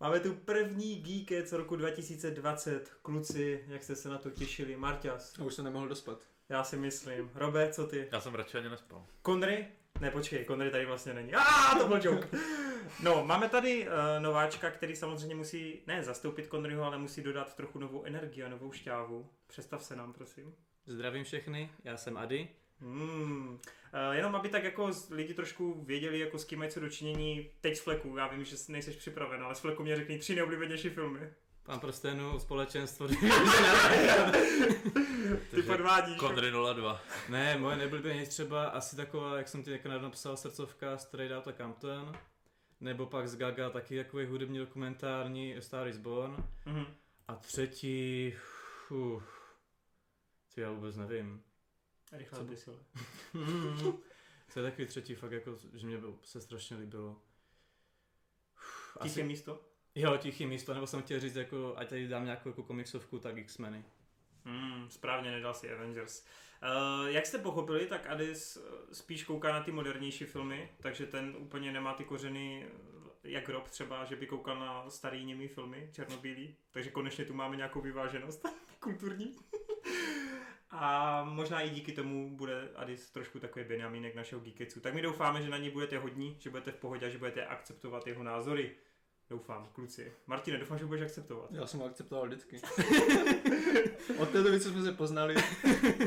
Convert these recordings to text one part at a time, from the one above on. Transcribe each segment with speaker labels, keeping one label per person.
Speaker 1: Máme tu první Geekec roku 2020. Kluci, jak jste se na to těšili? Marťas,
Speaker 2: A už jsem nemohl dospat.
Speaker 1: já si myslím. Robert, co ty?
Speaker 3: Já jsem radši ani nespal.
Speaker 1: Konry? Ne, počkej, Konry tady vlastně není. A ah, to byl joke. No, máme tady uh, nováčka, který samozřejmě musí, ne zastoupit Konryho, ale musí dodat trochu novou energii a novou šťávu. Představ se nám, prosím.
Speaker 4: Zdravím všechny, já jsem Ady.
Speaker 1: Hmm. Uh, jenom aby tak jako z- lidi trošku věděli, jako s kým mají co dočinění teď z fleku. Já vím, že s- nejseš připraven, ale z fleku mě řekni tři neoblíbenější filmy.
Speaker 4: Pán prstenů, společenstvo.
Speaker 1: Ty podvádíš.
Speaker 3: Konry 02.
Speaker 4: ne, moje neoblíbenější třeba asi taková, jak jsem ti jako nedávno psal, srdcovka Straight Outta Compton. Nebo pak z Gaga taky takový hudební dokumentární A Star is Born.
Speaker 1: Mhm.
Speaker 4: A třetí... Uf, ty já vůbec nevím.
Speaker 1: Rychle
Speaker 4: Co
Speaker 1: by si
Speaker 4: To je takový třetí fakt, jako, že mě byl- se strašně líbilo. Uf,
Speaker 1: Tiché místo?
Speaker 4: Jo, tichý místo, nebo jsem chtěl říct, jako, ať tady dám nějakou jako komiksovku, tak X-meny.
Speaker 1: Hmm, správně, nedal si Avengers. Uh, jak jste pochopili, tak Adis eh, spíš kouká na ty modernější filmy, takže ten úplně nemá ty kořeny, eh, jak Rob třeba, že by koukal na starý němý filmy, černobílý. Takže konečně tu máme nějakou vyváženost kulturní. A možná i díky tomu bude Adis trošku takový Benjamínek našeho geekecu. Tak my doufáme, že na něj budete hodní, že budete v pohodě a že budete akceptovat jeho názory. Doufám, kluci. Martine, doufám, že budeš akceptovat.
Speaker 2: Já jsem ho akceptoval vždycky. Od té doby, co jsme se poznali,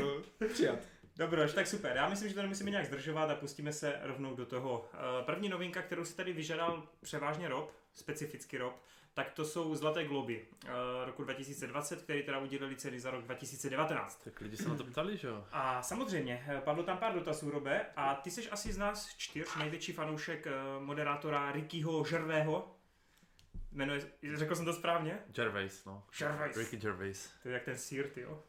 Speaker 2: to přijat.
Speaker 1: Dobroš, tak super. Já myslím, že to nemusíme nějak zdržovat a pustíme se rovnou do toho. Eh, První novinka, kterou si tady vyžadal převážně Rob, specificky Rob, tak to jsou Zlaté globy eh, roku 2020, který teda udělili ceny za rok 2019.
Speaker 3: Tak lidi se na to ptali, že jo?
Speaker 1: A samozřejmě, eh, padlo tam pár dotazů, Robe, a ty jsi asi z nás čtyř největší fanoušek eh, moderátora Rickyho Žervého. Jmenuje, řekl jsem to správně?
Speaker 3: Gervais, no.
Speaker 1: Gervais.
Speaker 3: Ricky Gervais.
Speaker 1: To je jak ten sír, ty jo.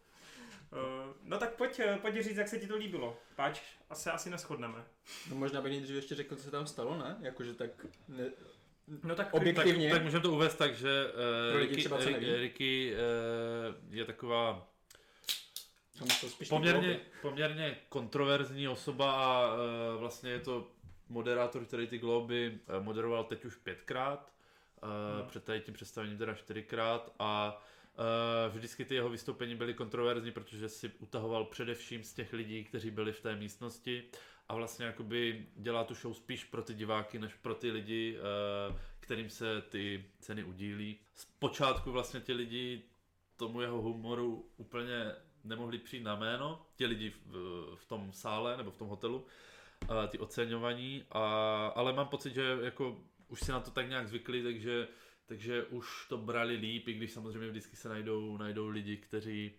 Speaker 1: Eh, No tak pojď, eh, pojď říct, jak se ti to líbilo. Pač, a se asi neschodneme.
Speaker 2: No možná bych nejdřív ještě řekl, co se tam stalo, ne? Jakože tak... Ne...
Speaker 1: No tak
Speaker 2: Objek-
Speaker 3: Tak,
Speaker 2: Fiktivně.
Speaker 3: tak můžeme to uvést tak, že
Speaker 2: Pro
Speaker 3: uh,
Speaker 2: lidi
Speaker 3: Ricky,
Speaker 2: třeba, co neví.
Speaker 3: Ricky, Ricky uh, je taková
Speaker 2: Tam to spíš
Speaker 3: poměrně, poměrně kontroverzní osoba a eh, vlastně je to moderátor, který ty globy eh, moderoval teď už pětkrát, eh,
Speaker 1: Hmm.
Speaker 3: před tady tím představením teda čtyřikrát a eh, vždycky ty jeho vystoupení byly kontroverzní, protože si utahoval především z těch lidí, kteří byli v té místnosti a vlastně jakoby dělá tu show spíš pro ty diváky, než pro ty lidi, eh, kterým se ty ceny udílí. Zpočátku vlastně ti lidi tomu jeho humoru úplně nemohli přijít na jméno, ti lidi v, v tom sále nebo v tom hotelu, a ty oceňovaní, a, ale mám pocit, že jako už si na to tak nějak zvykli, takže, takže už to brali líp, i když samozřejmě vždycky se najdou, najdou lidi, kteří,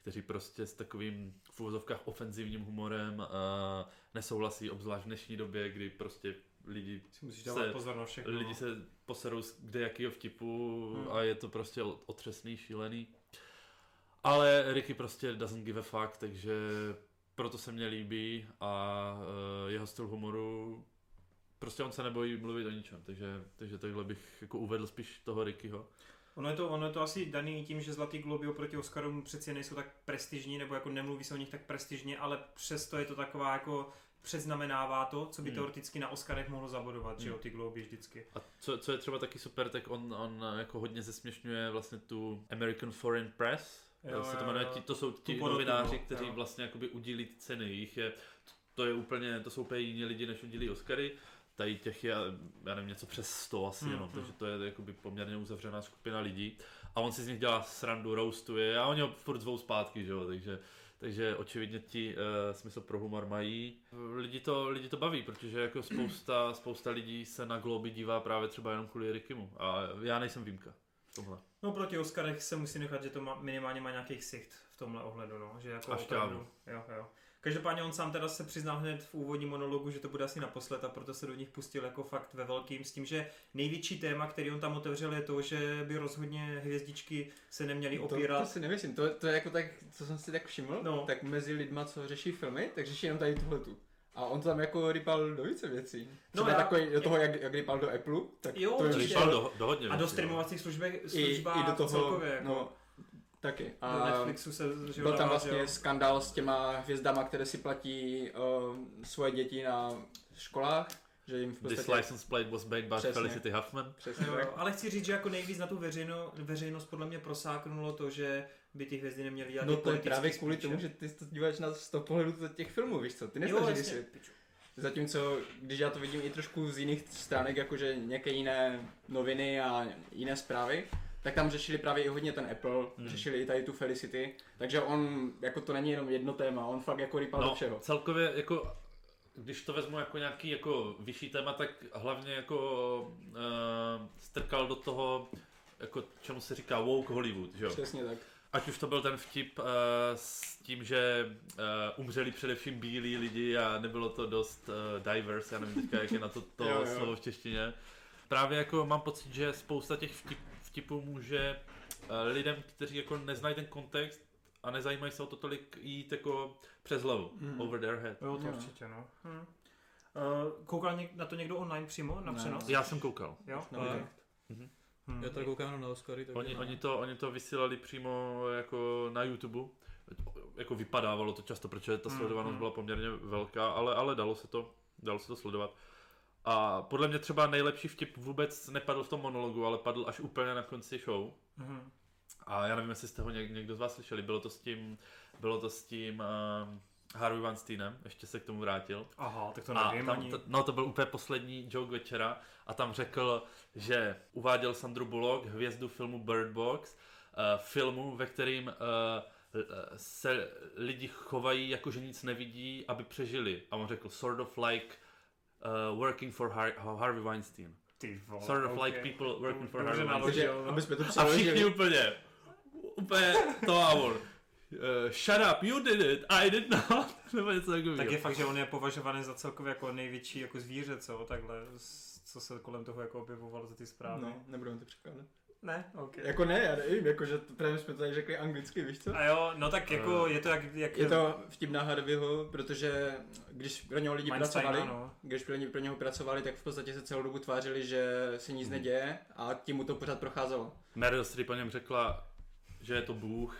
Speaker 3: kteří prostě s takovým v uvozovkách ofenzivním humorem a nesouhlasí, obzvlášť v dnešní době, kdy prostě lidi
Speaker 1: Si musíš
Speaker 3: se-
Speaker 1: dávat pozor na všechno. no.
Speaker 3: Lidi se poserou z kde jakýho vtipu
Speaker 1: Hmm.
Speaker 3: hmm. a je to prostě o- otřesný, šílený. Ale Ricky prostě doesn't give a fuck, takže proto se mně líbí a eh, jeho styl humoru prostě on se nebojí mluvit o ničem, takže, takže takhle bych jako uvedl spíš toho Rickyho.
Speaker 1: Ono je, to, ono je to asi daný tím, že Zlatý globy oproti Oscarům přeci nejsou tak prestižní, nebo jako nemluví se o nich tak prestižně, ale přesto je to taková jako předznamenává to, co by
Speaker 3: Hmm.
Speaker 1: teoreticky na Oscarech mohlo zabodovat, že jo, ty globy vždycky.
Speaker 3: A co, co je třeba taky super, tak on, on jako hodně zesměšňuje vlastně tu American Foreign Press,
Speaker 1: Jo,
Speaker 3: jo, se
Speaker 1: jo,
Speaker 3: to jmenuje,
Speaker 1: jo.
Speaker 3: ti, to jsou ti
Speaker 1: porotu,
Speaker 3: novináři,
Speaker 1: no,
Speaker 3: kteří
Speaker 1: jo.
Speaker 3: vlastně jakoby udílí ty ceny, jich je, to je úplně, to jsou úplně jiní lidi, než udílí Oscary, tady těch je, já nevím, něco přes 100 asi
Speaker 1: Hmm,
Speaker 3: jenom,
Speaker 1: hmm.
Speaker 3: takže to je jakoby poměrně uzavřená skupina lidí a on si z nich dělá srandu, roastuje a oni ho furt zvou zpátky, že jo, takže takže očividně ti uh, smysl pro humor mají. Lidi to, lidi to baví, protože jako spousta, spousta lidí se na Globy dívá právě třeba jenom kvůli Rikimu. A já nejsem výjimka v tomhle.
Speaker 1: No proti Oscarech se musí nechat, že to má, minimálně má nějaký ksicht v tomhle ohledu, no. Že jako
Speaker 3: A šťávu.
Speaker 1: opravdu- Jo, jo. Každopádně on sám teda se přiznal hned v úvodním monologu, že to bude asi naposled a proto se do nich pustil jako fakt ve velkým s tím, že největší téma, který on tam otevřel je to, že by rozhodně hvězdičky se neměly
Speaker 2: No To, to
Speaker 1: opírat.
Speaker 2: si nemyslím, to, to je jako tak, co jsem si tak všiml,
Speaker 1: No.
Speaker 2: no. tak mezi lidma, co řeší filmy, tak řeší jenom tady tuhletu. A on tam jako rypal do více věcí. Třeba
Speaker 1: já-
Speaker 2: no, takový, do toho, jak, jak rypal do Apple, tak
Speaker 1: Jo,
Speaker 2: to je
Speaker 1: určitě.
Speaker 3: Takže šel do, do hodně
Speaker 1: A do
Speaker 3: věcí, no.
Speaker 1: streamovacích službách
Speaker 2: i, i do toho,
Speaker 1: celkově, jako
Speaker 2: no, taky.
Speaker 1: a do Netflixu se že
Speaker 2: Byl
Speaker 1: dává,
Speaker 2: tam
Speaker 1: že
Speaker 2: vlastně
Speaker 1: jo.
Speaker 2: eh, skandál s těma hvězdama, které si platí um, svoje děti na školách, Že jim v
Speaker 3: This
Speaker 2: podstatě...
Speaker 3: license plate was made by
Speaker 2: Přesně.
Speaker 3: Felicity Huffman.
Speaker 2: Přesně
Speaker 1: Jo,
Speaker 2: tak.
Speaker 1: jo, ale chci říct, že jako nejvíc na tu veřejno, veřejnost podle mě prosáknulo to, že by ty hvězdy neměly dělat
Speaker 2: No
Speaker 1: ty
Speaker 2: to je
Speaker 1: politický
Speaker 2: právě kvůli
Speaker 1: speeche.
Speaker 2: tomu, že ty to díváš na 100 pohledů těch filmů, víš co? Ty
Speaker 1: jo,
Speaker 2: nesnažíš
Speaker 1: jasně,
Speaker 2: si.
Speaker 1: piču.
Speaker 2: Zatímco, když já to vidím i trošku z jiných stránek, jakože nějaké jiné noviny a jiné zprávy, tak tam řešili právě i hodně ten Apple,
Speaker 3: Hmm.
Speaker 2: hmm. řešili i tady tu Felicity, takže on, jako to není jenom jedno téma, on fakt jako rypal no. do
Speaker 3: No,
Speaker 2: všeho.
Speaker 3: celkově jako když to vezmu jako nějaký jako vyšší téma, tak hlavně jako uh, strkal do toho, jako čemu se říká woke Hollywood, že jo?
Speaker 2: Přesně tak.
Speaker 3: Ať už to byl ten vtip uh, s tím, že uh, umřeli především bílí lidi a nebylo to dost uh, diverse, já nevím teďka, jak je na to, to
Speaker 2: Jo, jo.
Speaker 3: slovo v češtině. Právě jako mám pocit, že spousta těch vtip, vtipů může uh, lidem, kteří jako neznají ten kontext a nezajímají se o to tolik, jít jako přes hlavu,
Speaker 2: Mhm.
Speaker 3: over their head.
Speaker 1: Jo, to
Speaker 2: Jo.
Speaker 1: určitě, no. Hm. Eh, Koukal něk- na to někdo online přímo, na
Speaker 2: Ne.
Speaker 1: přenos?
Speaker 3: Já jako- jsem koukal.
Speaker 1: Jo?
Speaker 2: No,
Speaker 4: Ale-
Speaker 2: tak.
Speaker 1: Hm.
Speaker 4: Já tady koukám jenom na Oscary, tak
Speaker 3: Oni,
Speaker 4: oni,
Speaker 3: oni, to, oni to vysílali přímo jako na YouTube. Jako vypadávalo to často, protože ta
Speaker 1: Mm,
Speaker 3: sledovanost
Speaker 1: mm.
Speaker 3: byla poměrně velká, ale, ale dalo, se to, dalo se to sledovat. A podle mě třeba nejlepší vtip vůbec nepadl v tom monologu, ale padl až úplně na konci show.
Speaker 1: Mhm.
Speaker 3: A já nevím, jestli jste ho něk, někdo z vás slyšeli, bylo to s tím, bylo to s tím uh, Harvey Weinsteinem, ještě se k tomu vrátil.
Speaker 1: Aha, tak to
Speaker 3: A
Speaker 1: nevím
Speaker 3: tam,
Speaker 1: ani.
Speaker 3: to, no to byl úplně poslední joke večera a tam řekl, že uváděl Sandru Bullock, hvězdu filmu Bird Box, eh, filmu, ve kterým eh, l- eh, se lidi chovají jako, že nic nevidí, aby přežili. A on řekl, sort of like uh, working for Har- Harvey Weinstein.
Speaker 1: Ty vole,
Speaker 3: Sort of
Speaker 1: ok.
Speaker 3: like people working for
Speaker 1: Dobře
Speaker 3: Harvey Weinstein.
Speaker 2: Takže,
Speaker 1: naložil, no.
Speaker 2: aby jsme to
Speaker 3: A všichni
Speaker 2: přeložili,
Speaker 3: úplně, úplně to a on. Uh, shut up, you did it, I did not. Nebo něco takového.
Speaker 1: Tak je fakt, že on je považovaný za celkově jako největší jako zvíře, co? Takhle, s- co se kolem toho jako objevovalo za ty zprávy.
Speaker 2: no, nebudeme to překládat.
Speaker 1: Ne? OK.
Speaker 2: Jako ne, já nevím, jako že to, právě jsme to tady řekli anglicky, víš co?
Speaker 1: A jo, no tak jako
Speaker 3: Eh,
Speaker 1: je to jak... jak
Speaker 2: Je to vtipná Harveyho, protože když pro něho lidi
Speaker 1: Einsteina,
Speaker 2: pracovali,
Speaker 1: no.
Speaker 2: když pro ně, pro něho pracovali, tak v podstatě se celou dobu tvářili, že se nic
Speaker 3: Mhm.
Speaker 2: neděje a tím mu to pořád procházelo.
Speaker 3: Meryl Streep o něm řekla, že je to bůh,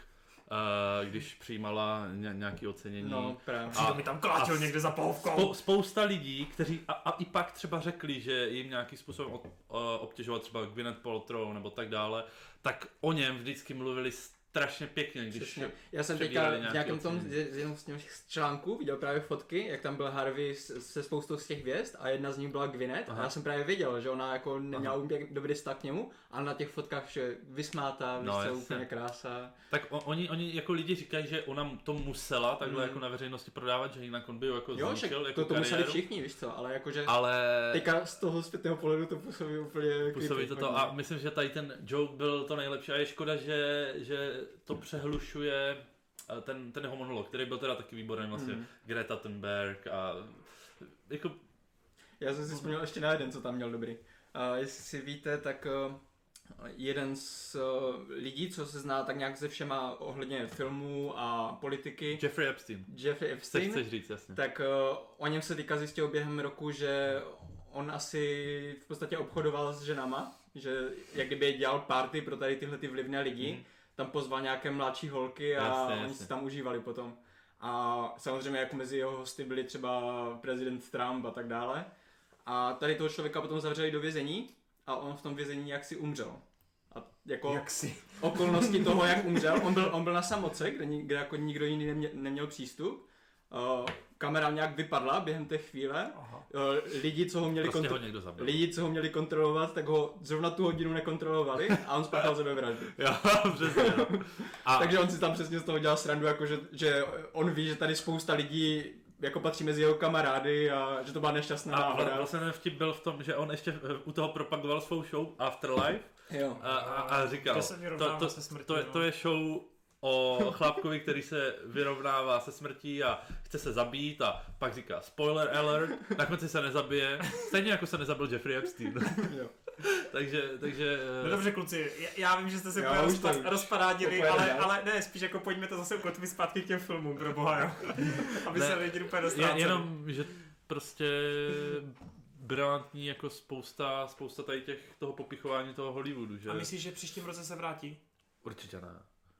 Speaker 3: eh, když přijímala ně- nějaké ocenění.
Speaker 2: No, právě.
Speaker 1: A, to mi tam klátil
Speaker 3: a-
Speaker 1: někde za pohovkou.
Speaker 3: Spou- spousta lidí, kteří a, a i pak třeba řekli, že jim nějakým způsobem od, eh, obtěžoval třeba Gwyneth Paltrow nebo tak dále, tak o něm vždycky mluvili strašně pěkně, když
Speaker 2: Přesně. Já jsem teďka
Speaker 3: přebírali
Speaker 2: v
Speaker 3: nějaký
Speaker 2: nějakém tom
Speaker 3: ocenění.
Speaker 2: z z jednom z těch článků viděl právě fotky, jak tam byl Harvey s- se spoustou z těch hvězd a jedna z nich byla Gwyneth
Speaker 3: Aha.
Speaker 2: a já jsem právě věděl, že ona jako neměla
Speaker 3: Aha.
Speaker 2: úplně dobrý vztah k němu, ale na těch fotkách vše vysmátá,
Speaker 3: No,
Speaker 2: no,
Speaker 3: jasně.
Speaker 2: úplně krása.
Speaker 3: Tak o, oni, oni jako lidi říkají, že ona to musela takhle
Speaker 2: Mm.
Speaker 3: jako na veřejnosti prodávat, že jinak on by jako
Speaker 2: Jo, však
Speaker 3: zničil jako
Speaker 2: to, to museli
Speaker 3: kariéru.
Speaker 2: všichni, víš co, ale jakože
Speaker 3: Ale
Speaker 2: teďka z toho zpětného pohledu to působí úplně jako
Speaker 3: Působí to to
Speaker 2: hodně.
Speaker 3: a myslím, že tady ten joke byl to nejlepší a je škoda, že, že to přehlušuje eh, ten, ten jeho monolog, který byl teda taky výborný vlastně,
Speaker 2: Mhm.
Speaker 3: Greta Thunberg a jako
Speaker 2: Já jsem si vzpomněl ještě na jeden, co tam měl dobrý. A jestli si víte, tak eh, jeden z eh, lidí, co se zná tak nějak se všema ohledně filmů a politiky,
Speaker 3: Jeffrey Epstein,
Speaker 2: Jeffrey
Speaker 3: se
Speaker 2: Epstein,
Speaker 3: chceš říct jasně.
Speaker 2: tak eh, o něm se teďka zjistilo během roku, že on asi v podstatě obchodoval s ženama, že jak kdyby je dělal party pro tady tyhle ty vlivné lidi,
Speaker 3: Mhm.
Speaker 2: tam pozval nějaké mladší holky a
Speaker 3: Jasně,
Speaker 2: oni
Speaker 3: jasně.
Speaker 2: si tam užívali potom. A samozřejmě jako mezi jeho hosty byli třeba prezident Trump a tak dále. A tady toho člověka potom zavřeli do vězení a on v tom vězení jaksi umřel. A jako
Speaker 1: Jak si?
Speaker 2: okolnosti toho, jak umřel. On byl, on byl na samoce, kde, ni- kde jako nikdo jiný neměl, neměl přístup. Uh, kamera nějak vypadla během té chvíle.
Speaker 1: Aha.
Speaker 2: Uh, lidi, co ho měli
Speaker 3: Prostě ho
Speaker 2: kontrolovat,
Speaker 3: někdo zabil.
Speaker 2: lidi, co ho měli kontrolovat, tak ho zrovna tu hodinu nekontrolovali a on spáchal sebevraždu.
Speaker 3: Jo, přesně. No. A,
Speaker 2: Takže on si tam přesně z toho dělal srandu, jako že, že on ví, že tady spousta lidí jako patří mezi jeho kamarády a že to byla nešťastná
Speaker 3: a vla-
Speaker 2: náhoda.
Speaker 3: vlastně ten vtip byl v tom, že on ještě eh, u toho propagoval svou show Afterlife
Speaker 2: Jo.
Speaker 3: a, a, a říkal,
Speaker 1: To se vyrovnává
Speaker 3: to,
Speaker 1: se smrtí,
Speaker 3: to, je,
Speaker 1: no.
Speaker 3: to je show o chlápkovi, který se vyrovnává se smrtí a chce se zabít a pak říká spoiler alert, nakonec se nezabije, stejně jako se nezabil Jeffrey Epstein.
Speaker 2: jo.
Speaker 3: takže, takže... eh,
Speaker 1: No dobře kluci, já, já vím, že jste se
Speaker 2: Já
Speaker 1: úplně
Speaker 2: už
Speaker 1: rozpad,
Speaker 2: to-
Speaker 1: rozpadádili,
Speaker 2: pojedeme
Speaker 1: ale,
Speaker 2: dál.
Speaker 1: ale ne, spíš jako pojďme to zase ukotvit zpátky k těm filmům, pro boha, jo. Aby
Speaker 3: Ne,
Speaker 1: se lidi úplně
Speaker 3: Je,
Speaker 1: dostali.
Speaker 3: jenom, že prostě brilantní jako spousta, spousta tady těch, toho popichování toho Hollywoodu, že?
Speaker 1: A myslíš, že příštím roce se vrátí?
Speaker 3: Určitě ne.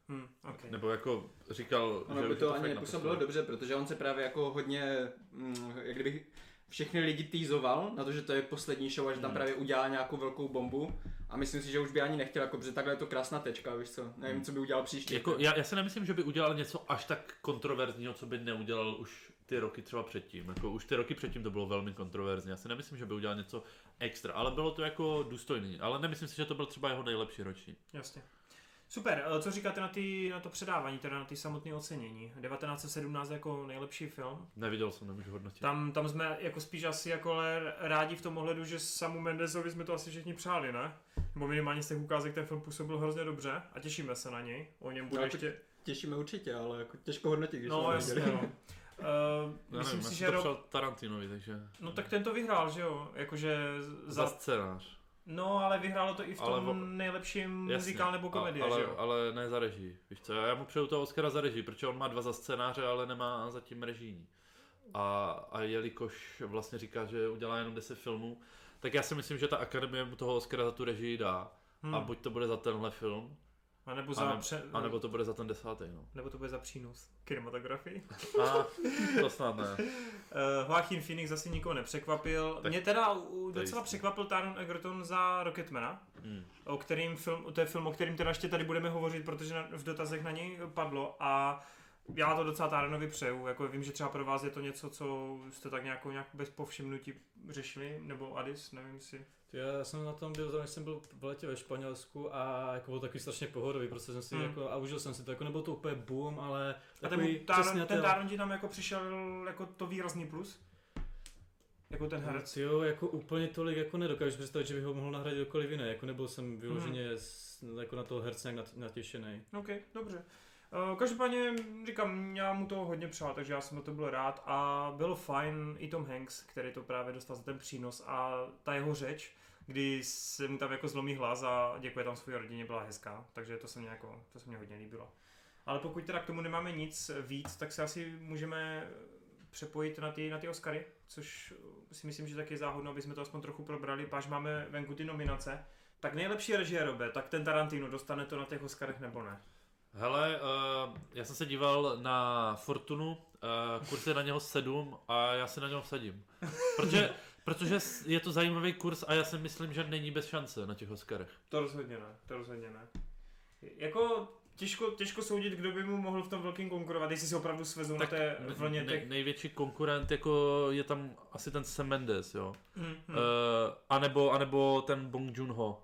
Speaker 1: Hm, okay.
Speaker 3: Nebo jako říkal,
Speaker 2: Ono
Speaker 3: že
Speaker 2: by
Speaker 3: už
Speaker 2: to,
Speaker 3: je fakt
Speaker 2: ani
Speaker 3: naprosto-
Speaker 2: nepůsobilo dobře, protože on se právě jako hodně, mm, jak kdyby všechny lidi týzoval na to, že to je poslední show a
Speaker 3: Hmm.
Speaker 2: že tam právě udělá nějakou velkou bombu. A myslím si, že už by ani nechtěl, jako, protože takhle je to krásná tečka, víš co. Nevím, co by udělal příště.
Speaker 3: Jako, já, já si nemyslím, že by udělal něco až tak kontroverzního, co by neudělal už ty roky třeba předtím. Jako, už ty roky předtím to bylo velmi kontroverzní. Já si nemyslím, že by udělal něco extra, ale bylo to jako důstojný. Ale nemyslím si, že to byl třeba jeho nejlepší ročník.
Speaker 1: Jasně. Super, eh, co říkáte na, ty, na to předávání, teda na ty samotné ocenění? 1917 jako nejlepší film,
Speaker 3: Neviděl jsem, nemůžu hodnotit.
Speaker 1: Tam, tam jsme jako spíš asi jako le- rádi v tom ohledu, že samu Mendezovi jsme to asi všichni přáli, ne? Nebo minimálně z těch ukázek ten film působil hrozně dobře a těšíme se na něj. O něm bude
Speaker 2: No,
Speaker 1: ještě...
Speaker 2: Těšíme určitě, ale jako těžko hodnotit, když
Speaker 1: No
Speaker 2: jsme
Speaker 1: jasně,
Speaker 2: neviděli.
Speaker 1: no. Uh,
Speaker 3: Já
Speaker 1: myslím
Speaker 3: nevím,
Speaker 1: si,
Speaker 3: já
Speaker 1: že
Speaker 3: jsem to
Speaker 1: Rob...
Speaker 3: přál Tarantinovi, takže...
Speaker 1: No tak ten to vyhrál, že jo? Jakože
Speaker 3: Za
Speaker 1: za...
Speaker 3: scénář.
Speaker 1: No ale vyhrálo to i v tom
Speaker 3: Ale vo-
Speaker 1: nejlepším
Speaker 3: Jasně.
Speaker 1: muzikál nebo komedie,
Speaker 3: A- ale,
Speaker 1: že jo?
Speaker 3: ale ne za režii. Víš co, já mu přeju toho Oscara za režii, protože on má dva za scénáře, ale nemá zatím režijní. A, a jelikož vlastně říká, že udělá jenom 10 filmů, tak já si myslím, že ta akademie mu toho Oscara za tu režii dá.
Speaker 1: Hmm.
Speaker 3: Hmm. A buď to bude za tenhle film,
Speaker 1: A nebo za...
Speaker 3: a ne-
Speaker 1: pře...
Speaker 3: anebo to bude za ten desátý. No.
Speaker 1: nebo to bude za přínos kinematografii.
Speaker 3: A to snad ne.
Speaker 1: Uh, Joaquin Phoenix asi nikoho nepřekvapil.
Speaker 3: Tak-
Speaker 1: Mě teda uh, docela
Speaker 3: jistý.
Speaker 1: překvapil Taron Egerton za Rocketmana,
Speaker 3: Hmm.
Speaker 1: o kterým film, to je film, o kterým teda ještě tady budeme hovořit, protože na, v dotazech na něj padlo a já to docela Taronovi přeju, jako vím, že třeba pro vás je to něco, co jste tak nějakou nějak bez povšimnutí řešili, nebo Adis, nevím si.
Speaker 4: Ty, Já jsem na tom byl, zrovna, když jsem byl v letě ve Španělsku a jako byl takový strašně pohodový, protože jsem si
Speaker 1: Hmm.
Speaker 4: hmm. jako, a užil jsem si to, jako nebyl to úplně boom, ale
Speaker 1: A
Speaker 4: takový
Speaker 1: ten, Taron,
Speaker 4: přesně
Speaker 1: ten
Speaker 4: ten-
Speaker 1: Taron ti tam jako přišel jako to výrazný plus? Jako ten herec?
Speaker 4: Jo, jako úplně tolik jako nedokážu si představit, že bych ho mohl nahradit kdokoliv jiný, jako nebyl jsem vyloženě hmm. jako na toho herce nějak nat- natěšený.
Speaker 1: OK, dobře. Eh, Každopádně říkám, já mu toho hodně přál, takže já jsem na to byl rád a byl fajn i Tom Hanks, který to právě dostal za ten přínos a ta jeho řeč, kdy se mu tam jako zlomí hlas a děkuje tam své rodině, byla hezká, takže to se mě, jako, to se mě hodně líbilo. Ale pokud teda k tomu nemáme nic víc, tak se asi můžeme přepojit na ty, na ty Oscary, což si myslím, že taky je záhodno, aby jsme to aspoň trochu probrali, páž máme venku ty nominace. Tak nejlepší režie, Robe, tak ten Tarantino dostane to na těch Oscarech nebo ne?
Speaker 3: Hele, uh, já jsem se díval na Fortunu, uh, kurz je na něho 7 a já si na něho vsadím. Protože, protože s- je to zajímavý kurz a já si myslím, že není bez šance na těch Oscarech.
Speaker 1: To rozhodně ne, to rozhodně ne. Jako těžko, těžko soudit, kdo by mu mohl v tom velkým konkurovat, jestli si opravdu svezou na té vlně
Speaker 3: nej,
Speaker 1: Eh, těch...
Speaker 3: největší konkurent jako je tam asi ten Sam Mendes, jo.
Speaker 1: Hm, hm.
Speaker 3: Hmm. Uh, anebo, anebo ten Bong Joon-ho.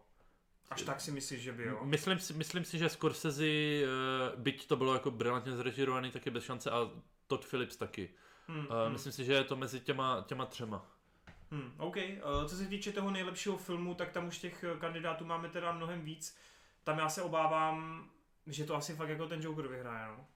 Speaker 1: Až tak si myslíš, že by jo.
Speaker 3: Myslím si, myslím si, že Scorsese, uh, byť to bylo jako brilantně zrežirovaný, tak je bez šance a Todd Phillips taky.
Speaker 1: Hm,
Speaker 3: Uh,
Speaker 1: hm,
Speaker 3: Myslím si, že je to mezi těma, těma třema.
Speaker 1: hm. OK, eh, co se týče toho nejlepšího filmu, tak tam už těch eh, kandidátů máme teda mnohem víc. Tam já se obávám, že to asi fakt jako ten Joker vyhraje, no.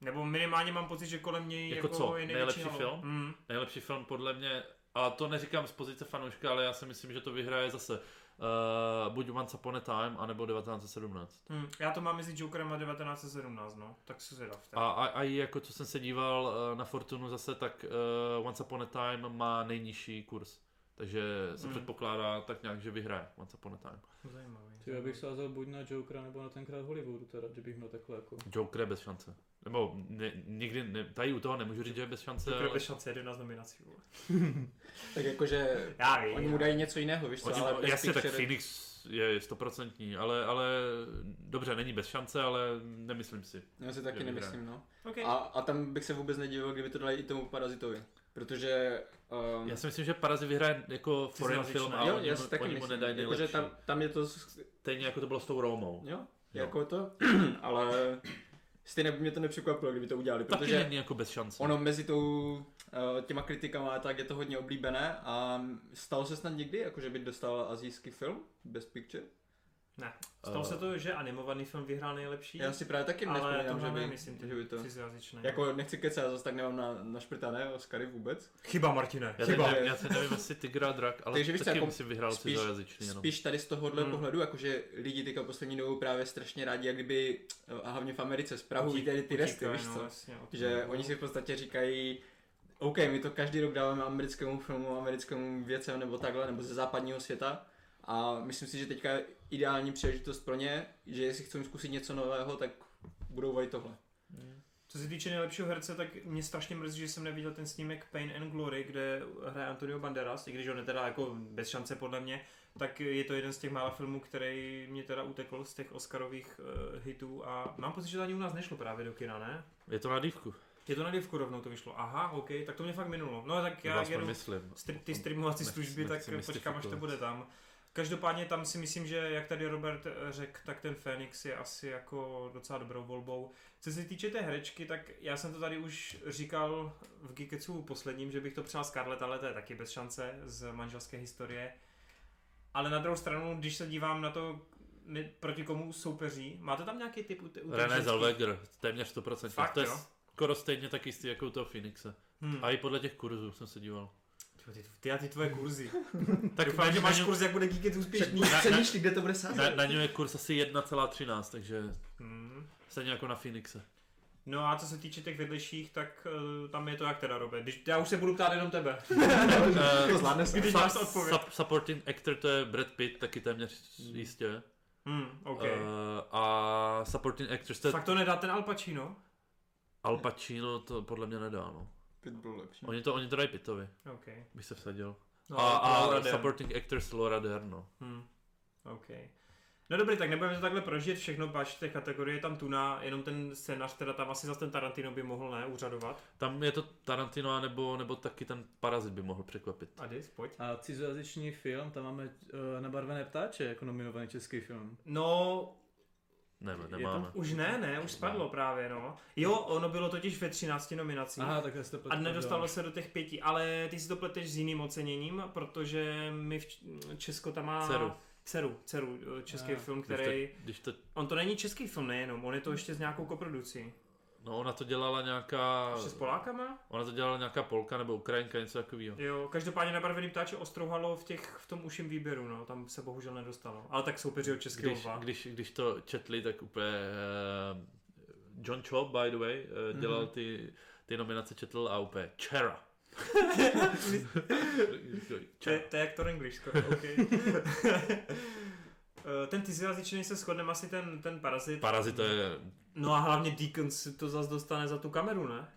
Speaker 1: Nebo minimálně mám pocit, že kolem něj
Speaker 3: Jako
Speaker 1: jako,
Speaker 3: co?
Speaker 1: je největší
Speaker 3: Nejlepší
Speaker 1: halo.
Speaker 3: film?
Speaker 1: Hm.
Speaker 3: Nejlepší film podle mě, a to neříkám z pozice fanouška, ale já si myslím, že to vyhraje zase uh, buď Once Upon a Time, anebo 1917.
Speaker 1: Hm. Já to mám mezi Jokerem a 1917, no. Tak se zvědav.
Speaker 3: A, a, a i jako co jsem se díval eh, na Fortunu zase, tak uh, Once Upon a Time má nejnižší kurz. Takže se
Speaker 1: Mm.
Speaker 3: hmm. předpokládá tak nějak, že vyhraje Once Upon a Time.
Speaker 1: Zajímavý.
Speaker 4: Ty, já bych sázel buď na Jokera nebo na tenkrát Hollywoodu teda, kdybych měl takhle jako.
Speaker 3: Joker je bez šance. Nebo ne, nikdy, ne, tady u toho nemůžu říct, že je bez šance,
Speaker 1: Joker
Speaker 3: ale
Speaker 1: bez šance 11 nominací, vole.
Speaker 2: Tak jakože
Speaker 1: Já vím.
Speaker 2: oni mu dají něco jiného, víš co,
Speaker 3: Oni,
Speaker 2: ale bez
Speaker 3: jasně, tak
Speaker 2: picture-
Speaker 3: Phoenix je stoprocentní, ale, ale dobře, není bez šance, ale nemyslím si.
Speaker 2: Já si taky
Speaker 3: Dobrý
Speaker 2: nemyslím, no.
Speaker 1: Okay.
Speaker 2: A, a tam bych se vůbec nedivil, kdyby to dali i tomu parazitovi. Protože... Um,
Speaker 3: Já si myslím, že Parazit vyhraje jako foreign
Speaker 1: značné.
Speaker 3: film a
Speaker 2: jo,
Speaker 3: oni,
Speaker 2: já
Speaker 3: mu-
Speaker 2: si taky
Speaker 3: oni mu
Speaker 2: myslím,
Speaker 3: nedají nejlepší.
Speaker 2: jakože tam, tam je to... s-
Speaker 3: Stejně jako to bylo s tou Romou.
Speaker 2: Jo, jako to, ale stejně by mě to nepřekvapilo, kdyby to udělali,
Speaker 3: Taky
Speaker 2: protože
Speaker 3: není jako bez šance.
Speaker 2: ono mezi tou, eh, těma kritikama a tak je to hodně oblíbené a stalo se snad někdy, jako že by dostal azijský film bez picture?
Speaker 1: Ne. Stalo se to, že animovaný film vyhrál nejlepší,
Speaker 2: Eh, Já si právě taky
Speaker 1: ale
Speaker 2: nevzpomínám,
Speaker 1: to
Speaker 2: že by,
Speaker 1: myslím,
Speaker 2: že by to...
Speaker 1: cizojazyčné.
Speaker 2: Jako nechci kecat, zase tak nemám na, našprtané Oscary vůbec.
Speaker 1: Chyba, Martine.
Speaker 3: já, teď
Speaker 2: chyba.
Speaker 3: nevím, já teď nevím, jestli Tigra Drak, ale
Speaker 2: Takže víš
Speaker 3: taky
Speaker 2: co, jako
Speaker 3: jako si vyhrál
Speaker 2: spíš-
Speaker 3: spíš, jazyčný jenom.
Speaker 2: Spíš tady z tohohle
Speaker 1: Hmm.
Speaker 2: hmm. pohledu, jakože lidi teďka poslední dobou právě strašně rádi, jak kdyby, eh, a hlavně v Americe, z Prahu
Speaker 1: Utí-
Speaker 2: tady ty
Speaker 1: utíkají,
Speaker 2: resty, víš
Speaker 1: no,
Speaker 2: co?
Speaker 1: jasně, ok.
Speaker 2: Že oni si v podstatě říkají, OK, my to každý rok dáváme americkému filmu, americkému věcem nebo takhle, nebo ze západního světa. A myslím si, že teďka je ideální příležitost pro ně, že jestli chcou zkusit něco nového, tak budou volit tohle.
Speaker 1: Co se týče nejlepšího herce, tak mě strašně mrzí, že jsem neviděl ten snímek Pain and Glory, kde hraje Antonio Banderas, i když on je teda jako bez šance podle mě, tak je to jeden z těch mála filmů, který mě teda utekl z těch Oscarových uh, hitů a mám pocit, že to ani u nás nešlo právě do kina, ne?
Speaker 3: Je to na dívku.
Speaker 1: Je to na divku rovnou to vyšlo. Aha, OK, tak to mě fakt minulo. No tak
Speaker 3: Já
Speaker 1: já
Speaker 3: vás
Speaker 1: jedu
Speaker 3: myslím.
Speaker 1: stri- ty streamovací
Speaker 3: Nechci-
Speaker 1: služby, tak eh,
Speaker 3: nechci
Speaker 1: počkám, až to
Speaker 3: mystifikovat.
Speaker 1: bude tam. Každopádně tam si myslím, že jak tady Robert eh, řekl, tak ten Phoenix je asi jako docela dobrou volbou. Co se týče té herečky, tak já jsem to tady už říkal v Geeketsu posledním, že bych to přál Scarlett, ale to je taky bez šance z manželské historie. Ale na druhou stranu, když se dívám na to, ne, proti komu soupeří, máte tam nějaký typ u, u těch
Speaker 3: René
Speaker 1: ženských?
Speaker 3: Zellweger, téměř 100%.
Speaker 1: Fakt,
Speaker 3: to je
Speaker 1: jo?
Speaker 3: skoro stejně tak jistý jako u toho Phoenixe.
Speaker 1: Hmm.
Speaker 3: A i podle těch kurzů jsem se díval.
Speaker 1: Ty, ty, ty a ty tvoje kurzy.
Speaker 3: Tak
Speaker 1: Doufám, že máš
Speaker 3: něm-
Speaker 1: kurz, jak bude Geeket úspěšný.
Speaker 3: Na-
Speaker 2: Přemýšlí, kde to bude
Speaker 3: na,
Speaker 2: sázet.
Speaker 3: na něm je kurz asi 1,13, takže
Speaker 1: Hmm.
Speaker 3: stejně jako na Phoenixe.
Speaker 1: No a co se týče těch vedlejších, tak uh, tam je to jak teda, Robe. Když, já už se budu ptát jenom tebe.
Speaker 2: To zvládne se.
Speaker 1: Když máš odpověď.
Speaker 3: Sub, supporting actor to je Brad Pitt, taky téměř jistě.
Speaker 1: Hmm, OK.
Speaker 3: Eh, a supporting actress to je
Speaker 1: Fakt to nedá ten Al Pacino?
Speaker 3: Al Pacino, to podle mě nedá, no.
Speaker 2: Pitbull lepší.
Speaker 3: Oni to, oni to dají Pittovi,
Speaker 1: OK.
Speaker 3: bych se vsadil.
Speaker 1: No,
Speaker 3: a
Speaker 1: Laura
Speaker 3: a
Speaker 1: Dern.
Speaker 3: supporting actress Laura Dern, no.
Speaker 1: Hmm. OK. No dobrý, tak nebudeme to takhle prožít všechno, pač té kategorie je tam tuna, jenom ten scénář, teda tam asi zase ten Tarantino by mohl ne, úřadovat.
Speaker 3: Tam je to Tarantino, nebo, nebo taky ten Parazit by mohl překvapit.
Speaker 1: Adis, pojď.
Speaker 4: A cizojazyční film, tam máme uh, nabarvené ptáče jako nominovaný český film.
Speaker 1: No,
Speaker 3: Ne,
Speaker 4: Je
Speaker 3: nemáme.
Speaker 1: už ne, ne, už spadlo právě, no. Jo, ono bylo totiž ve 13 nominacích.
Speaker 4: Aha, tak jste
Speaker 1: A nedostalo se do těch pěti, ale ty si to pleteš s jiným oceněním, protože my v Č- Česko tam má...
Speaker 3: Dceru.
Speaker 1: Dceru, dceru, eh, český
Speaker 4: Ah.
Speaker 1: film,
Speaker 3: Když to-
Speaker 1: který...
Speaker 3: Když to,
Speaker 1: On to není český film nejenom, on je to ještě s nějakou koproducí.
Speaker 3: no ona to dělala nějaká,
Speaker 1: Ještě s Polákama?
Speaker 3: ona to dělala nějaká Polka nebo Ukrajinka, něco takového.
Speaker 1: Jo, každopádně nabarvený ptáče ostrouhalo v, těch, v tom uším výběru, no, tam se bohužel nedostalo. Ale tak soupeři od českého
Speaker 3: Když,
Speaker 1: dva.
Speaker 3: když, když to četli, tak úplně... Uh, John Cho, by the way, uh, dělal
Speaker 1: Mhm.
Speaker 3: ty, ty nominace, četl a úplně Chera.
Speaker 1: To, je- to je jak to English, skoro, okay. Eh, ten ty jazyčný se shodneme asi ten, ten parazit.
Speaker 3: Parazit to je...
Speaker 1: No a hlavně Deacons to zase dostane za tu kameru, ne?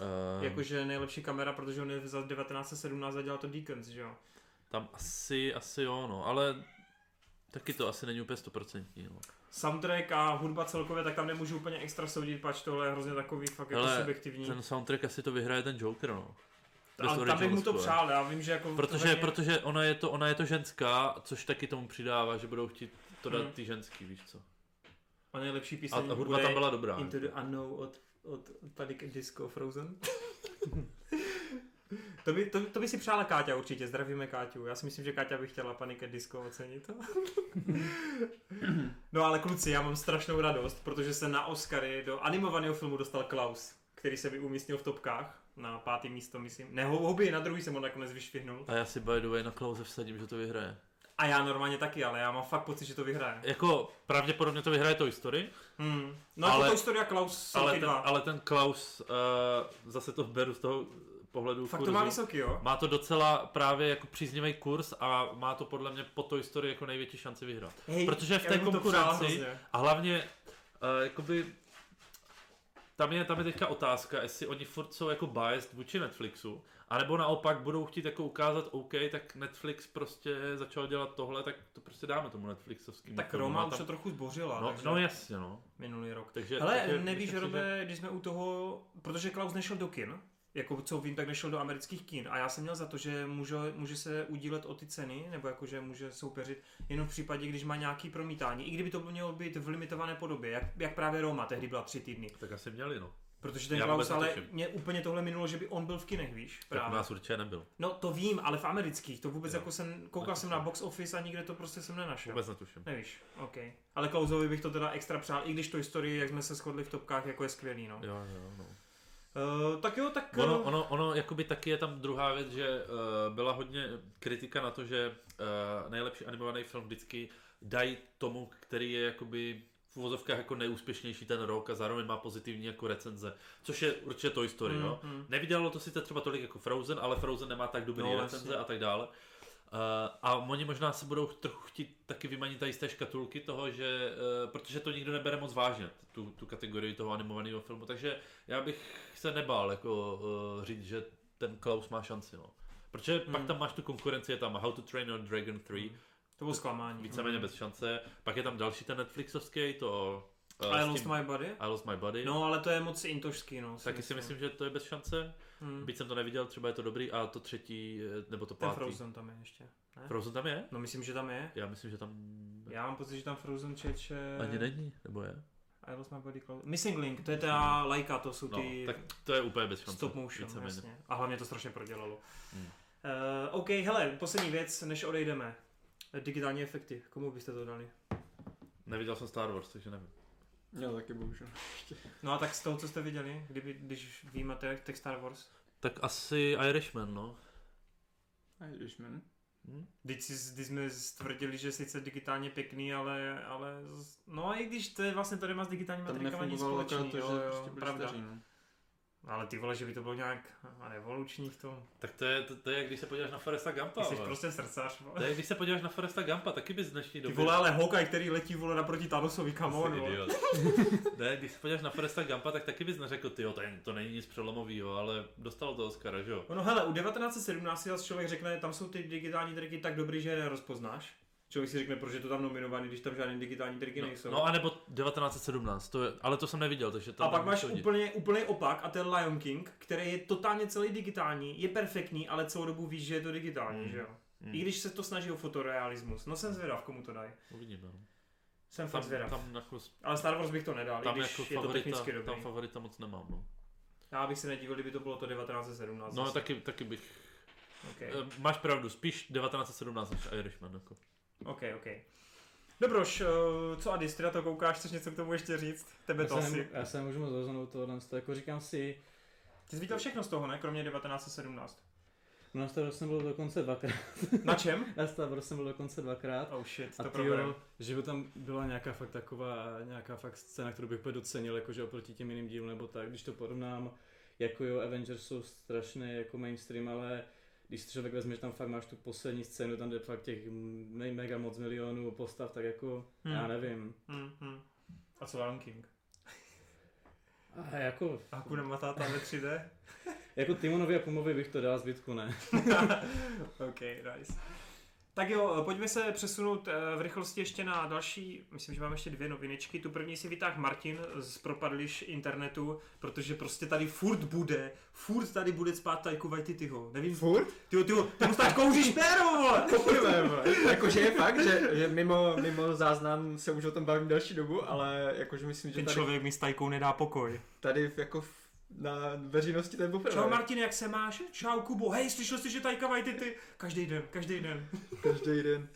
Speaker 3: Uh,
Speaker 1: Jakože nejlepší kamera, protože on je za 1917 a dělal to Deacons, že jo?
Speaker 3: Tam asi, asi jo, no, ale taky to asi není úplně stoprocentní. No.
Speaker 1: Soundtrack a hudba celkově, tak tam nemůžu úplně extra soudit, pač tohle je hrozně takový fakt jako
Speaker 3: Hele,
Speaker 1: subjektivní.
Speaker 3: Ten soundtrack asi to vyhraje ten Joker, no. bez
Speaker 1: A tam bych
Speaker 3: original
Speaker 1: mu to
Speaker 3: score.
Speaker 1: přál, já vím, že jako...
Speaker 3: Protože,
Speaker 1: tohle je-
Speaker 3: protože ona, je to, ona je to ženská, což taky tomu přidává, že budou chtít to dát
Speaker 1: Mhm.
Speaker 3: ty ženský, víš co.
Speaker 1: A nejlepší
Speaker 3: A,
Speaker 1: píseň
Speaker 3: a hudba tam byla dobrá. jako.
Speaker 1: Into the Unknown od, od Panic at Disco Frozen. To by, to, to by si přála Káťa určitě, zdravíme Káťu. Já si myslím, že Káťa by chtěla Panic at Disco ocenit. no ale kluci, já mám strašnou radost, protože se na Oscary do animovaného filmu dostal Klaus, který se by umístil v topkách na pátý místo, myslím. Ne, ho- hobby, na druhý jsem ho nakonec vyšvihnul.
Speaker 3: A já si by the way na Klauze vsadím, že to vyhraje.
Speaker 1: A já normálně taky, ale já mám fakt pocit, že to vyhraje.
Speaker 3: Jako pravděpodobně to vyhraje to historii,
Speaker 1: Hmm. No ale,
Speaker 3: Ale-
Speaker 1: jako to historia Klaus jsou
Speaker 3: ale
Speaker 1: ty
Speaker 3: ten,
Speaker 1: dva.
Speaker 3: ale ten Klaus, uh, zase to beru z toho pohledu
Speaker 1: Fakt to
Speaker 3: kurzu.
Speaker 1: má vysoký, jo?
Speaker 3: Má to docela právě jako příznivý kurz a má to podle mě po to historii jako největší šanci vyhrát.
Speaker 1: Hej,
Speaker 3: Protože v
Speaker 1: já
Speaker 3: té
Speaker 1: bych mu to
Speaker 3: konkurenci-
Speaker 1: přál hrozně.
Speaker 3: A hlavně, uh, jakoby, tam je, tam je teďka otázka, jestli oni furt jsou jako biased vůči Netflixu, anebo naopak budou chtít jako ukázat, OK, tak Netflix prostě začal dělat tohle, tak to prostě dáme tomu Netflixovskému.
Speaker 1: Tak
Speaker 3: filmu.
Speaker 1: Roma
Speaker 3: A
Speaker 1: už to
Speaker 3: Jako tam...
Speaker 1: trochu zbořila,
Speaker 3: no,
Speaker 1: takže
Speaker 3: no jasně, no.
Speaker 1: minulý rok.
Speaker 3: Takže,
Speaker 1: Hele,
Speaker 3: takže
Speaker 1: nevíš,
Speaker 3: myslím si,
Speaker 1: Robe, když jsme u toho, protože Klaus nešel do kin, jako co vím, tak nešel do amerických kin a já jsem měl za to, že může, může se udílet o ty ceny, nebo jakože může soupeřit jenom v případě, když má nějaký promítání, i kdyby to mělo být v limitované podobě, jak, jak právě Roma tehdy byla tři týdny.
Speaker 3: Tak asi měli, no.
Speaker 1: Protože ten
Speaker 3: Já vůbec
Speaker 1: Klaus, ale
Speaker 3: netuším.
Speaker 1: mě úplně tohle minulo, že by on byl v kinech, víš?
Speaker 3: Tak u
Speaker 1: Právě.
Speaker 3: nás určitě nebyl.
Speaker 1: No to vím, ale v amerických, to vůbec
Speaker 3: Jo.
Speaker 1: jako jsem, koukal jsem na box office a nikde to prostě jsem nenašel.
Speaker 3: Vůbec netuším.
Speaker 1: Nevíš, OK. Ale Klausovi bych to teda extra přál, i když to historii, jak jsme se shodli v topkách, jako je skvělý, no.
Speaker 3: Jo, jo, no.
Speaker 1: Uh, tak jo, tak...
Speaker 3: Ono,
Speaker 1: eh,
Speaker 3: ono, ono, jakoby taky je tam druhá věc, že uh, byla hodně kritika na to, že uh, nejlepší animovaný film vždycky dají tomu, který je jakoby v uvozovkách jako nejúspěšnější ten rok a zároveň má pozitivní jako recenze, což je určitě to historie, mm,
Speaker 1: mm,
Speaker 3: jo.
Speaker 1: mm.
Speaker 3: Nevydělalo to sice třeba tolik jako Frozen, ale Frozen nemá tak dobrý
Speaker 1: No,
Speaker 3: no,
Speaker 1: jasně.
Speaker 3: recenze a tak dále. Eh, a oni možná se budou trochu chtít taky vymanit tady z té škatulky toho, že, eh, protože to nikdo nebere moc vážně, tu, tu kategorii toho animovaného filmu, takže já bych se nebál jako eh, říct, že ten Klaus má šanci, no. Protože hmm. pak tam máš tu konkurenci, je tam How to Train Your Dragon 3,
Speaker 1: To bylo zklamání. no.
Speaker 3: víceméně bez šance, pak je tam další ten Netflixovský, to... eh,
Speaker 1: I
Speaker 3: s
Speaker 1: lost
Speaker 3: tím-
Speaker 1: my body?
Speaker 3: I lost my body.
Speaker 1: No, ale to je moc intošský, no.
Speaker 3: Taky si myslím, že to je bez šance.
Speaker 1: Hmm.
Speaker 3: Byť jsem to neviděl, třeba je to dobrý a to třetí, eh, nebo to
Speaker 1: Ten
Speaker 3: pátý.
Speaker 1: Frozen tam je ještě. ne?
Speaker 3: Frozen tam je?
Speaker 1: No, myslím, že tam je.
Speaker 3: Já myslím, že tam
Speaker 1: Já mám pocit, že tam Frozen eh, čeče...
Speaker 3: ani není, nebo je?
Speaker 1: I lost my body close. Missing Link, to je ta lajka, to jsou
Speaker 3: No,
Speaker 1: ty
Speaker 3: tak to je úplně bez šance.
Speaker 1: stop motion,
Speaker 3: víceméně.
Speaker 1: jasně. A hlavně to strašně prodělalo.
Speaker 3: Hmm.
Speaker 1: Uh, OK, hele, poslední věc, než odejdeme. Digitální efekty, komu byste to dali?
Speaker 3: Neviděl jsem Star Wars, takže nevím.
Speaker 2: Jo, taky bohužel.
Speaker 1: No a tak z toho, co jste viděli, kdyby, když víme te- těch Star Wars,
Speaker 3: Tak asi Irishman, no.
Speaker 2: Irishman.
Speaker 3: Hm?
Speaker 1: když, si, když jsme stvrdili, že sice digitálně pěkný, ale, ale z- no i když to je vlastně to nemá s digitálníma
Speaker 2: Tam
Speaker 1: trikama nic
Speaker 2: nefungovalo akorát
Speaker 1: společného,
Speaker 2: to, že prostě byli
Speaker 1: pravda.
Speaker 2: staří, no.
Speaker 1: Ale ty vole, že by to bylo nějak revoluční v tom.
Speaker 3: Tak to je, to, to je, jak když se podíváš na Foresta Gumpa.
Speaker 1: Ty jsi
Speaker 3: vole.
Speaker 1: prostě srdcař, vole.
Speaker 3: To je, když se podíváš na Foresta Gumpa, taky bys v dnešní
Speaker 1: Ty
Speaker 3: době...
Speaker 1: vole, ale Hawkeye, který letí vole naproti Thanosovi,
Speaker 3: Jsi
Speaker 1: kamon, vole.
Speaker 3: idiot. ne, když se podíváš na Foresta Gumpa, tak taky bys neřekl, ty to, je- to není nic přelomového, ale dostal to Oscara, že jo?
Speaker 1: Ono hele, u 1917 zase člověk řekne, tam jsou ty digitální triky tak dobrý, že je nerozpoznáš. Člověk si řekne, proč je to tam nominovaný, když tam žádné digitální triky nejsou.
Speaker 3: No, no anebo 1917, to je, ale to jsem neviděl, takže to
Speaker 1: a pak
Speaker 3: nemůžu
Speaker 1: máš
Speaker 3: soudit.
Speaker 1: úplně, úplně opak a ten Lion King, který je totálně celý digitální, je perfektní, ale celou dobu víš, že je to digitální,
Speaker 3: Mm.
Speaker 1: že jo?
Speaker 3: Mm.
Speaker 1: I když se to snaží o fotorealismus. No jsem zvědav, komu to dají.
Speaker 3: Uvidíme. no.
Speaker 1: Jsem fakt
Speaker 3: Tam,
Speaker 1: zvědav.
Speaker 3: tam, nachos,
Speaker 1: Ale Star Wars bych to nedal,
Speaker 3: tam
Speaker 1: i když
Speaker 3: jako
Speaker 1: je to
Speaker 3: favorita,
Speaker 1: technicky dobrý.
Speaker 3: tam favorita moc nemám. No,
Speaker 1: Já bych se nedíval, kdyby to bylo to 1917.
Speaker 3: no
Speaker 1: zase.
Speaker 3: taky, taky bych.
Speaker 1: okay.
Speaker 3: eh, Máš pravdu, spíš 1917 než Irishman. Jako.
Speaker 1: OK, OK. Dobroš, eh, co Adis, ty na to koukáš, chceš něco k tomu ještě říct? Tebe
Speaker 4: Já
Speaker 1: to
Speaker 4: se,
Speaker 1: asi.
Speaker 4: nemů- já se nemůžu moc rozhodnout tohle, to jako říkám si,
Speaker 1: Ty jsi viděl všechno z toho, ne? Kromě 1917.
Speaker 4: na Star Wars jsem byl dokonce dvakrát,
Speaker 1: Na čem?
Speaker 4: na Star Wars jsem byl dokonce dvakrát,
Speaker 1: Oh shit, to
Speaker 4: A ty
Speaker 1: problém.
Speaker 4: jo, že by tam byla nějaká fakt taková, nějaká fakt scéna, kterou bych úplně docenil, jakože oproti těm jiným dílům nebo tak, když to porovnám, jako jo, Avengers jsou strašné jako mainstream, ale když si člověk vezme, že tam fakt máš tu poslední scénu, tam jde fakt těch me- mega moc milionů postav, tak jako,
Speaker 1: Hmm.
Speaker 4: hmm. já nevím.
Speaker 1: Hmm, hmm. A co Lion King?
Speaker 4: A jako,
Speaker 1: A Hakuna Matata ve 3D?
Speaker 4: jako Timonovi a Pumovi bych to dal, zbytku ne.
Speaker 1: OK, nice. Tak jo, pojďme se přesunout eh, v rychlosti ještě na další, myslím, že máme ještě dvě novinečky. Tu první si vytáhl Martin z propadliš internetu, protože prostě tady furt bude, furt tady bude spát Tajku Vajtityho. Nevím,
Speaker 2: Furt?
Speaker 1: tyjo, tyjo, ty mu tak kouříš péro, vole!
Speaker 2: Poprvé, vole. jakože je fakt, že, že mimo, mimo záznam se už o tom bavím další dobu, ale jakože myslím, že
Speaker 1: Ten
Speaker 2: tady,
Speaker 1: člověk mi s Tajkou nedá pokoj.
Speaker 2: tady v- jako v, na veřejnosti to je poprvé.
Speaker 1: Čau Martin, jak se máš? Čau Kubo, hej, slyšel jsi, že Tajka Vajtity? Každý den, každý den.
Speaker 2: Každý den.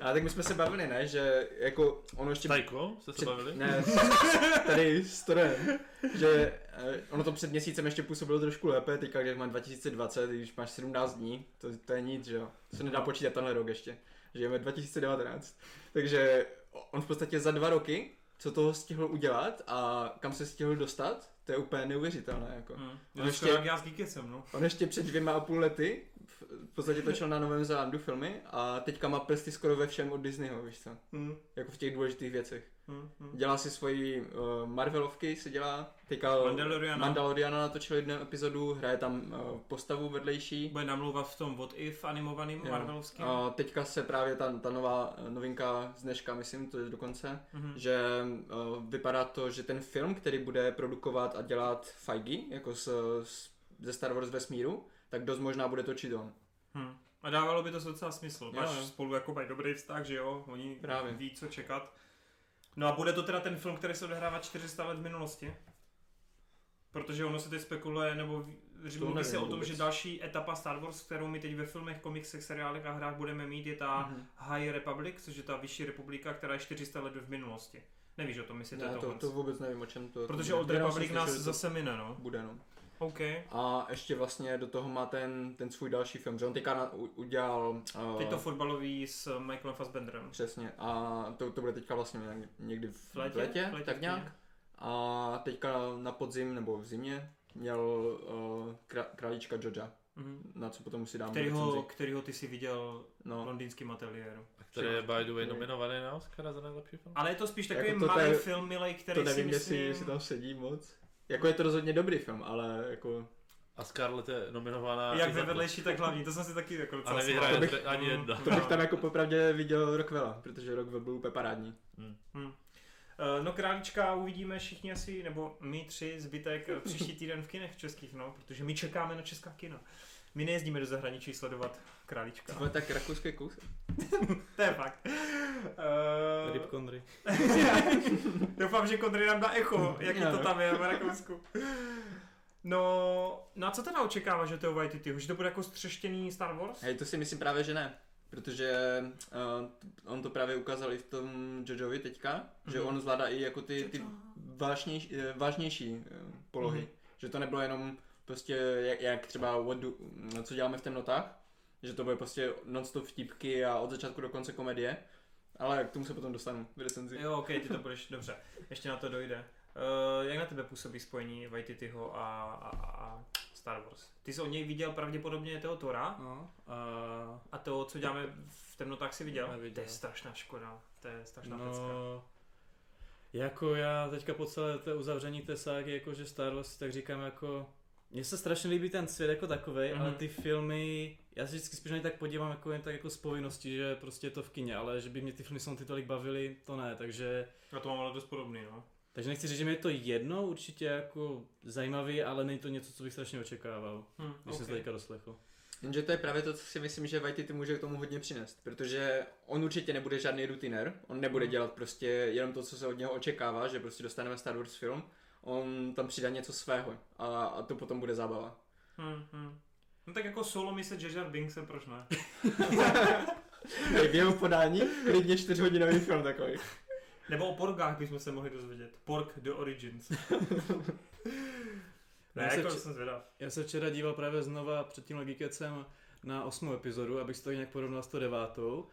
Speaker 2: A tak my jsme se bavili, ne, že jako ono ještě...
Speaker 3: Tajko, jste se
Speaker 2: před-
Speaker 3: bavili?
Speaker 2: Ne, tady s Torem, že eh, ono to před měsícem ještě působilo trošku lépe, teďka když má 2020, když máš 17 dní, to, to je nic, že jo, to se nedá počítat tenhle rok ještě, žijeme 2019, takže on v podstatě za dva roky, co toho stihl udělat a kam se stihl dostat, to je úplně neuvěřitelné, jako.
Speaker 1: Hmm.
Speaker 2: No, ještě-
Speaker 1: jak já s Gikecem, no.
Speaker 2: On ještě před dvěma a půl lety v v podstatě točil na Novém Zélandu filmy a teďka má prsty skoro ve všem od Disneyho, víš co?
Speaker 1: Hmm.
Speaker 2: Jako v těch důležitých věcech.
Speaker 1: Hmm. Hmm.
Speaker 2: Dělá si svoji uh, Marvelovky, se dělá, teďka
Speaker 1: Mandaloriana.
Speaker 2: Mandaloriana natočil jednu epizodu, hraje tam uh, postavu vedlejší.
Speaker 1: Bude namluvat v tom What If animovaným
Speaker 2: Jo.
Speaker 1: Marvelovským.
Speaker 2: A teďka se právě ta, ta nová eh, novinka z dneška, myslím, to je dokonce,
Speaker 1: Mhm.
Speaker 2: že uh, vypadá to, že ten film, který bude produkovat a dělat Feige, jako z, z, ze Star Wars vesmíru, tak dost možná bude točit on.
Speaker 1: Hmm. A dávalo by to docela smysl. Máš
Speaker 2: jo.
Speaker 1: spolu jako mají dobrý vztah, že jo? Oni
Speaker 2: Právě.
Speaker 1: ví, co čekat. No a bude to teda ten film, který se odehrává 400 let v minulosti? Protože ono se teď spekuluje, nebo ví- že
Speaker 2: To
Speaker 1: mluví se o
Speaker 2: nevím
Speaker 1: tom,
Speaker 2: vůbec.
Speaker 1: že další etapa Star Wars, kterou my teď ve filmech, komiksech, seriálech a hrách budeme mít, je ta
Speaker 2: Mhm.
Speaker 1: High Republic, což je ta vyšší republika, která je 400 let v minulosti. Nevíš o tom, jestli to je
Speaker 2: Ne, to,
Speaker 1: tohle.
Speaker 2: to vůbec nevím, o čem to
Speaker 1: Protože
Speaker 2: to
Speaker 1: Old
Speaker 2: bude. Jenom
Speaker 1: Republic
Speaker 2: jsem slyšel,
Speaker 1: nás
Speaker 2: že to
Speaker 1: zase mine, no.
Speaker 2: Bude, no.
Speaker 1: OK.
Speaker 2: A ještě vlastně do toho má ten, ten svůj další film, že on teďka na, u, udělal... Uh,
Speaker 1: Teď to fotbalový s Michaelem Fassbenderem.
Speaker 2: Přesně, a to, to bude teďka vlastně nějak- někdy v,
Speaker 1: V létě?
Speaker 2: letě,
Speaker 1: V létě
Speaker 2: tak
Speaker 1: v
Speaker 2: nějak.
Speaker 1: Číně.
Speaker 2: A teďka na podzim nebo v zimě měl uh, eh, králíčka Joja.
Speaker 1: Mhm.
Speaker 2: na co potom musí dát
Speaker 1: Kterýho,
Speaker 2: recenzi.
Speaker 1: kterýho ty si viděl v
Speaker 2: No,
Speaker 1: londýnském ateliéru.
Speaker 3: Který je by the way
Speaker 2: Který-
Speaker 3: nominovaný na Oscara za nejlepší film.
Speaker 1: Ale je to spíš takový
Speaker 2: Jako to
Speaker 1: malý
Speaker 2: tady-
Speaker 1: film, milej, který
Speaker 2: to nevím,
Speaker 1: si myslím...
Speaker 2: jestli, jestli tam sedí moc. Jako je to rozhodně dobrý film, ale jako...
Speaker 3: A Scarlett je nominovaná. i
Speaker 1: Jak
Speaker 3: za
Speaker 1: ve vedlejší, tak hlavní. To jsem si taky jako
Speaker 3: A
Speaker 1: docela
Speaker 3: nevyhraje
Speaker 1: smál.
Speaker 2: bych-
Speaker 3: te- ani jedna.
Speaker 2: To
Speaker 1: No.
Speaker 2: bych tam jako popravdě viděl Rockwella, protože Rockwell byl úplně parádní.
Speaker 1: Eh, No králička uvidíme všichni asi, nebo my tři, zbytek eh, příští týden v kinech českých, no, protože my čekáme na česká kina. My nejezdíme do zahraničí sledovat králička.
Speaker 2: Ale tak rakouský kus.
Speaker 1: To je fakt. Eh,
Speaker 4: Rip Condry.
Speaker 1: Doufám, že Kondry nám dá echo, jaký
Speaker 2: Já,
Speaker 1: to
Speaker 2: no.
Speaker 1: tam je v Rakousku. No, no a co teda očekáváš od toho Waititi? Už to bude jako střeštěný Star Wars?
Speaker 2: Hej, to si myslím právě, že ne. Protože uh, on to právě ukázal i v tom Jojovi teďka, mm-hmm. že
Speaker 1: Mhm.
Speaker 2: on zvládá i jako ty, ty
Speaker 1: Jojo.
Speaker 2: vážnější, eh, vážnější eh, polohy.
Speaker 1: Mhm.
Speaker 2: Mm-hmm. Že to nebylo jenom prostě jak, jak třeba what do, mm, co děláme v temnotách, že to bude prostě non-stop vtipky a od začátku do konce komedie. Ale k tomu se potom dostanu v recenzi.
Speaker 1: Jo, ok, ty to budeš, dobře, ještě na to dojde. Uh, jak na tebe působí spojení Waititiho a, a, a Star Wars? Ty jsi o něj viděl pravděpodobně toho Tora
Speaker 4: No, a
Speaker 1: a to, co děláme v temnotách, si viděl?
Speaker 4: Neviděl.
Speaker 1: To je strašná škoda, to je strašná no. pecka.
Speaker 4: No, jako já teďka po celé té uzavření té ságy, jakože Star Wars, tak říkám jako, mně se strašně líbí ten svět jako takový, mm-hmm. ale
Speaker 1: Mhm.
Speaker 4: ty filmy, já se vždycky spíš na ně tak podívám jako jen tak jako z povinnosti, že prostě je to v kině, ale že by mě ty filmy samotný tolik bavily, to ne, takže,
Speaker 1: Já to mám ale dost podobný, no.
Speaker 4: takže nechci říct, že mi je to jedno, určitě jako zajímavý, ale není to něco, co bych strašně očekával,
Speaker 1: Hm,
Speaker 4: když okay. jsem se
Speaker 1: okay.
Speaker 4: teďka doslechl.
Speaker 2: Jenže to je právě to, co si myslím, že Vajty ty může k tomu hodně přinést, protože on určitě nebude žádný rutiner, on nebude dělat prostě jenom to, co se od něho očekává, že prostě dostaneme Star Wars film, on tam přidá něco svého a, a to potom bude zábava.
Speaker 1: Hm, hm. No tak jako solo mise Jar Jar Binksem, proč ne?
Speaker 2: Hej, v jeho podání klidně čtyřhodinový film takový.
Speaker 1: Nebo o porgách bychom se mohli dozvědět. Pork The Origins.
Speaker 4: Já
Speaker 1: ne,
Speaker 4: se
Speaker 1: jako
Speaker 4: vč-
Speaker 1: jsem zvědav.
Speaker 4: Já se včera díval právě znova před tím Logikecem na osmou epizodu, abych si to nějak porovnal s tou devátou.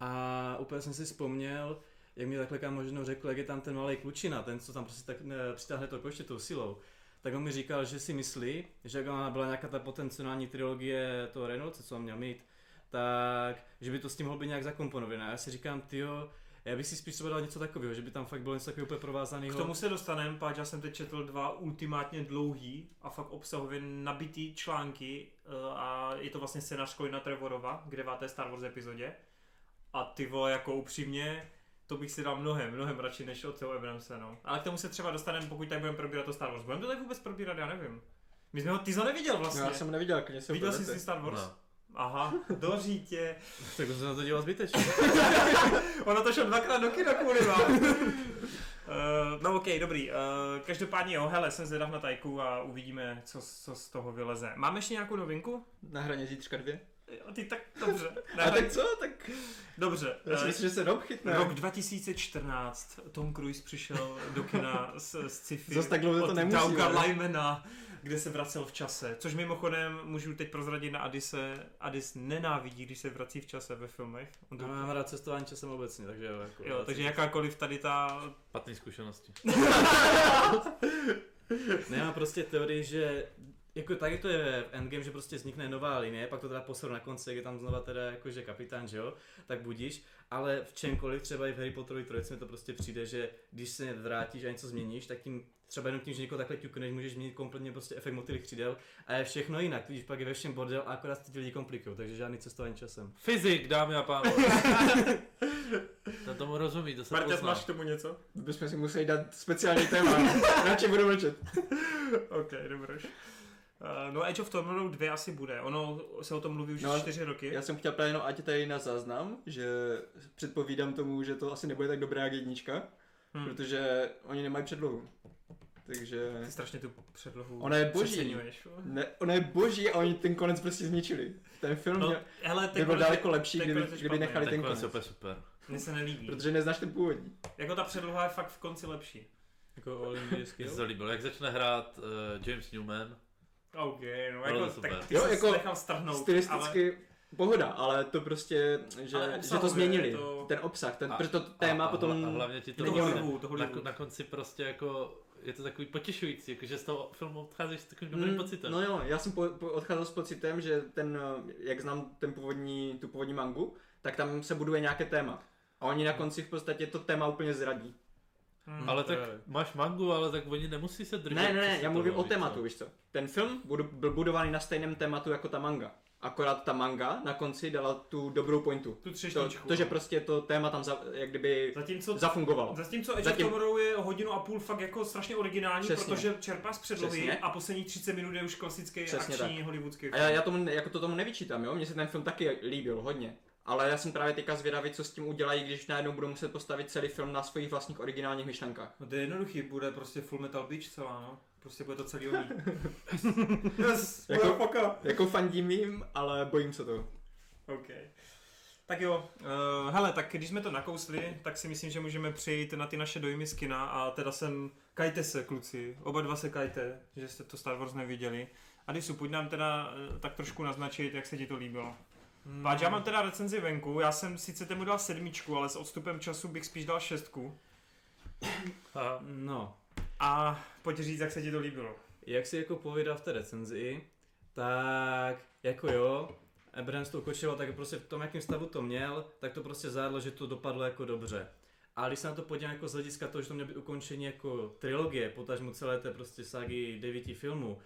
Speaker 4: A úplně jsem si vzpomněl, jak mi takhle kámo možnou řekl, jak je tam ten malý klučina, ten, co tam prostě tak ne, přitáhne to koště tou silou. Tak on mi říkal, že si myslí, že jak ona byla nějaká ta potenciální trilogie toho Reynoldse, co on měl mít, tak, že by to s tím mohlo být nějak zakomponované. A já si říkám, tyjo, já bych si spíš třeba dal něco takového, že by tam fakt bylo něco takového úplně provázaného.
Speaker 1: K tomu se dostaneme, páč, já jsem teď četl dva ultimátně dlouhý a fakt obsahově nabitý články eh, a je to vlastně scénář Colina Trevorova k deváté Star Wars epizodě. A ty vole, jako upřímně, to bych si dal mnohem, mnohem radši než od toho Abramse, no. Ale k tomu se třeba dostaneme, pokud tak budeme probírat to Star Wars. Budeme to tak vůbec probírat, já nevím. My jsme ho, ty jsi ho neviděl
Speaker 2: No,
Speaker 1: vlastně.
Speaker 2: já jsem ho neviděl, klidně se ho
Speaker 1: Viděl jsi
Speaker 2: provedete.
Speaker 1: si Star Wars?
Speaker 3: No.
Speaker 1: Aha, dořítě.
Speaker 4: Tak jsem se na to dělal zbytečně.
Speaker 1: Ono to šlo dvakrát do kina kvůli vám. Uh, no ok, dobrý. Uh, každopádně jo, hele, jsem zvědav na tajku a uvidíme, co, co z toho vyleze. Máme ještě nějakou novinku?
Speaker 2: Na hraně zítřka dvě.
Speaker 1: Jo, ty tak, dobře. Ne,
Speaker 2: A tak co? Tak
Speaker 1: Dobře.
Speaker 2: já si
Speaker 1: Eh,
Speaker 2: myslím, že se rob chytne.
Speaker 1: Rok 2014, Tom Cruise přišel do kina s, s sci-fi
Speaker 2: Zas tak dlouho to
Speaker 1: od
Speaker 2: nemusí,
Speaker 1: Dauka
Speaker 2: ale.
Speaker 1: Lymana, kde se vracel v čase. Což mimochodem můžu teď prozradit na Adise. Adis nenávidí, když se vrací v čase ve filmech. On to...
Speaker 4: Já mám rád cestování časem obecně, takže jo. Jako
Speaker 1: Jo, takže jakákoliv tady ta...
Speaker 3: Patný zkušenosti.
Speaker 4: Ne, já mám prostě teorii, že jako tady to je v Endgame, že prostě vznikne nová linie, pak to teda posoru na konci, jak je tam znova teda jakože kapitán, že jo, tak budíš, ale v čemkoliv, třeba i v Harry Potterovi trojici mi to prostě přijde, že když se vrátíš a něco změníš, tak tím třeba jenom tím, že někoho takhle ťukneš, můžeš změnit kompletně prostě efekt motylých křídel a je všechno jinak, tudíž pak je ve všem bordel a akorát se ti lidi komplikují, takže žádný cestování časem.
Speaker 3: Fyzik, dámy a pánové. Ten tomu rozumí, to se
Speaker 1: Marta,
Speaker 3: pozná.
Speaker 1: máš k tomu něco?
Speaker 2: Bychom si museli dát speciální téma. Radši budu mlčet.
Speaker 1: OK, dobroš. Uh, no Edge of Tomorrow 2 asi bude, ono se o tom mluví už
Speaker 2: No,
Speaker 1: 4 roky.
Speaker 2: Já jsem chtěl právě jenom, ať je tady na záznam, že předpovídám tomu, že to asi nebude tak dobrá jak jednička,
Speaker 1: Hm.
Speaker 2: hmm. protože oni nemají předlohu. Takže...
Speaker 1: Ty strašně tu předlohu
Speaker 2: Ona je boží. No,
Speaker 1: přeceňuješ.
Speaker 2: Ne, ono je boží a oni ten konec prostě zničili. Ten film
Speaker 1: No,
Speaker 2: no,
Speaker 1: hele, ten
Speaker 2: by byl
Speaker 1: konec-
Speaker 2: daleko lepší,
Speaker 1: ten
Speaker 2: kdyby,
Speaker 1: konec je
Speaker 2: kdyby
Speaker 1: špatný.
Speaker 2: nechali ten
Speaker 3: Ten konec
Speaker 2: konec.
Speaker 3: je úplně super.
Speaker 1: Mně se nelíbí.
Speaker 2: Protože neznáš ten původní.
Speaker 1: Jako ta předloha je fakt v konci lepší.
Speaker 4: Jako all in video
Speaker 3: Mně se
Speaker 4: skill.
Speaker 3: to líbilo. Jak začne hrát uh, James Newman,
Speaker 1: OK, no
Speaker 3: Bylo
Speaker 1: jako,
Speaker 3: No, to super.
Speaker 1: tak ty
Speaker 2: Jo,
Speaker 1: jo, jako
Speaker 2: jako
Speaker 1: nechal strhnout,
Speaker 2: Stylisticky Pohoda, ale to prostě, že,
Speaker 1: Ale
Speaker 2: že to
Speaker 1: obsahově
Speaker 2: změnili,
Speaker 1: je to-
Speaker 2: ten obsah, ten,
Speaker 3: A-
Speaker 2: proto to téma
Speaker 3: a,
Speaker 2: potom...
Speaker 3: A hlavně ti to
Speaker 2: není
Speaker 1: To
Speaker 2: ono.
Speaker 3: vlastně
Speaker 1: Hollywood, to
Speaker 3: na,
Speaker 1: Hollywood.
Speaker 3: na konci prostě jako je to takový potěšující, jakože z toho filmu odcházíš s takovým dobrým
Speaker 2: Mm,
Speaker 3: pocitem.
Speaker 2: No jo, já jsem po, po, odcházel s pocitem, že ten, eh, jak znám ten původní, tu původní mangu, tak tam se buduje nějaké téma. A oni na konci v podstatě to téma úplně zradí.
Speaker 1: Hmm.
Speaker 3: ale tak
Speaker 2: Eh,
Speaker 4: právě.
Speaker 3: máš mangu, ale tak oni nemusí se držet.
Speaker 2: Ne, ne, ne,
Speaker 3: přesně
Speaker 2: já mluvím
Speaker 3: toho,
Speaker 2: o
Speaker 3: víš
Speaker 2: tématu,
Speaker 3: co.
Speaker 2: víš co. Ten film budu, byl budovaný na stejném tématu jako ta manga. Akorát ta manga na konci dala tu dobrou pointu.
Speaker 1: Tu
Speaker 2: To,
Speaker 1: třešničku.
Speaker 2: to že prostě to téma tam za, jak kdyby
Speaker 1: Zatímco
Speaker 2: zafungovalo.
Speaker 1: Zatímco Edge
Speaker 2: Zatím-
Speaker 1: Zatím... of Tomorrow je hodinu a půl fakt jako strašně originální,
Speaker 2: Přesně.
Speaker 1: Přesně. protože čerpá z předlohy
Speaker 2: Přesně.
Speaker 1: Přesně. a poslední 30 minut je už klasický
Speaker 2: Přesně
Speaker 1: Přesně akční tak. hollywoodský
Speaker 2: A
Speaker 1: film.
Speaker 2: já, já tomu, ne- jako to tomu nevyčítám, jo? Mně se ten film taky líbil hodně. Ale já jsem právě teďka zvědavý, co s tím udělají, když najednou budou muset postavit celý film na svých vlastních originálních myšlenkách.
Speaker 1: No to je jednoduchý, bude prostě Full Metal Beach celá, no. Prostě bude to celý o ní. yes,
Speaker 2: Jako-
Speaker 1: motherfucker.
Speaker 2: Jako fandím jim, ale bojím se toho.
Speaker 1: OK. Tak jo, uh, hele, tak když jsme to nakousli, tak si myslím, že můžeme přejít na ty naše dojmy z kina a teda jsem, kajte se kluci, oba dva se kajte, že jste to Star Wars neviděli. A Disu, pojď nám teda eh, tak trošku naznačit, jak se ti to líbilo. Hmm. Páč, já mám teda recenzi venku, já jsem sice temu dal sedmičku, ale s odstupem času bych spíš dal šestku.
Speaker 3: A,
Speaker 4: No,
Speaker 1: A pojď říct, jak se ti to líbilo.
Speaker 4: jak si jako povídal v té recenzi, tak jako jo, Abrams to ukočil, tak prostě v tom, jakém stavu to měl, tak to prostě zádlo, že to dopadlo jako dobře. A když se na to podívám jako z hlediska toho, že to mělo být ukončení jako trilogie, potažmo celé té prostě ságy devíti filmů,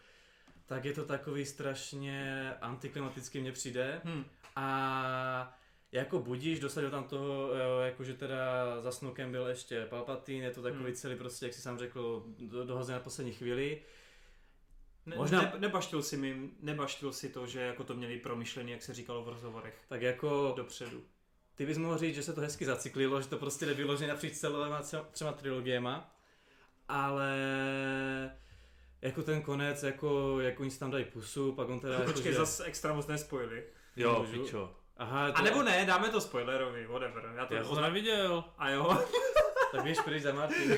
Speaker 4: tak je to takový strašně antiklimatický mně přijde.
Speaker 1: Hmm.
Speaker 4: A jako budíš, dosadil tam toho, eh, jakože teda za Snookem byl ještě Palpatine, je to takový
Speaker 1: Hmm.
Speaker 4: celý prostě, jak si sám řekl, do, dohozený na poslední chvíli.
Speaker 1: Ne,
Speaker 4: Možná-
Speaker 1: Možná... ne, nebaštil si mi, nebaštil si to, že jako to měli promyšlený, jak se říkalo v rozhovorech.
Speaker 4: Tak jako
Speaker 1: Dopředu.
Speaker 4: ty bys mohl říct, že se to hezky zaciklilo, že to prostě jde vyloženě napříč celýma tře- třema trilogiema, ale jako ten konec, jako, jako oni si tam dají pusu, pak on teda...
Speaker 1: Počkej,
Speaker 4: jako,
Speaker 1: zase extra moc nespojili.
Speaker 3: jo,
Speaker 4: Můžu?
Speaker 3: pičo.
Speaker 4: Aha, to,
Speaker 1: A nebo ne, dáme to spoilerovi, whatever. Já to
Speaker 3: Já jsem
Speaker 1: já
Speaker 3: neviděl.
Speaker 1: A jo,
Speaker 4: Tak běž pryč za Martin.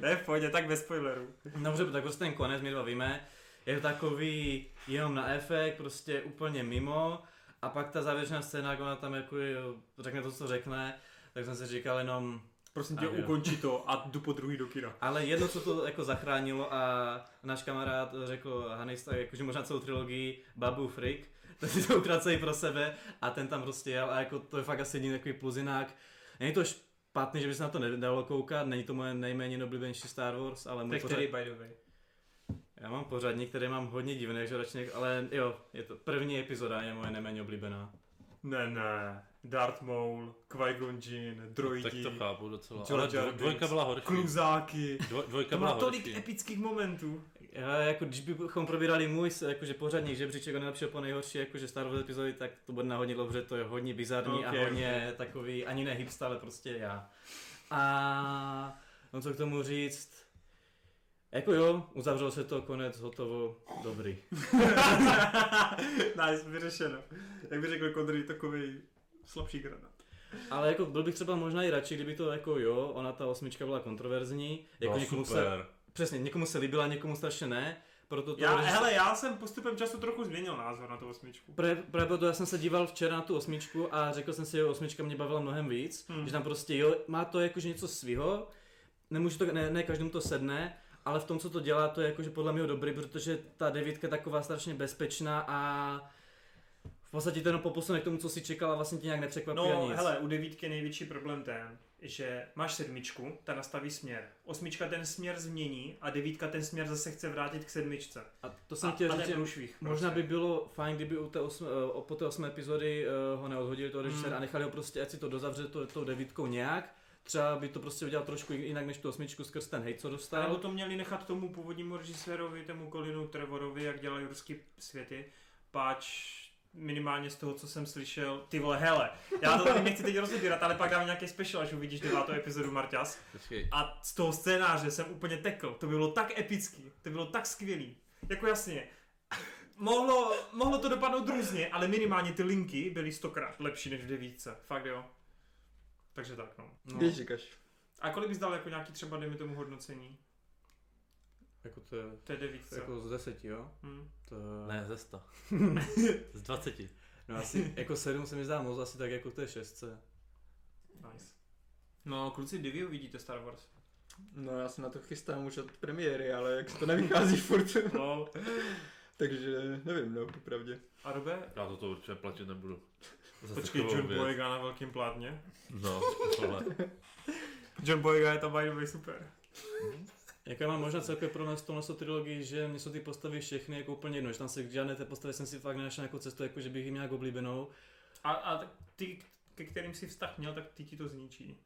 Speaker 1: ne, v pohodě, tak bez spoilerů.
Speaker 4: Dobře, tak prostě ten konec, my dva víme, je to takový jenom na efekt, prostě úplně mimo. A pak ta závěrečná scéna, jak ona tam jako je, řekne to, co řekne, tak jsem si říkal jenom,
Speaker 1: Prosím tě,
Speaker 4: A jo.
Speaker 1: ukončí to a jdu po druhý do kina.
Speaker 4: ale jedno, co to jako zachránilo a náš kamarád řekl Hanis, tak jakože možná celou trilogii Babu Frick, tak si to utracejí pro sebe a ten tam prostě jel a jako to je fakt asi jediný takový pluzinák. Není to špatný, že by se na to nedalo koukat, není to moje nejméně oblíbenější Star Wars, ale můj pořád...
Speaker 1: by the way.
Speaker 4: Já mám pořadník, který mám hodně divný, že ročně, ale jo, je to první epizoda, je moje nejméně oblíbená.
Speaker 1: Ne, ne. Darth Maul, Qui-Gon Jinn,
Speaker 3: Tak
Speaker 1: droidi,
Speaker 3: to chápu docela.
Speaker 1: Jar
Speaker 3: Ale
Speaker 1: Jar
Speaker 3: dvo- dvojka
Speaker 1: Binks.
Speaker 3: byla horší.
Speaker 1: kluzáky.
Speaker 3: Dvo- Dvojka
Speaker 1: To
Speaker 3: byla
Speaker 1: má tolik
Speaker 3: horší.
Speaker 1: epických momentů.
Speaker 4: Já, jako, když bychom probírali můj s- jakože pořadník žebříček od nejlepšího po nejhorší, jakože Star Wars epizody, tak to bude na hodně dlouho, protože to je hodně bizarní
Speaker 1: Ok,
Speaker 4: a hodně takový, ani ne hipsta, ale prostě já. A no co k tomu říct, jako jo, uzavřelo se to, konec, hotovo, dobrý.
Speaker 1: nice, vyřešeno. Jak by řekl Kondry, takový slabší granát.
Speaker 4: Ale jako byl bych třeba možná i radši, kdyby to jako jo, ona ta osmička byla kontroverzní, jako
Speaker 1: No,
Speaker 3: Byla
Speaker 4: někomu se,
Speaker 3: No, super.
Speaker 4: Přesně, někomu se líbila, někomu strašně ne, proto to...
Speaker 1: Já, hele, já jsem postupem času trochu změnil názor na tu osmičku.
Speaker 4: Pre, pre, proto já jsem se díval včera na tu osmičku a řekl jsem si, že osmička mě bavila mnohem víc, hmm.
Speaker 1: Hmm.
Speaker 4: že tam prostě jo, má to jakože něco svýho, nemůžu to, ne, ne každému to sedne, ale v tom, co to dělá, to je jakože podle mě dobrý, protože ta devítka je taková strašně bezpečná a v podstatě to jenom poposune k tomu, co si čekala, vlastně tě nějak nepřekvapuje
Speaker 1: No,
Speaker 4: nic.
Speaker 1: hele, u devítky je největší problém ten, že máš sedmičku, ta nastaví směr. Osmička ten směr změní a devítka ten směr zase chce vrátit k sedmičce.
Speaker 4: a to jsem
Speaker 1: a,
Speaker 4: chtěl
Speaker 1: a
Speaker 4: říct,
Speaker 1: ten
Speaker 4: že
Speaker 1: průšvih. prostě.
Speaker 4: Možná by bylo fajn, kdyby u té osm, eh, po té osmé epizody eh, ho neodhodili toho režiséra
Speaker 1: Hmm.
Speaker 4: a nechali ho prostě, ať si to dozavře to, tou devítkou nějak. Třeba by to prostě udělal trošku jinak než tu osmičku skrz ten hejt, co
Speaker 1: A nebo
Speaker 4: dostal.
Speaker 1: to měli nechat tomu původnímu režisérovi, tomu Colinu Trevorovi, jak dělají ruský světy, páč minimálně z toho, co jsem slyšel, ty vole, hele, já to tady nechci teď rozebírat, ale pak dám nějaký special, až uvidíš devátou epizodu Marťas.
Speaker 3: Počkej.
Speaker 1: A z toho scénáře jsem úplně tekl, to bylo tak epický, to bylo tak skvělý, jako jasně, mohlo, mohlo to dopadnout různě, ale minimálně ty linky byly stokrát lepší než v devítce, fakt jo. Takže tak, no.
Speaker 4: No,
Speaker 2: Když říkáš.
Speaker 1: A kolik bys dal jako nějaký třeba, dejme tomu, hodnocení?
Speaker 4: jako to je
Speaker 1: To je devítce.
Speaker 4: jako z deseti, jo?
Speaker 1: Hm.
Speaker 4: To je...
Speaker 3: Ne, ze 100. Z 20.
Speaker 4: No asi jako 7 se mi zdá moc, asi tak jako k té šestce.
Speaker 1: Nice. No, kluci, kdy vy uvidíte Star Wars?
Speaker 2: No já se na to chystám už od premiéry, ale jak to nevychází furt,
Speaker 1: Lol.
Speaker 2: takže nevím, no, popravdě.
Speaker 1: A Robe?
Speaker 3: Já to určitě platit nebudu. Za
Speaker 1: Počkej,
Speaker 3: takovou
Speaker 1: John
Speaker 3: věc.
Speaker 1: Boyega na velkém plátně.
Speaker 3: No, tohle.
Speaker 1: John Boyega je tam by the way super.
Speaker 4: Jaká má možná celkově pro nás tohle trilogii, že mě jsou ty postavy všechny jako úplně jedno, že tam se k žádné té postavě jsem si fakt nenašel jako cestu, jako že bych jim nějak oblíbenou.
Speaker 1: A, a tak ty, ke kterým si vztah měl, tak ty ti to zničí.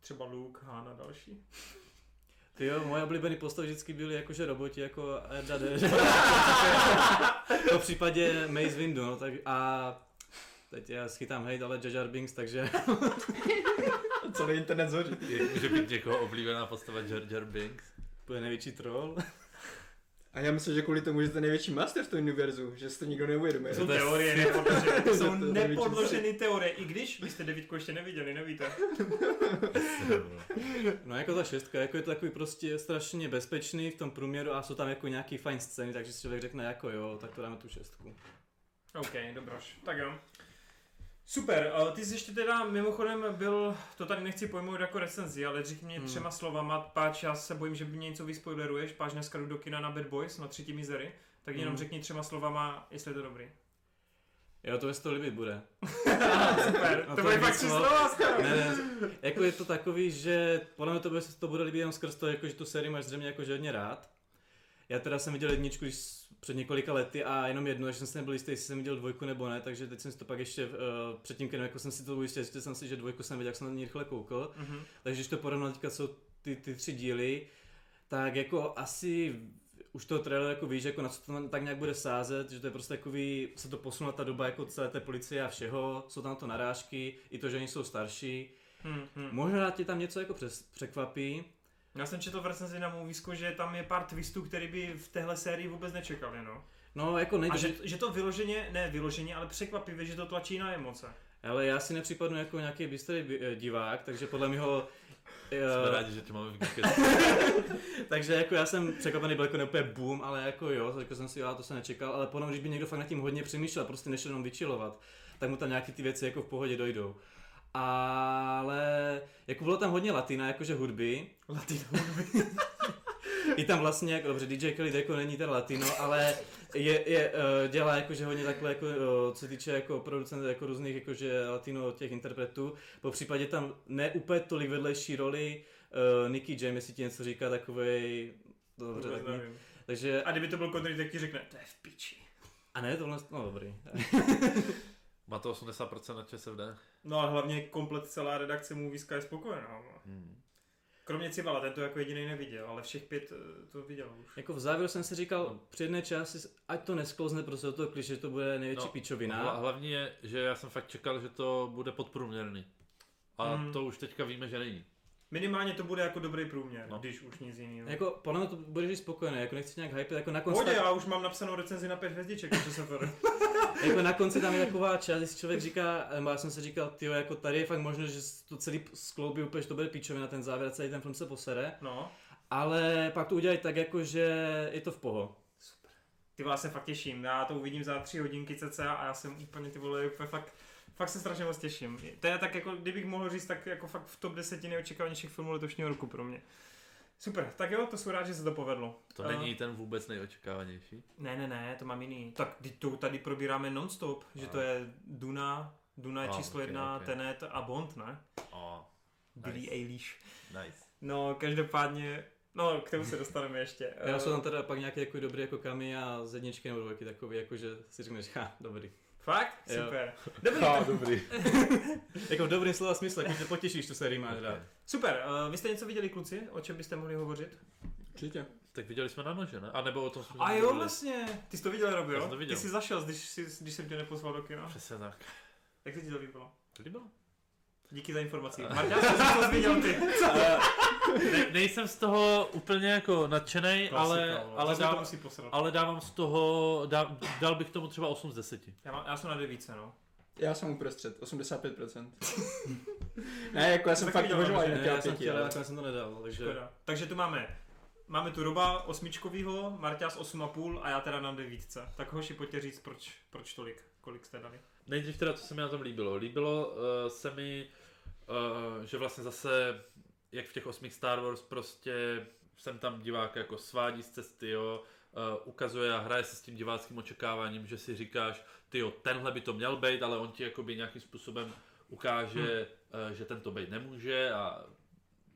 Speaker 1: Třeba Luke, Han a další.
Speaker 4: Ty jo, moje oblíbené postavy vždycky byly jakože roboti, jako Erda No v případě Maze Windu, no, tak a teď já schytám hejt, ale Jar Jar Binks, takže
Speaker 2: Celý internet zhoří.
Speaker 3: Je, že být někoho oblíbená postava Jar Jar Binks.
Speaker 4: bude největší troll.
Speaker 2: A já myslím, že kvůli tomu, že jste největší master v tom univerzu, že si to nikdo neuvědomuje.
Speaker 1: Jsou
Speaker 3: to je
Speaker 1: teorie nepodložené.
Speaker 2: To
Speaker 1: Jsou
Speaker 2: je největší
Speaker 1: nepodložené teorie, i když vy jste devítku ještě neviděli, nevíte.
Speaker 4: No jako ta šestka, jako je to takový prostě strašně bezpečný v tom průměru a jsou tam jako nějaký fajn scény, takže si člověk řekne jako jo, tak to dáme tu šestku.
Speaker 1: OK, dobroš. Tak jo. Super, ale ty jsi ještě teda mimochodem byl, to tady nechci pojmout jako recenzi, ale řekni mě
Speaker 4: Hmm.
Speaker 1: třema slovama, páč, já se bojím, že by mě něco vyspoileruješ, páč dneska jdu do kina na Bad Boys, na třetí mizery, tak jenom
Speaker 4: Hmm.
Speaker 1: řekni třema slovama, jestli je to dobrý.
Speaker 4: Jo, to se to líbit bude.
Speaker 1: Super,
Speaker 4: No
Speaker 1: to
Speaker 4: to
Speaker 1: byly
Speaker 4: je
Speaker 1: fakt
Speaker 4: víc
Speaker 1: tři
Speaker 4: slov.
Speaker 1: slova skoro.
Speaker 4: Ne, ne, jako je to takový, že podle mě to, bude, to bude líbit jenom skrz to, jako, že tu sérii máš zřejmě jako, že hodně rád. Já teda jsem viděl jedničku když s- před několika lety a jenom jedno, že jsem si nebyl jistý, jestli jsem viděl dvojku nebo ne, takže teď jsem si to pak ještě uh, před tím kinem, jako jsem si to ujistil, zjistil jsem si, že dvojku jsem viděl, jak jsem na ní rychle koukal.
Speaker 1: Mhm.
Speaker 4: Takže když to porovnám teďka, jsou ty, ty tři díly, tak jako asi už toho traileru jako víš, jako na co to tam tak nějak bude sázet, že to je prostě takový, se to posunula ta doba jako celé té policie a všeho, jsou tam na to narážky, i to, že oni jsou starší.
Speaker 1: Hmm, hmm.
Speaker 4: Možná tě tam něco jako přes, překvapí,
Speaker 1: Já jsem četl v recenzi na Movisku, že tam je pár twistů, který by v téhle sérii vůbec nečekali, no.
Speaker 4: no jako
Speaker 1: A
Speaker 4: nejde,
Speaker 1: že, že to vyloženě, ne vyloženě, ale překvapivě, že to tlačí na emoce.
Speaker 4: ale já si nepřipadnu jako nějaký bystrý bi- eh, divák, takže podle mého,
Speaker 3: Jsme
Speaker 4: eh,
Speaker 3: rádi, že tě máme v Geeketu.
Speaker 4: takže jako já jsem překvapený, byl jako neúplně boom, ale jako jo, řekl jsem si, já to se nečekal, ale potom, když by někdo fakt nad tím hodně přemýšlel, prostě nešel jenom vyčilovat, tak mu tam nějaký ty věci jako v pohodě dojdou. Ale jako bylo tam hodně latina, jakože hudby. Latina hudby. I tam vlastně, jako, dobře, DJ Kelly jako není ten latino, ale je, je eh, dělá jakože hodně takhle, jako, eh, co se týče jako producent jako různých jakože latino těch interpretů. Po případě tam ne úplně tolik vedlejší roli uh, Nicky Jam, jestli ti něco říká, takovej... Dobře,
Speaker 1: Vůbec
Speaker 4: tak ne.
Speaker 1: nevím.
Speaker 4: Takže,
Speaker 1: A kdyby to byl Connery, tak ti řekne, to je v piči.
Speaker 4: a ne, tohle, no dobrý.
Speaker 3: Má to 80% na ČSFD.
Speaker 1: No a hlavně komplet celá redakce Moviska je spokojená. no.
Speaker 3: Hmm.
Speaker 1: Kromě Civala, ten to jako jediný neviděl, ale všech pět eh, to viděl už.
Speaker 4: Jako v závěru jsem si říkal, při jedné části, ať to nesklouzne prostě do toho kliše, že to bude největší
Speaker 3: No,
Speaker 4: no,
Speaker 3: Hla,
Speaker 4: píčovina.
Speaker 3: hlavně je, že já jsem fakt čekal, že to bude podprůměrný. A
Speaker 1: Hmm.
Speaker 3: hmm. to už teďka víme, že není.
Speaker 1: Minimálně to bude jako dobrý průměr, no.
Speaker 3: No.
Speaker 1: když už nic jiného. Jako
Speaker 4: Jako, podle mě to budeš spokojený, jako nechci nějak hype, jako na konci,
Speaker 1: Hodě,
Speaker 4: tam,
Speaker 1: já už mám napsanou recenzi na pět hvězdiček, takže se to
Speaker 4: jako na konci tam je taková část, když člověk říká, nebo já jsem si říkal, tyjo, jako tady je fakt možnost, že to celý skloubí úplně, že to bude píčovina, ten závěr, celý ten film se posere,
Speaker 1: No,
Speaker 4: ale pak to udělají tak, jako že je to v poho.
Speaker 1: ty vás se fakt těším, já to uvidím za tři hodinky cca a já jsem úplně ty vole, úplně fakt, fakt se strašně moc těším. To je tak jako, kdybych mohl říct, tak jako fakt v top 10 nejočekávanějších filmů letošního roku pro mě. Super, tak jo, to jsou rád, že se to povedlo.
Speaker 3: To
Speaker 1: A-
Speaker 3: není ten vůbec nejočekávanější.
Speaker 1: Ne, ne, ne, to mám jiný. Tak teď to tady probíráme nonstop, že
Speaker 3: A.
Speaker 1: to je Duna, Duna je
Speaker 3: A,
Speaker 1: číslo
Speaker 3: ok,
Speaker 1: jedna,
Speaker 3: ok.
Speaker 1: Tenet a Bond, ne?
Speaker 3: A,
Speaker 1: Billy
Speaker 3: Nice.
Speaker 1: Eilish.
Speaker 3: nice.
Speaker 1: No, každopádně, no, k tomu se dostaneme ještě.
Speaker 4: Já
Speaker 1: Eh,
Speaker 4: jsou tam teda pak nějaký jako dobrý jako kamy a z jedničky nebo dvojky takový, jako že si řekneš, ha, dobrý.
Speaker 1: Fakt?
Speaker 4: Jo.
Speaker 1: Super. Dobrý,
Speaker 2: Ha, dobrý.
Speaker 4: Jako v dobrém slova smyslu, jako tě potěšíš, tu sérii máš rád.
Speaker 1: super. eh, Vy jste něco viděli, kluci? O čem byste mohli hovořit?
Speaker 2: Určitě.
Speaker 3: Tak viděli jsme na nože, ne? A nebo o tom jsme
Speaker 1: A jo,
Speaker 3: mluvili.
Speaker 1: vlastně. Ty jsi to viděl, Robi,
Speaker 3: Já
Speaker 1: jo?
Speaker 3: jsem to viděl.
Speaker 1: Ty jsi zašel, když, jsi, když jsem tě nepozval do kina.
Speaker 3: Přesně tak.
Speaker 1: Jak se ti to líbilo?
Speaker 3: Líbilo?
Speaker 1: Díky za informaci. Marťa, jsi to viděl ty.
Speaker 3: Ne, nejsem z toho úplně jako nadšený, ale,
Speaker 1: Klasika, vole.
Speaker 3: ale,
Speaker 1: To se to
Speaker 3: dám,
Speaker 1: musí posrat.
Speaker 3: ale dávám z toho, dá, dal bych tomu třeba 8 z 10.
Speaker 1: Já, mám, já jsem na devíce, no.
Speaker 2: Já jsem uprostřed, 85%. ne, jako já jsem
Speaker 1: Taky
Speaker 2: fakt
Speaker 1: viděl,
Speaker 2: uvažoval
Speaker 1: že
Speaker 2: i
Speaker 4: Ne,
Speaker 2: na těla
Speaker 4: já jsem
Speaker 2: pěti,
Speaker 4: chtěl,
Speaker 2: ale...
Speaker 4: ale jsem to nedal, takže...
Speaker 1: Škoda. Takže tu máme Máme tu Roba osmičkovýho, Marťas 8,5 a já teda na devítce. Tak hoši, pojďte říct, proč, proč tolik, kolik jste dali.
Speaker 3: nejdřív teda, co se mi na tom líbilo. Líbilo uh, se mi, uh, že vlastně zase, jak v těch osmých Star Wars, prostě jsem tam divák jako svádí z cesty, jo, uh, ukazuje a hraje se s tím diváckým očekáváním, že si říkáš, ty jo, tenhle by to měl být, ale on ti jakoby nějakým způsobem ukáže, hmm. uh, že tento být nemůže a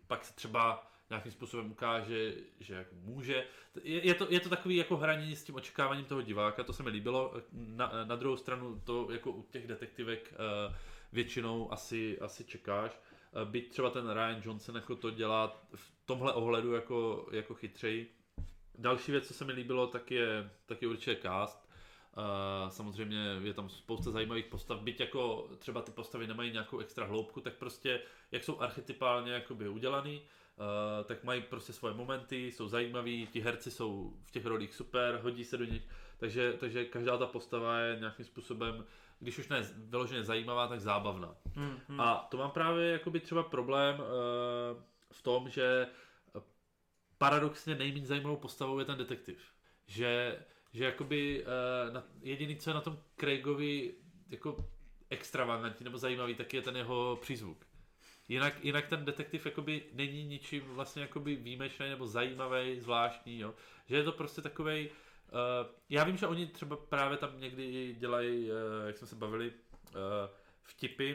Speaker 3: pak se třeba nějakým způsobem ukáže, že jako může. T- Je, je, to, je to takový jako hraní s tím očekáváním toho diváka, to se mi líbilo. Na, na druhou stranu to jako u těch detektivek eh, většinou asi, asi čekáš. Eh, Byť třeba ten Ryan Johnson jako to dělá v tomhle ohledu jako, jako chytřej. Další věc, co se mi líbilo, tak je, tak je určitě cast. Uh, samozřejmě je tam spousta zajímavých postav, byť jako třeba ty postavy nemají nějakou extra hloubku, tak prostě jak jsou archetypálně jakoby udělaný, Uh, tak mají prostě svoje momenty, jsou zajímaví, ti herci jsou v těch rolích super, hodí se do nich, takže, takže každá ta postava je nějakým způsobem, když už ne vyloženě zajímavá, tak zábavná.
Speaker 1: Hmm, hmm.
Speaker 3: A to mám právě jakoby třeba problém eh, v tom, že paradoxně nejméně zajímavou postavou je ten detektiv. Že, že jakoby eh, na, jediný, co je na tom Craigovi jako extravagantní nebo zajímavý, tak je ten jeho přízvuk. Jinak, jinak ten detektiv jakoby není ničím vlastně jakoby výjimečný nebo zajímavý, zvláštní, jo. Že je to prostě takovej, uh, já vím, že oni třeba právě tam někdy dělají, uh, jak jsme se bavili, uh, vtipy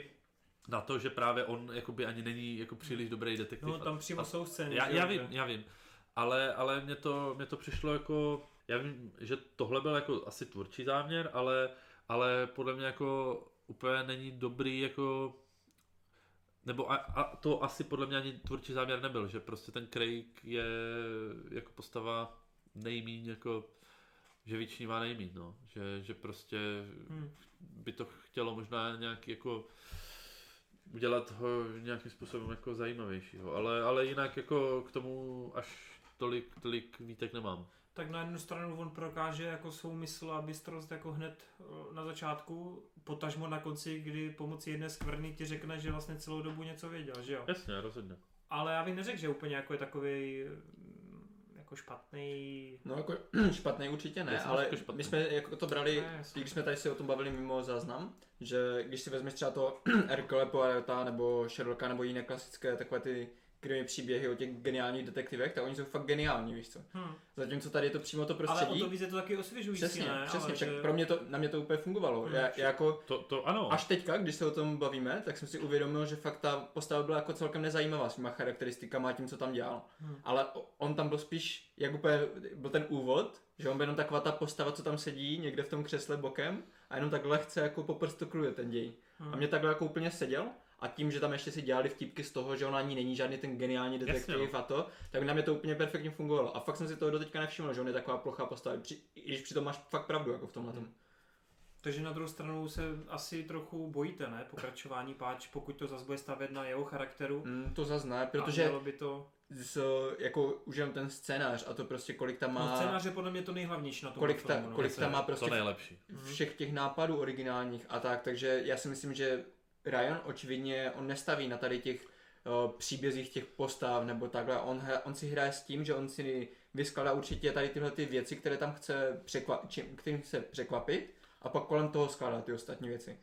Speaker 3: na to, že právě on jakoby ani není jako příliš dobrý detektiv.
Speaker 1: No, tam přímo
Speaker 3: a,
Speaker 1: jsou scény.
Speaker 3: já,
Speaker 1: že
Speaker 3: já
Speaker 1: jo,
Speaker 3: vím,
Speaker 1: že-
Speaker 3: já vím. Ale, ale mě, to, mě to přišlo jako, já vím, že tohle byl jako asi tvůrčí záměr, ale, ale podle mě jako úplně není dobrý jako, nebo a, a to asi podle mě ani tvůrčí záměr nebyl, že prostě ten Craig je jako postava nejmíň jako, že vyčnívá nejmíň, no. Že, že prostě
Speaker 1: Hmm.
Speaker 3: by to chtělo možná nějak jako udělat ho nějakým způsobem jako zajímavějšího, ale, ale jinak jako k tomu až tolik, tolik výtek nemám.
Speaker 1: Tak na jednu stranu on prokáže jako svou mysl a bystrost jako hned eh, na začátku, potažmo na konci, kdy pomocí jedné skvrny ti řekne, že vlastně celou dobu něco věděl, že jo?
Speaker 3: Jasně, rozhodně.
Speaker 1: Ale já bych neřekl, že úplně jako je takový jako špatný.
Speaker 2: No jako špatný určitě ne,
Speaker 3: Já jsem
Speaker 2: ale
Speaker 3: jako špatný.
Speaker 2: my jsme jako to brali,
Speaker 1: Ne, jasně.
Speaker 2: když jsme tady se o tom bavili mimo záznam, že když si vezmeš třeba to Hercule Poirota nebo Sherlocka nebo jiné klasické takové ty krimi příběhy o těch geniálních detektivech, tak oni jsou fakt geniální, víš co.
Speaker 1: Hm.
Speaker 2: Zatímco tady je to přímo to
Speaker 3: Prostě
Speaker 1: Ale o
Speaker 2: prostředí.
Speaker 1: to víc je to taky osvěžující,
Speaker 2: přesně,
Speaker 1: ne?
Speaker 2: přesně,
Speaker 1: ale
Speaker 2: však
Speaker 1: že...
Speaker 2: pro mě to, na mě to úplně fungovalo.
Speaker 1: Hmm,
Speaker 2: Já,
Speaker 1: však-
Speaker 2: já jako
Speaker 3: To, to ano.
Speaker 2: Až teďka, když se o tom bavíme, tak jsem si uvědomil, že fakt ta postava byla jako celkem nezajímavá svýma charakteristikama a tím, co tam dělal.
Speaker 1: Hmm.
Speaker 2: Hmm. Ale o- on tam byl spíš, jak úplně byl ten úvod, že on byl jenom taková ta postava, co tam sedí někde v tom křesle bokem a jenom tak lehce jako po prstu kruje ten děj.
Speaker 1: Hmm.
Speaker 2: Hmm. A mě takhle jako úplně seděl a tím, že tam ještě si dělali vtipky z toho, že on ani není žádný ten geniální detektiv
Speaker 3: Jasně,
Speaker 2: a to, tak na mě to úplně perfektně fungovalo. A fakt jsem si toho doteďka nevšiml, že on je taková plochá postava, při, i když přitom máš fakt pravdu jako v tomhle. Hmm.
Speaker 1: Takže na druhou stranu se asi trochu bojíte, ne? Pokračování páč, pokud to zase bude stavět na jeho charakteru.
Speaker 2: Mm, to zazná,
Speaker 1: A
Speaker 2: protože
Speaker 1: mělo by to...
Speaker 2: z, jako už jenom ten scénář a to prostě kolik tam
Speaker 1: No,
Speaker 2: má,
Speaker 1: scénář je podle mě to nejhlavnější na tom
Speaker 2: kolik, ta,
Speaker 1: filmu. no.
Speaker 2: kolik tam má
Speaker 3: to
Speaker 2: prostě
Speaker 3: nejlepší.
Speaker 2: všech těch nápadů originálních a tak, takže já si myslím, že Ryan očividně, on nestaví na tady těch eh, příbězích těch postav nebo takhle, on, hra- on si hraje s tím, že on si vyskladá určitě tady tyhle ty věci, které tam chce překva- čím, kterým chce překvapit a pak kolem toho skládá ty ostatní věci.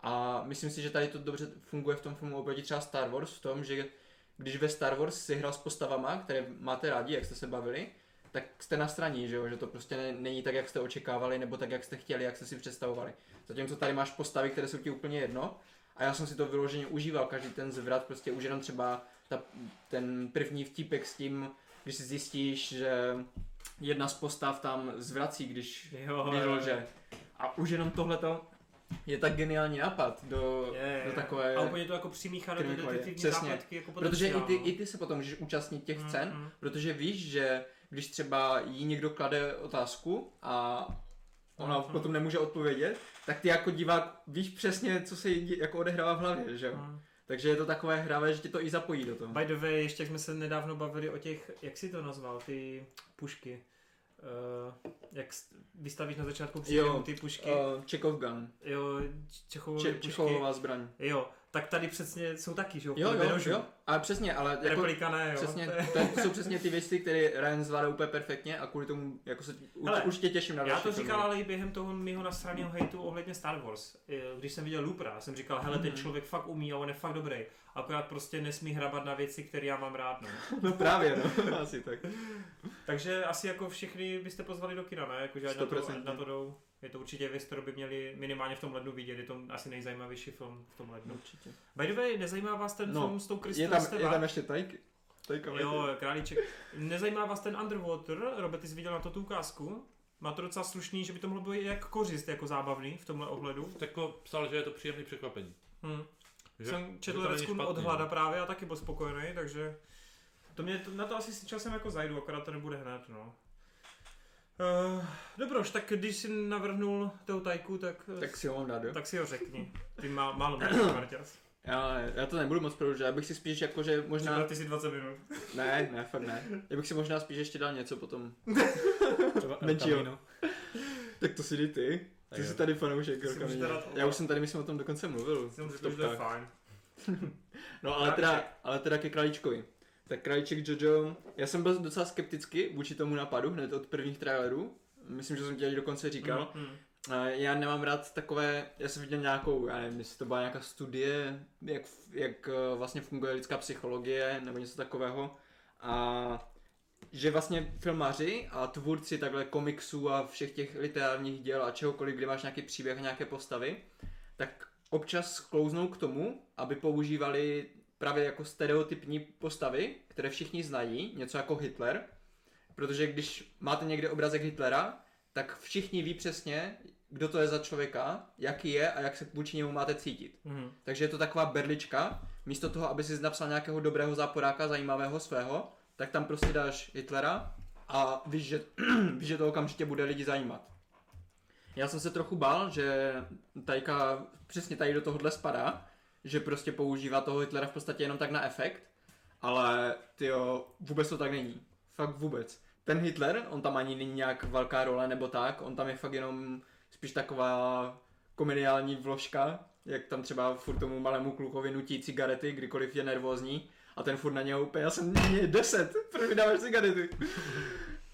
Speaker 2: A myslím si, že tady to dobře funguje v tom filmu oproti třeba Star Wars v tom, že když ve Star Wars si hrál s postavama, které máte rádi, jak jste se bavili, tak jste na straně, že jo, že to prostě ne, není tak, jak jste očekávali, nebo tak, jak jste chtěli, jak jste si představovali. Zatímco tady máš postavy, které jsou ti úplně jedno a já jsem si to vyloženě užíval, každý ten zvrat, prostě už jenom třeba ta, ten první vtípek s tím, když si zjistíš, že jedna z postav tam zvrací, když
Speaker 1: Jo, jo, jo.
Speaker 2: vylže. A už jenom tohleto je tak geniální nápad do,
Speaker 1: Je, je,
Speaker 2: do
Speaker 1: je.
Speaker 2: takové...
Speaker 1: A úplně to jako přimíchá do té
Speaker 2: Krimi kolie.
Speaker 1: detektivní
Speaker 2: Přesně.
Speaker 1: zápletky jako
Speaker 2: Protože i ty,
Speaker 1: potenciál, no.
Speaker 2: i ty se potom můžeš účastnit těch
Speaker 1: Mm,
Speaker 2: cen,
Speaker 1: mm.
Speaker 2: protože víš, že když třeba jí někdo klade otázku a ona
Speaker 1: Mm, mm.
Speaker 2: potom nemůže odpovědět, tak ty jako divák víš přesně, co se jí dě- jako odehrává v hlavě, že jo?
Speaker 1: Mm.
Speaker 2: Takže je to takové hravé, že ti to i zapojí do toho.
Speaker 1: By the way, ještě jak jsme se nedávno bavili o těch, jak si to nazval, ty pušky. Uh, jak s- vystavíš na začátku příběhu ty pušky.
Speaker 2: Uh, Chekhov gun.
Speaker 1: Jo, Čechovovy
Speaker 2: eh, Če-
Speaker 1: pušky.
Speaker 2: Čechovová zbraň.
Speaker 1: Jo, tak tady přesně jsou taky, že
Speaker 2: Jo, jo,
Speaker 1: Bedožů.
Speaker 2: jo. Ale přesně, ale jako,
Speaker 1: Replika ne, jo.
Speaker 2: přesně,
Speaker 1: To je-
Speaker 2: to jsou přesně ty věci, které Ryan zvládá úplně perfektně a kvůli tomu jako se u-
Speaker 1: Hele,
Speaker 2: určitě těším na
Speaker 1: Já
Speaker 2: další
Speaker 1: to
Speaker 2: filmy.
Speaker 1: říkal ale i během toho mýho nasraného hejtu ohledně Star Wars. Eh, Když jsem viděl Lupra, jsem říkal, hele,
Speaker 2: Mhm.
Speaker 1: ten člověk fakt umí a on je fakt dobrý. Akorát prostě nesmí hrabat na věci, které já mám rád. No.
Speaker 2: No právě, no, asi tak.
Speaker 1: Takže asi jako všechny byste pozvali do kina, ne? Jakože ať na to, ať
Speaker 2: Stoprocentně.
Speaker 1: na to jdou. Je to určitě věc, kterou by měli minimálně v tom lednu vidět. Je to asi nejzajímavější film v tom lednu.
Speaker 2: Určitě.
Speaker 1: By the way, nezajímá vás ten
Speaker 2: No,
Speaker 1: film s tou
Speaker 2: Je
Speaker 1: Kristen
Speaker 2: tam, je
Speaker 1: Stewart?
Speaker 2: tam ještě tajky. Tajka
Speaker 1: Jo, králíček. Nezajímá vás ten Underwater? Robert, ty jsi viděl na to tu ukázku? Má to docela slušný, že by to mohlo být jak kořist, jako zábavný v tomhle ohledu.
Speaker 3: Tako jako psal, že je to příjemný překvapení.
Speaker 1: Hm.
Speaker 3: Že?
Speaker 1: Jsem
Speaker 3: že to
Speaker 1: četl
Speaker 3: není
Speaker 1: Reckun
Speaker 3: špatný,
Speaker 1: od
Speaker 3: no.
Speaker 1: hlada právě a taky byl spokojený, takže to mě, to- na to asi si časem jako zajdu, akorát to nebude hned, no. Uh, dobroš, tak když jsi navrhnul toho tajku, tak, eh,
Speaker 2: Tak si ho mám dát, jo?
Speaker 1: tak si ho řekni. Ty má, málo máš, Marťas.
Speaker 2: Já, já to nebudu moc prodlužovat, já bych si spíš jako, že možná...
Speaker 1: Připadal ty si 20 minut.
Speaker 2: Ne, ne, fakt ne. Já bych si možná spíš ještě dal něco potom.
Speaker 4: Třeba El
Speaker 2: Menší, jo.
Speaker 4: Camino.
Speaker 2: Tak to si jdi ty.
Speaker 4: Tak
Speaker 2: Ty
Speaker 4: jo.
Speaker 2: jsi tady fanoušek
Speaker 1: Ty si
Speaker 2: Roka
Speaker 1: můžeš
Speaker 2: Mini.
Speaker 1: dát-
Speaker 2: Já už jsem tady, myslím, o tom dokonce mluvil.
Speaker 1: Jsem
Speaker 2: v
Speaker 1: řekl, že to je
Speaker 2: topkách.
Speaker 1: fajn.
Speaker 2: No ale teda,
Speaker 1: Králíček.
Speaker 2: ale teda ke Králíčkovi. Tak Králíček Jojo, já jsem byl docela skepticky vůči tomu napadu hned od prvních trailerů. Myslím, že jsem ti tady dokonce říkal.
Speaker 1: Mm, mm.
Speaker 2: A Já nemám rád takové, já jsem viděl nějakou, já nevím, jestli to byla nějaká studie, jak, jak eh, vlastně funguje lidská psychologie nebo něco takového. A že vlastně filmaři a tvůrci takhle komiksů a všech těch literárních děl a čehokoliv, kde máš nějaký příběh a nějaké postavy, tak občas sklouznou k tomu, aby používali právě jako stereotypní postavy, které všichni znají, něco jako Hitler. Protože když máte někde obrazek Hitlera, tak všichni ví přesně, kdo to je za člověka, jaký je a jak se vůči němu máte cítit.
Speaker 1: Mhm.
Speaker 2: Takže je to taková berlička, místo toho, aby si napsal nějakého dobrého záporáka, zajímavého svého, tak tam prostě dáš Hitlera a víš, že, víš, že to okamžitě bude lidi zajímat. Já jsem se trochu bál, že Tajka přesně tady do tohohle spadá, že prostě používá toho Hitlera v podstatě jenom tak na efekt, ale tyjo, vůbec to tak není. Fakt vůbec. Ten Hitler, on tam ani není nějak velká role nebo tak, on tam je fakt jenom spíš taková komediální vložka, jak tam třeba furt tomu malému klukovi nutí cigarety, kdykoliv je nervózní a ten furt na něho úplně, já jsem mě je deset, proč mi dáváš cigarety?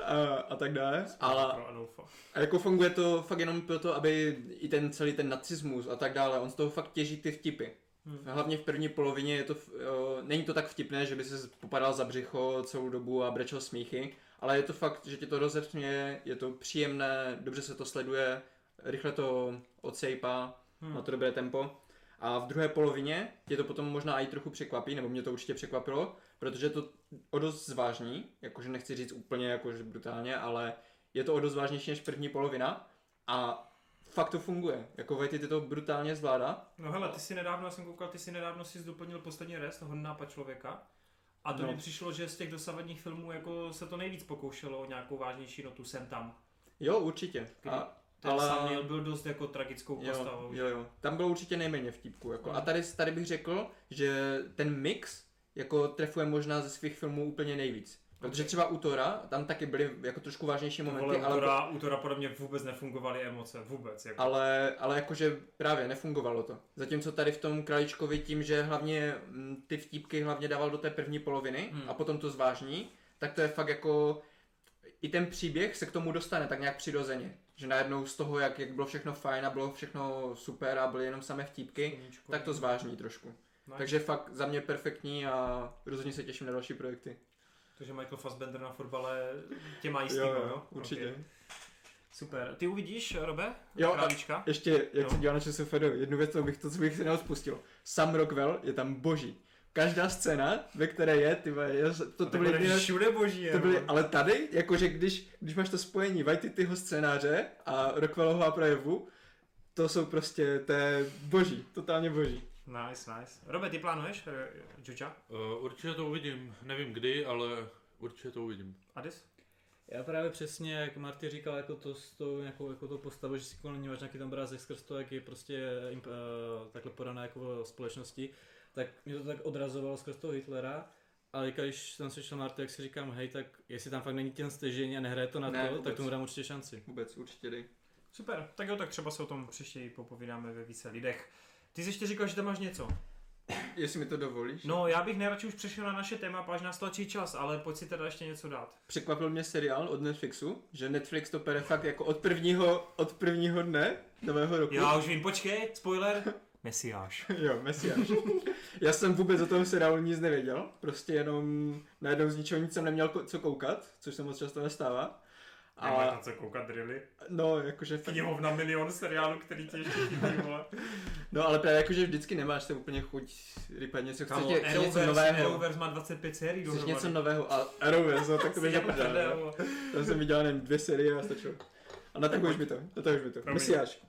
Speaker 2: A, a tak dále. Ale,
Speaker 1: Pro Anoufa.
Speaker 2: a jako funguje to fakt jenom proto, aby i ten celý ten nacismus a tak dále, on z toho fakt těží ty vtipy.
Speaker 1: Hmm.
Speaker 2: Hlavně v první polovině je to, f- eh, není to tak vtipné, že by se popadal za břicho celou dobu a brečel smíchy, ale je to fakt, že tě to rozepsměje, je to příjemné, dobře se to sleduje, rychle to odsejpá,
Speaker 1: Hmm.
Speaker 2: má to dobré tempo. A v druhé polovině tě to potom možná i trochu překvapí, nebo mě to určitě překvapilo, protože to o dost zvážní, jakože nechci říct úplně jakože brutálně, ale je to o dost vážnější než první polovina a fakt to funguje. Jako Vejty ty to brutálně zvládá.
Speaker 1: No hele, ty si nedávno, já jsem koukal, ty si nedávno si doplnil poslední rest, Hornápa člověka. A to
Speaker 2: No.
Speaker 1: mi přišlo, že z těch dosavadních filmů jako se to nejvíc pokoušelo o nějakou vážnější notu sem tam.
Speaker 2: Jo, určitě. A,
Speaker 1: Ten
Speaker 2: Ale-
Speaker 1: Ale... Samuel byl dost jako tragickou
Speaker 2: jo,
Speaker 1: postavou.
Speaker 2: jo, jo. Tam bylo určitě nejméně vtipků. Jako.
Speaker 1: Hmm.
Speaker 2: A tady, tady bych řekl, že ten mix jako trefuje možná ze svých filmů úplně nejvíc. Protože třeba u Tora, tam taky byly jako trošku vážnější
Speaker 1: Ty
Speaker 2: momenty,
Speaker 1: Vole,
Speaker 2: ale
Speaker 1: útora, útora podle mě vůbec nefungovaly emoce, vůbec. Jako.
Speaker 2: Ale, ale jakože právě nefungovalo to. Zatímco tady v tom Kraličkovi tím, že hlavně mm, ty vtípky hlavně dával do té první poloviny
Speaker 1: Hmm.
Speaker 2: hmm. a potom to zvážní, tak to je fakt jako i ten příběh se k tomu dostane tak nějak přirozeně. Že najednou z toho, jak, jak bylo všechno fajn a bylo všechno super a byly jenom samé vtípky,
Speaker 1: Koníčko.
Speaker 2: tak to zvážní trošku.
Speaker 1: Nice.
Speaker 2: Takže fakt za mě perfektní a rozhodně se těším na další projekty.
Speaker 1: To, že Michael Fassbender na fotbale tě má jistý, jo, jo?
Speaker 2: určitě.
Speaker 1: Okay. Super. Ty uvidíš, Robe?
Speaker 2: Jo, a-
Speaker 1: Králička?
Speaker 2: Ještě, jak
Speaker 1: No.
Speaker 2: no. se dělal na ČSFD, jednu věc, to bych, to, co bych si neodpustil. Sam Rockwell je tam boží. Každá scéna, ve které je, ty vole, já se- to, to, byly,
Speaker 1: bude
Speaker 2: dvě-
Speaker 1: všude boží.
Speaker 2: to byly,
Speaker 1: jako.
Speaker 2: ale tady, jakože když, když máš to spojení Vajtityho scénáře a Rockwellova projevu, to jsou prostě, to je boží, totálně boží.
Speaker 1: Nice, nice. Robe, ty plánuješ? eh, Juja?
Speaker 3: Uh, určitě to uvidím, nevím kdy, ale určitě to uvidím.
Speaker 1: Adis?
Speaker 4: Já právě přesně, jak Marty říkal, jako to s tou nějakou jako to postavou, že si kolem ní máš nějaký ten obrázek skrz to, jak je prostě imp, uh, takhle podaná jako v společnosti, tak mě to tak odrazovalo skrz toho Hitlera. Ale když jsem slyšel Marty, jak si říkám, hej, tak jestli tam fakt není ten stěžení a nehraje to na
Speaker 2: Ne,
Speaker 4: to,
Speaker 2: vůbec.
Speaker 4: tak tomu dám určitě šanci.
Speaker 2: Vůbec, určitě dej.
Speaker 1: Super, tak jo, tak třeba se o tom příště popovídáme ve více lidech. Ty jsi ještě říkal, že tam máš něco.
Speaker 2: jestli mi to dovolíš.
Speaker 1: No, já bych nejradši už přešel na naše téma, páž nás tlačí čas, ale pojď si teda ještě něco dát.
Speaker 2: Překvapil mě seriál od Netflixu, že Netflix to pere fakt jako od prvního, od prvního dne nového roku.
Speaker 1: Já už vím, počkej, spoiler, Mesiáš.
Speaker 2: Jo, Mesiáš. Já jsem vůbec o tom seriálu nic nevěděl, prostě jenom najednou z ničeho nic jsem neměl ko- co koukat, což se moc často nestává.
Speaker 1: Nemáš na
Speaker 2: A
Speaker 1: co koukat, really?
Speaker 2: no, jakože fakt,
Speaker 1: Knihovna milion seriálu, který ti ještě chybí, vole.
Speaker 2: no ale právě jakože vždycky nemáš se úplně chuť rypat něco, chceš,
Speaker 1: Kámo,
Speaker 2: ně, chceš něco
Speaker 1: Arrowverse,
Speaker 2: nového,
Speaker 1: Arrowverse má 25 sérií
Speaker 2: chceš
Speaker 1: dohromady.
Speaker 2: něco nového, a Arrowverse, no tak to bych
Speaker 1: Jde prdel,
Speaker 2: nepodal,
Speaker 1: vole.
Speaker 2: tam jsem viděl nevím dvě série a stačilo. A na to už mi to, na to už mi to,
Speaker 1: Promiň.
Speaker 2: Mesiáš.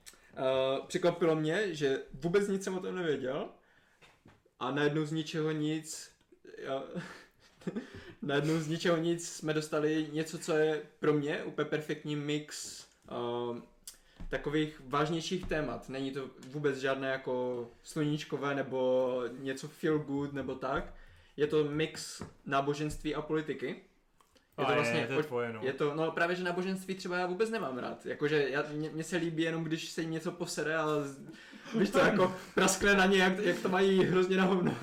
Speaker 2: Uh, překvapilo mě, že vůbec nic jsem o tom nevěděl a najednou z ničeho nic, já, najednou z ničeho nic jsme dostali něco, co je pro mě úplně perfektní mix uh, takových vážnějších témat. Není to vůbec žádné jako sluníčkové nebo něco feel good nebo tak. Je to mix náboženství a politiky. Je to
Speaker 1: A
Speaker 2: vlastně
Speaker 1: je, to
Speaker 2: o-
Speaker 1: je tvoje, no.
Speaker 2: je to, no právě, že náboženství třeba já vůbec nemám rád. Jakože já- mně mně se líbí jenom, když se jim něco posere, ale z- víš to, jako praskne na ně, jak, jak to mají hrozně na hovno.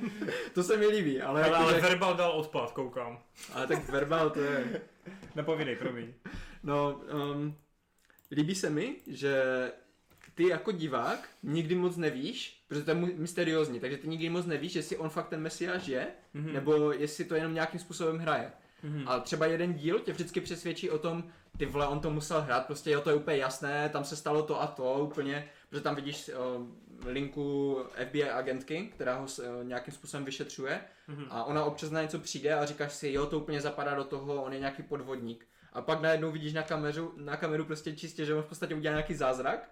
Speaker 2: to se mi líbí, ale,
Speaker 1: Ale, ale
Speaker 2: jakože,
Speaker 1: verbal dal odpad, koukám.
Speaker 2: ale tak verbal to je.
Speaker 1: Nepovídej, promiň.
Speaker 2: No, um, líbí se mi, že ty jako divák nikdy moc nevíš, protože to je mu- mysteriózní, takže ty nikdy moc nevíš, jestli on fakt ten mesiáš je,
Speaker 1: Mhm.
Speaker 2: nebo jestli to jenom nějakým způsobem hraje.
Speaker 1: Mhm.
Speaker 2: A třeba jeden díl tě vždycky přesvědčí o tom, ty vole, on to musel hrát, prostě jo, to je úplně jasné, tam se stalo to a to úplně, protože tam vidíš o, linku FBI agentky, která ho s- o, nějakým způsobem vyšetřuje
Speaker 1: Mhm.
Speaker 2: a ona občas na něco přijde a říkáš si, jo, to úplně zapadá do toho, on je nějaký podvodník. A pak najednou vidíš na kameru, na kameru prostě čistě, že on v podstatě udělal nějaký zázrak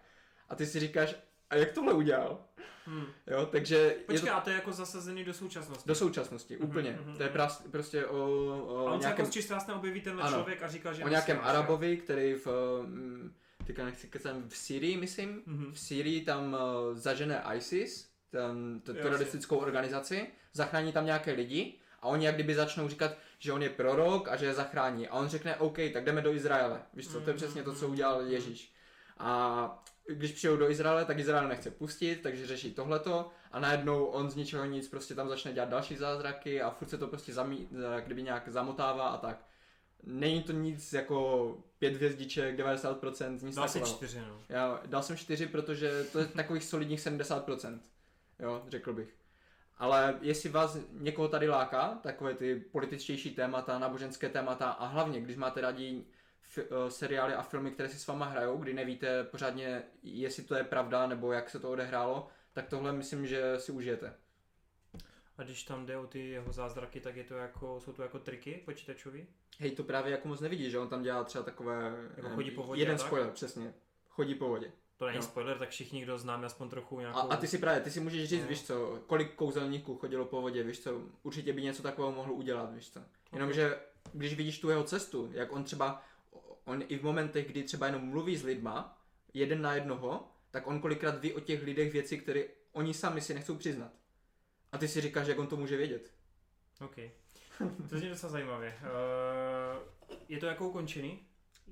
Speaker 2: a ty si říkáš, a jak tohle udělal?
Speaker 1: Hmm.
Speaker 2: Jo, takže je
Speaker 1: Počkej,
Speaker 2: to
Speaker 1: a to je jako zasazený do současnosti.
Speaker 2: do současnosti, úplně.
Speaker 1: mhm,
Speaker 2: to je
Speaker 1: mhm.
Speaker 2: prás, prostě o, o
Speaker 1: a on se
Speaker 2: nějakém
Speaker 1: jako z čistásna objeví tenhle
Speaker 2: Ano.
Speaker 1: člověk a říká, že...
Speaker 2: o nějakém
Speaker 1: mesiáš, jo.
Speaker 2: Arabovi, který v, mm, teďka nechci kecám, v Syrii, myslím,
Speaker 1: Mhm.
Speaker 2: v Syrii tam eh, zažene ISIS, tam t-
Speaker 1: Jasně.
Speaker 2: teroristickou organizaci, zachrání tam nějaké lidi a oni jak kdyby začnou říkat, že on je prorok a že je zachrání. A on řekne, OK, tak jdeme do Izraele. Víš co, to je
Speaker 1: Mhm,
Speaker 2: přesně to, co
Speaker 1: mhm,
Speaker 2: udělal
Speaker 1: mhm.
Speaker 2: Ježíš. A když přijou do Izraele, tak Izrael nechce pustit, takže řeší tohleto a najednou on z ničeho nic prostě tam začne dělat další zázraky a furt se to prostě zamí, jak kdyby nějak zamotává a tak. Není to nic jako pět hvězdiček, 90%, nic
Speaker 1: Dal si
Speaker 2: takového.
Speaker 1: čtyři, no.
Speaker 2: Já dal jsem 4, protože to je takových solidních 70%. Jo, řekl bych. Ale jestli vás někoho tady láká, takové ty političtější témata, náboženské témata a hlavně, když máte rádi f- eh, seriály a filmy, které si s váma hrajou, kdy nevíte pořádně, jestli to je pravda nebo jak se to odehrálo, tak tohle myslím, že si užijete.
Speaker 1: A když tam jde o ty jeho zázraky, tak je to jako, jsou to jako triky počítačový?
Speaker 2: Hej, to právě jako moc nevidíš, že on tam dělá třeba takové...
Speaker 1: Jako
Speaker 2: eh,
Speaker 1: chodí po vodě a
Speaker 2: jeden
Speaker 1: tak?
Speaker 2: spoiler, přesně. Chodí po vodě.
Speaker 1: To není
Speaker 2: Jo.
Speaker 1: spoiler, tak všichni, kdo známe aspoň trochu
Speaker 2: A,
Speaker 1: nějakou...
Speaker 2: a ty si právě, ty si můžeš říct,
Speaker 1: No.
Speaker 2: víš co, kolik kouzelníků chodilo po vodě, víš co, určitě by něco takového mohl udělat, víš co. Jenomže, když vidíš tu jeho cestu, jak on třeba, on i v momentech, kdy třeba jenom mluví s lidma, jeden na jednoho, tak on kolikrát ví o těch lidech věci, které oni sami si nechcou přiznat. A ty si říkáš, jak on to může vědět.
Speaker 1: OK. To zní docela zajímavě. Uh, je to jako ukončený?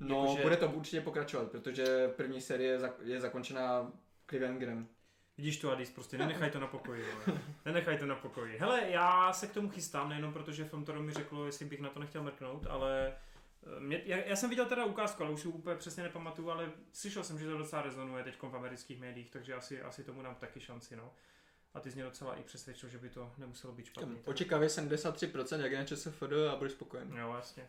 Speaker 2: No,
Speaker 1: Jakože-
Speaker 2: Jakože... bude to určitě pokračovat, protože první série je zak- je zakončená cliffhangerem.
Speaker 1: Vidíš to, Adis, prostě nenechaj to na pokoji. vole. Nenechaj to na pokoji. Hele, já se k tomu chystám, nejenom protože Frontoro mi řeklo, jestli bych na to nechtěl mrknout, ale eh, mě, já, já, jsem viděl teda ukázku, ale už si úplně přesně nepamatuju, ale slyšel jsem, že to docela rezonuje teď v amerických médiích, takže asi, asi tomu dám taky šanci, no. A ty jsi mě docela i přesvědčil, že by to nemuselo být špatný. tak-
Speaker 2: Očekávej 73%, jak je na ČSFD a budeš spokojen.
Speaker 1: Jo, vlastně.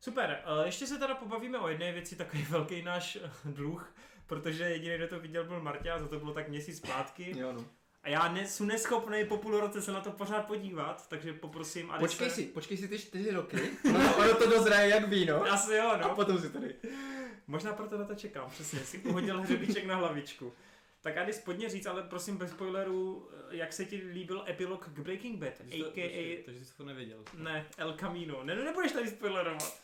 Speaker 1: Super, eh, ještě se teda pobavíme o jedné věci, takový velký náš eh, dluh, protože jediný, kdo to viděl, byl Marta, a za to bylo tak měsíc zpátky.
Speaker 2: Jo, no.
Speaker 1: A já ne, jsem neschopný po půl roce se na to pořád podívat, takže poprosím Adise.
Speaker 2: Počkej si, počkej si ty čtyři roky. Ono, ono to dozraje jak víno.
Speaker 1: Asi jo,
Speaker 2: A
Speaker 1: no.
Speaker 2: potom si tady.
Speaker 1: Možná proto na to čekám, přesně, si uhodil hřebíček na hlavičku. Tak Adis, pojď mě říct, ale prosím bez spoilerů, eh, jak se ti líbil epilog k Breaking Bad,
Speaker 4: Takže to- počkej,
Speaker 1: a.k.a.
Speaker 4: Takže jsi to nevěděl.
Speaker 1: Ne, El Camino. Ne, no nebudeš tady spoilerovat.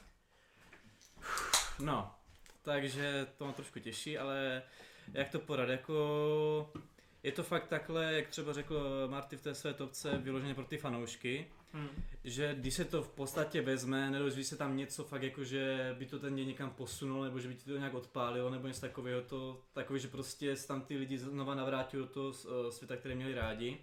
Speaker 4: No, takže to má trošku těžší, ale jak to porad, jako je to fakt takhle, jak třeba řekl Marty v té své topce, vyloženě pro ty fanoušky,
Speaker 1: Hm.
Speaker 4: že když se to v podstatě vezme, nedozví se tam něco fakt jako, že by to ten děj někam posunul, nebo že by ti to nějak odpálilo, nebo něco takového, to takový, že prostě se tam ty lidi znova navrátí do toho eh, světa, který měli rádi.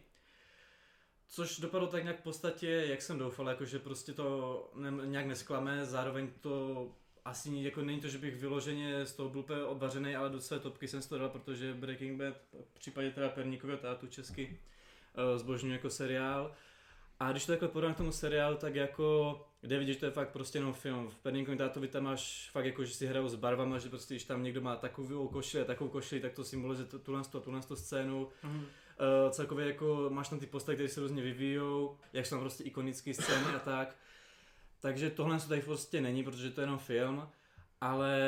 Speaker 4: Což dopadlo tak nějak v podstatě, jak jsem doufal, jako že prostě to ne, nějak nesklame, zároveň to asi jako není to, že bych vyloženě z toho byl úplně odvařený, ale do své topky jsem si to dal, protože Breaking Bad, v případě teda Perníkového tátu česky, eh, zbožňuji jako seriál. A když to takhle porovnám k tomu seriálu, tak jako jde vidět, že to je fakt prostě jenom film. V Perníkovém tátovi tam máš fakt jako, že si hrajou s barvama, že prostě když tam někdo má takovou košili a takovou košili, tak to symbolizuje tu- tuhle tu, tu, tu scénu.
Speaker 1: Mhm.
Speaker 4: Uh, celkově jako máš tam ty postavy, které se různě vyvíjou, jak jsou tam prostě ikonické scény a tak. Takže tohle to tady prostě není, protože to je jenom film, ale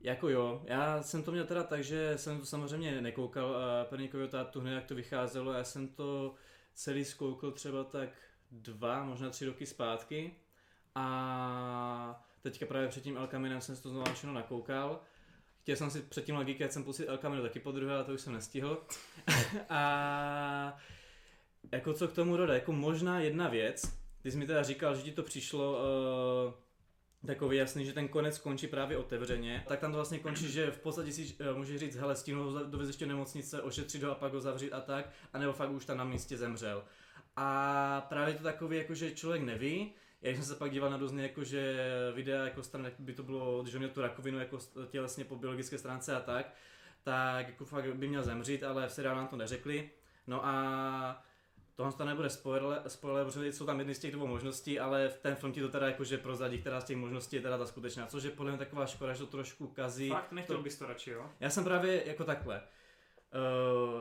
Speaker 4: jako jo, já jsem to měl teda tak, že jsem to samozřejmě nekoukal uh, Perníkového tátu hned, jak to vycházelo, já jsem to celý zkoukl třeba tak dva, možná tři roky zpátky a teďka právě před tím El Caminem jsem si to znovu všechno nakoukal. Chtěl jsem si předtím logiky, jak jsem pustit El Camino taky po druhé, ale to už jsem nestihl. a jako co k tomu dodat, jako možná jedna věc, ty jsi mi teda říkal, že ti to přišlo uh, takový jasný, že ten konec končí právě otevřeně, tak tam to vlastně končí, že v podstatě si uh, můžeš říct, hele, stínu ho za- dovez ještě do nemocnice, ošetřit ho a pak ho zavřít a tak, anebo fakt už tam na místě zemřel. A právě to takový, jako že člověk neví, já když jsem se pak díval na různé jakože videa jako stran, jak by to bylo, když on měl tu rakovinu jako s- tělesně po biologické stránce a tak, tak jako fakt by měl zemřít, ale v seriálu nám to neřekli. No a tohle to nebude spoiler, spoiler, protože jsou tam jedny z těch dvou možností, ale v ten film ti to teda jakože prozradí, která z těch možností je teda ta skutečná, což je podle mě taková škoda, že to trošku kazí.
Speaker 1: Fakt, nechtěl
Speaker 4: to-
Speaker 1: bys to radši, jo?
Speaker 4: Já jsem právě jako takhle.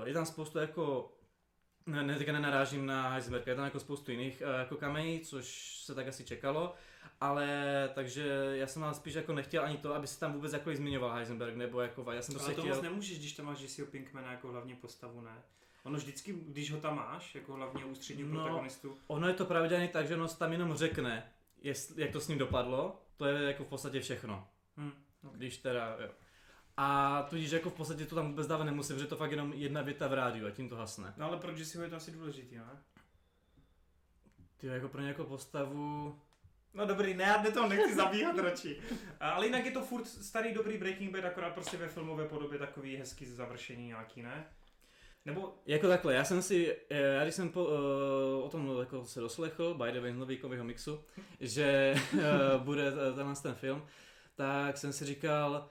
Speaker 4: Uh, je tam spoustu jako ne, ne, teďka nenarážím na Heisenberga, je tam jako spoustu jiných uh, jako kamej, což se tak asi čekalo, ale takže já jsem ale spíš jako nechtěl ani to, aby se tam vůbec jako zmiňoval Heisenberg, nebo jako, já jsem
Speaker 1: Ale to
Speaker 4: prostě
Speaker 1: vlastně-
Speaker 4: chtěl...
Speaker 1: moc nemůžeš, když tam máš Jesseho Pinkmana jako hlavní postavu, ne? Ono vždycky, když ho tam máš, jako hlavně ústřední
Speaker 4: No.
Speaker 1: no. protagonistu,
Speaker 4: Ono je to pravidelně tak, že ono se tam jenom řekne, jestli, jak to s ním dopadlo, to je jako v podstatě všechno.
Speaker 1: Hm,
Speaker 4: okay. Když teda, jo. A tudíž jako v podstatě to tam vůbec dávat nemusím, protože to fakt jenom jedna věta v rádiu a tím to hasne.
Speaker 1: No ale pro Jesseho je to asi důležitý, ne?
Speaker 4: Ty jako pro nějakou postavu...
Speaker 1: No dobrý, ne, já do toho nechci zabíhat radši. A- Ale jinak je to furt starý dobrý Breaking Bad, akorát prostě ve filmové podobě takový hezký završení nějaký, ne? Nebo
Speaker 4: Jako takhle, já jsem si, eh, já když jsem po, uh, o tom jako se doslechl, by the way, z Novíkového mixu, že uh, bude eh, tenhle ten film, tak jsem si říkal,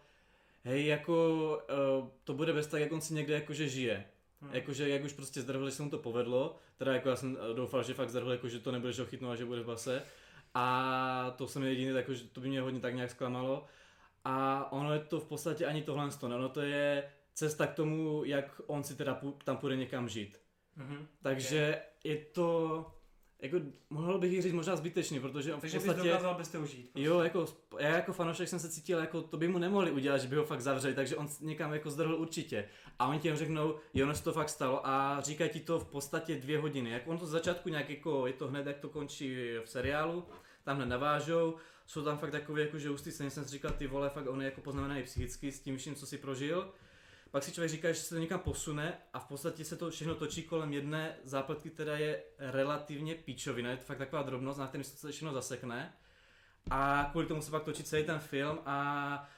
Speaker 4: hej, jako uh, to bude bez tak, jak on si někde jakože žije.
Speaker 1: hm,
Speaker 4: Jakože jak už prostě zdrhl, že se mu to povedlo, teda jako já jsem eh, doufal, že fakt zdrhl, jako že to nebude, že ho chytnou a že bude v base. A to jsem jediný, tak, že to by mě hodně tak nějak zklamalo. A ono je to v podstatě ani tohle to, ne? ono no, to je cesta k tomu, jak on si teda pů- tam půjde někam žít.
Speaker 1: mhm.
Speaker 4: Takže je to, jako mohl bych ji říct možná zbytečný, protože on v
Speaker 1: Takže bys
Speaker 4: podstatě...
Speaker 1: dokázal bez toho žít.
Speaker 4: Jo, jako, sp- já jako fanoušek jsem se cítil, jako to by mu nemohli udělat, že by ho fakt zavřeli, takže on s- někam jako zdrhl určitě. A oni ti jenom řeknou, jo, ono se to fakt stalo a říkají ti to v podstatě dvě hodiny. Jak on to z začátku nějak jako, je to hned, jak to končí v seriálu, tam hned navážou, jsou tam fakt takové jako, že ústý scény, jsem si říkal, ty vole, fakt on je jako poznamenaný psychicky s tím vším, co si prožil. Pak si člověk říká, že se to někam posune a v podstatě se to všechno točí kolem jedné zápletky, která je relativně píčovina, je to fakt taková drobnost, na kterém se to všechno zasekne. A kvůli tomu se pak točí celý ten film a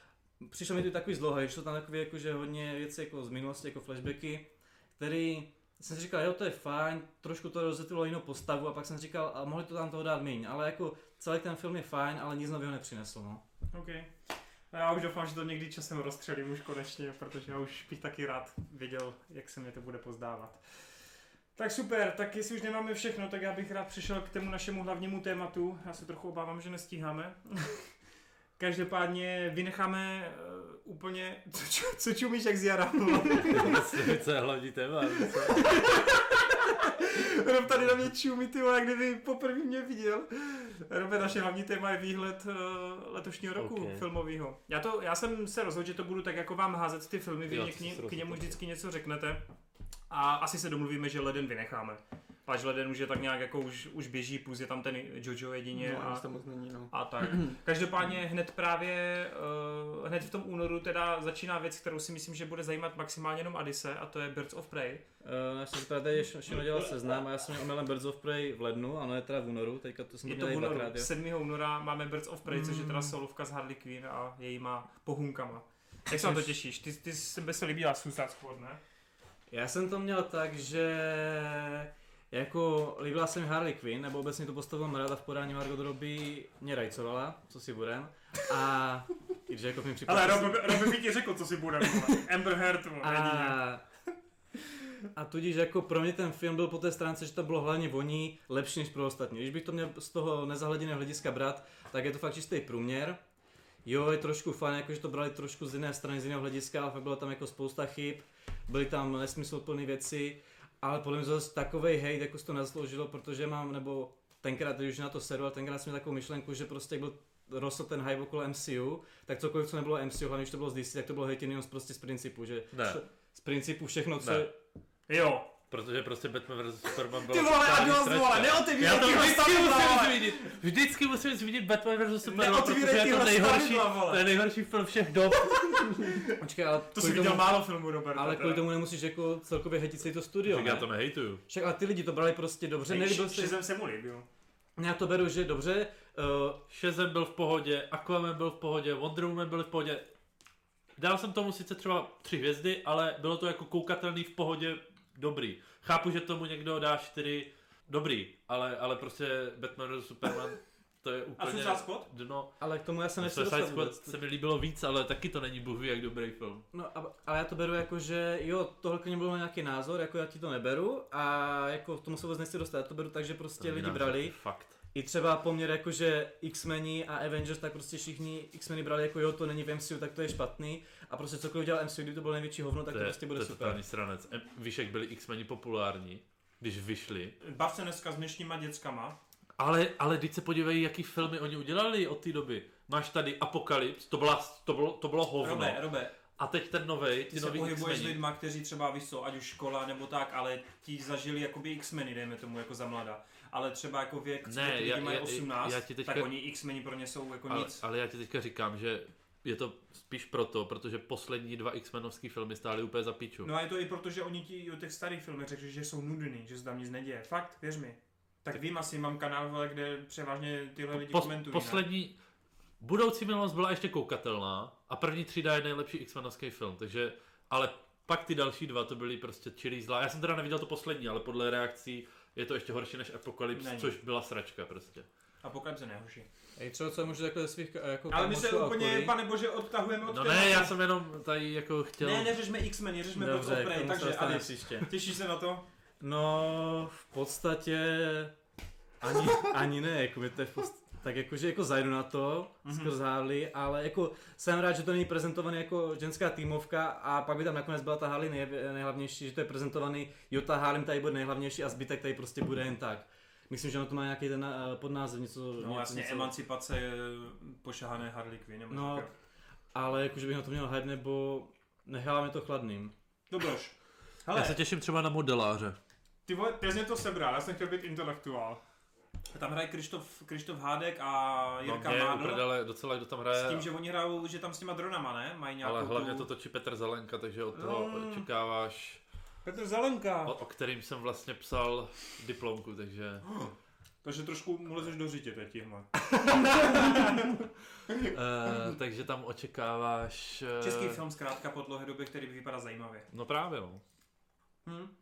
Speaker 4: přišlo mi to takový zdlouhavý, šlo tam takové jakože hodně věci jako z minulosti, jako flashbacky, který jsem si říkal, jo, to je fajn, trošku to rozvětlilo jinou postavu a pak jsem si říkal, a mohli to tam toho dát méně, ale jako celý ten film je fajn, ale nic nového nepřinesl, no.
Speaker 1: OK. No Já už doufám, že to někdy časem rozstřelím už konečně, protože já už bych taky rád věděl, jak se mě to bude pozdávat. Tak super, tak jestli už nemáme všechno, tak já bych rád přišel k tomu našemu hlavnímu tématu. Já se trochu obávám, že nestíháme. Každopádně vynecháme uh, úplně, co, ču- co čumíš jak z jara.
Speaker 3: Co je hlavní téma?
Speaker 1: Rob tady na mě čumí, ty vole, jak kdyby poprvé mě viděl. Robe, naše hlavní téma je výhled uh, letošního roku
Speaker 3: Ok.
Speaker 1: okay. filmového. Já, to, já jsem se rozhodl, že to budu tak jako vám házet ty filmy, vy
Speaker 3: Jo,
Speaker 1: mě
Speaker 3: ty
Speaker 1: k,
Speaker 3: jsi
Speaker 1: ní,
Speaker 3: se
Speaker 1: k němu
Speaker 3: rozhodl.
Speaker 1: vždycky něco řeknete. A asi se domluvíme, že leden vynecháme. Pač leden už je tak nějak jako už, už běží, plus je tam ten Jojo jedině.
Speaker 2: No,
Speaker 1: a...
Speaker 2: nic tam moc není, no.
Speaker 1: A tak. Každopádně hned právě, uh, hned v tom únoru teda začíná věc, kterou si myslím, že bude zajímat maximálně jenom Adise, a to je Birds of Prey.
Speaker 4: Uh, já jsem teda tady všechno dělal seznam a já jsem měl omylem Birds of Prey v lednu, ano je teda v únoru, teďka to jsem
Speaker 1: Je
Speaker 4: to
Speaker 1: to v
Speaker 4: dělal
Speaker 1: únoru.
Speaker 4: dvakrát, jo.
Speaker 1: 7. února máme Birds of Prey, což je teda
Speaker 2: Mm.
Speaker 1: solovka z Harley Quinn a jejíma pohunkama. Jak se na to těšíš? Ty, ty se by se líbila Suicide Squad, ne?
Speaker 4: Já jsem to měl tak, že Jako líbila se mi Harley Quinn, nebo obecně tu postavu mám rád a v podání Margot Robbie mě rajcovala, co si budem. A i když jako v mém případě...
Speaker 1: Ale Rob, Rob by ti řekl, co si bude. vole. Amber Heard, vole, jedině.
Speaker 4: a, a tudíž jako pro mě ten film byl po té stránce, že to bylo hlavně voní lepší než pro ostatní. Když bych to měl z toho nezahleděného hlediska brát, tak je to fakt čistý průměr. Jo, je trošku fajn, jakože to brali trošku z jiné strany, z jiného hlediska, ale fakt bylo tam jako spousta chyb, byly tam nesmysluplné věci, ale podle mě to zase takovej hejt, jako se to nezasloužilo, protože mám, nebo tenkrát, teď už na to seru, ale tenkrát jsem měl takovou myšlenku, že prostě jak byl rostl ten hype okolo MCU, tak cokoliv, co nebylo MCU, hlavně když to bylo z DC, tak to bylo hejtěný jenom prostě z principu, že
Speaker 3: Ne.
Speaker 4: z principu všechno, co...
Speaker 3: Ne.
Speaker 1: Jo.
Speaker 3: Protože prostě Batman vs Superman byl
Speaker 1: Ty vole, a dost, vole,
Speaker 3: Já
Speaker 1: neotevírej
Speaker 3: to
Speaker 1: tyhle
Speaker 3: vždycky
Speaker 1: stavidla,
Speaker 3: musím
Speaker 1: vole.
Speaker 3: zmínit. Vždycky musím zmínit Batman vs Superman,
Speaker 1: Neotvírej
Speaker 3: protože je to
Speaker 1: tyhle
Speaker 3: nejhorší,
Speaker 1: stavidla, vole.
Speaker 3: to je nejhorší film všech dob.
Speaker 4: Počkej, ale
Speaker 1: To
Speaker 4: kvůli
Speaker 1: jsi viděl
Speaker 4: tomu,
Speaker 1: málo filmů, Robert.
Speaker 4: ale kvůli tomu nemusíš jako celkově hetit celý to studio,
Speaker 3: Tak já
Speaker 4: ne?
Speaker 3: to nehejtuju.
Speaker 4: Však ale ty lidi to brali prostě dobře, nelíbil se,
Speaker 1: jsem se mu líbil.
Speaker 4: já to beru, že dobře, uh,
Speaker 3: Shazam byl v pohodě, Aquaman byl v pohodě, Wonder Woman byl v pohodě. Dal jsem tomu sice třeba tři hvězdy, ale bylo to jako koukatelný v pohodě dobrý. Chápu, že tomu někdo dá čtyři dobrý, ale, ale prostě Batman vs Superman to je úplně
Speaker 1: Suicide Squad?
Speaker 3: dno.
Speaker 4: ale k tomu já se nechci
Speaker 3: Suicide
Speaker 4: dostat
Speaker 3: Squad
Speaker 4: vůbec.
Speaker 3: se mi líbilo víc, ale taky to není bůh ví jak dobrý film.
Speaker 4: No, a- ale já to beru jako, že jo, tohle klidně bylo nějaký názor, jako já ti to neberu a jako k tomu se vůbec nechci dostat, já to beru tak, že
Speaker 3: To
Speaker 4: prostě
Speaker 3: je
Speaker 4: lidi
Speaker 3: názor, to je
Speaker 4: brali,
Speaker 3: Fakt.
Speaker 4: i třeba poměr jako, že X-meni a Avengers, tak prostě všichni X-meni brali jako jo, to není v MCU, tak to je špatný a prostě cokoliv dělal MCU, kdyby to bylo největší hovno, tak to,
Speaker 3: je-
Speaker 4: prostě bude
Speaker 3: to je
Speaker 4: super.
Speaker 3: totální sranec. Em, Víš, jak byli X-meni populární, když vyšli.
Speaker 1: Bav se dneska s dnešníma dětskama.
Speaker 3: Ale, ale teď se podívej, jaký filmy oni udělali od té doby. Máš tady Apokalyps, to, byla, to, bylo, to bylo hovno.
Speaker 1: Robe, Robe,
Speaker 3: A teď ten novej, ty,
Speaker 1: ty se
Speaker 3: nový
Speaker 1: pohybuješ s
Speaker 3: X-meni.
Speaker 1: lidma, kteří třeba víš co, ať už škola nebo tak, ale ti zažili jakoby X-meny, dejme tomu, jako za mladá. Ale třeba jako věk,
Speaker 3: Ne,
Speaker 1: co ty
Speaker 3: já-
Speaker 1: lidi mají
Speaker 3: já-
Speaker 1: 18,
Speaker 3: já ti teďka-
Speaker 1: tak oni X-meni pro ně jsou jako
Speaker 3: Ale,
Speaker 1: nic.
Speaker 3: ale já ti teďka říkám, že je to spíš proto, protože poslední dva X-menovský filmy stály úplně za piču.
Speaker 1: No a je to i proto, že oni ti o těch starých filmech řekli, že jsou nudný, že se tam nic neděje. Fakt, věř mi. Tak vím asi, mám kanál, vole, kde převážně tyhle lidi
Speaker 3: Pos,
Speaker 1: komentují. ne?
Speaker 3: poslední, budoucí minulost byla ještě koukatelná a první třída je nejlepší X-menovský film, takže, ale pak ty další dva to byly prostě čirý zlá. Já jsem teda neviděl to poslední, ale podle reakcí je to ještě horší než Apokalypse,
Speaker 1: Není.
Speaker 3: což byla sračka prostě.
Speaker 1: Apokalypse nehorší.
Speaker 4: Ej, třeba co můžu takhle ze svých jako
Speaker 1: Ale my se
Speaker 4: kámošů a
Speaker 1: úplně,
Speaker 4: okolí-
Speaker 1: pane bože, odtahujeme od
Speaker 3: No
Speaker 1: tématu.
Speaker 3: ne, já jsem jenom tady jako chtěl...
Speaker 1: Ne, neřešme X-meny, řešme Dobře,
Speaker 4: Dobře,
Speaker 1: Birds
Speaker 4: k
Speaker 1: of
Speaker 4: tomu
Speaker 1: Prey,
Speaker 4: se
Speaker 1: takže
Speaker 4: dostaneme
Speaker 1: Adi,
Speaker 4: příště.
Speaker 1: těšíš se na to?
Speaker 4: No, v podstatě ani, ani ne, jako by to je v podst- tak jakože jako zajdu na to,
Speaker 1: Mhm.
Speaker 4: skrz Harley, ale jako jsem rád, že to není prezentovaný jako ženská týmovka a pak by tam nakonec byla ta Harley nej, nejhlavnější, že to je prezentovaný, jo ta Harley tady bude nejhlavnější a zbytek tady prostě bude jen tak. Myslím, že na to má nějaký ten eh, podnázev, něco...
Speaker 1: No
Speaker 4: něco,
Speaker 1: jasně,
Speaker 4: něco.
Speaker 1: emancipace eh, pošahané Harley Quinn. nebo
Speaker 4: No.
Speaker 1: tak.
Speaker 4: Ale jakože bych na to měl hype, nebo necháváme to chladným.
Speaker 1: Dobroš.
Speaker 3: Já se
Speaker 1: Hele,
Speaker 3: těším třeba na modeláře.
Speaker 1: ty vole, ty jsi mě to sebral, já jsem chtěl být intelektuál. Tam hraje Krištof, Krištof Hádek a
Speaker 3: No
Speaker 1: Jirka
Speaker 3: mě
Speaker 1: Mádl.
Speaker 3: uprdele docela, kdo tam hraje,
Speaker 1: S tím, že oni hrajou, že tam s těma dronama, ne? Mají nějakou
Speaker 3: ale hlavně
Speaker 1: tu...
Speaker 3: to točí Petr Zelenka, takže od toho
Speaker 1: Mm.
Speaker 3: očekáváš...
Speaker 1: Petr Zelenka.
Speaker 3: o, o kterým jsem vlastně psal diplomku, takže...
Speaker 1: Takže trošku mu lezeš do řitě teď tímhle.
Speaker 3: Uh, takže tam očekáváš... Uh,
Speaker 1: Český film zkrátka po dlouhé době, který vypadá zajímavě.
Speaker 3: No právě, no.
Speaker 1: Hm.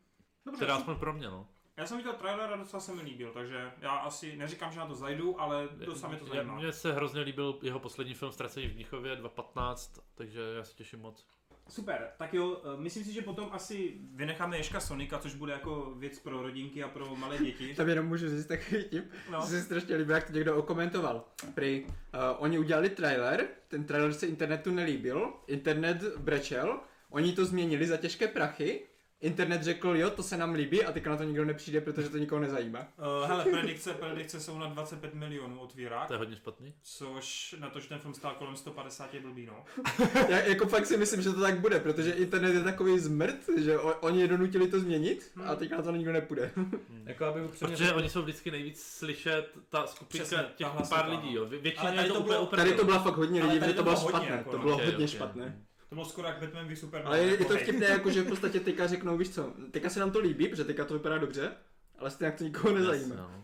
Speaker 1: Dobře,
Speaker 3: Teda aspoň pro mě, no.
Speaker 1: já jsem viděl trailer a docela se mi líbil, takže já asi neříkám, že na to zajdu, ale docela mě to
Speaker 3: Já-
Speaker 1: zajímá.
Speaker 3: Mně se hrozně líbil jeho poslední film Ztracení v Mnichově 2015, takže já se těším moc.
Speaker 1: Super, tak jo, eh, myslím si, že potom asi vynecháme Ježka Sonika, což bude jako věc pro rodinky a pro malé děti.
Speaker 2: Tam jenom můžu říct takový tip,
Speaker 1: No.
Speaker 2: no. se strašně líbí, jak to někdo okomentoval. Prý, uh, oni udělali trailer, ten trailer se internetu nelíbil, internet brečel, oni to změnili za těžké prachy, internet řekl, jo, to se nám líbí a teďka na to nikdo nepřijde, protože to nikoho nezajímá.
Speaker 1: Uh, hele, predikce, predikce jsou na 25 milionů otvírák,
Speaker 3: To je hodně špatný.
Speaker 1: což na to, že ten film stál kolem 150 je blbý, no.
Speaker 2: Já jako fakt si myslím, že to tak bude, protože internet je takový zmrt, že o, oni je donutili to změnit
Speaker 1: Hmm.
Speaker 2: a teďka na to nikdo nepůjde.
Speaker 4: Jako aby upřímně...
Speaker 3: Protože oni jsou vždycky nejvíc slyšet, ta skupinka
Speaker 1: Přesně,
Speaker 3: těch
Speaker 1: tahle
Speaker 3: pár
Speaker 1: skupina,
Speaker 3: lidí,
Speaker 1: no.
Speaker 3: jo. Vě- Většině
Speaker 1: Ale tady
Speaker 3: je to,
Speaker 1: to
Speaker 3: úplně
Speaker 1: bylo-
Speaker 3: uprvé.
Speaker 2: Tady to byla fakt hodně
Speaker 1: Ale
Speaker 2: lidí,
Speaker 1: tady
Speaker 2: že
Speaker 1: to
Speaker 2: to bylo
Speaker 1: bylo hodně,
Speaker 2: špatné,
Speaker 1: jako
Speaker 2: to
Speaker 1: no.
Speaker 2: bylo
Speaker 3: Ok,
Speaker 2: hodně
Speaker 3: ok.
Speaker 2: špatné.
Speaker 1: To bylo skoro jak Batman v Superman.
Speaker 2: Ale je, je to
Speaker 1: Hej.
Speaker 2: vtipné, jako že v podstatě teďka řeknou, víš co, teďka se nám to líbí, protože teďka to vypadá dobře, ale stejně to nikoho nezajímá.
Speaker 3: Jasně,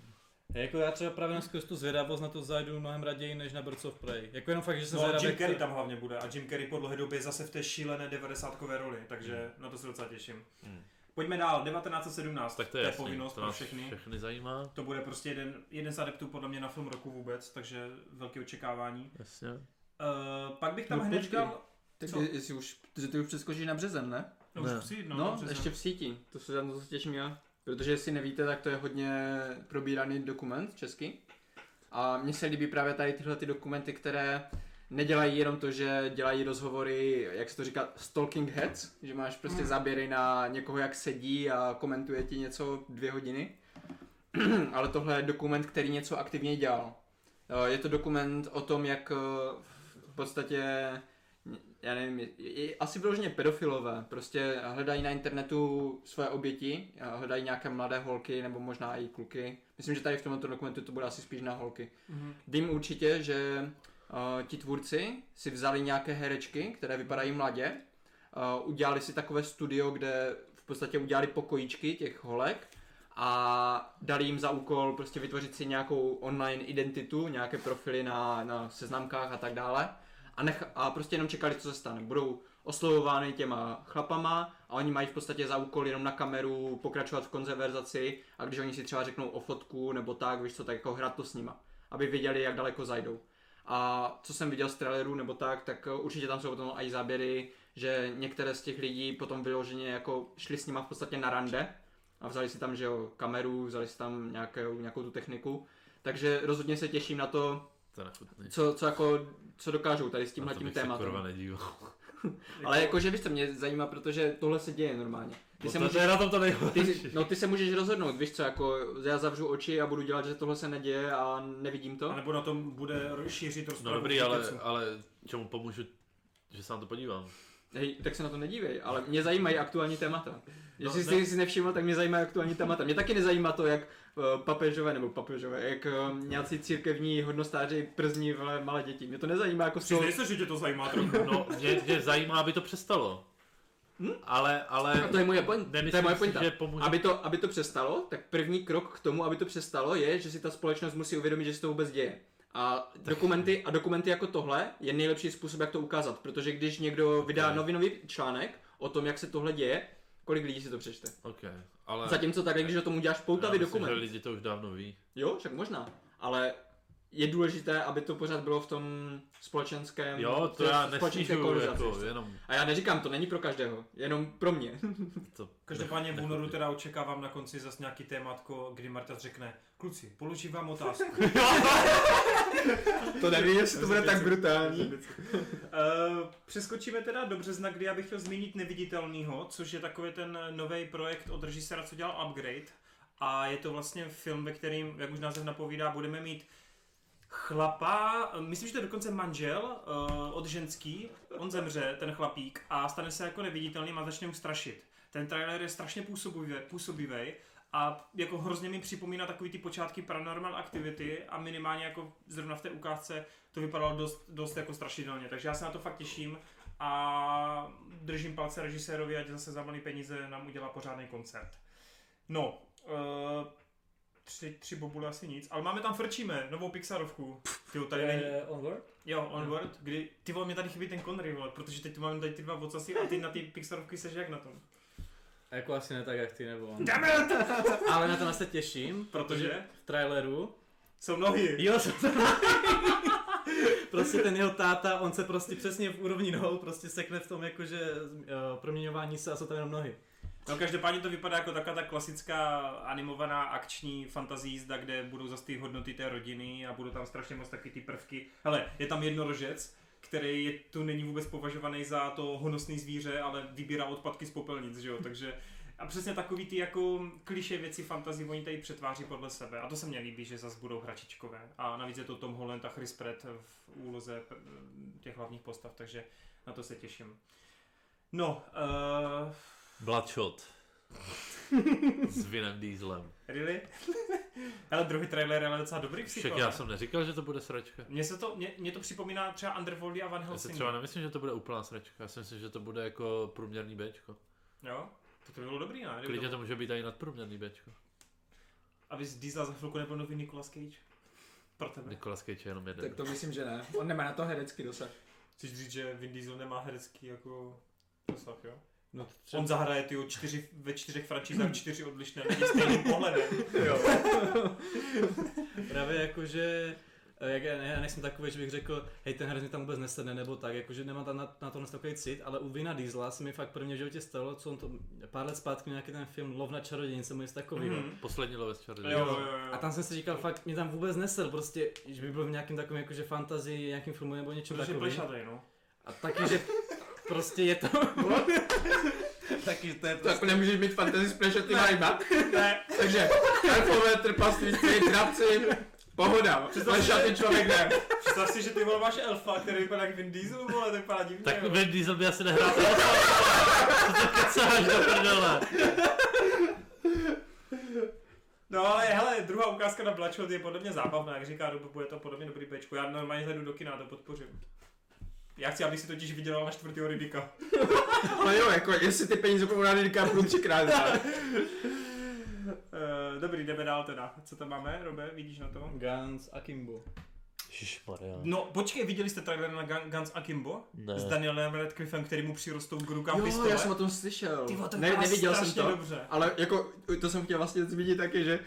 Speaker 3: no.
Speaker 4: Jako já třeba právě skrz tu zvědavost na to zajdu mnohem raději než na Birds of Prey. Jako jenom fakt, že jsem
Speaker 1: No,
Speaker 4: zvědavý.
Speaker 1: Jim
Speaker 4: jak to-
Speaker 1: Carrey tam hlavně bude a Jim Carrey po dlouhé době je zase v té šílené devadesátkové roli, takže na to se docela těším.
Speaker 3: Hmm.
Speaker 1: Pojďme dál, 1917,
Speaker 3: Tak to je, jasný,
Speaker 1: povinnost
Speaker 3: to
Speaker 1: pro
Speaker 3: nás
Speaker 1: všechny.
Speaker 3: všechny zajímá.
Speaker 1: To bude prostě jeden, jeden z adeptů podle mě na film roku vůbec, takže velké očekávání.
Speaker 3: Jasně.
Speaker 1: Uh, pak bych tam
Speaker 2: No,
Speaker 1: hned
Speaker 2: počkej.
Speaker 1: dal...
Speaker 2: Tak
Speaker 1: Co?
Speaker 2: je- jestli už, že ty už přeskočíš na březen, ne?
Speaker 1: No, už
Speaker 3: Ne.
Speaker 1: chci, no,
Speaker 2: No, no
Speaker 1: dobře,
Speaker 2: ještě v síti, to se tam to se těším já. Protože jestli nevíte, tak to je hodně probíraný dokument česky. A mně se líbí právě tady tyhle ty dokumenty, které nedělají jenom to, že dělají rozhovory, jak se to říká, stalking heads, že máš prostě
Speaker 1: Hmm.
Speaker 2: záběry na někoho, jak sedí a komentuje ti něco dvě hodiny. Ale tohle je dokument, který něco aktivně dělal. Eh, Je to dokument o tom, jak eh, v podstatě já nevím, je- je- asi vyloženě pedofilové, prostě hledají na internetu své oběti, eh, hledají nějaké mladé holky nebo možná i kluky. Myslím, že tady v tomto dokumentu to bude asi spíš na holky.
Speaker 1: Mhm.
Speaker 2: Vím určitě, že eh, ti tvůrci si vzali nějaké herečky, které vypadají mladě, eh, udělali si takové studio, kde v podstatě udělali pokojíčky těch holek a dali jim za úkol prostě vytvořit si nějakou online identitu, nějaké profily na, na seznamkách a tak dále. A, nech, a prostě jenom čekali, co se stane. Budou oslovovány těma chlapama a oni mají v podstatě za úkol jenom na kameru pokračovat v konverzaci a když oni si třeba řeknou o fotku nebo tak, víš co, tak jako hrát to s nima, aby věděli, jak daleko zajdou. A co jsem viděl z trailerů nebo tak, tak eh, určitě tam jsou potom i záběry, že některé z těch lidí potom vyloženě jako šli s nima v podstatě na rande a vzali si tam, že jo, kameru, vzali si tam nějakou, nějakou tu techniku. Takže rozhodně se těším na to,
Speaker 3: To je nechutný.
Speaker 2: co, co, jako, co dokážou tady s
Speaker 3: Na
Speaker 2: tímhle
Speaker 3: to
Speaker 2: tím
Speaker 3: bych se kurva
Speaker 2: tématem.
Speaker 3: nedíval.
Speaker 2: Ale jakože víš, co mě zajímá, protože tohle se děje normálně. Ty
Speaker 3: No
Speaker 2: se
Speaker 3: to, to
Speaker 2: můžeš,
Speaker 3: je na tom to
Speaker 2: ty,
Speaker 3: nejhorší.
Speaker 2: si- no ty se můžeš rozhodnout, víš co, jako já zavřu oči a budu dělat, že tohle se neděje a nevidím to.
Speaker 1: A nebo na tom bude šířit
Speaker 3: No
Speaker 1: rozpravu.
Speaker 3: dobrý, ale,
Speaker 1: Říkacu.
Speaker 3: ale čemu pomůžu, že se na to podívám.
Speaker 2: Hej, tak se na to nedívej, ale mě zajímají aktuální témata. Jestli
Speaker 1: No,
Speaker 2: jsi
Speaker 1: ne-
Speaker 2: si nevšiml, tak mě zajímají aktuální témata. Mě taky nezajímá to, jak eh, papežové, nebo papežové, jak eh, nějací církevní hodnostáři przní vle malé děti. Mě to nezajímá jako jsou...
Speaker 1: Přiznej se, že tě to zajímá trochu.
Speaker 3: No, mě, mě zajímá, aby to přestalo. Ale, ale...
Speaker 2: Hm? A to je moje point. To je moje
Speaker 3: Nemyslím si,
Speaker 2: pointa.
Speaker 3: že pomůže.
Speaker 2: Aby to, aby to přestalo, tak první krok k tomu, aby to přestalo, je, že si ta společnost musí uvědomit, že se to vůbec děje. A dokumenty, a dokumenty jako tohle je nejlepší způsob, jak to ukázat, protože když někdo vydá
Speaker 3: Ok.
Speaker 2: novinový článek o tom, jak se tohle děje, kolik lidí si to přečte.
Speaker 3: OK, ale...
Speaker 2: Zatímco takhle, když o tom uděláš poutavý
Speaker 3: já myslím,
Speaker 2: dokument,
Speaker 3: že lidi to už dávno ví.
Speaker 2: jo, však možná, ale je důležité, aby to pořád bylo v tom společenském
Speaker 3: Jo,
Speaker 2: v
Speaker 3: to
Speaker 2: té
Speaker 3: já
Speaker 2: společenské
Speaker 3: nesnižuju,
Speaker 2: konverzaci.
Speaker 3: jako, jenom
Speaker 2: A já neříkám, to není pro každého, jenom pro mě.
Speaker 3: to...
Speaker 1: Každopádně v
Speaker 3: nech-
Speaker 1: únoru teda očekávám na konci zase nějaký tématko, kdy Marta řekne, kluci, položím vám otázku.
Speaker 2: to nevím, jestli to bude tak brutální.
Speaker 1: Eh, Přeskočíme teda do března, kdy já bych chtěl zmínit Neviditelnýho, což je takový ten nový projekt od režiséra, co dělal Upgrade. A je to vlastně film, ve kterým, jak už název napovídá, budeme mít chlapa, myslím, že to je dokonce manžel eh, od ženský, on zemře, ten chlapík, a stane se jako neviditelným a začne mu strašit. Ten trailer je strašně působivý, působivý a jako hrozně mi připomíná takový ty počátky Paranormal Activity a minimálně jako zrovna v té ukázce to vypadalo dost, dost jako strašidelně, takže já se na to fakt těším a držím palce režisérovi, ať zase za malý peníze nám udělá pořádný koncert. No, uh, tři, tři bobule asi nic, ale máme tam Frčíme, novou Pixarovku. Ty jo, tady není.
Speaker 4: Onward?
Speaker 1: Jo, Onward, kdy ty vole, mě tady chybí ten Connery, vole, protože teď tu mám tady ty dva vocasy a ty na ty Pixarovky seš jak na tom.
Speaker 4: A jako asi ne tak, jak ty nebo on.
Speaker 1: Damn it!
Speaker 4: Ale na to se těším,
Speaker 1: Protože
Speaker 4: v traileru
Speaker 1: jsou nohy.
Speaker 4: Jo, jsem to... prostě ten jeho táta, on se prostě přesně v úrovni nohou prostě sekne v tom jakože uh, proměňování se a jsou tam jenom nohy.
Speaker 1: No každopádně to vypadá jako taková ta klasická animovaná akční fantasy jízda, kde budou zase ty hodnoty té rodiny a budou tam strašně moc taky ty prvky. Hele, je tam jednorožec, který je, tu není vůbec považovaný za to honosný zvíře, ale vybírá odpadky z popelnic, že jo, takže a přesně takový ty jako kliše věci fantasy oni tady přetváří podle sebe. A to se mně líbí, že zase budou hračičkové. A navíc je to Tom Holland a Chris Pratt v úloze eh, těch hlavních postav, takže na to se těším. No, uh,
Speaker 3: Bloodshot. S Vinem Dieselem.
Speaker 1: Really? ale druhý trailer je ale docela dobrý
Speaker 3: Však
Speaker 1: psycho.
Speaker 3: já
Speaker 1: ne?
Speaker 3: jsem neříkal, že to bude sračka.
Speaker 1: Mně se to, mě, mě to připomíná třeba Underworldy a Van
Speaker 3: Já si
Speaker 1: Helsing.
Speaker 3: třeba nemyslím, že to bude úplná sračka. Já si myslím, že to bude jako průměrný Bčko.
Speaker 1: Jo? To, to by bylo dobrý, ne? Kdyby
Speaker 3: Klidně
Speaker 1: To...
Speaker 3: to může být i nadprůměrný Bčko.
Speaker 1: Aby z Diesel za chvilku nebyl nový Nicolas Cage. Pro tebe.
Speaker 3: Nikolas Cage je jenom jeden.
Speaker 2: Tak to myslím, že ne. On nemá na to herecký dosah.
Speaker 1: Chceš říct, že Vin Diesel nemá herecký jako dosah, jo?
Speaker 4: No,
Speaker 1: Třeba... On zahraje tyjo, čtyři, ve čtyřech franšízách čtyři odlišné lidi stejným pohledem.
Speaker 2: Jo.
Speaker 4: Právě jakože, eh, jak já, ne, já nejsem takový, že bych řekl, hej, ten herec mi tam vůbec nesedne, nebo tak, jakože nemám tam na, na tohle takový cit, ale u Vina Diesla se mi fakt prvně v životě stalo, co on to, pár let zpátky měl nějaký ten film Lovna čarodějnice, nebo něco takového.
Speaker 1: Mhm.
Speaker 3: Poslední lovec čaroděj.
Speaker 1: Jo, jo, jo.
Speaker 4: A tam jsem si říkal, fakt mě tam vůbec nesel, prostě, že by byl v nějakém takovém jakože fantazii, nějakém filmu nebo něčem
Speaker 1: Protože
Speaker 4: takovým.
Speaker 1: plešatej, no.
Speaker 4: A taky, že prostě je to... taky to je
Speaker 2: To jako nemůžeš mít fantasy splash ty hajba.
Speaker 1: Ne,
Speaker 2: Takže elfové trpastvíci, dravci, pohoda. Plešatý člověk ne.
Speaker 1: představ si, že ty vole máš elfa, který vypadá jak Vin Diesel, vole, to vypadá divně.
Speaker 3: Tak
Speaker 1: jo.
Speaker 3: Vin Diesel by asi nehrál. Co to kecáš do prdele?
Speaker 1: No ale hele, druhá ukázka na Bloodshot je podobně zábavná, jak říká Rubo, bude to podobně dobrý pečku. Já normálně zajdu do kina, to podpořím. Já chci, aby si totiž vydělal na čtvrtýho Ridika.
Speaker 2: Ale jo, jako jestli ty peníze budou na Lidka, budu třikrát dál.
Speaker 1: Eh, dobrý, jdeme dál teda. Co tam máme, Robe, vidíš na to?
Speaker 4: Guns Akimbo.
Speaker 3: Ježišmarja.
Speaker 1: No, počkej, viděli jste trailer na Gun- Guns Akimbo?
Speaker 3: Ne.
Speaker 1: S Danielem Radcliffem, který mu přirostou k rukám
Speaker 2: Jo,
Speaker 1: pistole.
Speaker 2: já jsem o tom slyšel.
Speaker 1: Ty vole, to
Speaker 2: Ne,
Speaker 1: vypadá
Speaker 2: neviděl jsem
Speaker 1: strašně
Speaker 2: to.
Speaker 1: dobře.
Speaker 2: Ale jako, to jsem chtěl vlastně zmínit taky, že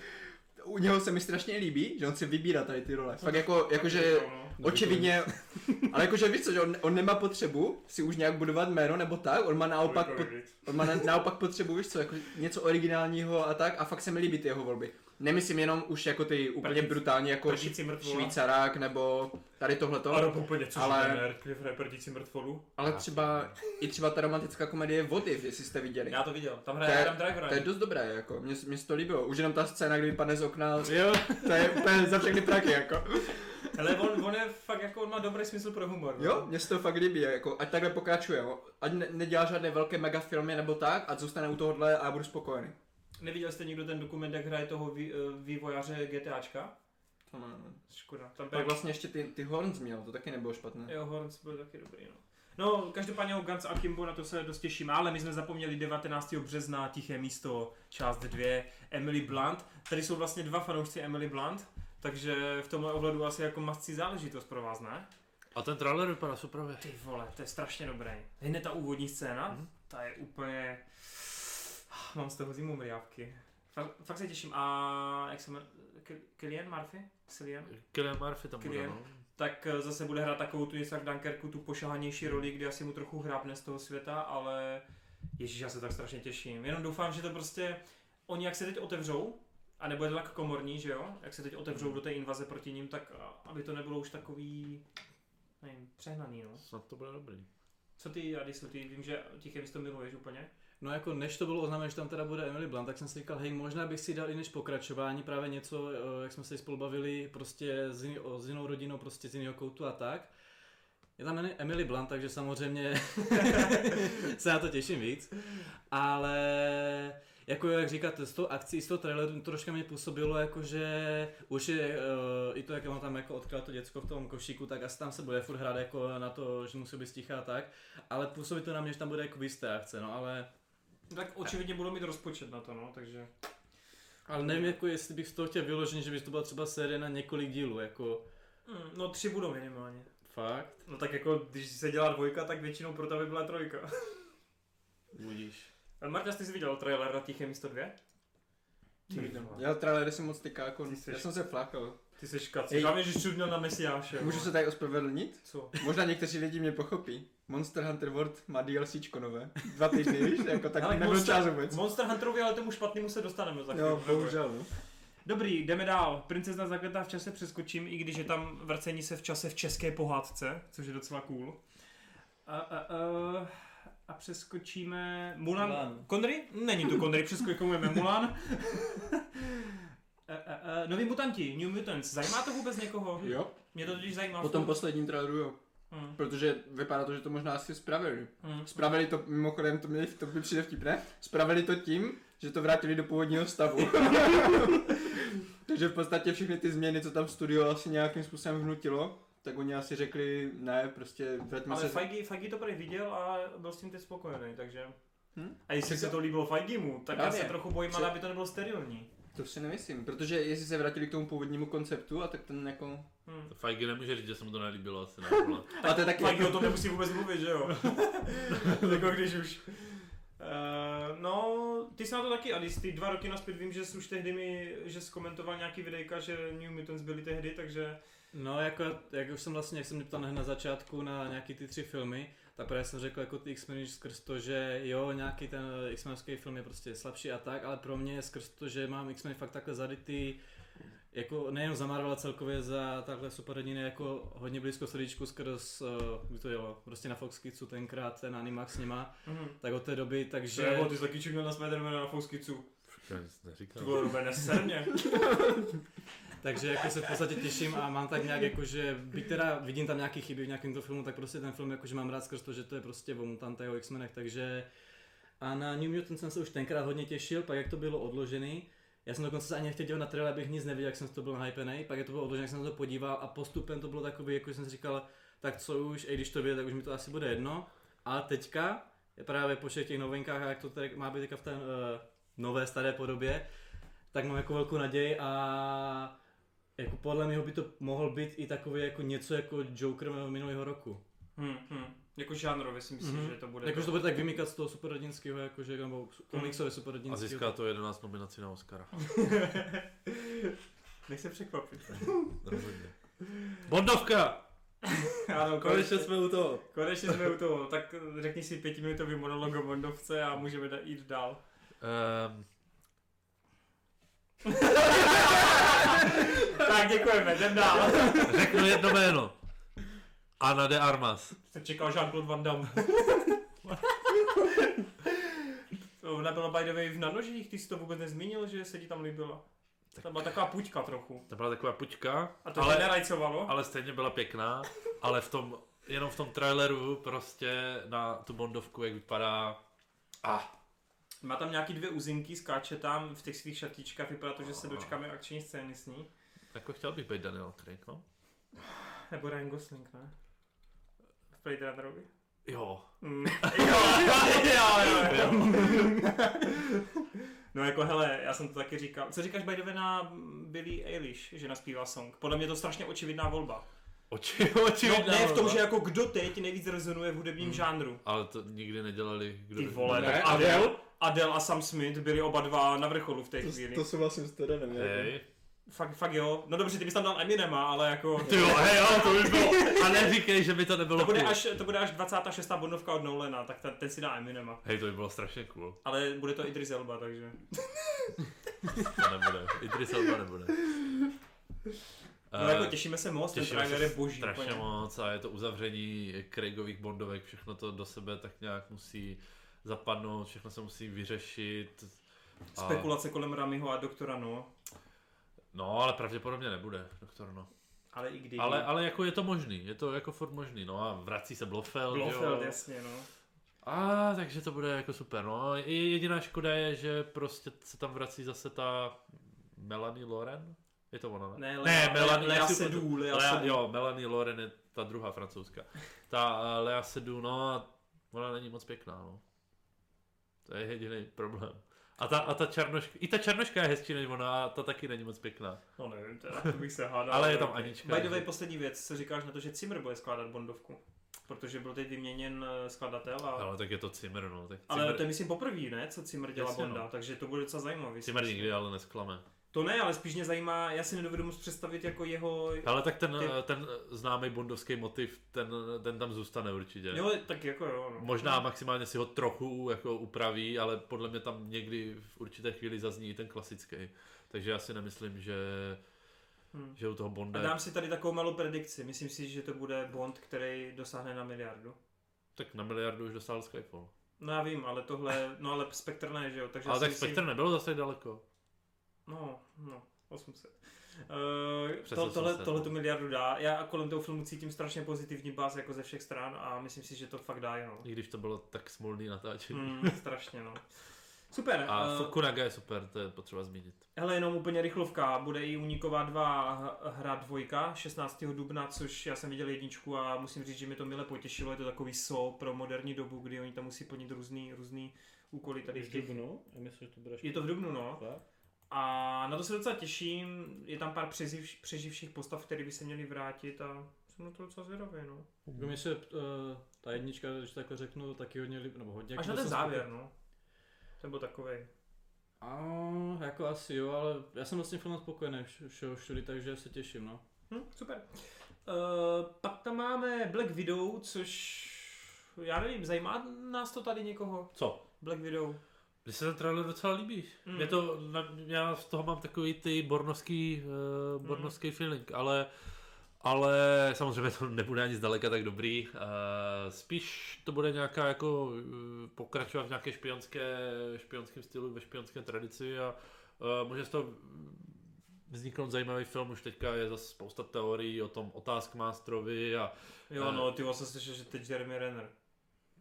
Speaker 2: u něho se mi strašně líbí, že on si vybírá tady ty role. Fakt jako, jakože
Speaker 1: No.
Speaker 2: očividně, ale jakože víš co, že on, on nemá potřebu si už nějak budovat jméno nebo tak, on má naopak, pot, on má na, naopak potřebu, víš co, jako něco originálního a tak a fakt se mi líbí ty jeho volby. Nemyslím jenom už jako ty úplně
Speaker 1: Prdíc-
Speaker 2: brutální jako
Speaker 1: prdíci mrtvola.
Speaker 2: švýcarák nebo tady tohleto.
Speaker 1: Ale úplně, což
Speaker 2: Ale-
Speaker 1: ale... ten Radcliffe reperdící mrtvolu.
Speaker 2: Ale třeba, i třeba ta romantická komedie Votiv, jestli jste viděli.
Speaker 1: Já to viděl, tam
Speaker 2: To
Speaker 1: hraje
Speaker 2: je-
Speaker 1: Adam Driver.
Speaker 2: To je dost dobré, jako, mně, mně se to líbilo. Už jenom ta scéna, kdy vypadne z okna, jo, to je úplně za všechny praky, jako.
Speaker 1: Ale on, on je fakt jako, on má dobrý smysl pro humor. no.
Speaker 2: Jo, mně se to fakt líbí, jako, ať takhle pokračuje, jo. Ať ne, nedělá žádné velké mega filmy nebo tak, ať zůstane u tohohle a já budu spokojený.
Speaker 1: Neviděl jste někdo ten dokument, jak hraje toho vý, eh, vývojáře GTAčka?
Speaker 2: To ne.
Speaker 1: Škoda, tam byl...
Speaker 2: Pak vlastně ještě ty, ty Horns měl, to taky nebylo špatné.
Speaker 1: Jo, Horns byl taky dobrý, no. No, každopádně o Guns Akimbo, na to se dost těším, ale my jsme zapomněli 19. března, Tiché místo, část 2, Emily Blunt. Tady jsou vlastně dva fanoušci Emily Blunt, takže v tomhle ohledu asi jako mascí záležitost pro vás, ne?
Speaker 3: A ten trailer vypadá super.
Speaker 1: Ty vole, to je strašně dobrý. Hned ta úvodní scéna,
Speaker 3: Mhm.
Speaker 1: ta je úplně... Ah, Mám z toho zimu mrjávky. Fakt, fakt se těším. A jak se jmenuje? Ky- Killian Murphy? Cillian?
Speaker 3: Killian Murphy tam bude,
Speaker 1: Cillian.
Speaker 3: no.
Speaker 1: Tak eh, zase bude hrát takovou tu něco jak v Dunkerku, tu pošahanější roli, kdy asi mu trochu hrábne z toho světa, ale ježíš, já se tak strašně těším. Jenom doufám, že to prostě... Oni jak se teď otevřou, a nebude to tak komorní, že jo? Jak se teď otevřou do té invaze proti ním, tak a, aby to nebylo už takový, nevím, přehnaný, no.
Speaker 3: Snad to bude dobrý.
Speaker 1: Co ty, Adisu, ty vím, že tiché místo miluješ úplně.
Speaker 4: No jako než to bylo oznámeno, že tam teda bude Emily Blunt, tak jsem si říkal, hej, možná bych si dal i než pokračování právě něco, eh, jak jsme se i spolu bavili, prostě s, jiný, o- s jinou rodinou, prostě z jiného koutu a tak. Je tam jmenuji Emily Blunt, takže samozřejmě se na to těším víc. Ale jako jak říkáte, z toho akcí, z toho traileru troška mi působilo, jako že už je eh, i to, jak on tam jako odkryl to děcko v tom košíku, tak asi tam se bude furt hrát jako na to, že musí být stichá a tak. Ale působí to na mě, že tam bude jako jisté akce, no ale
Speaker 1: Tak očividně budou mít rozpočet na to, no, takže...
Speaker 4: Ale nevím, jako jestli bych z toho chtěl vyložit, že by to byla třeba série na několik dílů, jako
Speaker 1: Mm, no tři budou minimálně.
Speaker 4: fakt.
Speaker 1: No tak jako, když se dělá dvojka, tak většinou proto by byla trojka.
Speaker 4: Budíš.
Speaker 1: A Eh, Marta, ty jsi viděl trailer na Tiché místo 2? Ty,
Speaker 2: Já trailery jsem moc tyká, jako,
Speaker 1: Ty jsi-
Speaker 2: já jsem se flákal.
Speaker 1: ty jsi kaci.
Speaker 2: Ej.
Speaker 1: Já vím, že jsi měl na Mesiáše.
Speaker 2: Můžu se tady ospravedlnit?
Speaker 1: Co?
Speaker 2: Možná někteří lidi mě pochopí. Monster Hunter World má DLCčko nové. Dva týdny, víš? Jako tak
Speaker 1: Hele,
Speaker 2: nebyl
Speaker 1: Monster-
Speaker 2: čas vůbec.
Speaker 1: Monster Hunterovi, ale tomu špatnému se dostaneme za
Speaker 2: Jo,
Speaker 1: chvíli.
Speaker 2: bohužel, no.
Speaker 1: Dobrý, jdeme dál. Princezna zakletá v čase přeskočím, i když je tam vrcení se v čase v české pohádce, což je docela cool. A, a, a, a přeskočíme... Mulan...
Speaker 4: Mulan.
Speaker 1: Konry? Není to Konry, přeskočíme Mulan. A, a, a, noví mutanti, New Mutants. Zajímá to vůbec někoho?
Speaker 2: Jo,
Speaker 1: Mě to totiž zajímá.
Speaker 2: po tom posledním traileru, jo.
Speaker 1: Hmm,
Speaker 2: Protože vypadá to, že to možná asi spravili.
Speaker 1: hmm.
Speaker 2: Spravili to, mimochodem, to, mě, to by přijde vtipné, spravili to tím, že to vrátili do původního stavu. Takže v podstatě všechny ty změny, co tam studio asi nějakým způsobem hnutilo, tak oni asi řekli, ne, prostě vraťme
Speaker 1: Ale
Speaker 2: se...
Speaker 1: Feige, Feige to prý viděl a byl s tím teď spokojený, takže...
Speaker 2: Hm?
Speaker 1: A jestli se to líbilo Feige mu, tak já
Speaker 2: Právě.
Speaker 1: se trochu bojím,
Speaker 2: Co-
Speaker 1: ale aby to nebylo sterilní.
Speaker 2: To si nemyslím, protože jestli se vrátili k tomu původnímu konceptu, a tak ten jako...
Speaker 1: Hmm.
Speaker 3: Fajgy nemůže říct, že se mu to nelíbilo asi ne.
Speaker 2: A to je taky...
Speaker 1: Taky o tom nemusí vůbec mluvit, že jo? jako když Jako už. Eh, Uh, no, ty jsi na to taky, Adis, ty dva roky naspět vím, že jsi už tehdy mi, že jsi komentoval nějaký videjka, že New Mutants byli tehdy, takže
Speaker 4: No, jako, jak už jsem vlastně, jak jsem mě ptal hned na začátku na nějaký ty tři filmy, tak právě jsem řekl jako ty X-Men už skrz to, že jo, nějaký ten X-menovský film je prostě slabší a tak, ale pro mě skrz to, že mám X-Men fakt takhle zaditý, jako nejen za Marvel, ale celkově za takhle superhrdiny, jako hodně blízko srdíčku skrz, uh, kdy to jelo, prostě na Fox Kidsu tenkrát, ten Animax s nima,
Speaker 1: mhm.
Speaker 4: tak od té doby, takže...
Speaker 1: že... Nebo ty jsi taky čuměl na Spidermana na Fox Kidsu.
Speaker 3: Já nic neříkám.
Speaker 1: To bylo dobré, neser mě.
Speaker 4: Takže jako se v podstatě těším a mám tak nějak jako, že byť teda vidím tam nějaký chyby v nějakém to filmu, tak prostě ten film jakože mám rád skrz to, že to je prostě o mutantech, o X-menech, takže a na New Mutant jsem se už tenkrát hodně těšil, pak jak to bylo odložený, já jsem dokonce se ani nechtěl dívat na trailer, abych nic neviděl, jak jsem to byl hypenej, pak je to bylo odložené, jak jsem se to podíval a postupem to bylo takový, jako jsem si říkal, tak co už, i když to vyjde, tak už mi to asi bude jedno. A teďka, je právě po všech těch novinkách, a jak to tady má být teďka v té uh, nové staré podobě, tak mám jako velkou naději a jako podle mě by to mohl být i takový jako něco jako Joker minulého roku.
Speaker 1: Hm, hm. Jako žánrově si myslím,
Speaker 4: Mhm.
Speaker 1: Jako, že to Hmm. bude.
Speaker 4: Jakože to bude tak vymýkat z toho superhrdinského, jakože nebo komiksově
Speaker 3: A
Speaker 4: superhrdinského.
Speaker 3: získá to 11 nominací na Oscara.
Speaker 1: Nech se překvapit.
Speaker 3: Rozhodně. Bondovka!
Speaker 1: ano,
Speaker 3: Konečně jsme u toho.
Speaker 1: konečně jsme u toho. Tak řekni si pětiminutový monolog o Bondovce a můžeme da- jít dál.
Speaker 3: Ehm,
Speaker 1: tak děkujeme, jdem dál.
Speaker 3: řeknu jedno jméno. Ana de Armas.
Speaker 1: Jsem čekal Jean-Claude Van Damme. To Ona byla by the way v nanožích, ty jsi to vůbec nezmínil, že se ti tam líbila.
Speaker 3: Tak.
Speaker 1: Tam byla taková puťka trochu.
Speaker 3: To byla taková puťka,
Speaker 1: A to
Speaker 3: Ale-
Speaker 1: ale, nerajcovalo.
Speaker 3: ale stejně byla pěkná, ale v tom, jenom v tom traileru prostě na tu Bondovku, jak vypadá, ah,
Speaker 1: Má tam nějaký dvě uzinky, skáče tam v těch svých šatíčkách, vypadá to, že se dočkáme akční scény s ní.
Speaker 3: jako chtěl bych být Daniel Craig, no?
Speaker 1: Nebo Ryan Gosling, ne? V Blade Runnerovi.
Speaker 3: Jo.
Speaker 1: Mm. jo, jo, jo, jo. No jako hele, já jsem to taky říkal. Co říkáš by the way, na Billie Eilish, že naspívá song? Podle mě je to strašně očividná volba.
Speaker 3: Oči, oči.
Speaker 1: No, ne v tom, že jako kdo teď nejvíc rezonuje v hudebním
Speaker 3: Hmm.
Speaker 1: žánru.
Speaker 3: Ale to nikdy nedělali. Kdo
Speaker 1: Ty vole,
Speaker 2: Ne,
Speaker 1: tak
Speaker 2: Adele?
Speaker 1: Adele, Adele a Sam Smith byli oba dva na vrcholu v té
Speaker 2: To,
Speaker 1: chvíli.
Speaker 2: to souhlasím s Terenem. jako.
Speaker 3: Hej.
Speaker 1: Fakt, fakt jo. No dobře, ty bys tam dal Eminema, ale jako...
Speaker 3: Ty jo, hej, ale to by bylo. A neříkej, že by to nebylo
Speaker 1: To bude,
Speaker 3: cool.
Speaker 1: až, to bude až 26. bodnovka od Nolana, tak ten, ten si dá Eminema.
Speaker 3: Hej, to by bylo strašně cool.
Speaker 1: Ale bude to Idris Elba, takže...
Speaker 3: To nebude. Idris Elba nebude.
Speaker 1: No
Speaker 3: Eh,
Speaker 1: jako těšíme se moc, ten
Speaker 3: těšíme se
Speaker 1: trailer je boží.
Speaker 3: strašně
Speaker 1: úplně.
Speaker 3: moc a je to uzavření Craigových bondovek, všechno to do sebe tak nějak musí zapadnout, všechno se musí vyřešit. A,
Speaker 1: Spekulace kolem Ramiho a doktora No.
Speaker 3: no, ale pravděpodobně nebude, doktor, no.
Speaker 1: Ale i když.
Speaker 3: Ale, ale jako je to možný, je to jako furt možný, no a vrací se Blofeld,
Speaker 1: Blofeld,
Speaker 3: jo.
Speaker 1: jasně, no.
Speaker 3: A takže to bude jako super, no. Je- Jediná škoda je, že prostě se tam vrací zase ta Melanie Loren? Je to ona, ne?
Speaker 1: Ne,
Speaker 3: ne
Speaker 1: Lea-
Speaker 3: Melanie,
Speaker 1: Lea
Speaker 3: já si
Speaker 1: Seydoux,
Speaker 3: úplně-
Speaker 1: Lea
Speaker 3: Lea,
Speaker 1: Seydoux.
Speaker 3: jo, Melanie Loren je ta druhá francouzská. Ta eh, Lea Sedu, no a ona není moc pěkná, no. To je jediný problém. A ta, a ta černoška, i ta černoška je hezčí než ona, a ta taky není moc pěkná.
Speaker 1: No nevím, teda, to bych se hádal.
Speaker 3: Ale je tam Anička.
Speaker 1: By the way, poslední věc, co říkáš na to, že Zimmer bude skládat Bondovku? Protože byl teď vyměněn eh, skladatel a...
Speaker 3: Ale tak je to Zimmer, no. Tak Zimmer,
Speaker 1: Ale to je myslím poprvé, ne, co Zimmer dělá
Speaker 3: Jasně,
Speaker 1: Bonda,
Speaker 3: no.
Speaker 1: takže to bude docela zajímavý.
Speaker 3: Zimmer nikdy ale nesklame.
Speaker 1: To ne, ale spíš mě zajímá, já si nedovedu moc představit jako jeho...
Speaker 3: Ale tak ten,
Speaker 1: Ty-
Speaker 3: ten známý bondovský motiv, ten, ten tam zůstane určitě.
Speaker 1: Jo, tak jako jo, no.
Speaker 3: Možná maximálně si ho trochu jako upraví, ale podle mě tam někdy v určité chvíli zazní i ten klasický. Takže já si nemyslím, že,
Speaker 1: Hm.
Speaker 3: že u toho
Speaker 1: A
Speaker 3: Bonda...
Speaker 1: dám si tady takovou malou predikci. Myslím si, že to bude Bond, který dosáhne na miliardu.
Speaker 3: Tak na miliardu už dosáhl Skyfall.
Speaker 1: No já vím, ale tohle, no ale Spectre ne, že jo, takže
Speaker 3: Ale
Speaker 1: já si
Speaker 3: tak Spectre nebylo zase daleko.
Speaker 1: No, no, 800. Uh,
Speaker 3: Přes
Speaker 1: to, tohle,
Speaker 3: 800,
Speaker 1: tohle
Speaker 3: no.
Speaker 1: tu miliardu dá. Já kolem toho filmu cítím strašně pozitivní bás jako ze všech stran a myslím si, že to fakt dá jenom.
Speaker 3: I když to bylo tak smolný natáčení.
Speaker 1: Mm, strašně, no. Super.
Speaker 3: A
Speaker 1: eh,
Speaker 3: Fukunaga je super, to je potřeba zmínit.
Speaker 1: Hele, jenom úplně rychlovka, bude i Uniková 2 h- hra dvojka 16. dubna, což já jsem viděl jedničku a musím říct, že mi to mile potěšilo, je to takový so pro moderní dobu, kdy oni tam musí plnit různý, různý úkoly tady v těch...
Speaker 4: dubnu? Já myslím, že to bude
Speaker 1: Je to v dubnu, no.
Speaker 4: škoda.
Speaker 1: A na to se docela těším, je tam pár přeživ, přeživších postav, které by se měly vrátit a jsem na to docela zvědavý, no.
Speaker 4: Jako mě se eh, ta jednička, když takhle řeknu, taky hodně líbí, nebo hodně...
Speaker 1: Až
Speaker 4: jako
Speaker 1: na ten
Speaker 4: jsem
Speaker 1: závěr,
Speaker 4: zvědavý.
Speaker 1: no. Nebo takovej.
Speaker 4: A jako asi jo, ale já jsem vlastně fakt spokojený vš- všeho všudy, takže se těším, no.
Speaker 1: Hm, super. Uh, pak tam máme Black Widow, což já nevím, zajímá nás to tady někoho?
Speaker 3: Co?
Speaker 1: Black Widow.
Speaker 3: Mně se ten trailer docela líbí.
Speaker 1: Mm.
Speaker 3: Mm. Mě to, na- já z toho mám takový ty bornovský, uh, bornovský mm. feeling, ale, ale samozřejmě to nebude ani zdaleka tak dobrý. Uh, spíš to bude nějaká jako uh, pokračovat v nějaké špionské, špionském stylu, ve špionské tradici a uh, může z toho vzniknout zajímavý film, už teďka je zase spousta teorií o tom otázk Mástrovi a
Speaker 1: Jo,
Speaker 3: Eh.
Speaker 1: no, ty jsem slyšel, že teď Jeremy Renner.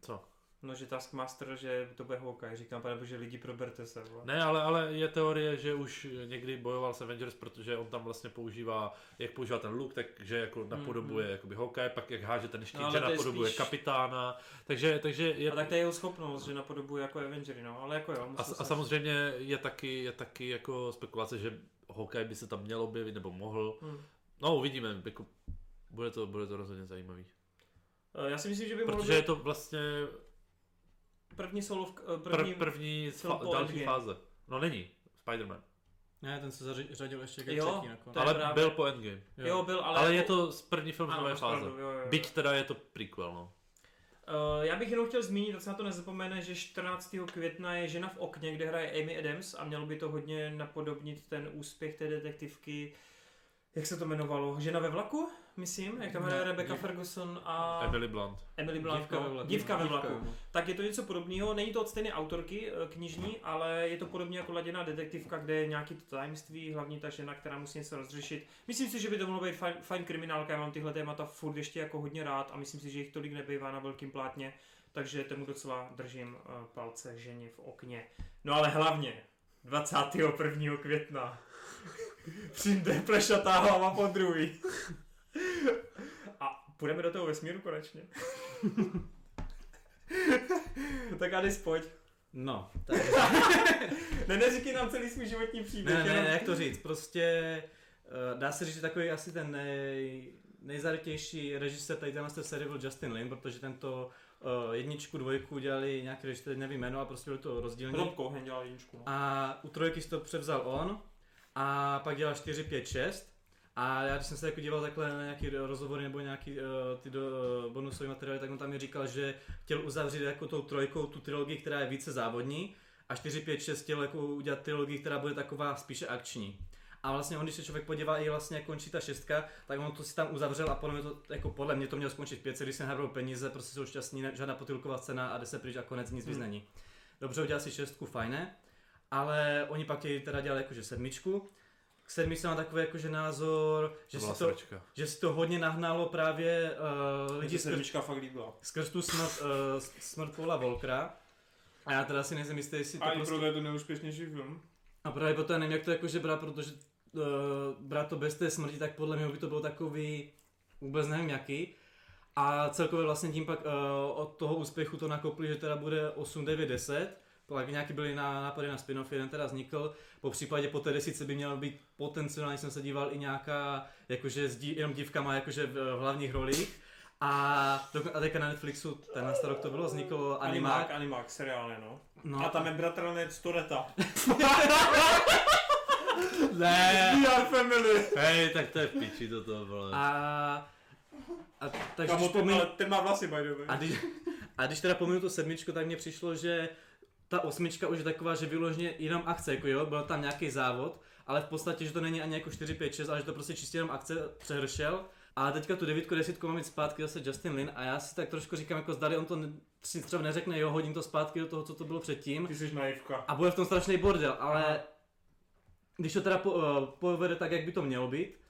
Speaker 3: co?
Speaker 1: No, že Taskmaster, že to bude Hawkeye. Říkám, pane bože, lidi, proberte se. vole.
Speaker 3: Ne, ale, ale je teorie, že už někdy bojoval s Avengers, protože on tam vlastně používá, jak používá ten look, takže jako napodobuje mm-hmm. jakoby Hawkeye, pak jak háže ten štít,
Speaker 1: Mhm. No, ale
Speaker 3: no, že
Speaker 1: to je
Speaker 3: napodobuje
Speaker 1: spíš-
Speaker 3: spíš... kapitána, takže, takže je...
Speaker 1: A tak to je jeho schopnost, že napodobuje jako Avengery, no, ale jako jo.
Speaker 3: a,
Speaker 1: musel
Speaker 3: s- a
Speaker 1: jsem-
Speaker 3: samozřejmě je taky, je taky jako spekulace, že Hawkeye by se tam měl objevit, nebo mohl.
Speaker 1: Hm.
Speaker 3: No uvidíme, jako bude to, bude to rozhodně zajímavý.
Speaker 1: Eh, Já si myslím, že by mohl
Speaker 3: Protože je
Speaker 1: být
Speaker 3: to vlastně
Speaker 1: první solo,
Speaker 3: první,
Speaker 1: první,
Speaker 3: pr- první z
Speaker 1: film
Speaker 3: fa-
Speaker 1: po
Speaker 3: další
Speaker 1: Endgame.
Speaker 3: fáze. No není, Spider-Man,
Speaker 4: Ne, ten se zaři- řadil ještě ke
Speaker 1: Jo,
Speaker 4: třetí nakonec.
Speaker 1: To je
Speaker 3: ale
Speaker 1: právě-
Speaker 3: byl po Endgame.
Speaker 1: jo, byl, ale...
Speaker 3: Ale, ale
Speaker 1: jako-
Speaker 3: je to z- první film z
Speaker 1: Ano,
Speaker 3: nové
Speaker 1: máš
Speaker 3: fáze.
Speaker 1: pravdu, jo, jo, jo.
Speaker 3: Byť teda je to prequel, no.
Speaker 1: Eh, já bych jenom chtěl zmínit, ať se na to nezapomene, že 14. května je Žena v okně, kde hraje Amy Adams a mělo by to hodně napodobnit ten úspěch té detektivky, jak se to jmenovalo, Žena ve vlaku, myslím, jak tam hraje
Speaker 4: Ne,
Speaker 1: Rebecca
Speaker 4: dív-
Speaker 1: Ferguson a
Speaker 3: Emily Blunt.
Speaker 1: Emily Blunt.
Speaker 4: Dívka ve vlaku.
Speaker 1: Dívka ve
Speaker 4: Dívka
Speaker 1: vlaku.
Speaker 3: jako-
Speaker 1: Tak je to něco podobného, není to od stejné autorky eh, knižní, ale je to podobně jako laděná detektivka, kde je nějaký to tajemství, hlavně ta žena, která musí něco rozřešit. Myslím si, že by to mohlo být fajn, fajn kriminálka, já mám tyhle témata furt ještě jako hodně rád a myslím si, že jich tolik nebývá na velkým plátně, takže tomu docela držím eh, palce ženě v okně. No ale hlavně 21. května přijde plešatá hlava po druhý. A půjdeme do toho vesmíru konečně. tak Adis, pojď.
Speaker 4: No, tak.
Speaker 1: Ne, neříkej nám celý svůj životní příběh.
Speaker 4: Ne, ne,
Speaker 1: jenom-
Speaker 4: ne, jak to říct, prostě eh, dá se říct, že takový asi ten nej, nejzarytější režisér tady tenhle té série byl Justin Lin, protože tento eh, jedničku, dvojku dělali nějaký režisér, teď nevím jméno, a prostě byl to rozdílný.
Speaker 1: Rob Cohen dělal jedničku. no.
Speaker 4: A u trojky si to převzal on a pak dělal 4, 5, 6. A já když jsem se jako díval takhle na nějaký rozhovory nebo nějaký uh, ty do, uh, bonusové materiály, tak on tam mi říkal, že chtěl uzavřít jako tou trojkou tu trilogii, která je více závodní a 4, 5, 6 chtěl jako udělat trilogii, která bude taková spíše akční. A vlastně on, když se člověk podívá, i vlastně jak končí ta šestka, tak on to si tam uzavřel a podle mě to, jako podle mě to mělo skončit v pětce, když se nabral peníze, prostě jsou šťastní, ne, žádná potylková scéna a jde se pryč a konec nic
Speaker 3: Hmm.
Speaker 4: víc není. Dobře, udělal si šestku, fajné ale oni pak chtěli teda dělat jakože sedmičku. K sedmičce má takový jakože názor, že
Speaker 3: To
Speaker 4: si
Speaker 3: byla
Speaker 4: to,
Speaker 3: sračka.
Speaker 4: že si to hodně nahnalo právě uh,
Speaker 1: Mně se
Speaker 4: lidi skrz,
Speaker 1: sedmička fakt líbila.
Speaker 4: skrz tu smrt, uh, smrt Paula Volkra. A já teda si nejsem jistý, jestli to
Speaker 1: A i
Speaker 4: prostě...
Speaker 1: proto je to neúspěšnější film.
Speaker 4: A právě proto já nevím, jak to jakože brát, protože uh, brát to bez té smrti, tak podle mě by to bylo takový vůbec nevím jaký. A celkově vlastně tím pak uh, od toho úspěchu to nakopli, že teda bude 8, 9, 10. Pak nějaký byly na, nápady na spin-off, jeden teda vznikl. Po případě po té desíce by měla být potenciálně, jsem se díval, i nějaká, jakože s dí, jenom dívka má jakože v, v hlavních rolích. A, dokon- a teďka na Netflixu tenhle rok to bylo, vznikl Jako animák.
Speaker 1: animák, seriál, ne, no.
Speaker 4: No,
Speaker 1: A tam je bratranec Toreta.
Speaker 3: Ne!
Speaker 1: We are family.
Speaker 3: Hej, tak to je v piči toto, vole.
Speaker 4: a, a takže
Speaker 1: Kamo,
Speaker 4: když
Speaker 1: ten,
Speaker 4: pominu-
Speaker 1: ale ten má vlasy, by the
Speaker 4: A
Speaker 1: way.
Speaker 4: když, a když teda pominu tu sedmičku, tak mně přišlo, že ta osmička už je taková, že vyloženě jenom akce, jako jo, byl tam nějaký závod, ale v podstatě, že to není ani jako 4, 5, 6, ale že to prostě čistě jenom akce přehršel. A teďka tu devítku, desítku mám mít zpátky zase Justin Lin a já si tak trošku říkám, jako zdali on to ne- si třeba neřekne, jo, hodím to zpátky do toho, co to bylo předtím.
Speaker 1: Ty jsi naivka.
Speaker 4: A bude v tom strašný bordel, ale když to teda po, eh, povede tak, jak by to mělo být,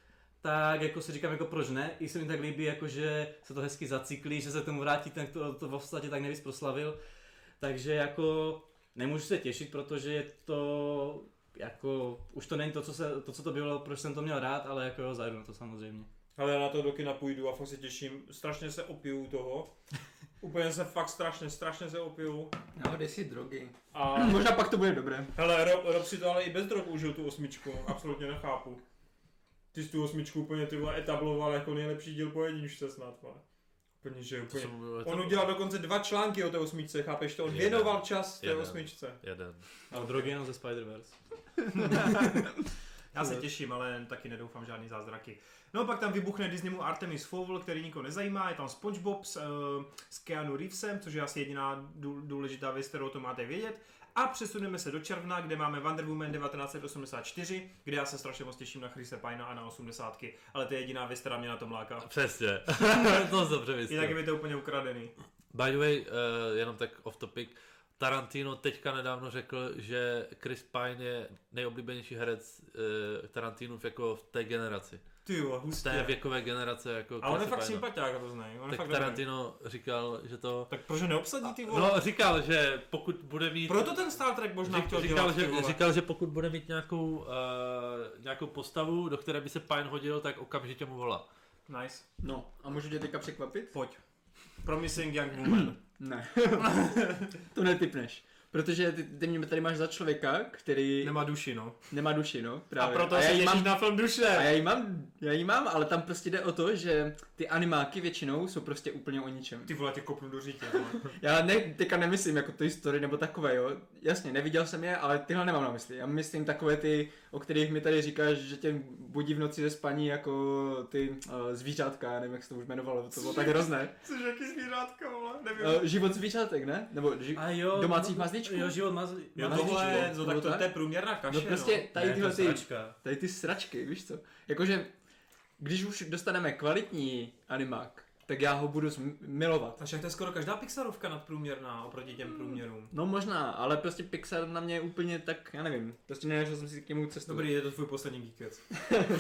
Speaker 4: tak jako si říkám, jako proč ne, i se mi tak líbí, jako že se to hezky zacyklí, že se k tomu vrátí ten, kdo to v podstatě tak nejvíc proslavil, takže jako nemůžu se těšit, protože je to jako, už to není to, co, se, to, co to bylo, proč jsem to měl rád, ale jako jo, zajdu na to samozřejmě.
Speaker 1: Ale já na to do kina půjdu a fakt se těším. Strašně se opiju toho. Úplně se fakt strašně, strašně se opiju.
Speaker 2: No, dej si drogy.
Speaker 1: A
Speaker 2: Možná pak to bude dobré.
Speaker 1: hele, Rob, Rob si to ale i bez drog užil tu osmičku. Absolutně nechápu. Ty jsi tu osmičku úplně ty vole etabloval jako nejlepší díl po jedničce snad, vole. Úplně, že
Speaker 3: To
Speaker 1: úplně.
Speaker 3: jsem, to
Speaker 1: On udělal dokonce dva články o té osmičce, chápeš to? On
Speaker 3: Jeden.
Speaker 1: věnoval čas té
Speaker 3: Jeden.
Speaker 1: osmičce.
Speaker 3: Jeden.
Speaker 4: A drogy jenom ze Spider-Verse.
Speaker 1: Já se těším, ale taky nedoufám žádný zázraky. No pak tam vybuchne Disneymu Artemis Fowl, který nikoho nezajímá, je tam Spongebob s, uh, s Keanu Reevesem, což je asi jediná dů- důležitá věc, kterou to máte vědět. A přesuneme se do června, kde máme Wonder Woman 1984, kde já se strašně moc těším na Chrise Pajna a na 80, ale to je jediná věc, která mě na tom láká.
Speaker 3: Přesně. to jsem dobře
Speaker 1: Je
Speaker 3: myslel.
Speaker 1: taky mi to úplně ukradený.
Speaker 3: By the way, uh, jenom tak off topic, Tarantino teďka nedávno řekl, že Chris Pine je nejoblíbenější herec uh, Tarantinův jako v té generaci.
Speaker 1: Ty jo,
Speaker 3: Z té
Speaker 1: hustě.
Speaker 3: věkové generace jako
Speaker 1: A on je
Speaker 3: Chrisa
Speaker 1: fakt
Speaker 3: Pinea.
Speaker 1: sympatiák, to znají. On je
Speaker 3: Tak
Speaker 1: fakt dobrý.
Speaker 3: Tarantino říkal, že to...
Speaker 1: Tak proč ho neobsadí ty vole?
Speaker 3: No, říkal, že pokud bude mít...
Speaker 1: Proto ten Star Trek možná chtěl
Speaker 3: Řík- říkal,
Speaker 1: dělat ty
Speaker 3: že,
Speaker 1: vole.
Speaker 3: říkal, že pokud bude mít nějakou, uh, nějakou postavu, do které by se Pine hodil, tak okamžitě mu volá.
Speaker 1: Nice.
Speaker 2: No, a můžu tě teďka překvapit?
Speaker 1: Pojď. Promising Young Woman.
Speaker 2: Ne. to netypneš. Protože ty, ty mě tady máš za člověka, který nemá,
Speaker 1: Nemá duši, no.
Speaker 2: nemá duši, no. Právě.
Speaker 1: A proto
Speaker 2: já
Speaker 1: se
Speaker 2: ji
Speaker 1: těšíš
Speaker 2: mám,
Speaker 1: na film
Speaker 2: A
Speaker 1: duše.
Speaker 2: já ji mám, já ji mám, ale tam prostě jde o to, že ty animáky většinou jsou prostě úplně o ničem.
Speaker 1: Ty vole, tě kopnu do řítě.
Speaker 2: Já ne, teďka nemyslím jako Toy Story nebo takové, jo. Jasně, neviděl jsem je, ale tyhle nemám na mysli. Já myslím takové ty, o kterých mi tady říkáš, že tě budí v noci ze spaní jako ty uh, zvířátka, já nevím, jak se to už jmenovalo, to bylo tak hrozné.
Speaker 1: Což jaký zvířátka, vole, nevím.
Speaker 2: Uh, život zvířátek, ne? Nebo ži-
Speaker 4: A jo, no,
Speaker 2: Domácích mazlíčků?
Speaker 4: Jo, život mazlí.
Speaker 1: Jo,
Speaker 2: Máš
Speaker 1: tohle,
Speaker 2: řidičku,
Speaker 1: no,
Speaker 2: nebo
Speaker 1: tak to,
Speaker 2: tak?
Speaker 1: to je průměrná kaše,
Speaker 2: no prostě tady tyhle ty,
Speaker 4: Sračka.
Speaker 2: tady ty sračky, víš co? Jakože, když už dostaneme kvalitní animák, tak já ho budu zm- milovat.
Speaker 1: A však to je skoro každá Pixarovka nadprůměrná oproti těm průměrům.
Speaker 2: No možná, ale prostě Pixar na mě úplně tak, já nevím, prostě nenašel jsem si k němu cestu.
Speaker 1: Dobrý, je to tvůj poslední geekec.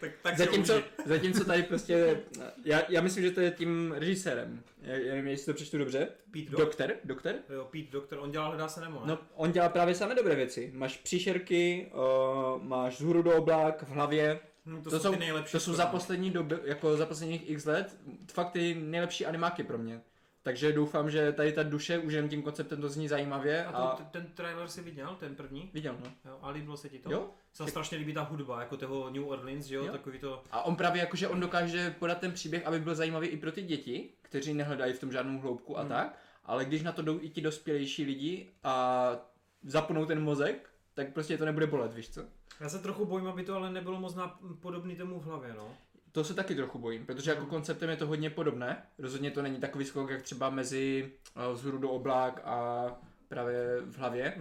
Speaker 1: tak, tak si
Speaker 2: Zatímco,
Speaker 1: uži.
Speaker 2: zatímco tady prostě, já, já myslím, že to je tím režisérem, já, já nevím, jestli to přečtu dobře,
Speaker 1: Pete Dok.
Speaker 2: doktor, doktor,
Speaker 1: Jo, Pete Doktor, on dělal Hledá se nemo, ne?
Speaker 2: no on dělá právě samé dobré věci, máš příšerky, uh, máš zhůru do oblák v hlavě,
Speaker 1: Hm, to,
Speaker 2: to
Speaker 1: jsou ty
Speaker 2: jsou-
Speaker 1: nejlepší.
Speaker 2: to jsou
Speaker 1: skoro.
Speaker 2: za poslední doby, jako za posledních x let, fakt ty nejlepší animáky pro mě. Takže doufám, že tady ta duše už jen tím konceptem to zní zajímavě a,
Speaker 1: A to, ten trailer si viděl, ten první?
Speaker 2: viděl, no.
Speaker 1: Jo, a líbilo se ti to?
Speaker 2: Jo?
Speaker 1: Se strašně líbí ta hudba, jako toho New Orleans, že jo,
Speaker 2: Jo.
Speaker 1: takový to...
Speaker 2: A on právě jakože on dokáže podat ten příběh, aby byl zajímavý i pro ty děti, kteří nehledají v tom žádnou hloubku a
Speaker 1: Hmm.
Speaker 2: tak, ale když na to jdou i ti dospělejší lidi a zapnou ten mozek, tak prostě to nebude bolet, víš co?
Speaker 1: Já se trochu bojím, aby to ale nebylo moc na, podobný tomu v hlavě, no.
Speaker 2: To se taky trochu bojím, protože jako konceptem je to hodně podobné. Rozhodně to není takový skok, jak třeba mezi eh, vzhůru do oblák a právě v hlavě.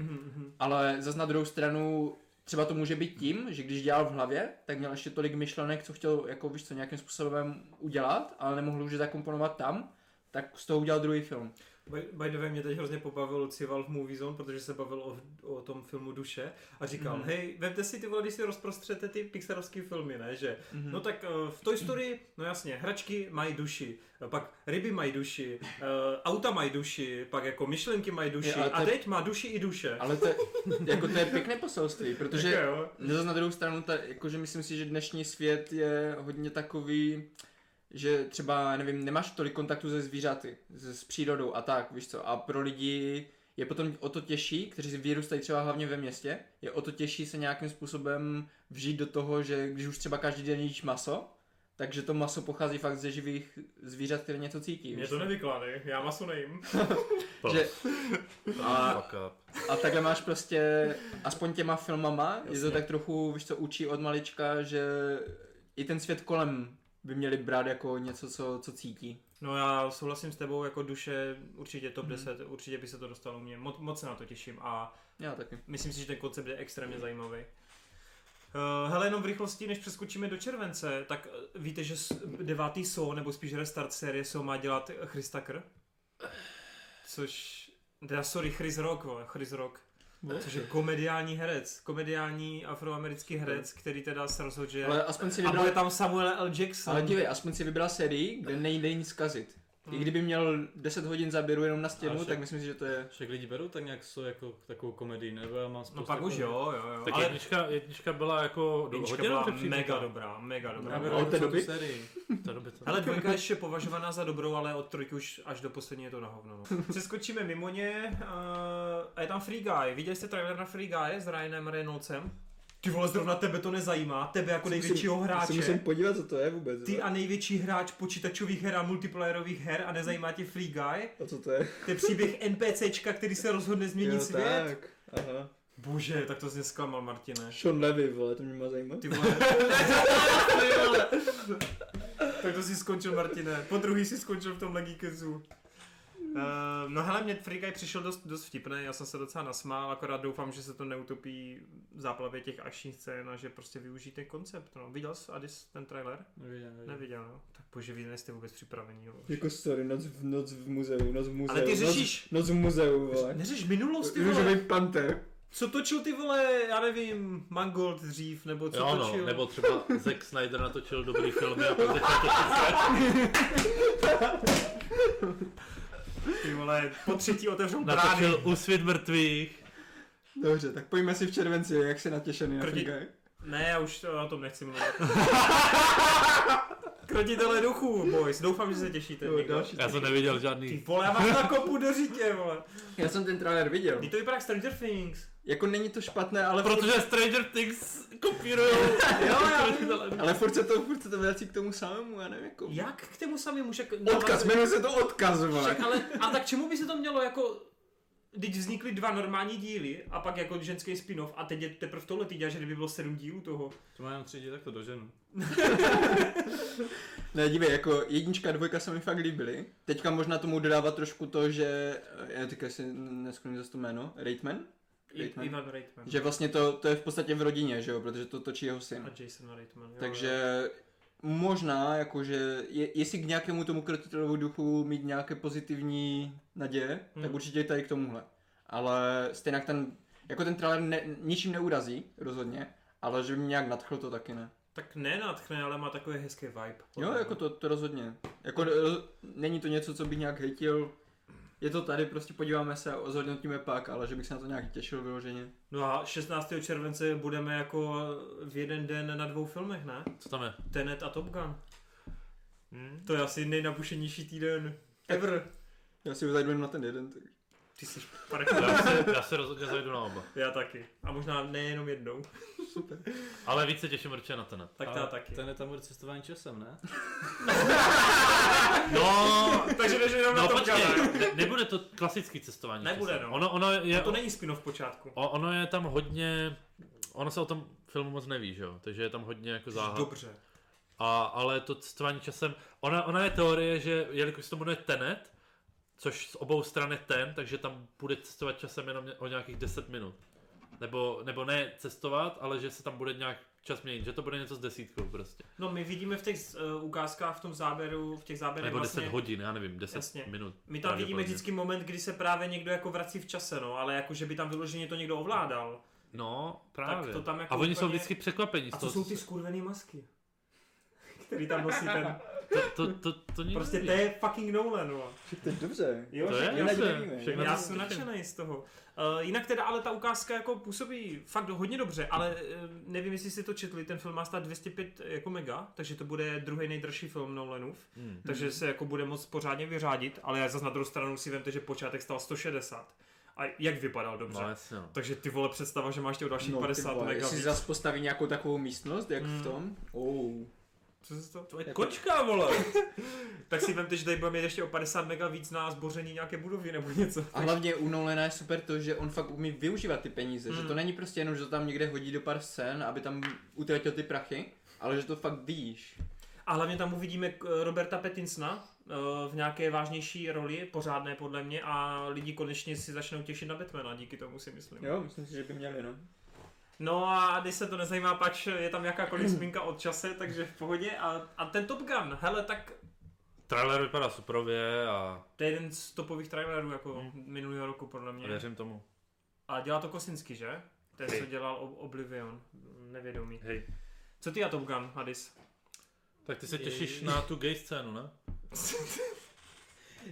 Speaker 2: Ale zas na druhou stranu třeba to může být tím, že když dělal v hlavě, tak měl ještě tolik myšlenek, co chtěl jako víš co, nějakým způsobem udělat, ale nemohl už je zakomponovat tam, tak z toho udělal druhý film.
Speaker 1: By, by the way, mě teď hrozně pobavil Cival v Movie Zone, protože se bavil o, o tom filmu Duše a říkal,
Speaker 2: Mhm.
Speaker 1: mm. hej, vemte si ty vole, když si rozprostřete ty pixarovský filmy, ne, že?
Speaker 2: Mhm.
Speaker 1: No tak eh, v Toy Story, no jasně, hračky mají duši, eh, pak ryby mají duši, eh, auta mají duši, pak jako myšlenky mají duši
Speaker 2: Je, ale
Speaker 1: a
Speaker 2: to-
Speaker 1: teď má duši i duše.
Speaker 2: Ale to je, jako to je pěkné poselství, protože
Speaker 1: Tak jo.
Speaker 2: No zas na druhou stranu, ta, jakože myslím si, že dnešní svět je hodně takový, že třeba, nevím, nemáš tolik kontaktu se zvířaty, se, s přírodou a tak, víš co, a pro lidi je potom o to těžší, kteří vyrůstají třeba hlavně ve městě, je o to těžší se nějakým způsobem vžít do toho, že když už třeba každý den jíš maso, takže to maso pochází fakt ze živých zvířat, které něco cítí.
Speaker 1: Mě
Speaker 2: víš
Speaker 1: to
Speaker 2: co.
Speaker 1: nevykládej, já masu nejím.
Speaker 2: Že,
Speaker 3: A...
Speaker 2: a-
Speaker 3: Fuck up.
Speaker 2: a takhle máš prostě, aspoň těma filmama, Jasně. je
Speaker 1: Jasně.
Speaker 2: to tak trochu, víš co, učí od malička, že i ten svět kolem by měli brát jako něco, co, co cítí.
Speaker 1: No já souhlasím s tebou, jako duše určitě top
Speaker 2: Mhm.
Speaker 1: 10, určitě by se to dostalo mě, moc, moc se na to těším a
Speaker 2: Já taky.
Speaker 1: Myslím si, že ten koncept je extrémně
Speaker 2: Mhm.
Speaker 1: zajímavý. Eh, Hele, jenom v rychlosti, než přeskočíme do července, tak eh, víte, že s- devátý SO, nebo spíš restart série SO má dělat Chris Tucker? Což... Teda sorry, Chris Rock, vole, Chris Rock. Což je komediální herec, komediální afroamerický herec, který teda se rozhodl, že...
Speaker 2: Ale aspoň si
Speaker 1: A bude
Speaker 2: vybral,
Speaker 1: tam Samuel L. Jackson.
Speaker 2: ale dívej, aspoň si vybral sérii, kde nejde nic zkazit. I
Speaker 1: Hm.
Speaker 2: kdyby měl 10 hodin zaběru jenom na
Speaker 4: Ale
Speaker 2: stěnu,
Speaker 4: že-
Speaker 2: tak myslím si, že to je...
Speaker 4: Však lidi berou tak nějak jsou jako takovou komedii, nebo já mám
Speaker 1: No
Speaker 4: spoustu
Speaker 1: pak už
Speaker 2: Prostě
Speaker 4: komedii.
Speaker 1: jo, jo, jo.
Speaker 3: Tak ale...
Speaker 1: ale
Speaker 3: jednička, jednička byla jako do,
Speaker 1: jednička
Speaker 3: hodně
Speaker 1: byla
Speaker 3: dobře
Speaker 1: mega dobrá, mega
Speaker 4: Já
Speaker 1: dobrá.
Speaker 4: beru
Speaker 2: Od
Speaker 4: jako
Speaker 2: té
Speaker 4: celou
Speaker 2: doby?
Speaker 4: sérii.
Speaker 3: To doby to...
Speaker 1: Hele, dvojka je ještě považovaná za dobrou, ale od trojky už až do poslední je to na hovno. No. Přeskočíme mimo ně eh, a je tam Free Guy. Viděli jste trailer na Free Guy s Ryanem Reynoldsem? ty vole, zrovna tebe to nezajímá, tebe jako největšího
Speaker 5: Se musím
Speaker 1: hráče.
Speaker 5: podívat, co to je vůbec.
Speaker 1: Ty
Speaker 5: vole.
Speaker 1: a největší hráč počítačových her a multiplayerových her a nezajímá tě Free Guy?
Speaker 5: A co to je?
Speaker 1: To je příběh NPCčka, který se rozhodne změnit
Speaker 5: Jo,
Speaker 1: svět?
Speaker 5: tak. Aha.
Speaker 1: Bože, tak to jsi mě zklamal, Martine.
Speaker 5: Sean Levy, vole, to mě má zajímat.
Speaker 1: Ty vole. tak to si skončil, Martine. Po druhý si skončil v tom Legikezu. Uh, no hele, mě Free Guy přišel dost, dost vtipný, já jsem se docela nasmál, akorát doufám, že se to neutopí v záplavě těch akčních scén a že prostě využijí ten koncept. No. Viděl jsi Adis ten trailer?
Speaker 4: Neviděl, neviděl.
Speaker 1: Neviděl, no. Tak bože, vy nejste vůbec připravení. Jo.
Speaker 5: Jako story, noc v, noc v muzeu, noc v muzeu.
Speaker 1: Ale ty řešíš,
Speaker 5: Noc, noc v muzeu, vole.
Speaker 1: neřeš minulost, ty vole.
Speaker 5: Růžový panter.
Speaker 1: Co točil ty vole, já nevím, Mangold dřív, nebo co
Speaker 3: Jo,
Speaker 1: točil?
Speaker 3: no, nebo třeba Zack Snyder natočil dobrý film a pak začal točit
Speaker 1: Ty vole, po třetí otevřou brány.
Speaker 3: Natočil Úsvit mrtvých.
Speaker 2: Dobře, tak pojďme si v červenci, jak se natěšený na
Speaker 1: Krdi-
Speaker 2: Free Guy.
Speaker 1: Ne, já už to, o tom nechci mluvit. Krotitele duchů, boys. Doufám, že se těšíte
Speaker 2: Jo,
Speaker 1: někdo.
Speaker 2: další.
Speaker 3: Já jsem neviděl
Speaker 1: Ty
Speaker 3: žádný.
Speaker 1: vole, já mám na kopu do řitě, vole.
Speaker 2: Já jsem ten trailer viděl.
Speaker 1: Ty to vypadá jak Stranger Things.
Speaker 2: Jako není to špatné, ale furt,
Speaker 3: Protože Stranger Things kopírujou.
Speaker 2: ale furt se to, furt se to vrací k tomu samému, já nevím jako.
Speaker 1: Jak k tomu sami může...
Speaker 2: Odkaz, jmenuje se to odkaz, vole.
Speaker 1: Však, ale, a tak čemu by se to mělo jako... Teď vznikly dva normální díly a pak jako ženský spin-off a teď je teprve tohle týdě, že kdyby bylo sedm dílů toho.
Speaker 4: To má jenom tři díly, tak to doženu.
Speaker 2: Ne, dívej, jako jednička a dvojka se mi fakt líbily. Teďka možná tomu dodávat trošku to, že, eh, já teďka si neskloním za to jméno, Raitman?
Speaker 1: I-
Speaker 2: Reitman.
Speaker 1: Ivan Reitman.
Speaker 2: Že vlastně to, to je v podstatě v rodině, že jo, protože to točí jeho syn.
Speaker 1: A Jason Reitman. Jo, jo.
Speaker 2: Takže možná, jakože, je, jestli k nějakému tomu krotitelovu duchu mít nějaké pozitivní naděje,
Speaker 1: Hmm.
Speaker 2: hmm. tak určitě i tady k tomuhle. Ale stejně jak ten, jako ten trailer ne, ničím neurazí, rozhodně, ale že by mě nějak nadchl to taky ne.
Speaker 1: Tak ne nadchne, ale má takový hezký vibe.
Speaker 2: Jo, jako to, to rozhodně. Jako roz, není to něco, co bych nějak hejtil, je to tady, prostě podíváme se a zhodnotíme pak, ale že bych se na to nějak těšil vyloženě.
Speaker 1: No a 16. července budeme jako v jeden den na dvou filmech, ne?
Speaker 3: Co tam je?
Speaker 1: Tenet a Top Gun. Hmm? To je asi nejnabušenější týden ever.
Speaker 2: Já si zajdu jenom na ten jeden. Tak.
Speaker 1: Ty jsi
Speaker 3: Já
Speaker 1: parkour.
Speaker 3: se, já se rozhodně zajdu na oba.
Speaker 1: Já taky. A možná nejenom jednou.
Speaker 3: Ale víc se těším určitě na ten.
Speaker 1: Tak já taky.
Speaker 4: Ten je tam bude cestování časem, ne?
Speaker 3: No,
Speaker 1: Takže jdeš jenom na
Speaker 3: no
Speaker 1: Top
Speaker 3: počkej,
Speaker 1: Gun.
Speaker 3: ne, nebude to klasický cestování.
Speaker 1: Nebude,
Speaker 3: časem.
Speaker 1: no.
Speaker 3: Ono, ono, je,
Speaker 1: A to není spin v počátku.
Speaker 3: o- ono je tam hodně, ono se o tom filmu moc neví, že jo? Takže je tam hodně jako záhad.
Speaker 1: Dobře.
Speaker 3: A, ale to cestování časem, ona, ona je teorie, že jelikož se to jmenuje Tenet, což z obou stran je ten, takže tam bude cestovat časem jenom ně- o nějakých 10 minut. Nebo, nebo ne cestovat, ale že se tam bude nějak čas měnit, že to bude něco s desítkou prostě.
Speaker 1: No my vidíme v těch uh, ukázkách, v tom záběru, v těch záběrech
Speaker 3: Nebo
Speaker 1: vlastně...
Speaker 3: 10 hodin, já nevím, 10
Speaker 1: Jasně.
Speaker 3: minut.
Speaker 1: My tam vidíme
Speaker 3: pravděpodobně.
Speaker 1: vždycky moment, kdy se právě někdo jako vrací v čase, no, ale jako, že by tam vyloženě to někdo ovládal.
Speaker 3: No, právě.
Speaker 1: to tam jako
Speaker 3: a oni jsou
Speaker 1: úplně-
Speaker 3: vždycky překvapení
Speaker 1: A co
Speaker 3: z toho.
Speaker 1: jsou
Speaker 3: co
Speaker 1: ty
Speaker 3: se-
Speaker 1: skurvený masky? Který tam nosí ten...
Speaker 3: To, to, to, to
Speaker 4: Hm,
Speaker 3: nikdo
Speaker 1: Prostě
Speaker 3: neví.
Speaker 1: to je fucking Nolan, no.
Speaker 5: To je dobře.
Speaker 1: Jo,
Speaker 3: To je,
Speaker 1: že- jo,
Speaker 5: Jinak
Speaker 3: jasné,
Speaker 5: nevíme.
Speaker 3: všechno
Speaker 1: já
Speaker 3: to-
Speaker 1: jsem nadšený z toho. Uh, jinak teda ale ta ukázka jako působí fakt hodně dobře, ale uh, nevím, jestli si to četli, ten film má stát 205 jako mega, takže to bude druhý nejdražší film Nolanův,
Speaker 3: Hmm.
Speaker 1: takže
Speaker 4: Mhm.
Speaker 1: se jako bude moc pořádně vyřádit, ale já zase na druhou stranu si vemte, že počátek stál 160. A jak vypadal dobře.
Speaker 3: No, jasně, no.
Speaker 1: Takže ty vole představa, že máš tě o dalších
Speaker 2: No, ty
Speaker 1: 50
Speaker 2: vole,
Speaker 1: mega
Speaker 2: jestli
Speaker 1: víc.
Speaker 2: zase postaví nějakou takovou místnost, jak
Speaker 1: Mm.
Speaker 2: v tom. Oh.
Speaker 1: Co se to?
Speaker 4: To je
Speaker 2: Jako-
Speaker 4: kočka, vole!
Speaker 1: Tak si vemte, že tady budeme mít ještě o 50 mega víc na zboření nějaké budovy nebo něco.
Speaker 2: A hlavně u Nolana je super to, že on fakt umí využívat ty peníze,
Speaker 1: Hmm.
Speaker 2: mm. že to není prostě jenom, že to tam někde hodí do pár scén, aby tam utratil ty prachy, ale že to fakt víš.
Speaker 1: A hlavně tam uvidíme k- eh, Roberta Petinsna eh, v nějaké vážnější roli, pořádné podle mě, a lidi konečně si začnou těšit na Batmana, díky tomu si myslím.
Speaker 2: Jo, myslím si, že by měli, no.
Speaker 1: No a když se to nezajímá, pač eh, je tam jakákoliv zmínka od čase, takže v pohodě. A, a ten Top Gun, hele, tak
Speaker 3: Trailer vypadá suprově a
Speaker 1: to je jeden z topových trailerů jako minulého roku podle mě.
Speaker 3: věřím tomu.
Speaker 1: A dělá to Kosinski, že? Ten,
Speaker 3: Hej.
Speaker 1: co dělal Ob- Oblivion, nevědomý.
Speaker 3: Hej.
Speaker 1: Co ty a Top Gun, Hadis?
Speaker 3: Tak ty se těšíš na tu gay scénu, ne?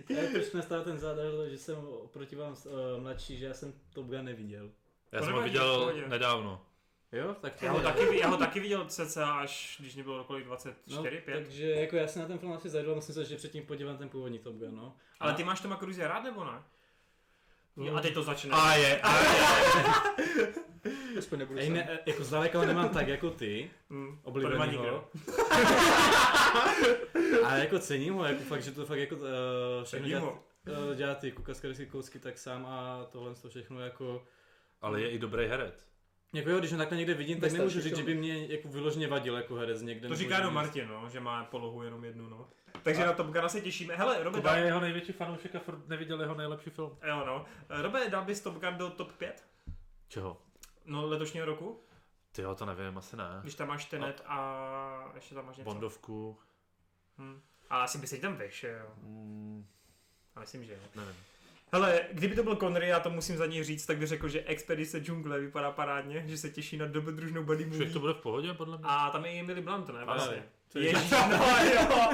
Speaker 4: Já proč nestává ten záda, že jsem oproti vám uh, mladší, že já jsem Top Gun neviděl.
Speaker 3: Já
Speaker 1: To
Speaker 3: jsem ho
Speaker 1: nevadí, v
Speaker 3: viděl
Speaker 1: pohodě.
Speaker 3: nedávno.
Speaker 4: Jo, tak to
Speaker 1: Já ho
Speaker 4: je.
Speaker 1: taky, vi- já ho taky viděl cca až, když mě bylo kolik 24,
Speaker 4: no,
Speaker 1: 5.
Speaker 4: Takže jako já se na ten film asi zajdu a musím se ještě předtím podívat na ten původní Top Gun, no.
Speaker 1: Ale
Speaker 4: A-
Speaker 1: ty máš Toma Cruise rád nebo ne? Jo, A teď to začne.
Speaker 3: A je, a je.
Speaker 2: Aspoň nebudu
Speaker 4: Ej, ne, jako zdaleka ho nemám tak jako ty,
Speaker 1: Hm, to nemá
Speaker 4: oblíbený
Speaker 1: nikdo.
Speaker 4: ho. Ale jako cením ho, jako fakt, že to fakt jako uh, všechno
Speaker 1: Sedím
Speaker 4: dělá,
Speaker 1: ho.
Speaker 4: uh, dělá ty kukaskarsky kousky tak sám a tohle to všechno jako...
Speaker 3: Ale je i dobrý herec.
Speaker 4: Jako jo, když ho takhle někde vidím, tak
Speaker 2: Bez
Speaker 4: nemůžu
Speaker 2: dalších
Speaker 4: říct, že by mě jako vyloženě vadil jako herec někde.
Speaker 1: To
Speaker 4: nebo
Speaker 1: říká
Speaker 4: že
Speaker 1: jenom
Speaker 4: by-
Speaker 1: Martin, no, že má polohu jenom jednu, no. Takže na Top Guna se těšíme. Hele, Robe,
Speaker 3: Kuba
Speaker 1: dá...
Speaker 3: je jeho největší fanoušek a furt neviděl jeho nejlepší film.
Speaker 1: Jo, no. Robe, dal bys Top Gun do top 5?
Speaker 3: Čeho?
Speaker 1: No, letošního roku,
Speaker 3: Ty jo, to nevím, asi ne.
Speaker 1: když tam máš Tenet a ještě tam máš něco.
Speaker 3: Bondovku,
Speaker 1: Hm. A asi by se ti tam vešel, jo.
Speaker 3: mm,
Speaker 1: A myslím, že jo.
Speaker 3: nevím.
Speaker 1: Hele, kdyby to byl Connery, já to musím za něj říct, tak by řekl, že Expedice džungle vypadá parádně, že se těší na dobrodružnou buddy
Speaker 3: Však
Speaker 1: movie.
Speaker 3: to bude v pohodě, podle mě.
Speaker 1: A tam je Emily Blunt, ne? Vlastně.
Speaker 4: Co je-
Speaker 1: Ježíš, no jo.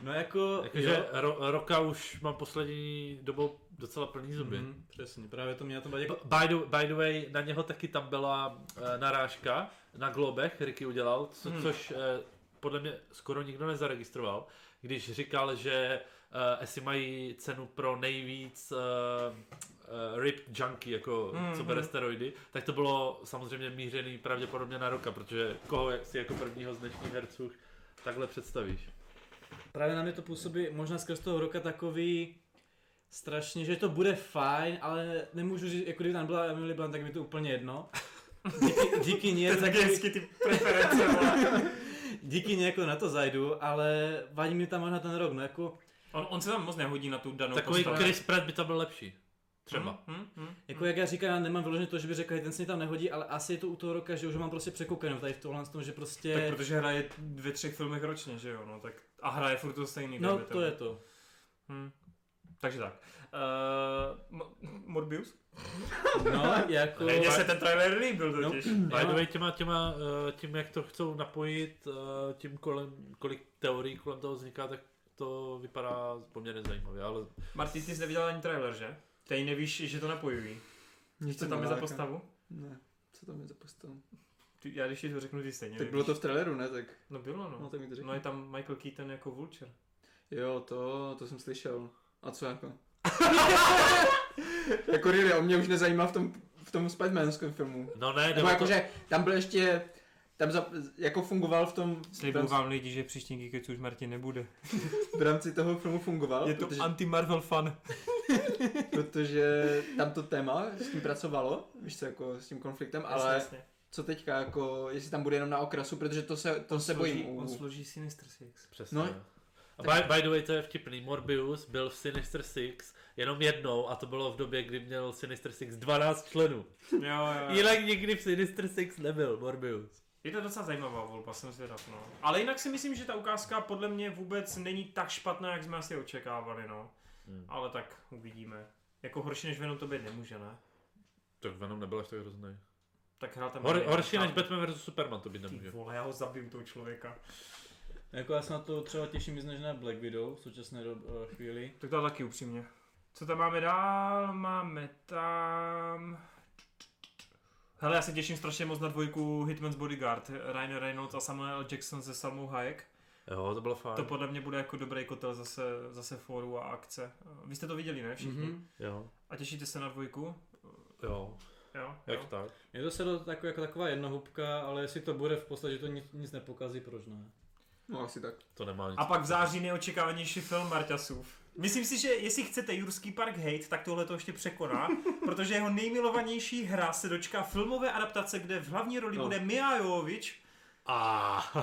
Speaker 4: No jako,
Speaker 3: Jakože ro, roka už mám poslední dobou docela plný zuby. Mm-hmm.
Speaker 4: Mhm, přesně, právě to mě na tom vadí. Jako,
Speaker 3: By, the, by the way, na něho taky tam byla eh, narážka na Globech, Ricky udělal, co,
Speaker 1: Hmm.
Speaker 3: což eh, podle mě skoro nikdo nezaregistroval, když říkal, že eh, jestli mají cenu pro nejvíc eh, eh, ripped junkie, jako
Speaker 1: Hmm,
Speaker 3: co bere
Speaker 1: hmm.
Speaker 3: steroidy, tak to bylo samozřejmě mířený pravděpodobně na roka, protože koho jak si jako prvního z dnešních herců takhle představíš.
Speaker 4: právě na mě to působí možná skrz toho roka takový strašně, že to bude fajn, ale nemůžu říct, jako kdyby tam byla Emily Blunt, tak by to úplně jedno. Díky, díky ní,
Speaker 1: To je
Speaker 4: je
Speaker 1: taky
Speaker 4: takový-
Speaker 1: hezky ty preference, vole.
Speaker 4: díky ní jako na to zajdu, ale vadí mi tam možná ten rok, no jako,
Speaker 1: on, on se tam moc nehodí na tu danou
Speaker 3: Takový
Speaker 1: postavu.
Speaker 3: Chris Pratt by to byl lepší. Třeba.
Speaker 1: Hm, hm, hm.
Speaker 4: jako jak já říkám, já nemám vyloženě to, že bych řekl, hej, ten se mi tam nehodí, ale asi je to u toho roka, že už ho mám prostě překoukanou tady v tohle tom, že prostě...
Speaker 1: Tak protože hraje ve třech filmech ročně, že jo, no, tak a hraje furt to stejný.
Speaker 4: no,
Speaker 1: dejme tomu.
Speaker 4: to je to.
Speaker 1: Hm. Takže tak. Uh, Morbius?
Speaker 4: No, jako...
Speaker 1: Mně se ten trailer líbil totiž. No.
Speaker 3: By
Speaker 4: Jo.
Speaker 3: the way, těma, těma, eh, tím, jak to chcou napojit, eh, tím kolem, kolik teorií kolem toho vzniká, tak to vypadá poměrně zajímavě, ale
Speaker 1: Martin, ty jsi neviděl ani trailer, že? Ty nevíš, že to napojují.
Speaker 2: Nic
Speaker 1: Co
Speaker 2: jsem
Speaker 1: tam je za
Speaker 2: nelákal.
Speaker 1: postavu?
Speaker 2: Ne, co tam je za postavu?
Speaker 1: Ty, já když ti to řeknu, ty stejně
Speaker 2: Tak
Speaker 1: nevíš.
Speaker 2: bylo to v traileru, ne? Tak,
Speaker 1: No bylo,
Speaker 2: no
Speaker 1: no.
Speaker 2: tak mi to řekni.
Speaker 1: No je tam Michael Keaton jako Vulture.
Speaker 2: Jo, to, to jsem slyšel. A co jako? jako really, on mě už nezajímá v tom, v tom Spider-Manském filmu.
Speaker 3: no
Speaker 1: Jako
Speaker 3: ne,
Speaker 2: Nebo
Speaker 3: nebo to,
Speaker 2: jakože tam byl ještě, tam za, jako fungoval v tom, v
Speaker 1: Slibuju
Speaker 2: rámci,
Speaker 1: vám lidi, že příští Geekets už Martin nebude.
Speaker 2: v rámci toho filmu fungoval,
Speaker 1: Je to
Speaker 2: protože,
Speaker 1: anti-Marvel fan.
Speaker 2: protože tam to téma s tím pracovalo, víš co, jako s tím konfliktem, ale co teďka, jako jestli tam bude jenom na okrasu, protože to se, to se bojím.
Speaker 1: On
Speaker 2: U...
Speaker 1: složí Sinister Six.
Speaker 3: přesně.
Speaker 2: no,
Speaker 3: a by, by the way, to je vtipný, Morbius byl v Sinister Six jenom jednou a to bylo v době, kdy měl Sinister Six 12 členů.
Speaker 1: Jo, jo.
Speaker 3: Jinak nikdy v Sinister Six nebyl Morbius.
Speaker 1: Je to docela zajímavá volba, jsem zvědav, no. Ale jinak si myslím, že ta ukázka podle mě vůbec není tak špatná, jak jsme asi očekávali, no.
Speaker 3: Hmm.
Speaker 1: Ale tak uvidíme. Jako horší než Venom to být nemůže, ne?
Speaker 3: Tak Venom nebyl až tak hrozný.
Speaker 1: Tak hrál tam...
Speaker 3: Hor,
Speaker 1: Harry
Speaker 3: horší než
Speaker 1: Potter.
Speaker 3: Batman vs Superman to být
Speaker 1: Ty
Speaker 3: nemůže.
Speaker 1: vole, já ho zabiju toho člověka.
Speaker 4: Jako já se na to třeba těším víc než na Black Widow v současné do, eh, chvíli.
Speaker 1: Tak to taky upřímně. Co tam máme dál? Máme tam... Hele, já se těším strašně moc na dvojku Hitman's Bodyguard. Ryan Reynolds a Samuel L. Jackson se Salmou Hayek.
Speaker 3: Jo, to bylo fajn.
Speaker 1: To podle mě bude jako dobrý kotel zase, zase fóru a akce. Vy jste to viděli, ne všichni? Mm-hmm.
Speaker 4: Mhm.
Speaker 3: Jo,
Speaker 1: A těšíte se na dvojku?
Speaker 3: jo,
Speaker 1: Jo,
Speaker 3: jak
Speaker 1: jo.
Speaker 3: tak.
Speaker 4: Je to se do tako, jako taková jednohubka, ale jestli to bude v podstatě, že to nic, nic nepokazí, proč ne?
Speaker 2: No asi tak.
Speaker 3: To nemá nic.
Speaker 1: A pak v září neočekávanější film Marťasův. Myslím si, že jestli chcete Jurský park hate, tak tohle to ještě překoná, protože jeho nejmilovanější hra se dočká filmové adaptace, kde v hlavní roli
Speaker 2: No.
Speaker 1: bude Mia Jovovič,
Speaker 3: Ah, A...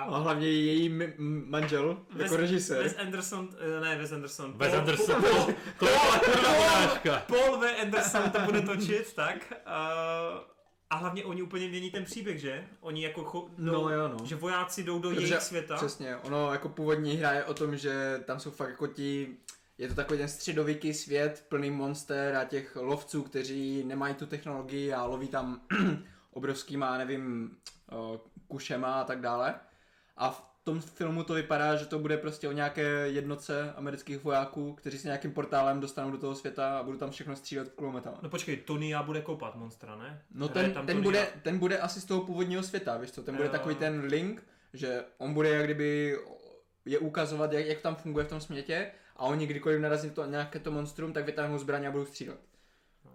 Speaker 2: A hlavně její m- m- manžel,
Speaker 1: Wes-
Speaker 2: jako režisér.
Speaker 1: Wes Anderson, eh, ne Wes Anderson,
Speaker 3: Wes
Speaker 2: No.
Speaker 1: Paul-
Speaker 3: Anderson, to, to je kurva urážka.
Speaker 1: Paul V. Anderson to bude točit, tak. Uh, a hlavně oni úplně mění ten příběh, že? Oni jako cho- jdou,
Speaker 2: No jo, no.
Speaker 1: že vojáci jdou do jejich světa.
Speaker 2: Přesně, ono jako původní hra je o tom, že tam jsou fakt jako ti, je to takový ten středověký svět plný monster a těch lovců, kteří nemají tu technologii a loví tam obrovskýma, nevím, eh, kušema a tak dále. A v tom filmu to vypadá, že to bude prostě o nějaké jednoce amerických vojáků, kteří se nějakým portálem dostanou do toho světa a budou tam všechno střílet kulometama.
Speaker 1: No počkej, Tony já bude koupat monstra, ne?
Speaker 2: No
Speaker 1: Hraje
Speaker 2: ten,
Speaker 1: tam
Speaker 2: ten,
Speaker 1: Tony
Speaker 2: bude,
Speaker 1: Jaa.
Speaker 2: ten bude asi z toho původního světa, víš co, ten bude
Speaker 1: Jo.
Speaker 2: takový ten link, že on bude jak kdyby je ukazovat, jak, jak tam funguje v tom smětě a oni kdykoliv narazí to, nějaké to monstrum, tak vytáhnou zbraně a budou střílet.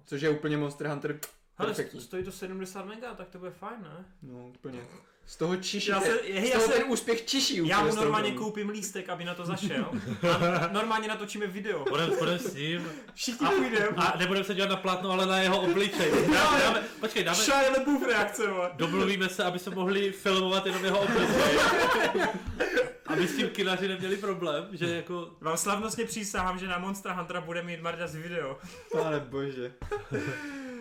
Speaker 2: Což je úplně Monster Hunter
Speaker 1: No. Hele,
Speaker 2: perfektní.
Speaker 1: stojí to 70 mega, tak to bude fajn, ne?
Speaker 2: No, úplně. Z toho čiší,
Speaker 1: Já
Speaker 2: já
Speaker 1: se-
Speaker 2: z
Speaker 1: já
Speaker 2: toho
Speaker 1: se-
Speaker 2: ten úspěch čiší úplně.
Speaker 1: Já
Speaker 2: z
Speaker 1: mu
Speaker 2: toho
Speaker 1: normálně
Speaker 2: filmu.
Speaker 1: koupím lístek, aby na to zašel. A normálně natočíme video.
Speaker 3: Půjdem, půjdem s ním
Speaker 1: Všichni půjdeme.
Speaker 3: a nebudeme se dívat na plátno, ale na jeho obličej.
Speaker 2: No.
Speaker 3: Dáme, dáme, počkej, dáme,
Speaker 1: Shia LaBeouf reakce, vole.
Speaker 3: domluvíme se, aby se mohli filmovat jenom jeho obličej. Aby s tím kinaři neměli problém, že jako
Speaker 1: Vám slavnostně přísahám, že na Monstra Huntera bude mít Marda z video.
Speaker 6: Pane bože.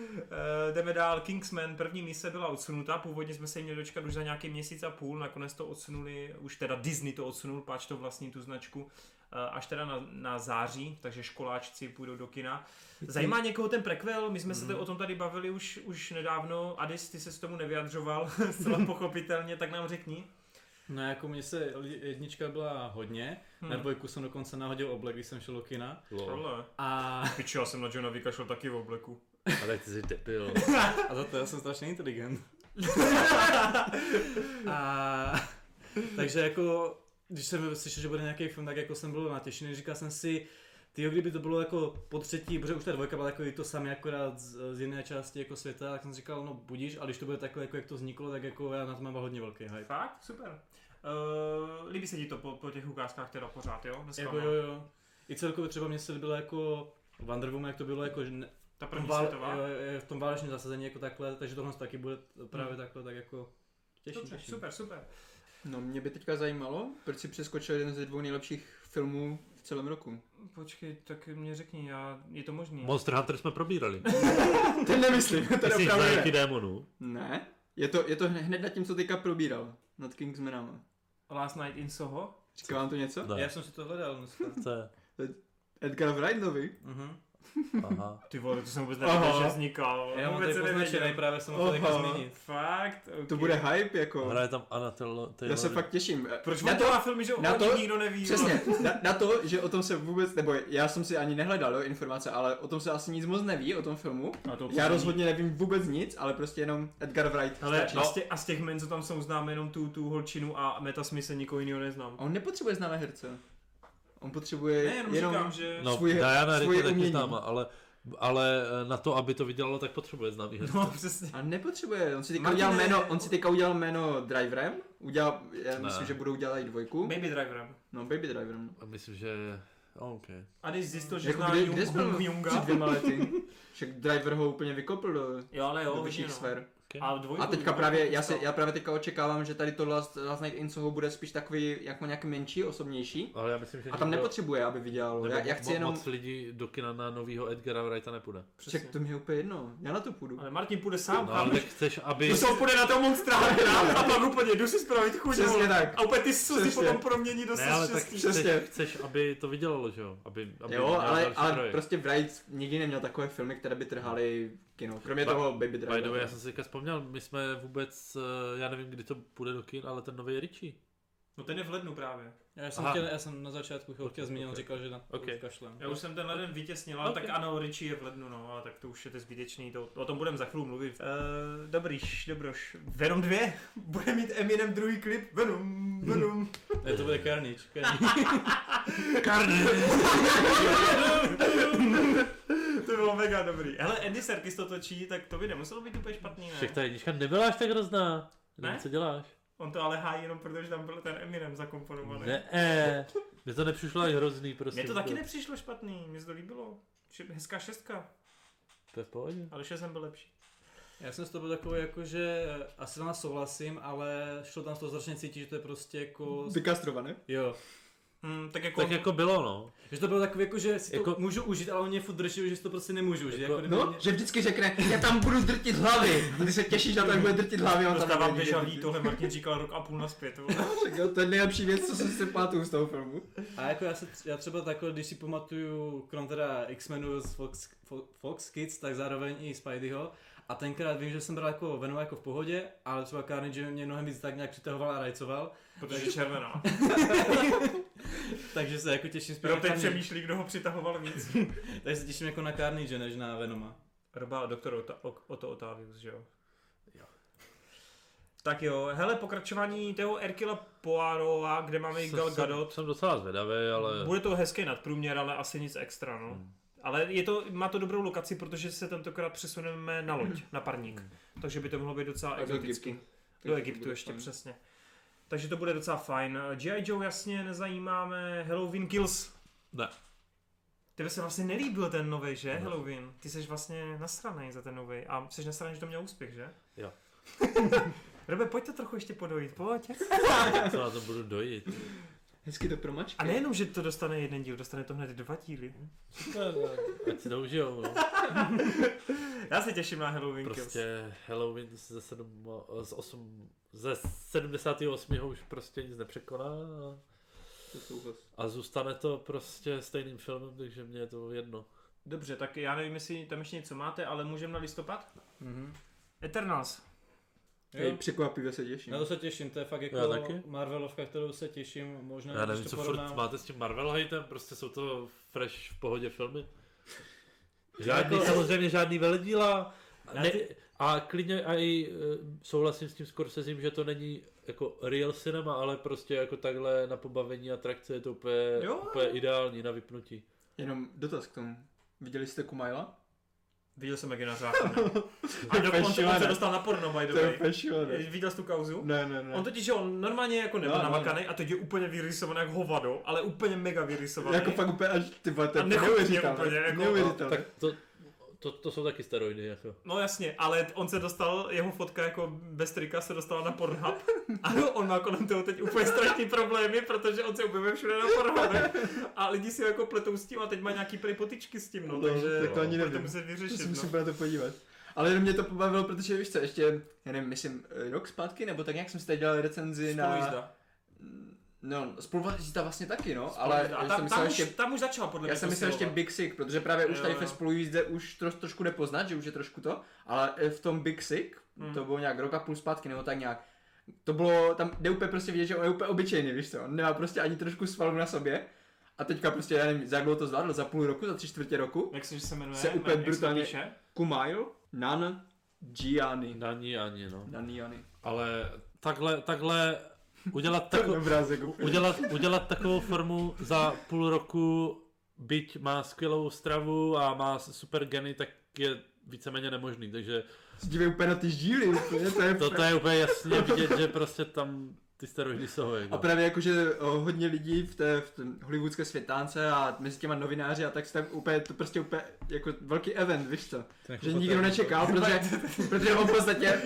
Speaker 1: Uh, jdeme dál. Kingsman, první mise byla odsunuta, původně jsme se jí měli dočkat už za nějaký měsíc a půl, nakonec to odsunuli, už teda Disney to odsunul, páč to vlastní tu značku, uh, až teda na, na září, takže školáčci půjdou do kina. Zajímá někoho ten prequel? My jsme
Speaker 6: Mhm.
Speaker 1: se to, o tom tady bavili už, už nedávno. Adis, ty se s tomu nevyjadřoval, zcela pochopitelně, tak nám řekni.
Speaker 4: No jako mě se li- jednička byla hodně, hmm. na dvojku jsem dokonce nahodil oblek, když jsem šel do kina.
Speaker 6: No.
Speaker 1: Tohle.
Speaker 4: A,
Speaker 1: Piču, já jsem na Johna vykašel taky v obleku.
Speaker 3: Ale ty jsi debil.
Speaker 4: a za to já jsem strašně inteligent. a, takže jako, když jsem slyšel, že bude nějaký film, tak jako jsem byl natěšený, říkal jsem si, ty kdyby to bylo jako po třetí, protože už ta dvojka byla takový to samé, akorát z, z, jiné části jako světa, tak jsem říkal, no budíš, a když to bude takhle, jako jak to vzniklo, tak jako já na to mám hodně velký hype.
Speaker 1: Fakt? Super. Uh, líbí se ti to po, po těch ukázkách teda pořád, jo?
Speaker 4: Jako jo, jo. I celkově třeba mě se líbilo jako Wonder Woman, jak to bylo jako, že ne,
Speaker 1: Ta
Speaker 4: v tom
Speaker 1: první
Speaker 4: vál,
Speaker 1: světová.
Speaker 4: jo, jo, v tom válečném zasazení jako takhle, takže tohle taky bude právě
Speaker 1: Hmm.
Speaker 4: takhle, tak jako těším,
Speaker 1: Dobře,
Speaker 4: těším.
Speaker 1: super, super.
Speaker 2: No mě by teďka zajímalo, proč si přeskočil jeden ze dvou nejlepších filmů v celém roku.
Speaker 1: Počkej, tak mě řekni, já, je to možný?
Speaker 3: Monster Hunter jsme probírali.
Speaker 2: Ten nemyslím, to
Speaker 3: Ty
Speaker 2: je
Speaker 3: jsi
Speaker 2: opravdu ne.
Speaker 3: zajetí démonů.
Speaker 2: ne. Je to, je to hne- hned nad tím, co teďka probíral. Nad Kingsmanama.
Speaker 1: Last Night in Soho?
Speaker 2: Říká vám to něco?
Speaker 3: Ne.
Speaker 4: Já jsem si to hledal dneska.
Speaker 3: Co je?
Speaker 2: Edgar Wrightovi?
Speaker 4: Mhm.
Speaker 3: Aha.
Speaker 1: Ty vole, to jsem vůbec nevěděl,
Speaker 2: Aha.
Speaker 1: že vznikal.
Speaker 4: Já mám
Speaker 1: vůbec
Speaker 4: tady poznačený, právě jsem ho chtěl teďka
Speaker 2: Oho.
Speaker 4: zmínit.
Speaker 1: Fakt? Okay.
Speaker 2: To bude hype, jako.
Speaker 3: Hraje tam Anna Taylor.
Speaker 2: Já se fakt těším.
Speaker 1: Proč
Speaker 2: na
Speaker 1: na
Speaker 2: to,
Speaker 1: to má filmy, že
Speaker 2: na
Speaker 1: na
Speaker 2: to-
Speaker 1: to, nikdo neví?
Speaker 2: přesně, na, na, to, že o tom se vůbec, nebo já jsem si ani nehledal jo, informace, ale o tom se asi nic moc neví, o tom filmu.
Speaker 1: A to
Speaker 2: Já rozhodně nevím vůbec nic, ale prostě jenom Edgar Wright
Speaker 1: Ale no.
Speaker 2: stačí.
Speaker 1: a, z těch, a z těch men, co tam jsou, známe jenom tu, tu holčinu a Meta Smise nikoho jiného neznám.
Speaker 2: A on nepotřebuje známé herce. On potřebuje
Speaker 1: Ne, jenom, jenom říkám, že...
Speaker 3: No,
Speaker 2: svůj-
Speaker 3: Diana
Speaker 2: svoje
Speaker 3: Rico taky
Speaker 2: umění.
Speaker 3: známa, ale, ale eh, na to, aby to vydělalo, tak potřebuje známý herce.
Speaker 1: No, přesně.
Speaker 2: A nepotřebuje, on si teďka
Speaker 1: Martine-
Speaker 2: udělal jméno, on si teďka udělal jméno Driverem, udělal, já
Speaker 3: Ne.
Speaker 2: myslím, že budou dělat i dvojku,
Speaker 1: Baby Driverem.
Speaker 2: no Baby Driverem.
Speaker 3: A Myslím, že... OK.
Speaker 1: A když zjistil, že
Speaker 2: Jako
Speaker 1: zná
Speaker 2: kde, kde jsi
Speaker 1: Jung-
Speaker 2: byl před
Speaker 1: Junga.
Speaker 2: dvěma lety? Však Driver ho úplně vykopl do,
Speaker 1: Jo, ale
Speaker 2: do
Speaker 1: jo,
Speaker 2: vyšších
Speaker 1: hodně, no.
Speaker 2: sfér.
Speaker 1: A, dvojku, jako
Speaker 2: A teďka
Speaker 1: dvojku
Speaker 2: právě, já,
Speaker 1: chystal.
Speaker 2: se, já právě no, teďka očekávám, že tady to Last, Last Night in Soho bude spíš takový jako nějaký menší, osobnější.
Speaker 3: Ale já myslím, že...
Speaker 2: A tam
Speaker 3: nikdo-
Speaker 2: nepotřebuje, aby viděl.
Speaker 3: nebo
Speaker 2: Já, já chci
Speaker 3: mo-
Speaker 2: jenom,
Speaker 3: Moc lidí do kina na novýho Edgara Wrighta nepůjde.
Speaker 1: Přesně.
Speaker 2: však to mi je úplně jedno, já na to půjdu.
Speaker 1: Ale Martin půjde sám,
Speaker 3: No,
Speaker 1: chápeš?
Speaker 3: ale tak chceš, aby...
Speaker 1: Ty jsou půjde na toho monstra a pak úplně jdu si spravit chuť.
Speaker 2: Přesně
Speaker 1: vole.
Speaker 2: tak.
Speaker 1: A úplně ty slzy
Speaker 2: Přesně.
Speaker 1: potom promění do
Speaker 3: Ne, ale
Speaker 1: slz
Speaker 3: tak
Speaker 1: šestý.
Speaker 2: přesně.
Speaker 3: chceš, chceš, aby to vydělalo, že jo? Aby, aby
Speaker 2: Jo,
Speaker 3: měl
Speaker 2: ale,
Speaker 3: další
Speaker 2: ale
Speaker 3: projekt.
Speaker 2: prostě Wright nikdy neměl takové filmy, které by trhaly kino. Kromě
Speaker 3: Ba-
Speaker 2: toho Baby
Speaker 3: By the way, já
Speaker 2: Driver.
Speaker 3: jsem si teďka vzpomněl, my jsme vůbec, eh, já nevím, kdy to půjde do kin, ale ten nový Richie.
Speaker 1: No ten je v lednu právě.
Speaker 4: Já jsem,
Speaker 3: Aha.
Speaker 4: chtěl, já jsem na začátku chvilku
Speaker 3: Ok,
Speaker 4: okay, zmínil,
Speaker 3: ok.
Speaker 4: říkal, že na
Speaker 3: Ok.
Speaker 4: okay. kašlem.
Speaker 1: Já už jsem ten leden vytěsnil, ale
Speaker 3: Ok.
Speaker 1: tak ano, Richie je v lednu, no, ale tak to už je to zbytečný, to, o tom budeme za chvíli mluvit. Uh, dobrýš, dobroš. Venom 2 bude mít Eminem druhý klip. Venom, Venom.
Speaker 4: Ne, to bude Carnage. Carnage.
Speaker 1: to bylo mega dobrý. Hele, Andy Serkis to točí, tak to by nemuselo být úplně špatný,
Speaker 3: Však
Speaker 1: ne?
Speaker 3: ta jednička nebyla až tak hrozná.
Speaker 1: Ne?
Speaker 3: Ne? Co děláš?
Speaker 1: On to ale hájí jenom proto, že tam byl ten Eminem zakomponovaný.
Speaker 3: Ne, eh, mně to nepřišlo až hrozný prostě.
Speaker 1: Mně to taky
Speaker 3: vůbec.
Speaker 1: nepřišlo špatný, mně se to líbilo. Ši- Hezká šestka,
Speaker 3: To je v pohodě.
Speaker 1: ale šestem byl lepší.
Speaker 4: Já jsem s tobou takový jako, že eh, asi vám souhlasím, ale šlo tam z toho strašně cítit, že to je prostě jako...
Speaker 2: Vykastrova, ne?
Speaker 4: Jo.
Speaker 1: Hmm, tak jako...
Speaker 3: Tak jako bylo, no.
Speaker 4: Že to bylo takový jako, že si to
Speaker 3: Jako-
Speaker 4: jako... můžu užít, ale oni furt drží, že si to prostě nemůžu užít.
Speaker 3: Jako-
Speaker 4: Jako, kdyby
Speaker 2: No,
Speaker 4: mě-
Speaker 2: že vždycky řekne, já tam budu drtit hlavy. A ty se těšíš na to, jak bude drtit hlavy. a On tam
Speaker 1: Dostávám
Speaker 2: nebude
Speaker 1: deja
Speaker 2: nikdy
Speaker 1: vu, tohle Martin říkal rok a půl naspět. vole.
Speaker 2: drtit. Tak jo, to je nejlepší věc, co jsem si pamatuju z toho filmu.
Speaker 4: A jako já, se, já třeba takhle, když si pamatuju, krom teda X-Menu z Fox, Fo- Fox Kids, tak zároveň i Spideyho. A tenkrát vím, že jsem bral jako Venoma jako v pohodě, ale třeba Carnage mě mnohem víc tak nějak přitahoval a rajcoval,
Speaker 1: Protože je červená.
Speaker 4: takže se jako těším spíš
Speaker 1: Rob
Speaker 4: na
Speaker 1: teď
Speaker 4: Carnage.
Speaker 1: přemýšlí, kdo ho přitahoval víc.
Speaker 4: Takže se těším jako na Carnage, než na Venoma.
Speaker 1: Roba doktor Ota- O- Otto Otavius, že jo? Tak jo, hele, pokračování toho Erkila Poirova, kde máme i
Speaker 3: Jsem-
Speaker 1: Gal
Speaker 3: jsem-
Speaker 1: Gadot.
Speaker 3: Jsem docela zvědavý, ale...
Speaker 1: Bude to hezký nadprůměr, ale asi nic extra, no.
Speaker 3: Hmm.
Speaker 1: Ale je to, má to dobrou lokaci, protože se tentokrát přesuneme na loď, na parník.
Speaker 3: Hmm.
Speaker 1: Takže by to mohlo být docela
Speaker 2: A do
Speaker 1: exotický.
Speaker 2: Egyptu.
Speaker 1: Do Egyptu ještě
Speaker 2: Fajn.
Speaker 1: přesně. Takže to bude docela fajn. G.I. Joe jasně nezajímáme. Halloween Kills.
Speaker 3: Ne.
Speaker 1: Tebe se vlastně nelíbil ten nový, že?
Speaker 3: Ne.
Speaker 1: Halloween. Ty jsi vlastně nasranej za ten nový. A jsi nasranej, že to měl úspěch, že?
Speaker 3: Jo.
Speaker 1: Robe, pojď to trochu ještě podojit, pojď.
Speaker 3: Co na to budu dojít?
Speaker 2: Hezky to promačky.
Speaker 1: A nejenom, že to dostane jeden díl, dostane to hned dva díly.
Speaker 3: Ať si to užijou, no.
Speaker 1: Já se těším na Halloween Kills.
Speaker 3: Prostě Halloween ze, sedm, z osm, ze 78. ho už prostě nic nepřekoná a-
Speaker 2: To souhlas.
Speaker 3: a zůstane to prostě stejným filmem, takže mě je to jedno.
Speaker 1: Dobře, tak já nevím, jestli tam ještě něco máte, ale můžeme na listopad?
Speaker 4: Mhm.
Speaker 1: Eternals.
Speaker 2: Hej, překvapivě se těším.
Speaker 4: Na to se těším, to je fakt
Speaker 3: Já
Speaker 4: jako
Speaker 3: taky.
Speaker 4: Marvelovka, kterou se těším, možná
Speaker 3: Já
Speaker 4: když
Speaker 3: nevím,
Speaker 4: to
Speaker 3: co
Speaker 4: porovnám.
Speaker 3: furt máte s tím Marvel hejtem, prostě jsou to fresh v pohodě filmy.
Speaker 1: Žádný-
Speaker 3: Žádný, jako... samozřejmě žádný veledíla.
Speaker 1: Já
Speaker 3: Ne,
Speaker 1: ty-
Speaker 3: a klidně a i eh, souhlasím s tím Scorsesem, že to není jako real cinema, ale prostě jako takhle na pobavení atrakce je to úplně,
Speaker 1: Jo.
Speaker 3: úplně ideální na vypnutí.
Speaker 2: Jenom dotaz k tomu. Viděli jste Kumaila?
Speaker 1: Viděl jsem, jak je na zákonu. A do, on se- on se
Speaker 2: šílené.
Speaker 1: dostal na porno, by the
Speaker 2: To je
Speaker 1: way.
Speaker 2: úplně šílené.
Speaker 1: Viděl jsi tu kauzu?
Speaker 2: Ne, ne, ne.
Speaker 1: On totiž, že on normálně jako nebyl
Speaker 2: No, no, no.
Speaker 1: namakaný a teď je úplně vyrysovaný jak hovado, ale úplně mega vyrysovaný.
Speaker 2: Jako fakt úplně až ty vole, to je
Speaker 1: A nechutně
Speaker 2: neuvěřitelné.
Speaker 1: úplně, jako-
Speaker 2: neuvěřitelné.
Speaker 3: Tak to, to, to jsou taky steroidy. Jako.
Speaker 1: No jasně, ale on se dostal, jeho fotka jako bez trika se dostala na Pornhub. A on má kolem toho teď úplně strašný problémy, protože on se objevuje všude na Pornhub. A lidi si ho jako pletou s tím a teď má nějaký prý potičky s tím, no,
Speaker 2: No,
Speaker 1: takže
Speaker 2: tak to ani
Speaker 1: bude to
Speaker 2: nevím.
Speaker 1: muset
Speaker 2: To
Speaker 1: vyřešit.
Speaker 2: si musím
Speaker 1: No.
Speaker 2: na to podívat. Ale jenom mě to pobavilo, protože víš co, ještě, já nevím, myslím, eh, rok zpátky, nebo tak nějak jsem si tady dělal recenzi na...
Speaker 1: Spolujízda.
Speaker 2: No, spolujízda vlastně taky, no, ale
Speaker 1: Spolujízda. A
Speaker 2: já
Speaker 1: tam,
Speaker 2: jsem
Speaker 1: tam,
Speaker 2: myslel
Speaker 1: už,
Speaker 2: ještě
Speaker 1: tam už začal podle
Speaker 2: já
Speaker 1: mě
Speaker 2: jsem myslel ještě
Speaker 1: posilovat.
Speaker 2: Big Sick, protože právě už
Speaker 1: Jako Jo,
Speaker 2: tady
Speaker 1: jo.
Speaker 2: ve spolujízdě už tro, trošku nepoznat, že už je trošku to, ale eh, v tom Big Sick,
Speaker 1: Hmm.
Speaker 2: hmm. to bylo nějak rok a půl zpátky, nebo tak nějak, to bylo, tam jde úplně prostě vidět, že on je úplně obyčejný, víš co, on nemá prostě ani trošku svalů na sobě a teďka prostě, já nevím, za jak dlouho to zvládl, za půl roku, za tři čtvrtě roku,
Speaker 1: Jak se, že se jmenuje?
Speaker 2: Se úplně
Speaker 1: Jak to
Speaker 2: brutálně-
Speaker 1: píše?
Speaker 2: Kumail, Nan, Gianni,
Speaker 3: Na ní ani, no.
Speaker 2: Naniani.
Speaker 3: Ale takhle, takhle udělat, tako,
Speaker 2: Obrázek.
Speaker 3: udělat, udělat takovou formu za půl roku, byť má skvělou stravu a má super geny, tak je víceméně nemožný, takže
Speaker 2: Dívej úplně na ty žíly, úplně, to je
Speaker 3: to, to je úplně jasně vidět, že prostě tam ty steroidy jsou.
Speaker 2: A
Speaker 3: Jako.
Speaker 2: právě jakože o, hodně lidí v té v tom hollywoodské světánce a mezi těma novináři a tak se tam úplně, to prostě úplně jako velký event, víš co?
Speaker 4: To je jako
Speaker 2: Že
Speaker 4: poté-
Speaker 2: nikdo nečekal, protože, protože on v podstatě,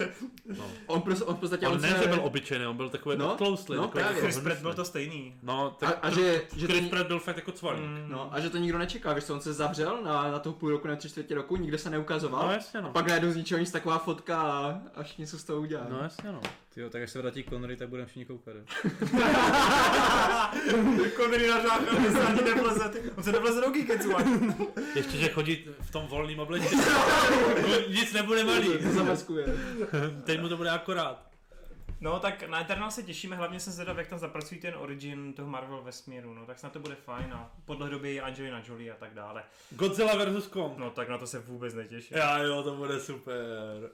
Speaker 3: No.
Speaker 2: on, pros, on v podstatě,
Speaker 3: On ne,
Speaker 2: se-
Speaker 3: že byl obyčejný, on byl takový
Speaker 2: No,
Speaker 3: odtloustlý.
Speaker 2: no
Speaker 3: takový
Speaker 2: právě.
Speaker 3: jako
Speaker 1: Chris Pratt byl
Speaker 3: hnusný.
Speaker 1: to stejný.
Speaker 3: No,
Speaker 2: a,
Speaker 3: tak
Speaker 2: a, že, že to,
Speaker 3: Chris Pratt byl fakt jako cvalík.
Speaker 1: Mm.
Speaker 2: no, a že to nikdo nečekal, víš co, on se zavřel na, na toho půl roku, na tři čtvrtě roku, nikde se neukazoval.
Speaker 3: No jasně no.
Speaker 2: Pak najednou z ničeho nic taková fotka a až něco z toho udělá.
Speaker 3: No jasně no.
Speaker 4: Tyjo, tak až se vrátí Connery, tak budeme všichni koukat. jo.
Speaker 1: Konry na řáka, on se ani nevleze. ty- On se nevleze do geeketsu ani.
Speaker 3: Ještě, že chodí v tom volném oblečení. Nic nebude malý.
Speaker 2: To zamaskuje.
Speaker 3: Teď mu to bude akorát.
Speaker 1: No tak na Eternal se těšíme, hlavně jsem zvědav, jak tam zapracují ten origin toho Marvel vesmíru, no tak snad to bude fajn a podle doby Angelina Jolie a tak dále.
Speaker 3: Godzilla versus Kong.
Speaker 1: No tak na to se vůbec netěším.
Speaker 3: Já jo, to bude super.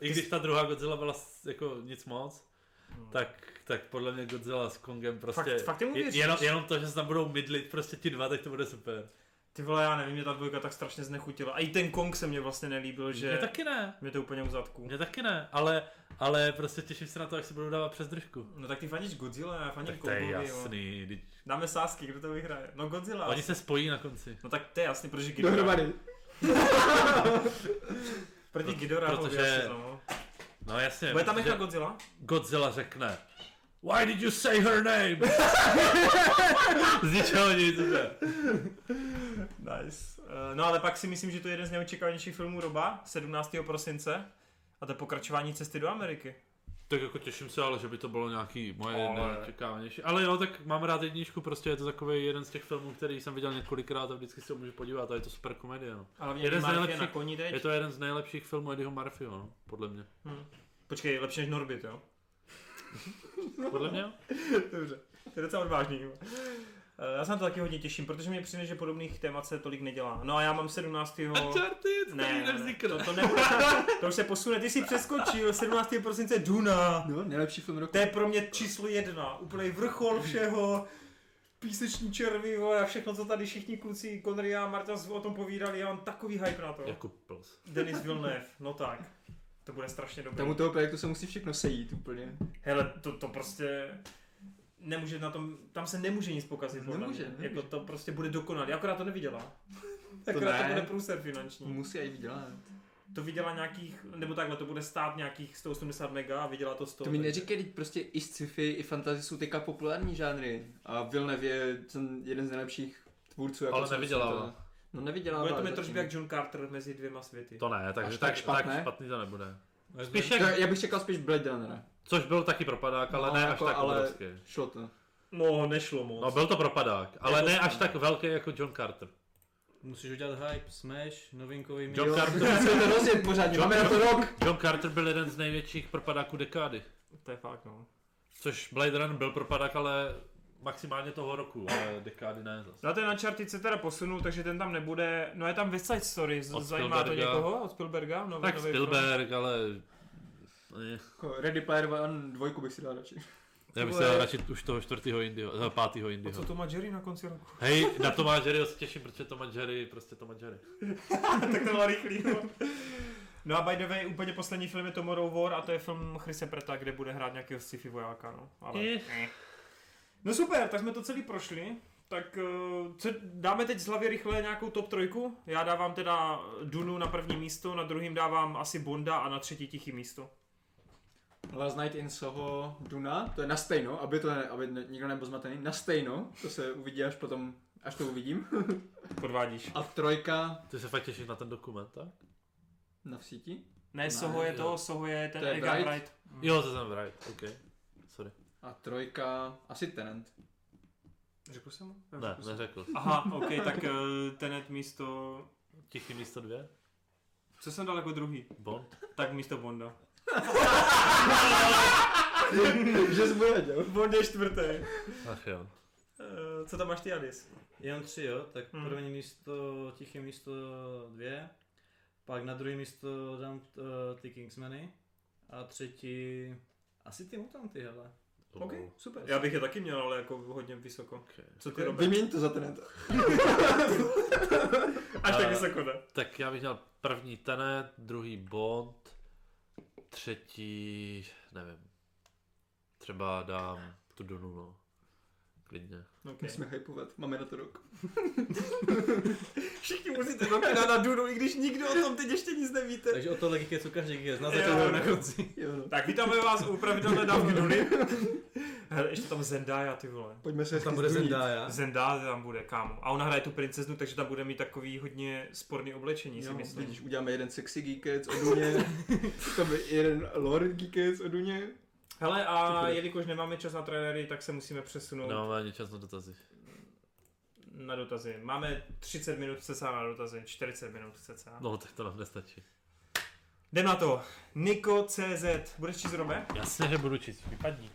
Speaker 3: I když ta druhá Godzilla byla s- jako nic moc,
Speaker 1: Hmm.
Speaker 3: tak, tak podle mě Godzilla s Kongem prostě...
Speaker 1: Fakt- fakt tomu
Speaker 3: je-
Speaker 1: věříš?
Speaker 3: jenom, jenom to, že se tam budou mydlit prostě ti dva, tak to bude super.
Speaker 1: Ty vole, já nevím, mě ta dvojka tak strašně znechutila. A i ten Kong se mě vlastně nelíbil, že
Speaker 3: Mě taky ne.
Speaker 1: mě to úplně u zadku.
Speaker 3: Mě taky ne, ale, ale prostě těším se na to, jak se budou dávat přes držku.
Speaker 1: No tak ty faníš Godzilla, já faním
Speaker 3: Tak to je
Speaker 1: Kongovi, jo.
Speaker 3: jasný. vždyť-
Speaker 1: Dáme sásky, kdo to vyhraje. No Godzilla.
Speaker 3: Oni se spojí na konci.
Speaker 1: No tak to je jasný, protože Ghidorah.
Speaker 2: Dohromady.
Speaker 1: Proti Ghidorah
Speaker 3: Protože-
Speaker 1: protože... no.
Speaker 3: No jasně.
Speaker 1: Bude tam
Speaker 3: protože
Speaker 1: ještě Godzilla?
Speaker 3: Godzilla řekne Why did you say her name? Z ničeho nic. ne.
Speaker 1: Nice. Eh, No ale pak si myslím, že to je jeden z neočekávanějších filmů Roba, 17. prosince. A to je pokračování cesty do Ameriky.
Speaker 3: Tak jako těším se, ale že by to bylo nějaký moje
Speaker 1: Ale-
Speaker 3: ale... neočekávanější. Ale jo, tak mám rád jedničku, prostě je to takový jeden z těch filmů, který jsem viděl několikrát a vždycky se ho můžu podívat a je to super komedie. No.
Speaker 1: A hlavně
Speaker 3: Jeden
Speaker 1: jeden
Speaker 3: z
Speaker 1: Mark je
Speaker 3: nejlepších-
Speaker 1: na koni teď.
Speaker 3: Je to jeden z nejlepších filmů Eddieho Murphyho, no, podle mě.
Speaker 1: Počkej, lepší než Norbit, jo?
Speaker 3: Podle mě? jo.
Speaker 1: Dobře, to je docela odvážný. jo. Eh, Já se na to taky hodně těším, protože mi přijde, že podobných témat se tolik nedělá. No a já mám 17.
Speaker 3: Uncharted,
Speaker 1: Ne, ne,
Speaker 3: který
Speaker 1: ne,
Speaker 3: nevznikl.
Speaker 1: to, to, nebude, to už se posune, ty jsi přeskočil 17. prosince Duna.
Speaker 2: No, nejlepší film roku.
Speaker 1: To je pro mě číslo jedna, úplný vrchol všeho. Píseční červy vole, a všechno, co tady všichni kluci Conry a Marta z- o tom povídali, já mám takový hype na to.
Speaker 3: Jako pls.
Speaker 1: Denis Villeneuve, no tak. To bude strašně dobré.
Speaker 2: Tam u toho projektu se musí všechno sejít úplně.
Speaker 1: Hele, to, to prostě nemůže na tom, tam se nemůže nic pokazit. podle
Speaker 2: Nemůže,
Speaker 1: mě.
Speaker 2: nemůže.
Speaker 1: Jako to prostě bude dokonalý, akorát to nevydělá.
Speaker 2: To
Speaker 1: akorát to,
Speaker 2: ne.
Speaker 1: bude průser finanční.
Speaker 2: Musí i vydělat.
Speaker 1: To vydělá nějakých, nebo takhle, to bude stát nějakých 180 mega a vydělá to 100.
Speaker 2: To mi
Speaker 1: takže-
Speaker 2: neříkej, teď prostě i sci-fi, i fantasy jsou teďka populární žánry. A Villeneuve je ten jeden z nejlepších tvůrců.
Speaker 3: Ale
Speaker 2: jsem
Speaker 3: nevydělává.
Speaker 2: slyšel. No nevydělává.
Speaker 1: Bude to mi
Speaker 2: zatím.
Speaker 1: trošku jak John Carter mezi dvěma světy.
Speaker 3: To ne, takže
Speaker 2: tak
Speaker 3: tak,
Speaker 2: špatné?
Speaker 3: tak špatný to nebude. Spíš
Speaker 4: Spíš
Speaker 2: To,
Speaker 3: jak,
Speaker 2: já bych čekal spíš Blade Runnera.
Speaker 3: což byl taky propadák, ale
Speaker 2: No,
Speaker 3: ne
Speaker 2: jako,
Speaker 3: až tak
Speaker 2: ale-
Speaker 3: obrovský.
Speaker 2: Šlo to.
Speaker 1: No, nešlo moc.
Speaker 3: No byl to propadák, ale
Speaker 1: Jako-
Speaker 3: ne až tak velký jako John Carter.
Speaker 4: Musíš udělat hype, smash, novinkový
Speaker 3: John
Speaker 4: mix.
Speaker 3: Carter.
Speaker 2: Musíme to rozjet pořádně,
Speaker 3: John-
Speaker 2: máme na to rok.
Speaker 3: John Carter byl jeden z největších propadáků dekády.
Speaker 1: To je fakt, no.
Speaker 3: Což Blade Runner byl propadák, ale maximálně toho roku, ale dekády ne zase.
Speaker 1: Na ten Uncharted se teda posunul, takže ten tam nebude. No je tam West Side Story, z-
Speaker 3: Od
Speaker 1: zajímá to
Speaker 3: Spielberga.
Speaker 1: někoho od Spielberga? Nový,
Speaker 3: Tak
Speaker 1: nový Film.
Speaker 3: Spielberg, ale... Ne,
Speaker 2: Jako Ready Player One dvojku bych si dal radši.
Speaker 3: Já bych se dal radši už toho čtvrtého Indio, eh, pátého
Speaker 1: A co
Speaker 3: Indio.
Speaker 1: to má Jerry na konci roku?
Speaker 3: Hej, na Toma a Jerryho se těším, protože Toma Jerry, prostě Toma Jerry.
Speaker 1: tak to bylo rychlý, no. No a by the way, úplně poslední film je Tomorrow War a to je film Chrise Preta, kde bude hrát nějakého sci-fi vojáka, no. Ale...
Speaker 3: Eh.
Speaker 1: No super, tak jsme to celý prošli. Tak eh, co, dáme teď z hlavy rychle nějakou top trojku? Já dávám teda Dunu na první místo, na druhém dávám asi Bonda a na třetí tichý místo.
Speaker 2: Last Night in Soho, Duna, to je na stejno, aby to ne, aby ne, nikdo nebyl zmatený, na stejno, to se uvidí až potom, až to uvidím.
Speaker 1: Podvádíš.
Speaker 2: A trojka
Speaker 3: Ty se fakt těšíš na ten dokument, tak?
Speaker 2: na v síti.
Speaker 1: Ne, ne Soho je to, Soho je ten
Speaker 2: To je
Speaker 1: Edgar
Speaker 2: Wright?
Speaker 1: Wright.
Speaker 3: Jo, to jsem right, ok. Sorry.
Speaker 2: A trojka, asi Tenant.
Speaker 1: Řekl jsem mu?
Speaker 3: Ne, neřekl.
Speaker 1: Aha, ok, tak eh, Tenet místo...
Speaker 3: Tichý místo dvě?
Speaker 1: Co jsem dal jako druhý?
Speaker 3: Bond?
Speaker 1: Tak místo Bonda.
Speaker 2: Že jsi bude, jo?
Speaker 1: Bond je čtvrtý.
Speaker 3: Ach jo.
Speaker 1: Eh, co tam máš ty, Adis?
Speaker 4: Já mám tři, jo, tak
Speaker 1: Hmm.
Speaker 4: první místo, tiché místo dvě, pak na druhé místo dám uh, ty Kingsmeny a třetí, asi ty mutanty, hele.
Speaker 1: OK, super. Já bych je taky měl, ale jako hodně vysoko.
Speaker 3: Ok.
Speaker 1: Co ty, Robert?
Speaker 2: Vyměň to za Tenant.
Speaker 1: Až tak
Speaker 3: Eh,
Speaker 1: vysoko, ne?
Speaker 3: Tak já bych měl první Tenet, druhý Bond, třetí, nevím, třeba dám tu Dunu, no. Klidně.
Speaker 1: Okay.
Speaker 2: Musíme hypovat, máme na to rok.
Speaker 1: Všichni musíte zapínat na Dunu, i když nikdo o tom teď ještě nic nevíte.
Speaker 4: Takže o to logiky, co každý je, na
Speaker 1: Jo.
Speaker 4: začátku na konci.
Speaker 2: Jo, no.
Speaker 1: Tak vítáme vás u pravidelné dávky Duny. Hele, ještě tam Zendaya, ty vole.
Speaker 2: Pojďme se
Speaker 4: Tam
Speaker 2: hezky
Speaker 4: bude
Speaker 2: zdůjít.
Speaker 4: Zendaya.
Speaker 1: Zendaya tam bude, kámo. A ona hraje tu princeznu, takže tam bude mít takový hodně sporný oblečení, si
Speaker 2: Jo,
Speaker 1: myslím.
Speaker 2: vidíš, uděláme jeden sexy geekec o Duně, tam je jeden lord geekec o Duně.
Speaker 1: Hele,
Speaker 2: To
Speaker 1: a
Speaker 2: bude.
Speaker 1: jelikož nemáme čas na trailery, tak se musíme přesunout no.
Speaker 3: Nemáme ani čas na dotazy.
Speaker 1: na dotazy. Máme 30 minut cca na dotazy, 40 minut cca. No.
Speaker 3: No, tak to nám nestačí.
Speaker 1: Jdem na to. Niko.cz. Budeš číst, Robe?
Speaker 3: Jasně, že budu číst. Vypadni.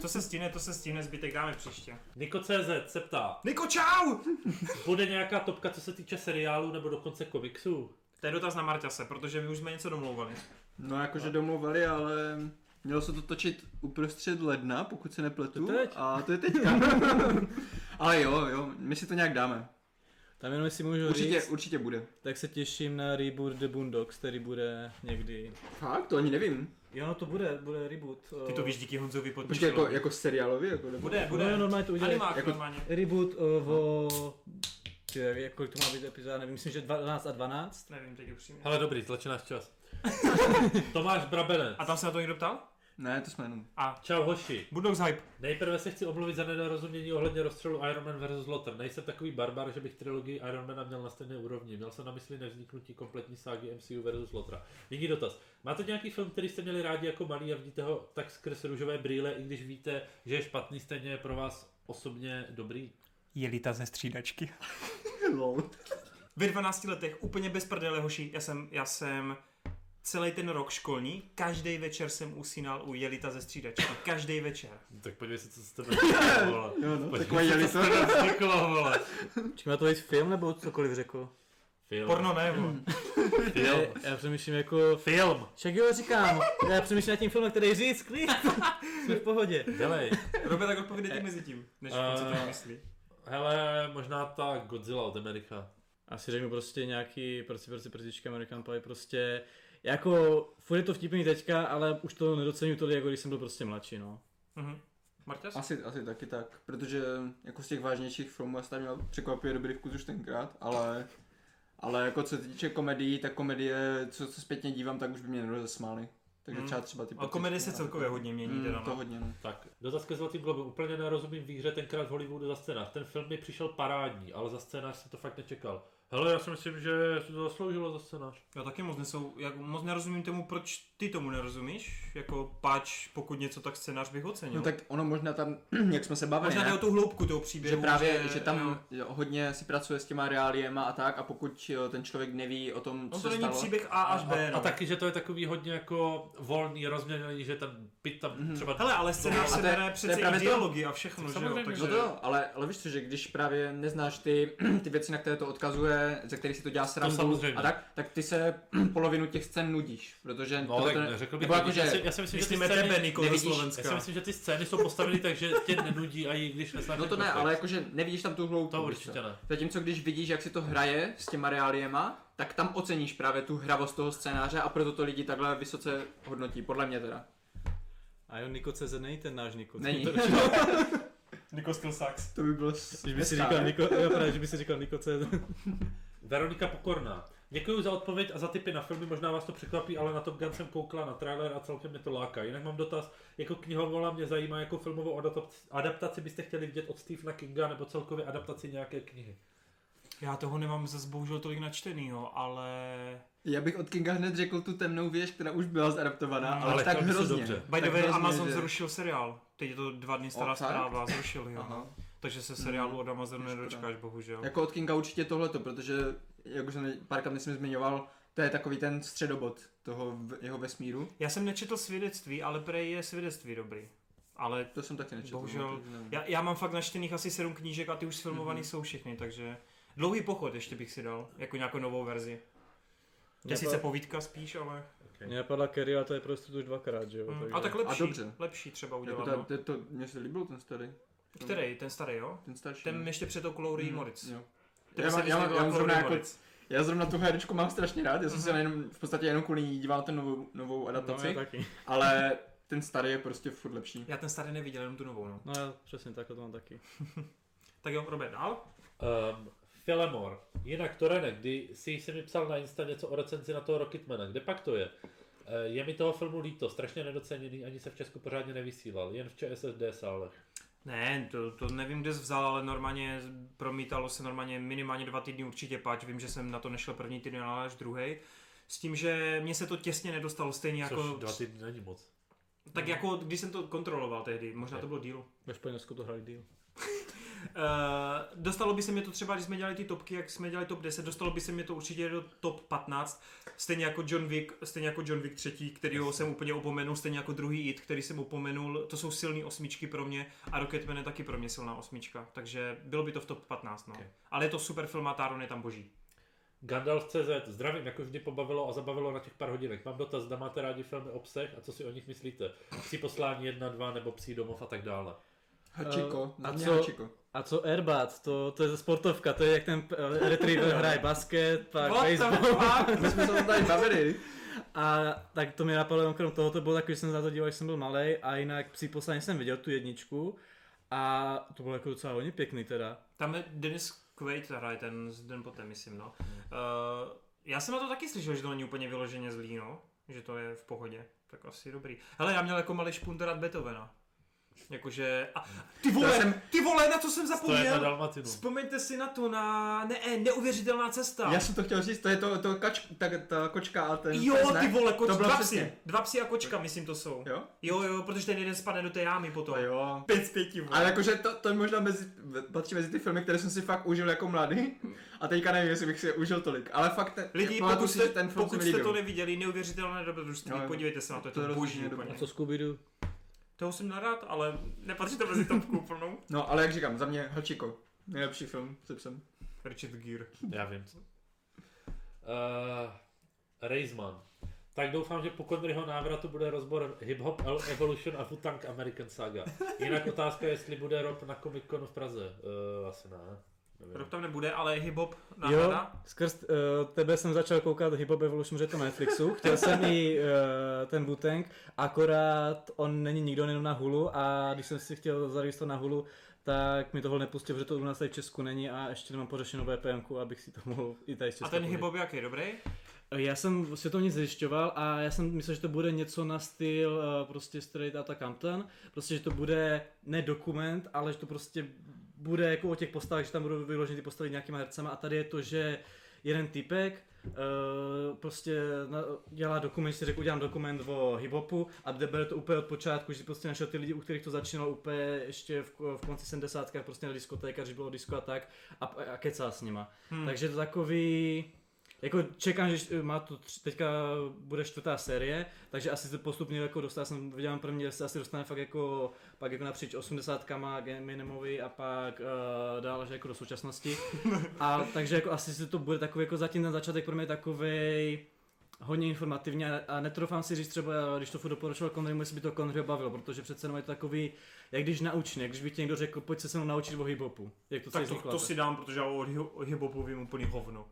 Speaker 1: Co se stíne, to se stíne, zbytek dáme příště.
Speaker 3: Niko.cz se ptá,
Speaker 1: Niko, čau!
Speaker 3: bude nějaká topka, co se týče seriálu nebo dokonce komiksů?
Speaker 1: To je dotaz na Marťase, protože my už jsme něco domlouvali.
Speaker 2: No jakože domluvali, ale mělo se to točit uprostřed ledna, pokud se nepletu.
Speaker 4: To je teď.
Speaker 2: A to je teďka. ale jo, jo, my si to nějak dáme.
Speaker 4: Tam jenom si můžu
Speaker 2: Určitě,
Speaker 4: říct,
Speaker 2: určitě bude.
Speaker 4: tak se těším na reboot The Boondocks, který bude někdy.
Speaker 2: Fakt, to ani nevím.
Speaker 4: Jo, no to bude, bude reboot.
Speaker 1: Ty to víš díky Honzovi pod
Speaker 2: Počkej, jako, jako seriálově? Jako, nebo...
Speaker 1: eh, Bude,
Speaker 4: Bude,
Speaker 1: bude.
Speaker 4: no, normálně to udělají.
Speaker 1: Animák
Speaker 2: Jako-
Speaker 1: normálně.
Speaker 4: Reboot uh, o... Ty, jak, kolik to má být epizoda, nevím, myslím, že 12 a 12.
Speaker 1: Nevím, teď upřímně.
Speaker 3: Ale dobrý, tlačí náš čas. Tomáš Brabenec.
Speaker 1: A tam se na to někdo ptal?
Speaker 2: Ne, to jsme jenom.
Speaker 3: Čau hoši.
Speaker 1: Budox hype.
Speaker 3: Nejprve se chci omluvit za nedorozumění ohledně rozstřelu Iron Man vs. Lothar. Nejsem takový barbar, že bych trilogii Iron Mana měl na stejné úrovni. Měl jsem na mysli nevzniknutí kompletní ságy MCU vs. Lothar. Nyní dotaz. Máte nějaký film, který jste měli rádi jako malý a vidíte ho tak skrz růžové brýle, i když víte, že je špatný, stejně je pro vás osobně dobrý?
Speaker 1: Jelita ze střídačky.
Speaker 2: Lol.
Speaker 1: Ve 12 letech úplně bez prdele hoši, já jsem, já jsem celý ten rok školní, každý večer jsem usínal u jelita ze střídačky. Každý večer.
Speaker 3: Tak podívej se, co se tebe vzniklo, vole.
Speaker 2: Jo, no,
Speaker 3: Podívej
Speaker 2: takové
Speaker 3: se,
Speaker 2: jeli
Speaker 3: co se tebe vzniklo, vole.
Speaker 4: Čím má to jít film nebo cokoliv řekl?
Speaker 3: Film.
Speaker 1: Porno ne, vole.
Speaker 3: Film.
Speaker 4: Já přemýšlím jako...
Speaker 3: Film.
Speaker 4: Však jo, říkám, já přemýšlím nad tím filmem, který říct, klid, jsme v pohodě.
Speaker 3: Dělej.
Speaker 1: Robe, tak
Speaker 2: Eh,
Speaker 1: odpovědejte mezi tím, než on co to
Speaker 3: Eh.
Speaker 1: myslí.
Speaker 3: Hele, možná ta Godzilla od Amerika.
Speaker 4: Asi řeknu prostě nějaký prci, prci, prcička, American Pie, prostě... Jako, furt je to vtipný teďka, ale už to nedocenuju tolik, jako když jsem byl prostě mladší, no.
Speaker 1: Mhm. Marťas?
Speaker 2: Asi, asi taky tak, protože jako z těch vážnějších filmů já jsem tam měl překvapivě dobrý vkus už tenkrát, ale, ale jako co se týče komedii, tak komedie, co se zpětně dívám, tak už by mě nerozesmály. Takže
Speaker 1: Hmm.
Speaker 2: třeba třeba ty...
Speaker 1: A komedie se
Speaker 2: pocity-
Speaker 1: celkově hodně mění, teda
Speaker 2: Mm, to
Speaker 1: no.
Speaker 2: hodně, no.
Speaker 3: Tak, dotaz ke Zlatým globem. Úplně nerozumím výhře tenkrát v Hollywoodu za scénář. Ten film mi přišel parádní, ale za scénář jsem to fakt nečekal. Hele, já si myslím, že se to zasloužilo za scénář.
Speaker 1: Já taky moc, nesou, jak, moc nerozumím tomu, proč ty tomu nerozumíš. Jako páč, pokud něco, tak scénář bych ocenil.
Speaker 2: No tak ono možná tam, jak jsme se bavili,
Speaker 1: Možná jde o
Speaker 2: ne?
Speaker 1: tu hloubku toho
Speaker 2: Že
Speaker 1: příběhu.
Speaker 2: právě, že
Speaker 1: no,
Speaker 2: tam hodně si pracuje s těma reáliema a tak a pokud jo, ten člověk neví o tom, co
Speaker 1: On No, to
Speaker 2: se
Speaker 1: není
Speaker 2: stalo,
Speaker 1: příběh A až B,
Speaker 3: a,
Speaker 1: no.
Speaker 3: a, taky, že to je takový hodně jako volný, rozměněný, že ten pit
Speaker 2: Mhm.
Speaker 3: tam třeba...
Speaker 1: Hele, ale scénář
Speaker 2: No, A
Speaker 1: se
Speaker 2: to je-
Speaker 1: bere
Speaker 2: to je
Speaker 1: přece i
Speaker 2: právě to.
Speaker 1: dialogy a všechno, že jo?
Speaker 3: samozřejmě,
Speaker 1: Takže...
Speaker 2: No to jo, ale, ale víš co, že když právě neznáš ty, ty věci, na které to odkazuje, ze kterých si to dělá srandu
Speaker 3: samozřejmě.
Speaker 2: a tak, tak ty se polovinu těch scén nudíš, protože
Speaker 3: No, tak
Speaker 2: to,
Speaker 3: neřekl bych,
Speaker 2: nebo jako,
Speaker 3: já, si,
Speaker 2: že,
Speaker 3: já si myslím, že ty
Speaker 1: Myslíme tebe,
Speaker 3: scény,
Speaker 1: Nikolo, ze
Speaker 2: nevidíš-
Speaker 3: já si
Speaker 1: Slovenska.
Speaker 3: myslím, že ty scény jsou postaveny tak, že tě nenudí, a i když neznáš
Speaker 2: no to
Speaker 3: ten
Speaker 2: ne,
Speaker 3: kontext.
Speaker 2: ale jakože nevidíš tam tu hloubku.
Speaker 3: To
Speaker 2: víš
Speaker 3: určitě
Speaker 2: co.
Speaker 3: ne.
Speaker 2: Zatímco když vidíš, jak si to hraje s těma reáliema, tak tam oceníš právě tu hravost toho scénáře a proto to lidi takhle vysoce hodnotí, podle mě teda.
Speaker 4: A jo, Niko CZ není ten náš Niko.
Speaker 2: Není. No,
Speaker 1: Niko Skill Sucks.
Speaker 2: to by bylo
Speaker 4: Když by si říkal Niko, jo, právě, že by si říkal Niko CZ.
Speaker 3: Veronika Pokorná. Děkuji za odpověď a za tipy na filmy, možná vás to překvapí, ale na Top Gun jsem koukla na trailer a celkem mě to láká. Jinak mám dotaz, jako knihovola mě zajímá, jako filmovou adap- adaptaci byste chtěli vidět od Stephena Kinga nebo celkově adaptaci nějaké knihy.
Speaker 1: Já toho nemám zase bohužel tolik načtenýho, ale...
Speaker 2: Já bych od Kinga hned řekl tu temnou věž, která už byla zadaptovaná,
Speaker 1: Mm,
Speaker 2: ale,
Speaker 3: ale
Speaker 2: tak
Speaker 3: chtěl by se
Speaker 2: hrozně.
Speaker 3: dobře.
Speaker 1: By the
Speaker 2: Tak
Speaker 1: way,
Speaker 2: hrozně,
Speaker 1: Amazon
Speaker 2: že-
Speaker 1: zrušil seriál. Teď je to dva dny stará
Speaker 2: O, fakt?
Speaker 1: zpráva, zrušili ho.
Speaker 2: Aha. Hmm,
Speaker 1: no. Takže se seriálu od Amazonu
Speaker 2: škoda.
Speaker 1: nedočkáš, bohužel.
Speaker 2: Jako od Kinga určitě tohleto, protože, jak už jsem párkrát myslím zmiňoval, to je takový ten středobod toho v, jeho vesmíru.
Speaker 1: Já jsem nečetl svědectví, ale prej je svědectví dobrý. Ale
Speaker 2: To jsem taky nečetl. no,
Speaker 1: Bohužel,
Speaker 2: takže nevím.
Speaker 1: já, já mám fakt načtených asi sedm knížek a ty už sfilmovaný mm-hmm.
Speaker 2: Mhm.
Speaker 1: jsou všechny, takže... Dlouhý pochod ještě bych si dal, jako nějakou novou verzi. To je
Speaker 2: Jako-
Speaker 4: Mě
Speaker 1: sice
Speaker 4: napad-
Speaker 1: povídka spíš, ale...
Speaker 4: Mě napadla Kerry, ale to je prostě už dvakrát, že jo?
Speaker 1: Mm,
Speaker 4: takže-
Speaker 1: a tak lepší,
Speaker 2: A dobře.
Speaker 1: lepší třeba
Speaker 2: Jako
Speaker 1: udělat.
Speaker 2: ta,
Speaker 1: Jako
Speaker 2: to, to, mně se líbil ten starý.
Speaker 1: Který? Ten starý, jo?
Speaker 2: Ten starší.
Speaker 1: Ten ještě před tou Chloe
Speaker 4: Hmm.
Speaker 2: Mm,
Speaker 1: Moritz.
Speaker 2: jo.
Speaker 1: Ten
Speaker 2: Já
Speaker 1: se
Speaker 2: mám-
Speaker 1: mi
Speaker 2: já mám-
Speaker 1: líbila
Speaker 2: já mám
Speaker 1: Chloe
Speaker 2: zrovna jako-
Speaker 1: Moritz.
Speaker 2: Já zrovna tu herečku mám strašně rád, já jsem se
Speaker 1: Mhm.
Speaker 2: jenom, v podstatě jenom kvůli ní díval ten novou, novou
Speaker 4: No, já
Speaker 2: adaptaci,
Speaker 4: taky.
Speaker 2: ale ten starý je prostě furt lepší.
Speaker 1: Já ten starý neviděl, jenom tu novou, no.
Speaker 4: No, já přesně takhle to mám taky.
Speaker 1: Tak jo, Robert, dál?
Speaker 3: Um, Filemor. Jinak Torene, kdy jsi se mi psal na Insta něco o recenzi na toho Rocketmana, kde pak to je? Eh, Je mi toho filmu líto, strašně nedoceněný, ani se v Česku pořádně nevysílal, jen v ČSSD sálech.
Speaker 1: Ne, to, to nevím, kde jsi vzal, ale normálně promítalo se normálně minimálně dva týdny určitě pač. Vím, že jsem na to nešel první týden, ale až druhý. S tím, že mě se to těsně nedostalo stejně
Speaker 3: Jako... Což
Speaker 1: jako...
Speaker 3: dva týdny není moc.
Speaker 1: tak jako když jsem to kontroloval tehdy, možná to bylo díl.
Speaker 4: Ve Španělsku to hráli díl.
Speaker 1: Eh, dostalo by se mi to třeba, když jsme dělali ty topky, jak jsme dělali top 10, dostalo by se mi to určitě do top 15, stejně jako John Wick, stejně jako John Wick 3, kterýho jsem úplně opomenul, stejně jako druhý It, který jsem opomenul, to jsou silné osmičky pro mě a Rocketman je taky pro mě silná osmička, takže bylo by to v top 15, no.
Speaker 3: Ok.
Speaker 1: Ale je to super film a Taron je tam boží.
Speaker 3: Gandalf CZ, zdravím, jako vždy pobavilo a zabavilo na těch pár hodinek. Mám dotaz, zda máte rádi filmy o psech a co si o nich myslíte? Psí poslání 1, 2 nebo psí domov a tak dále.
Speaker 2: Hačiko,
Speaker 4: Eh,
Speaker 2: na
Speaker 4: a
Speaker 2: mě
Speaker 4: co-
Speaker 2: Hačiko.
Speaker 4: A co Airbat? To, to je sportovka, to je jak ten eh, retriever hraje basket, pak baseball.
Speaker 2: My jsme se o tom tady bavili.
Speaker 4: A tak to mi napadlo, jenom krom toho to bylo takový, že jsem se na to díval, když jsem byl malý a jinak psí poslání jsem viděl tu jedničku a to bylo jako docela hodně pěkný teda.
Speaker 1: Tam je Dennis Quaid hraje ten den poté, myslím, no. Uh, já jsem na to taky slyšel, že to není úplně vyloženě zlý, no. Že to je v pohodě. Tak asi dobrý. Hele, já měl jako malý špunt rád Beethovena. Jakože, a, ty vole,
Speaker 5: jsem-
Speaker 1: ty vole, na co jsem
Speaker 3: To je na
Speaker 1: zapomněl?
Speaker 3: Dalmatinu.
Speaker 1: Vzpomeňte si na to, na ne, eh, neuvěřitelná cesta.
Speaker 2: Já jsem to chtěl říct, to je to, to kač, ta, ta kočka a ten
Speaker 1: Jo,
Speaker 2: pes, ne?
Speaker 1: ty vole, koč,
Speaker 2: To bylo
Speaker 1: dva
Speaker 2: přesně.
Speaker 1: psy. Dva psy a kočka, myslím, to jsou.
Speaker 2: Jo?
Speaker 1: Jo, jo, protože ten jeden spadne do té jámy potom.
Speaker 2: To jo.
Speaker 1: Pět z pěti,
Speaker 2: Ale
Speaker 1: vole.
Speaker 2: jakože to, to je možná mezi, patří mezi ty filmy, které jsem si fakt užil jako mladý. A teďka nevím, jestli bych si je užil tolik. Ale fakt, ten,
Speaker 1: Lidi,
Speaker 2: pamatuju
Speaker 1: pokud
Speaker 2: si,
Speaker 1: jste,
Speaker 2: že ten film
Speaker 1: pokud
Speaker 2: se mi
Speaker 1: jste
Speaker 2: líbil.
Speaker 1: to neviděli, neuvěřitelné dobrodružství,
Speaker 2: Jo, jo.
Speaker 1: podívejte se na to, je
Speaker 2: To je
Speaker 1: to boží
Speaker 2: rozhodně
Speaker 1: úplně.
Speaker 4: A co Scooby-Doo?
Speaker 1: Toho jsem narád, ale nepatří to mezi topku úplnou.
Speaker 2: No, ale jak říkám, za mě Hlčiko. Nejlepší film se psem.
Speaker 1: Richard Gere.
Speaker 3: Já vím co. Uh, Raisman. Tak doufám, že po Conryho návratu bude rozbor Hip Hop El- Evolution a Futang American Saga. Jinak otázka, jestli bude Rob na Comic Conu v Praze. Uh, asi ne. Nevím.
Speaker 1: Rob tam nebude, ale hip-hop
Speaker 4: Jo,
Speaker 1: náhrada.
Speaker 4: skrz uh, tebe jsem začal koukat Hip Hop Evolution, že to na Netflixu, chtěl jsem i uh, ten Wu-Tang, akorát on není nikdo on je jenom na Hulu a když jsem si chtěl zaregistrovat na Hulu, tak mi tohle nepustil, protože to u nás tady v Česku není a ještě nemám pořešenou VPN, abych si to mohl i tady z
Speaker 1: A
Speaker 4: Česka
Speaker 1: ten
Speaker 4: pohlídat.
Speaker 1: hip-hop jak je dobrý?
Speaker 4: Já jsem si to nic zjišťoval a já jsem myslel, že to bude něco na styl eh, prostě Straight Outta Compton. Prostě, že to bude ne dokument, ale že to prostě bude jako o těch postavách, že tam budou vyloženy ty postavy nějakýma hercema a tady je to, že jeden typek uh, prostě na, dělá dokument, si řekl, udělám dokument o hiphopu a byl to úplně od počátku, že prostě našel ty lidi, u kterých to začínalo úplně ještě v, v konci 70. prostě na diskotékách, že bylo disco a tak a, a kecá s nima.
Speaker 1: Hmm.
Speaker 4: Hmm. Takže je to takový... Jako čekám, že eh, má to tři, teďka bude čtvrtá série, takže asi se postupně jako dostal jsem, viděl první, že se asi dostane fakt jako, pak jako napříč osmdesátkama k Eminemovi a pak uh, dál až jako do současnosti. A takže jako asi se to bude takový, jako zatím ten začátek pro mě je takovej hodně informativní a, a netroufám si říct třeba, když to furt doporučoval Connerymu, jestli by to Connery bavilo, protože přece jenom je to takový, jak když naučný, jak když by ti někdo řekl, pojď se se mnou naučit o hip-hopu. Jak to celý
Speaker 1: Tak to, to
Speaker 4: zakládat.
Speaker 1: si dám, protože já o hi- o hip-hopu vím úplně hovno.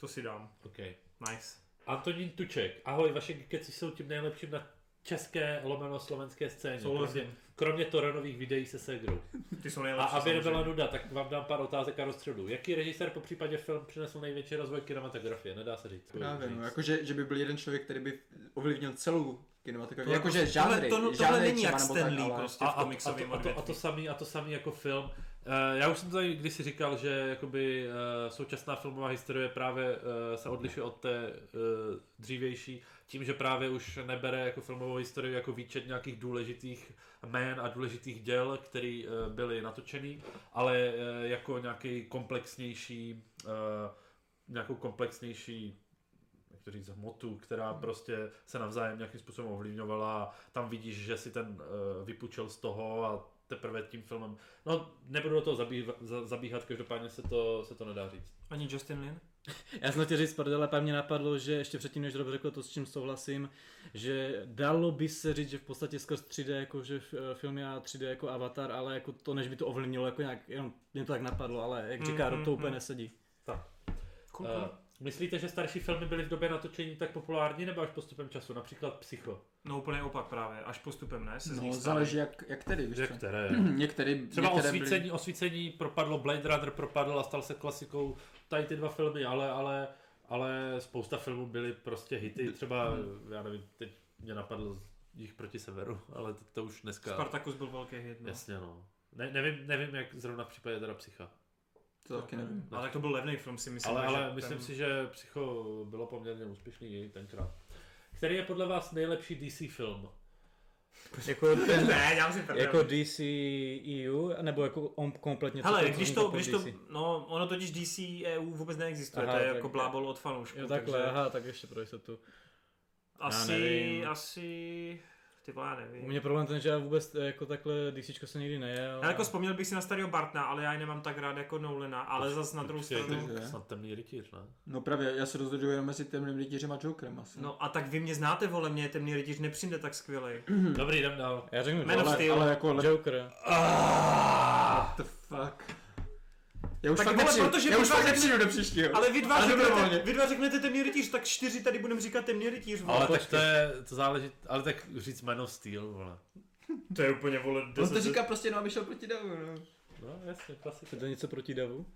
Speaker 1: To si dám.
Speaker 3: Okay.
Speaker 1: Nice.
Speaker 3: Antonín Tuček. Ahoj, vaše keci jsou tím nejlepším na české lomeno slovenské scéně.
Speaker 1: Souhlasím.
Speaker 3: Kromě, kromě Toranových videí se Segrou.
Speaker 1: Ty jsou
Speaker 3: A
Speaker 1: nejlepší.
Speaker 3: aby nebyla
Speaker 1: samozřejmě.
Speaker 3: nuda, tak vám dám pár otázek a rozstředu. Jaký režisér po případě film přinesl největší rozvoj kinematografie? Nedá se říct.
Speaker 2: Právě,
Speaker 3: Říct.
Speaker 2: no, jakože, že by byl jeden člověk, který by ovlivnil celou kinematografii.
Speaker 1: Jako-
Speaker 2: Jakože
Speaker 1: tohle-
Speaker 2: žánry,
Speaker 1: tohle-
Speaker 2: žánry
Speaker 1: Tohle není
Speaker 2: třeba,
Speaker 1: jak
Speaker 2: nebo tak,
Speaker 1: Stanley
Speaker 2: ale-
Speaker 1: prostě v komiksovém
Speaker 3: a, a, to, a, to, a to
Speaker 1: odvětví.
Speaker 3: samý, a to samý jako film. Uh, já už jsem tady kdysi říkal, že jakoby uh, současná filmová historie právě uh, se odlišuje od té uh, dřívější tím, že právě už nebere jako filmovou historii jako výčet nějakých důležitých jmén a důležitých děl, které uh, byly natočený, ale uh, jako nějaký komplexnější uh, nějakou komplexnější jak to říct, hmotu, která prostě se navzájem nějakým způsobem ovlivňovala a tam vidíš, že si ten uh, vypučil z toho a teprve tím filmem. No, nebudu do toho zabýva, za, zabíhat, každopádně se to, se to nedá říct.
Speaker 1: Ani Justin Lin?
Speaker 4: Já jsem chtěl říct, prdele, pak mě napadlo, že ještě předtím, než Rob řekl to, s čím souhlasím, že dalo by se říct, že v podstatě skrz 3D, jako že f- film a 3D jako Avatar, ale jako to, než by to ovlivnilo, jako nějak, jenom mě to tak napadlo, ale jak
Speaker 1: Mm,
Speaker 4: říká Rob, to
Speaker 1: mm,
Speaker 4: úplně
Speaker 1: mm.
Speaker 4: nesedí.
Speaker 1: Cool,
Speaker 3: Eh,
Speaker 1: cool.
Speaker 3: myslíte, že starší filmy byly v době natočení tak populární nebo až postupem času? Například Psycho.
Speaker 1: No úplně opak právě, až postupem, ne? Se z
Speaker 2: No,
Speaker 1: nich
Speaker 2: záleží jak, jak tedy, víš co.
Speaker 3: které?
Speaker 2: Některý,
Speaker 3: Třeba
Speaker 2: některé
Speaker 3: osvícení, osvícení propadlo, Blade Runner propadl a stal se klasikou. Tady ty dva filmy, ale, ale, ale spousta filmů byly prostě hity. Třeba, já nevím, teď mě napadlo jich proti severu, ale to, to už dneska...
Speaker 1: Spartacus byl velký hit, no.
Speaker 3: Jasně no. Ne, nevím, nevím, jak zrovna v případě teda Psycha.
Speaker 2: To taky nevím.
Speaker 4: No.
Speaker 1: Ale tak to byl levný film, si myslím.
Speaker 3: Ale,
Speaker 1: takže
Speaker 3: ale myslím si, že Psycho bylo poměrně úspěšný i tenkrát. Který je podle vás nejlepší DC film?
Speaker 4: Jako, ten,
Speaker 1: Ne, já si prdel.
Speaker 4: jako DC EU, nebo jako on kompletně... co
Speaker 1: Hele,
Speaker 4: to
Speaker 1: když to,
Speaker 4: vzniklo pod
Speaker 1: když to,
Speaker 4: DC?
Speaker 1: no, ono totiž DC EU vůbec neexistuje,
Speaker 4: jako Aha,
Speaker 1: to je
Speaker 4: tak-
Speaker 1: jako blábol od fanoušků.
Speaker 4: Jo, takhle,
Speaker 1: takže
Speaker 4: aha, tak ještě pro jistotu. Já
Speaker 1: Asi,
Speaker 4: nevím.
Speaker 1: asi, ty vole, já
Speaker 4: U
Speaker 1: nevím.
Speaker 4: mě problém ten, že já vůbec eh, jako takhle DCčko se nikdy nejel.
Speaker 1: Já jako vzpomněl bych si na starého Bartna, ale já je nemám tak rád jako Nolana, ale zas na druhou
Speaker 3: Určitě je to
Speaker 1: stranu.
Speaker 2: že?
Speaker 3: Snad temný rytíř, ne?
Speaker 2: No právě, já se rozhoduju jenom mezi temným rytířem a Jokerem asi.
Speaker 1: No a tak vy mě znáte, vole, mě temný rytíř nepřijde tak skvělej.
Speaker 3: Dobrý, jdem dál.
Speaker 4: Já řeknu
Speaker 1: Man of
Speaker 2: ale,
Speaker 1: Steel.
Speaker 2: ale jako lep...
Speaker 4: Joker. Ah!
Speaker 2: What the fuck. Já už
Speaker 1: Tak
Speaker 2: fakt
Speaker 1: vole,
Speaker 2: nepřijdu,
Speaker 1: protože
Speaker 2: já
Speaker 1: vy
Speaker 2: už
Speaker 1: dva
Speaker 2: fakt
Speaker 1: řeknete-
Speaker 2: nepřijdu do příštího.
Speaker 1: Ale vy dva,
Speaker 2: Ale
Speaker 1: řeknete,
Speaker 2: dobrovolně.
Speaker 1: vy dva řeknete temný rytíř, tak čtyři tady budeme říkat temný rytíř, vole.
Speaker 3: Ale tak to je, to záleží, ale tak říct Man of Steel, vole.
Speaker 1: to je úplně, vole,
Speaker 2: On to říká prostě jenom, aby šel proti davu, no.
Speaker 3: No jasně, klasika.
Speaker 4: Je to něco proti davu?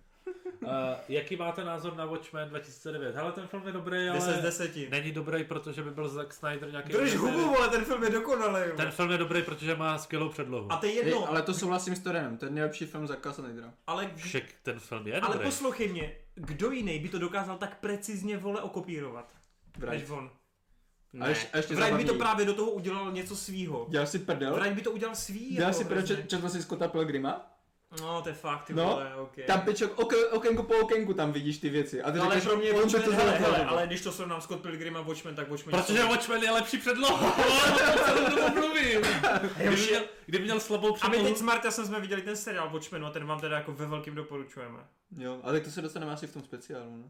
Speaker 3: jaký máte názor na Watchmen 2009? Hele, ten film je dobrý,
Speaker 1: 10 z
Speaker 3: ale
Speaker 1: 10.
Speaker 3: není dobrý, protože by byl Zack Snyder nějaký...
Speaker 1: Drž
Speaker 3: režisér.
Speaker 1: hubu, vole, ten film je dokonalý. jo.
Speaker 3: Ten film je dobrý, protože má skvělou předlohu.
Speaker 1: A to je
Speaker 2: Hej,
Speaker 1: jedno,
Speaker 2: ale to souhlasím s Torenem, to je nejlepší film za Casa Negra.
Speaker 1: ale,
Speaker 3: Však ten film je
Speaker 1: ale
Speaker 3: dobrý.
Speaker 1: poslouchej mě, kdo jiný by to dokázal tak precizně, vole, okopírovat, než
Speaker 2: Vrať.
Speaker 1: on?
Speaker 2: A
Speaker 1: Ne.
Speaker 2: ještě, a ještě
Speaker 1: Vrať by
Speaker 2: zabavný.
Speaker 1: to právě do toho udělal něco svýho.
Speaker 2: Dělal si prdel?
Speaker 1: Vrať by to udělal svý.
Speaker 2: Dělal
Speaker 1: jako
Speaker 2: si prdel,
Speaker 1: hrozně.
Speaker 2: čet- četl si Scotta Pilgrima?
Speaker 1: No, to je fakt, ty
Speaker 2: No,
Speaker 1: vole, okay.
Speaker 2: Tam pičok, ok, okénko po okénku tam vidíš ty věci. A ty
Speaker 1: No, ale
Speaker 2: řekneš,
Speaker 1: pro mě
Speaker 2: on by
Speaker 1: Watchmen,
Speaker 2: to
Speaker 1: hele,
Speaker 2: zvládl.
Speaker 1: hele, ale když to srovnám Scott Pilgrim a Watchmen, tak Watchmen...
Speaker 3: Protože Watchmen je lepší předloha, ale to celou dobu mluvím. Kdyby měl, kdyby měl slabou
Speaker 1: A my
Speaker 3: předlohu,
Speaker 1: teď s Martasem jsme viděli ten seriál Watchmen, a ten vám teda jako ve velkým doporučujeme.
Speaker 2: Jo, ale tak to se dostaneme asi v tom speciálu, no.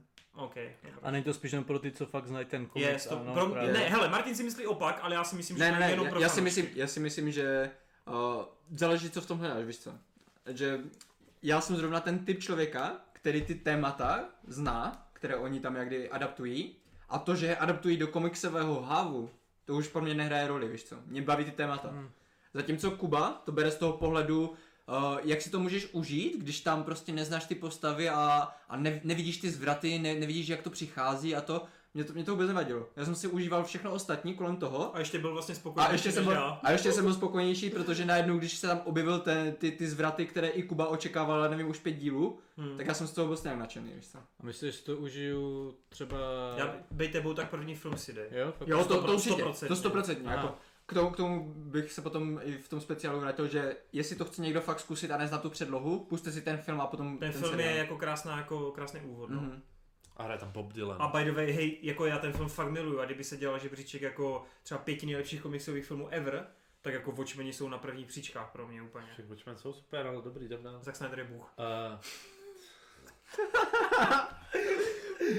Speaker 1: OK. dobrá.
Speaker 4: A není to spíš jen pro ty, co fakt znají ten komiks.
Speaker 1: Je, to,
Speaker 4: ano,
Speaker 1: pro,
Speaker 4: právě.
Speaker 1: ne, hele, Martin si myslí opak, ale já si myslím, že
Speaker 2: no, Ne,
Speaker 1: to
Speaker 2: ne,
Speaker 1: je jenom
Speaker 2: ne,
Speaker 1: pro
Speaker 2: já si,
Speaker 1: fanoušky.
Speaker 2: myslím, já si myslím, že uh, záleží, co v tom hledáš, víš co. Že já jsem zrovna ten typ člověka, který ty témata zná, které oni tam jakdy adaptují, a to, že je adaptují do komiksového hávu, to už pro mě nehraje roli, víš co. Mě baví ty témata. Hmm. Zatímco Kuba to bere z toho pohledu, uh, jak si to můžeš užít, když tam prostě neznáš ty postavy a, a ne, nevidíš ty zvraty, ne, nevidíš, jak to přichází a to, mě to, mě to vůbec nevadilo. Já jsem si užíval všechno ostatní kolem toho
Speaker 1: A ještě byl vlastně spokojený.
Speaker 2: a ještě, jsem byl, a ještě jsem byl spokojenější, protože najednou, když se tam objevil ten, ty, ty zvraty, které i Kuba očekávala, nevím, už pět dílů,
Speaker 1: Hmm.
Speaker 2: hmm. tak já jsem z toho byl nějak nadšený, víš co.
Speaker 4: A myslíš, že to užiju třeba...
Speaker 1: Já, bej tebou, tak první film si dej.
Speaker 4: Jo, fakt.
Speaker 2: Jo, to, to
Speaker 1: 100%.
Speaker 2: určitě, to stoprocentně,
Speaker 1: Aha.
Speaker 2: jako k tomu, k tomu bych se potom i v tom speciálu vrátil, že jestli to chce někdo fakt zkusit a nezná tu předlohu, puste si ten film a potom
Speaker 1: Ten, film
Speaker 2: seriál.
Speaker 1: je jako krásná, jako krásný úvod. No.
Speaker 2: Mhm.
Speaker 3: A hraje tam Bob Dylan.
Speaker 1: A by the way, hej, jako já ten film fakt miluju a kdyby se dělal žebříček jako třeba pěti nejlepších komiksových filmů ever, tak jako Watchmeni jsou na prvních příčkách pro mě úplně.
Speaker 3: Však Watchmen jsou super, ale dobrý, jdem dál.
Speaker 1: Zack Snyder je bůh.
Speaker 3: Eh,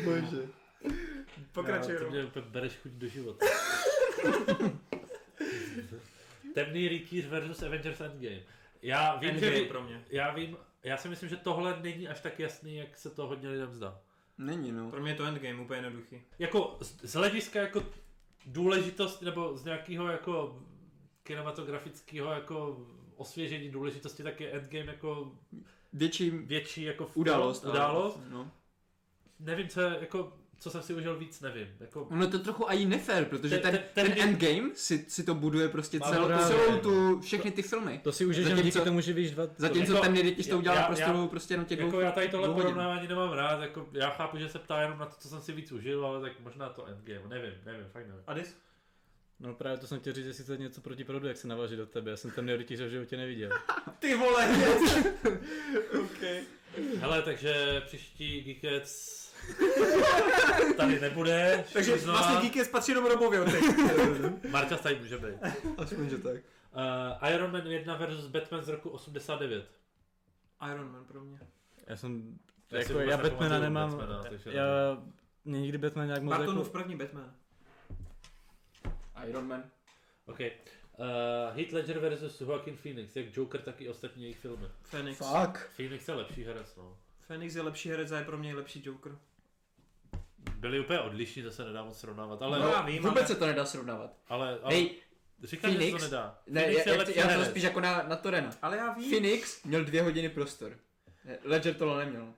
Speaker 2: Bože.
Speaker 1: Pokračuj.
Speaker 3: Já, to
Speaker 1: Rob.
Speaker 3: mě úplně bereš chuť do života. Temný rytíř versus Avengers Endgame. Já vím,
Speaker 1: Endgame
Speaker 3: že vy,
Speaker 1: pro mě.
Speaker 3: já vím, já si myslím, že tohle není až tak jasný, jak se to hodně lidem zdá.
Speaker 2: Není no.
Speaker 1: Pro mě je to Endgame úplně jednoduchý.
Speaker 3: Jako z, z hlediska jako důležitost nebo z nějakého jako kinematografického jako osvěžení důležitosti, tak je Endgame jako
Speaker 2: Větší
Speaker 3: větší jako v-
Speaker 2: událost. ale-
Speaker 3: událost.
Speaker 2: No.
Speaker 3: Nevím, co je, jako, co jsem si užil víc, nevím. Jako,
Speaker 2: Ono je No, to trochu i nefér, protože
Speaker 3: Ten-
Speaker 2: ten, ten,
Speaker 3: ten-
Speaker 2: ten,
Speaker 3: ten-
Speaker 2: endgame si, si to buduje prostě
Speaker 4: Mám
Speaker 2: celou,
Speaker 4: rád,
Speaker 2: celou
Speaker 4: no.
Speaker 2: tu, všechny ty filmy.
Speaker 4: To si užiješ jenom
Speaker 2: Zatímco-
Speaker 4: díky tomu, že víš dva...
Speaker 2: Zatímco
Speaker 3: Jako-
Speaker 2: ten nejdetíž to udělal
Speaker 3: já-
Speaker 2: na prostoru
Speaker 3: já-
Speaker 2: prostě jenom těch dvou
Speaker 3: jako já tady tohle
Speaker 2: dvou hodin.
Speaker 3: porovnávání nemám rád, jako já chápu, že se ptá jenom na to, co jsem si víc užil, ale tak možná to endgame, nevím, nevím, fakt nevím.
Speaker 1: Adis?
Speaker 4: No právě to jsem chtěl říct, jestli to je něco proti proudu, jak se naváží do tebe. Já jsem ten rytíře v životě neviděl.
Speaker 1: Ty vole!
Speaker 3: Hele, takže příští Geekets tady nebude,
Speaker 1: Takže
Speaker 3: šli znova.
Speaker 1: vlastně díky spatří jenom Robovi od teď.
Speaker 3: Marťas tady může být.
Speaker 2: Aspoň, že tak.
Speaker 3: Uh, Iron Man 1 versus Batman z roku 89.
Speaker 1: Iron Man pro mě.
Speaker 4: Já jsem...
Speaker 3: Já si
Speaker 4: jako,
Speaker 3: vůbec
Speaker 4: já Batmana
Speaker 3: nepamatuju
Speaker 4: nemám...
Speaker 3: Batmana, takže
Speaker 4: já... Mě nikdy Batman nějak moc...
Speaker 1: Bartonův
Speaker 4: Jako,
Speaker 1: první Batman.
Speaker 2: Iron Man.
Speaker 3: OK. Uh, Heath Ledger versus Joaquin Phoenix, jak Joker, tak i ostatní jejich filmy.
Speaker 1: Phoenix.
Speaker 2: Fuck.
Speaker 3: Phoenix je lepší herec, no.
Speaker 1: Phoenix je lepší herec a je pro mě lepší Joker.
Speaker 3: Byli úplně odlišní, to se nedá moc srovnávat, ale,
Speaker 1: No,
Speaker 3: ale,
Speaker 1: já vím,
Speaker 2: Vůbec
Speaker 1: ale-
Speaker 2: se to nedá srovnávat.
Speaker 3: ale, ale
Speaker 2: Hej,
Speaker 3: říkám, že se to
Speaker 2: Phoenix-
Speaker 3: nedá.
Speaker 2: ne,
Speaker 3: Phoenix
Speaker 2: já,
Speaker 3: je
Speaker 2: já,
Speaker 3: lepší
Speaker 2: já to
Speaker 3: herec.
Speaker 2: spíš jako na, na Torena.
Speaker 1: Ale já vím.
Speaker 2: Phoenix měl dvě hodiny prostor. Ledger tohle neměl.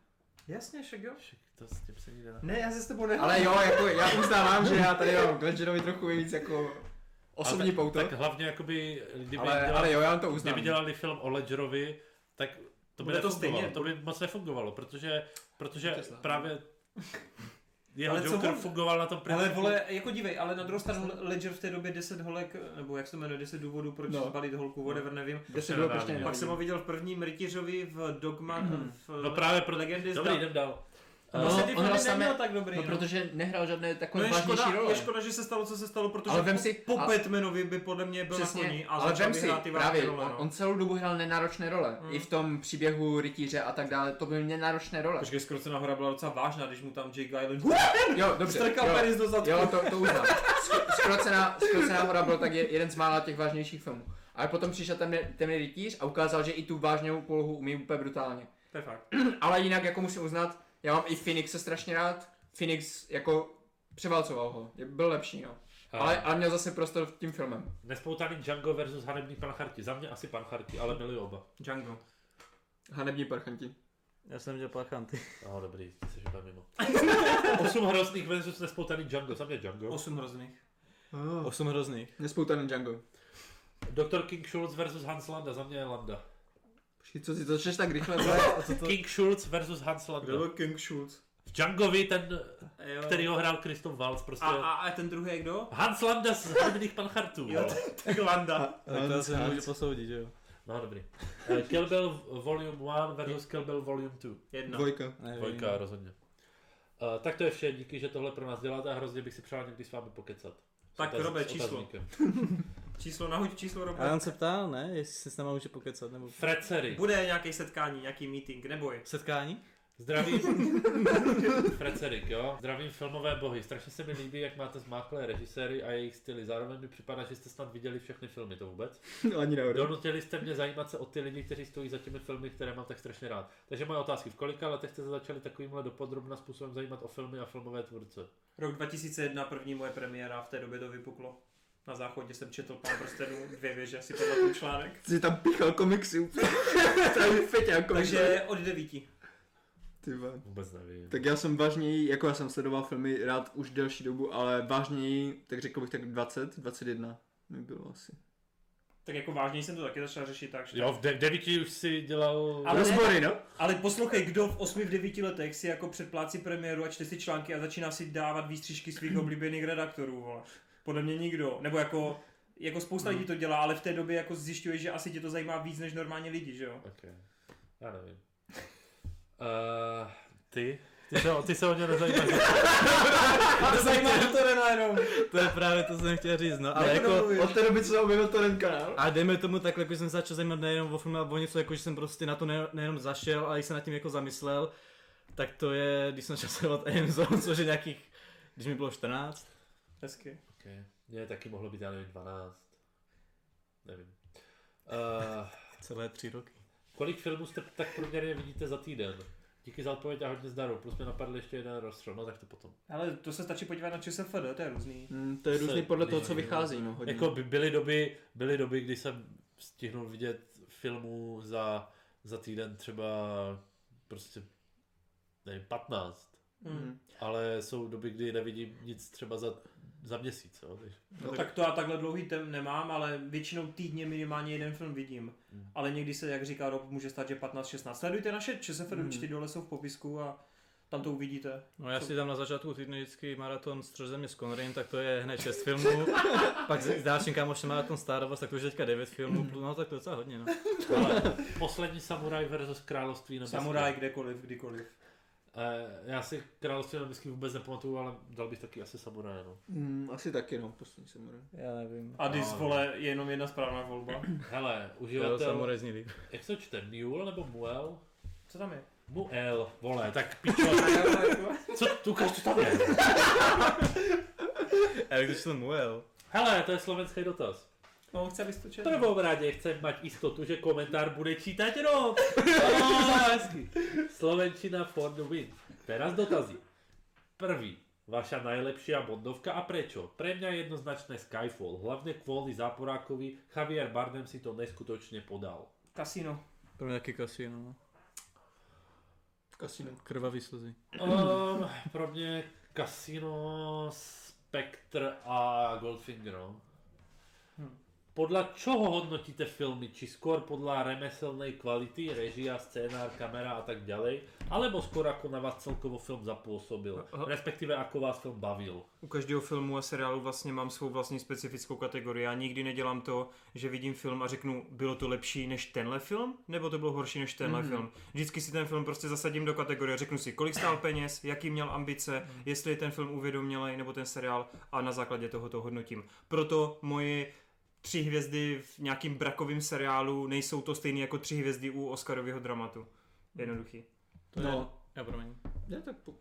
Speaker 1: Jasně, však jo.
Speaker 3: Však to s tím se nikde ne.
Speaker 1: Ne, já se s tebou ne.
Speaker 2: Ale jo, jako já uznávám, že já tady mám k Ledgerovi trochu víc jako osobní
Speaker 3: tak,
Speaker 2: pouto.
Speaker 3: Tak hlavně jakoby, kdyby,
Speaker 2: Ale,
Speaker 3: dělali,
Speaker 2: ale jo, já vám to uznám.
Speaker 3: kdyby dělali film o Ledgerovi, tak to by
Speaker 1: Bude to
Speaker 3: nefungovalo,
Speaker 1: stejně.
Speaker 3: to by moc nefungovalo, protože, protože
Speaker 2: To je slavný.
Speaker 3: právě jeho
Speaker 1: Ale co
Speaker 3: Joker
Speaker 1: on-
Speaker 3: fungoval na tom principu.
Speaker 1: Ale vole, jako dívej, ale na druhou stranu Ledger v té době 10 holek, nebo jak se to jmenuje, 10 důvodů, proč
Speaker 2: No.
Speaker 1: zbalit holku, whatever, nevím.
Speaker 2: Kde se bylo
Speaker 3: Pak
Speaker 2: prostě
Speaker 1: Pak jsem ho
Speaker 2: nenávidím.
Speaker 1: viděl v prvním rytířovi v Dogma,
Speaker 2: Mhm.
Speaker 1: v
Speaker 3: No právě proto-
Speaker 1: Legendy
Speaker 3: Dobrý,
Speaker 1: z
Speaker 3: jdem dál.
Speaker 2: No,
Speaker 1: No, ty
Speaker 2: on
Speaker 1: filmy
Speaker 2: vlastně-
Speaker 1: neměl tak dobrý.
Speaker 2: No protože nehrál žádné
Speaker 1: No
Speaker 2: takové
Speaker 1: je
Speaker 2: vážnější
Speaker 1: škoda,
Speaker 2: role.
Speaker 1: je škoda, že se stalo, co se stalo, protože
Speaker 2: Ale vem
Speaker 1: po-
Speaker 2: si-
Speaker 1: po
Speaker 2: a-
Speaker 1: Batmanovi by podle mě byl na koni
Speaker 2: Přesně,
Speaker 1: a
Speaker 2: ale
Speaker 1: začal
Speaker 2: vem
Speaker 1: by
Speaker 2: si,
Speaker 1: hrát ty
Speaker 2: právě,
Speaker 1: vážné
Speaker 2: on,
Speaker 1: role. no.
Speaker 2: on celou dobu hrál nenáročné role,
Speaker 1: Mm.
Speaker 2: i v tom příběhu rytíře a tak dále, to byly nenáročné role.
Speaker 1: Počkej, skrocená hora byla docela vážná, když mu tam Jake Island
Speaker 2: Jo, dobře,
Speaker 1: strkal
Speaker 2: jo,
Speaker 1: penis do zadku.
Speaker 2: jo to, to uznám. Sk- Skrocená, skrocená hora byl tak je- jeden z mála těch vážnějších filmů. Ale potom přišel ten, ten rytíř a ukázal, že i tu vážnou polohu umí úplně brutálně.
Speaker 1: To je fakt.
Speaker 2: Ale jinak, jako musím uznat, já mám i Phoenixe strašně rád. Phoenix jako převálcoval ho, je- byl lepší, no. Ale, ale měl zase prostor v tím filmem.
Speaker 3: Nespoutaný Django versus hanebný Pancharti. Za mě asi Pancharti, ale byli oba.
Speaker 1: Django.
Speaker 2: Hanební parchanti.
Speaker 4: Já jsem viděl plachanty.
Speaker 3: No dobrý, ty jsi úplně mimo. Osm hrozných versus nespoutaný Django, za mě Django.
Speaker 1: Osm hrozných.
Speaker 5: Oh.
Speaker 4: Osm hrozných.
Speaker 5: Nespoutaný Django.
Speaker 3: Doktor King Schultz versus Hans Landa, za mě je Landa.
Speaker 5: Počkej, co si to čteš tak rychle, vole?
Speaker 3: King Schultz versus Hans Landa.
Speaker 1: Kdo byl King Schultz?
Speaker 3: V Djangovi ten,
Speaker 1: Jo.
Speaker 3: který ho hrál Kristof Waltz, prostě.
Speaker 1: a, a, a ten druhý je kdo?
Speaker 3: Hans Landa z Hrdných panchartů.
Speaker 1: Jo, tak Landa.
Speaker 4: Tak to se nemůže posoudit, že jo.
Speaker 3: No dobrý. Eh, Kill Bill Volume 1 versus Kill Bill Volume 2.
Speaker 1: Jedna.
Speaker 5: Dvojka.
Speaker 4: Nevím.
Speaker 3: Dvojka, rozhodně. Uh, tak to je vše, díky, že tohle pro nás děláte a hrozně bych si přál někdy s vámi pokecat. S
Speaker 1: Tak,
Speaker 3: otaz-
Speaker 1: Robe,
Speaker 3: s
Speaker 1: číslo.
Speaker 3: otazníkem.
Speaker 1: Číslo, nahoď číslo
Speaker 4: Ale
Speaker 1: Robo.
Speaker 4: on se ptal, ne, jestli se s náma může pokecat nebo...
Speaker 3: Fred Seri.
Speaker 1: Bude nějaký setkání, nějaký meeting, neboj.
Speaker 4: Setkání?
Speaker 3: Zdravím. Frecerik, jo. Zdravím filmové bohy. Strašně se mi líbí, jak máte zmáklé režiséry a jejich styly. Zároveň mi připadá, že jste snad viděli všechny filmy, to vůbec.
Speaker 5: Ani nehodou.
Speaker 3: Donutili no jste mě zajímat se o ty lidi, kteří stojí za těmi filmy, které mám tak strašně rád. Takže moje otázky, v kolika letech jste se začali takovýmhle dopodrobna způsobem zajímat o filmy a filmové tvůrce?
Speaker 1: Rok 2001, první moje premiéra, v té době to vypuklo. Na záchodě jsem četl pán prstenů, dvě věže, si pamatuju článek.
Speaker 5: Jsi tam píchal komiksy úplně. Tady feťa komiksy.
Speaker 1: Takže od devíti.
Speaker 5: Ty vole.
Speaker 3: Vůbec nevím.
Speaker 5: Tak já jsem vážněji, jako já jsem sledoval filmy rád už delší dobu, ale vážněji, tak řekl bych tak 20, 21 mi bylo asi.
Speaker 1: Tak jako vážně jsem to taky začal řešit tak. že-
Speaker 3: Jo, v de- devíti už si dělal...
Speaker 1: Ale-
Speaker 5: Rozbory, no?
Speaker 1: Ale poslouchej, kdo v 8 v 9 letech si jako předplácí premiéru a čte si články a začíná si dávat výstřižky svých oblíbených redaktorů, vole. Podle mě nikdo. Nebo jako, jako spousta lidí to dělá, ale v té době jako zjišťuje, že asi tě to zajímá víc než normálně lidi, že jo?
Speaker 3: Okay. Já nevím. Uh, ty? Ty se, o- ty se o ně nezajímáš.
Speaker 4: To zajímá to jenom. To je právě to, co jsem chtěl říct, no, ale jako...
Speaker 5: Od té doby, co jsem objevil ten kanál.
Speaker 4: A dejme tomu takhle, jako jsem se začal zajímat nejenom o film, ale o něco, jako že jsem prostě na to ne, nejenom zašel, ale i se nad tím jako zamyslel, tak to je, když jsem začal sledovat Amazon, což je nějakých, když mi bylo 14.
Speaker 1: Hezky.
Speaker 3: okay. Mně taky mohlo být, já nevím, 12. Nevím. Uh,
Speaker 4: Celé tři roky.
Speaker 3: kolik filmů jste tak průměrně vidíte za týden? Díky za odpověď a hodně zdaru. Plus mi napadl ještě jeden rozstřel, no tak to potom.
Speaker 1: Ale to se stačí podívat na ČSFD, to je různý.
Speaker 5: Hmm, to je různý podle toho, co vychází, no hodně.
Speaker 3: Jako by, byly, doby, byly doby, kdy jsem stihnul vidět filmů za, za týden třeba prostě, nevím, 15.
Speaker 1: Mm.
Speaker 5: Hmm.
Speaker 3: Ale jsou doby, kdy nevidím nic třeba za, za měsíc. Jo? Takže-
Speaker 1: No, tak to já takhle dlouhý ten nemám, ale většinou týdně minimálně jeden film vidím.
Speaker 3: Mm.
Speaker 1: Ale někdy se, jak říká Rob, může stát, že 15-16. Sledujte naše ČSFD,
Speaker 5: Mm.
Speaker 1: určitě dole jsou v popisku a tam to uvidíte.
Speaker 4: No já
Speaker 1: Co?
Speaker 4: si dám na začátku týdne vždycky maraton Střezemě s Conradem, tak to je hned 6 filmů. Pak s s dalším kámošem maraton Star Wars, tak to už je teďka 9 filmů, plus- no tak to je docela hodně, no.
Speaker 3: Ale poslední samuraj versus království nebeské.
Speaker 1: Samuraj kdekoliv, kdykoliv.
Speaker 3: Eh, já si království nebeské vůbec nepamatuju, ale dal bych taky asi samuraje, no.
Speaker 5: Hmm, asi taky, no, poslední jsem
Speaker 4: Já nevím.
Speaker 1: A dis,
Speaker 3: No,
Speaker 1: vole, je jenom jedna správná volba.
Speaker 3: Hele,
Speaker 4: Jo,
Speaker 3: uživatel,
Speaker 4: samuraj zní líp.
Speaker 3: jak se to čte, Mule nebo Muel?
Speaker 1: Co tam je?
Speaker 3: Muel, vole, tak pičo. Co, tu ukáž, co tam je?
Speaker 4: A jak to čtu Muel?
Speaker 3: Hele, to je slovenský dotaz.
Speaker 1: No, chce abys to četl.
Speaker 3: V prvom rade chcem mať istotu, že komentár bude čítať Rob. Hezky. Slovenčina for the win. Teraz dotazy. Prvý. Vaša najlepšia bondovka a prečo? Pre mňa jednoznačné Skyfall, hlavne kvôli záporákovi, Javier Bardem si to neskutočne podal.
Speaker 1: Kasino.
Speaker 4: Pro mě taky kasino, no.
Speaker 5: Kasino.
Speaker 4: Krvavý slzy.
Speaker 3: Um, pro mě Casino, Spectre a Goldfinger. no.
Speaker 1: Hm.
Speaker 3: Podle čoho hodnotíte filmy? Či skôr podle remeselnej kvality, režia, scénár, kamera a tak ďalej? Alebo skôr ako na vás celkovo film zapůsobil?
Speaker 1: Aha.
Speaker 3: Respektive ako vás film bavil?
Speaker 1: U každého filmu a seriálu vlastně mám svou vlastní specifickou kategorii. Já nikdy nedělám to, že vidím film a řeknu, bylo to lepší než tenhle film, nebo to bylo horší než tenhle mm. film. Vždycky si ten film prostě zasadím do kategorie, řeknu si, kolik stál peněz, jaký měl ambice, jestli je ten film uvědomělej nebo ten seriál a na základě toho to hodnotím. Proto moje tři hvězdy v nějakým brakovém seriálu nejsou to stejné jako tři hvězdy u Oscarového dramatu. Jednoduchý.
Speaker 4: To je-
Speaker 5: No.
Speaker 4: Já promiň.
Speaker 5: Já tak po...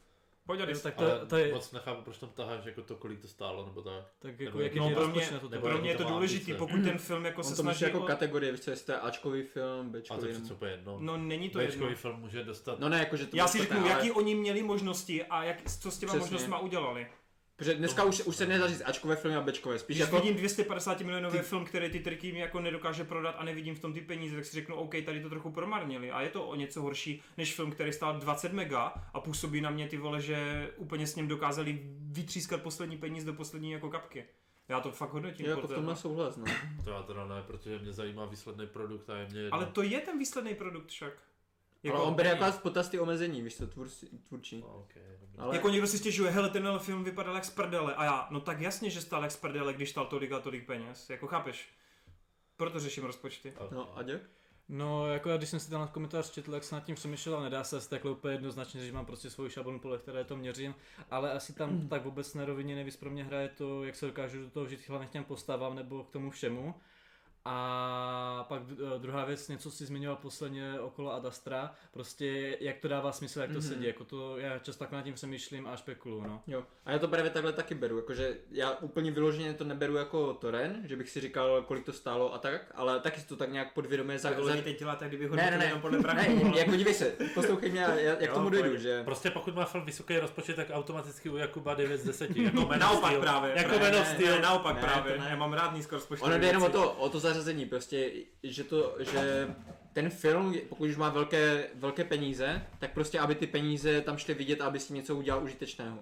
Speaker 1: Pojď,
Speaker 4: Jo,
Speaker 1: Adis.
Speaker 4: tak to, to je,
Speaker 3: moc nechápu, proč tam taháš jako to, kolik to stálo, nebo tak.
Speaker 4: tak
Speaker 3: nebo
Speaker 4: jako
Speaker 3: jak-
Speaker 4: jaký
Speaker 1: No,
Speaker 4: no,
Speaker 1: pro mě,
Speaker 4: rozpočne to
Speaker 3: nebo
Speaker 1: pro
Speaker 4: bude?
Speaker 1: mě je to
Speaker 3: to má
Speaker 1: důležitý,
Speaker 3: ambice.
Speaker 1: pokud ten film jako
Speaker 5: On
Speaker 1: se
Speaker 5: to máš
Speaker 1: snaží
Speaker 5: jako
Speaker 1: o-
Speaker 5: kategorie, víš co, jestli to je Ačkový film,
Speaker 3: A to
Speaker 5: Bčkový.
Speaker 3: je
Speaker 5: nebo-
Speaker 3: přece úplně jedno.
Speaker 1: No není to jedno.
Speaker 3: Bčkový film může dostat
Speaker 5: No ne, jakože to
Speaker 1: Já
Speaker 5: bylo
Speaker 1: si
Speaker 5: špatné,
Speaker 1: řeknu,
Speaker 5: ale-
Speaker 1: jaký oni měli možnosti a jak, co s těma
Speaker 5: Přesně.
Speaker 1: možnostma udělali.
Speaker 2: Protože dneska už, už se nedá říct Ačkové filmy a Bčkové, spíš
Speaker 1: Když
Speaker 2: jako...
Speaker 1: vidím 250 milionový film, který ty triky mi jako nedokáže prodat a nevidím v tom ty peníze, tak si řeknu, OK, tady to trochu promarnili. A je to o něco horší než film, který stál 20 mega a působí na mě ty vole, že úplně s ním dokázali vytřískat poslední peníz do poslední jako kapky. Já to fakt hodnotím.
Speaker 2: Jo, jako v
Speaker 1: podle-
Speaker 2: tomhle souhlas, no.
Speaker 7: To já teda ne, protože mě zajímá výsledný produkt a je mě jedno.
Speaker 1: Ale to je ten výsledný produkt však.
Speaker 2: Jako,
Speaker 1: Jako,
Speaker 2: Ale on bere jako v potaz ty omezení, víš to, tvůrci, tvůrčí.
Speaker 7: No, okay, dobrý.
Speaker 2: Ale
Speaker 1: jako někdo si stěžuje, hele, tenhle film vypadal jak z prdele. A já, no tak jasně, že stál jak z prdele, když stál tolik a tolik peněz. Jako chápeš? Proto řeším rozpočty.
Speaker 7: Ok.
Speaker 2: No, a děk?
Speaker 4: No, jako já, když jsem si ten komentář četl, jak jsem nad tím přemýšlel, a nedá se asi takhle úplně jednoznačně říct, že mám prostě svoji šablonu, podle které to měřím, ale asi tam tak vůbec na rovině nevíc pro mě hraje to, jak se dokážu do toho žít hlavně k těm postavám nebo k tomu všemu. A pak eh, druhá věc, něco si zmiňoval posledně okolo Adastra, prostě jak to dává smysl, jak to
Speaker 2: Mhm.
Speaker 4: mm-hmm. sedí, jako to, já často takhle nad tím přemýšlím a špekuluju, no.
Speaker 2: Jo, a já to právě takhle taky beru, jakože já úplně vyloženě to neberu jako Toren, že bych si říkal, kolik to stálo a tak, ale taky si to tak nějak podvědomě za...
Speaker 1: Tak
Speaker 2: za...
Speaker 1: Jako lidi teď dělá tak, kdyby
Speaker 2: Ne,
Speaker 1: hodnotili
Speaker 2: ne,
Speaker 1: jenom podle
Speaker 2: ne,
Speaker 1: prachu.
Speaker 2: ne,
Speaker 1: vole.
Speaker 2: jako dívej se, poslouchej mě, já, jak
Speaker 1: Jo,
Speaker 2: jo, tomu dojdu,
Speaker 1: pojď.
Speaker 2: že...
Speaker 7: Prostě pokud má film vysoký rozpočet, tak automaticky u Jakuba 9 z 10. Jako Man of
Speaker 1: Naopak
Speaker 7: Steel.
Speaker 1: právě,
Speaker 7: Jako
Speaker 1: právě.
Speaker 7: Man of
Speaker 2: Ne,
Speaker 1: Ne,
Speaker 7: Steel.
Speaker 1: naopak
Speaker 2: Ne,
Speaker 1: právě,
Speaker 2: to ne.
Speaker 1: já mám rád nízko rozpočtové
Speaker 2: Ono jde jenom o
Speaker 1: věci.
Speaker 2: to, o to zařazení, prostě, že to, že ten film, pokud už má velké, velké peníze, tak prostě, aby ty peníze tam šly vidět, aby s tím něco udělal užitečného.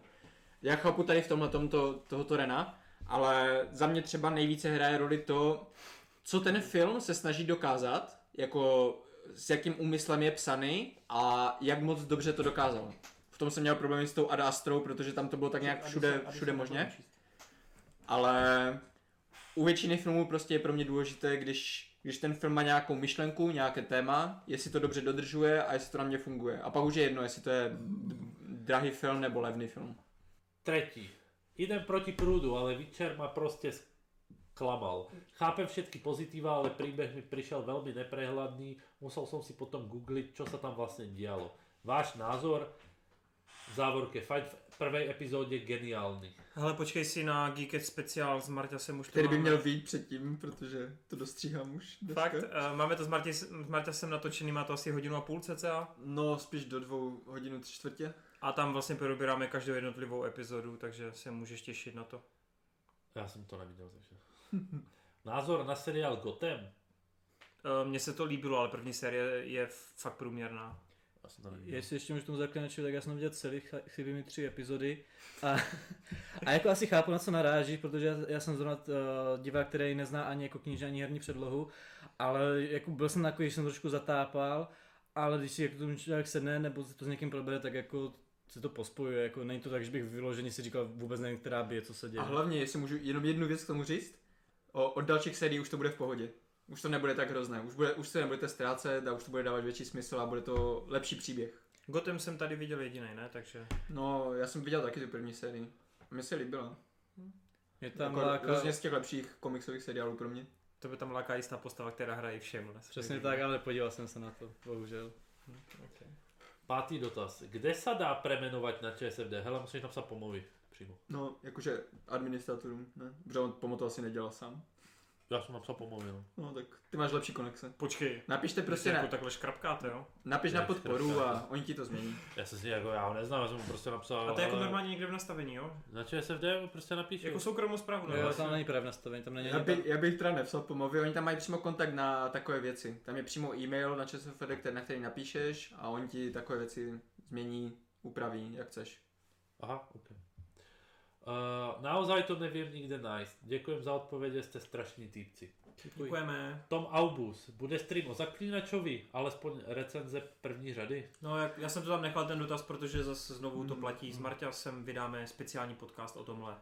Speaker 2: Já chápu tady v tomhle tomto, tohoto Rena, ale za mě třeba nejvíce hraje roli to, co ten film se snaží dokázat, jako s jakým úmyslem je psaný a jak moc dobře to dokázal. V tom jsem měl problémy s tou Ad Astrou, protože tam to bylo tak nějak všude, všude možně. Ale u většiny filmů prostě je pro mě důležité, když, když ten film má nějakou myšlenku, nějaké téma, jestli to dobře dodržuje a jestli to na mě funguje. A pak už je jedno, jestli to je d- drahý film nebo levný film.
Speaker 3: Tretí. Idem proti prúdu, ale Witcher ma proste klamal. Chápem všetky pozitíva, ale príbeh mi prišiel veľmi neprehľadný. Musel som si potom googliť, čo sa tam vlastne dialo. Váš názor v závorke fight v prvej epizóde geniálny.
Speaker 1: Hele, počkej si na Geeket speciál s Marťasem už to
Speaker 2: Který by
Speaker 1: máme.
Speaker 2: měl vyjít předtím, protože to dostříhám už. dneska.
Speaker 1: Fakt, uh, máme to s, Marti, s Marťasem natočený, má to asi hodinu a půl cca.
Speaker 2: No, spíš do dvou hodinu tři čtvrtě.
Speaker 1: A tam vlastně probíráme každou jednotlivou epizodu, takže se můžeš těšit na to.
Speaker 3: Ja som to nevidel, takže... Názor na seriál Gotham?
Speaker 1: Uh, Mně se to líbilo, ale první série je fakt průměrná.
Speaker 7: Já jsem to neviděl.
Speaker 4: Jestli ještě můžu tomu zaklinačit, tak já jsem viděl celý, ch- chybí mi tři epizody. A, a jako asi chápu, na co naráží, protože já, já jsem zrovna uh, divák, který nezná ani jako kníže, ani herní předlohu, ale jako byl jsem takový, že jsem trošku zatápal, ale když si jako tomu člověk sedne nebo si to s někým probere, tak jako se to pospojuje, jako není to tak, že bych vyloženě si říkal vůbec nevím, která bije, co se děje.
Speaker 2: A hlavně, jestli můžu jenom jednu věc k tomu říct, o, od dalších sérií už to bude v pohodě. Už to nebude tak hrozné, už, bude, už se nebudete ztrácet a už to bude dávat větší smysl a bude to lepší příběh.
Speaker 1: Gotem jsem tady viděl jediný, ne? Takže
Speaker 2: No, já jsem viděl taky tu první sérii. Mně se líbila.
Speaker 4: Je
Speaker 2: Tam
Speaker 4: tam
Speaker 2: jako,
Speaker 4: láka,
Speaker 2: hrozně z těch lepších komiksových seriálů pro mě.
Speaker 1: to by tam láká jistá postava, která hraje všem. Ne?
Speaker 4: přesně tak, ale podíval jsem se na to, bohužel.
Speaker 3: Pátý dotaz. Kde sa dá premenovať na ČSFD? Hele, musíš napsať pomluvy. Přímo.
Speaker 2: No, jakože administratorům, ne? Protože on pomo to asi nedělal sám.
Speaker 3: Ja som napsal pomluvy, no.
Speaker 2: No, tak ty máš lepší konexe.
Speaker 1: Počkej,
Speaker 2: Napište
Speaker 1: prostě
Speaker 2: prostě
Speaker 1: jako
Speaker 2: na,
Speaker 1: takhle škrapkáte, jo?
Speaker 2: napiš na
Speaker 3: Ne,
Speaker 2: podporu
Speaker 3: zkrátka.
Speaker 2: a oni ti to změní.
Speaker 3: Ja som si nejako, ja jako, ho neznám, ja som mu proste napsal...
Speaker 1: A to je jako
Speaker 3: hele,
Speaker 1: normálně někde v nastavení, jo?
Speaker 3: Na ČSFD mu proste prostě napíšu.
Speaker 1: Jako soukromou zprávu,
Speaker 4: No,
Speaker 1: ne?
Speaker 4: jo, tam není právě nastavení, tam není
Speaker 2: Já,
Speaker 4: ani
Speaker 2: by, já bych teda nepsal pomluvy, oni tam mají přímo kontakt na takové věci. Tam je přímo e-mail na ČSFD, který- na který napíšeš a oni ti takové věci změní, upraví, jak chceš.
Speaker 3: Aha, OK. Uh, naozaj to neviem nikde nájsť. Ďakujem za odpovede, ste strašní týpci.
Speaker 1: Děkujeme.
Speaker 3: Tom Aubus, bude stream o zaklínačovi, alespoň recenze první řady.
Speaker 1: No, jak- já jsem to tam nechal ten dotaz, protože zase znovu
Speaker 3: Mm.
Speaker 1: to platí. S Marťasem vydáme speciální podcast o tomhle.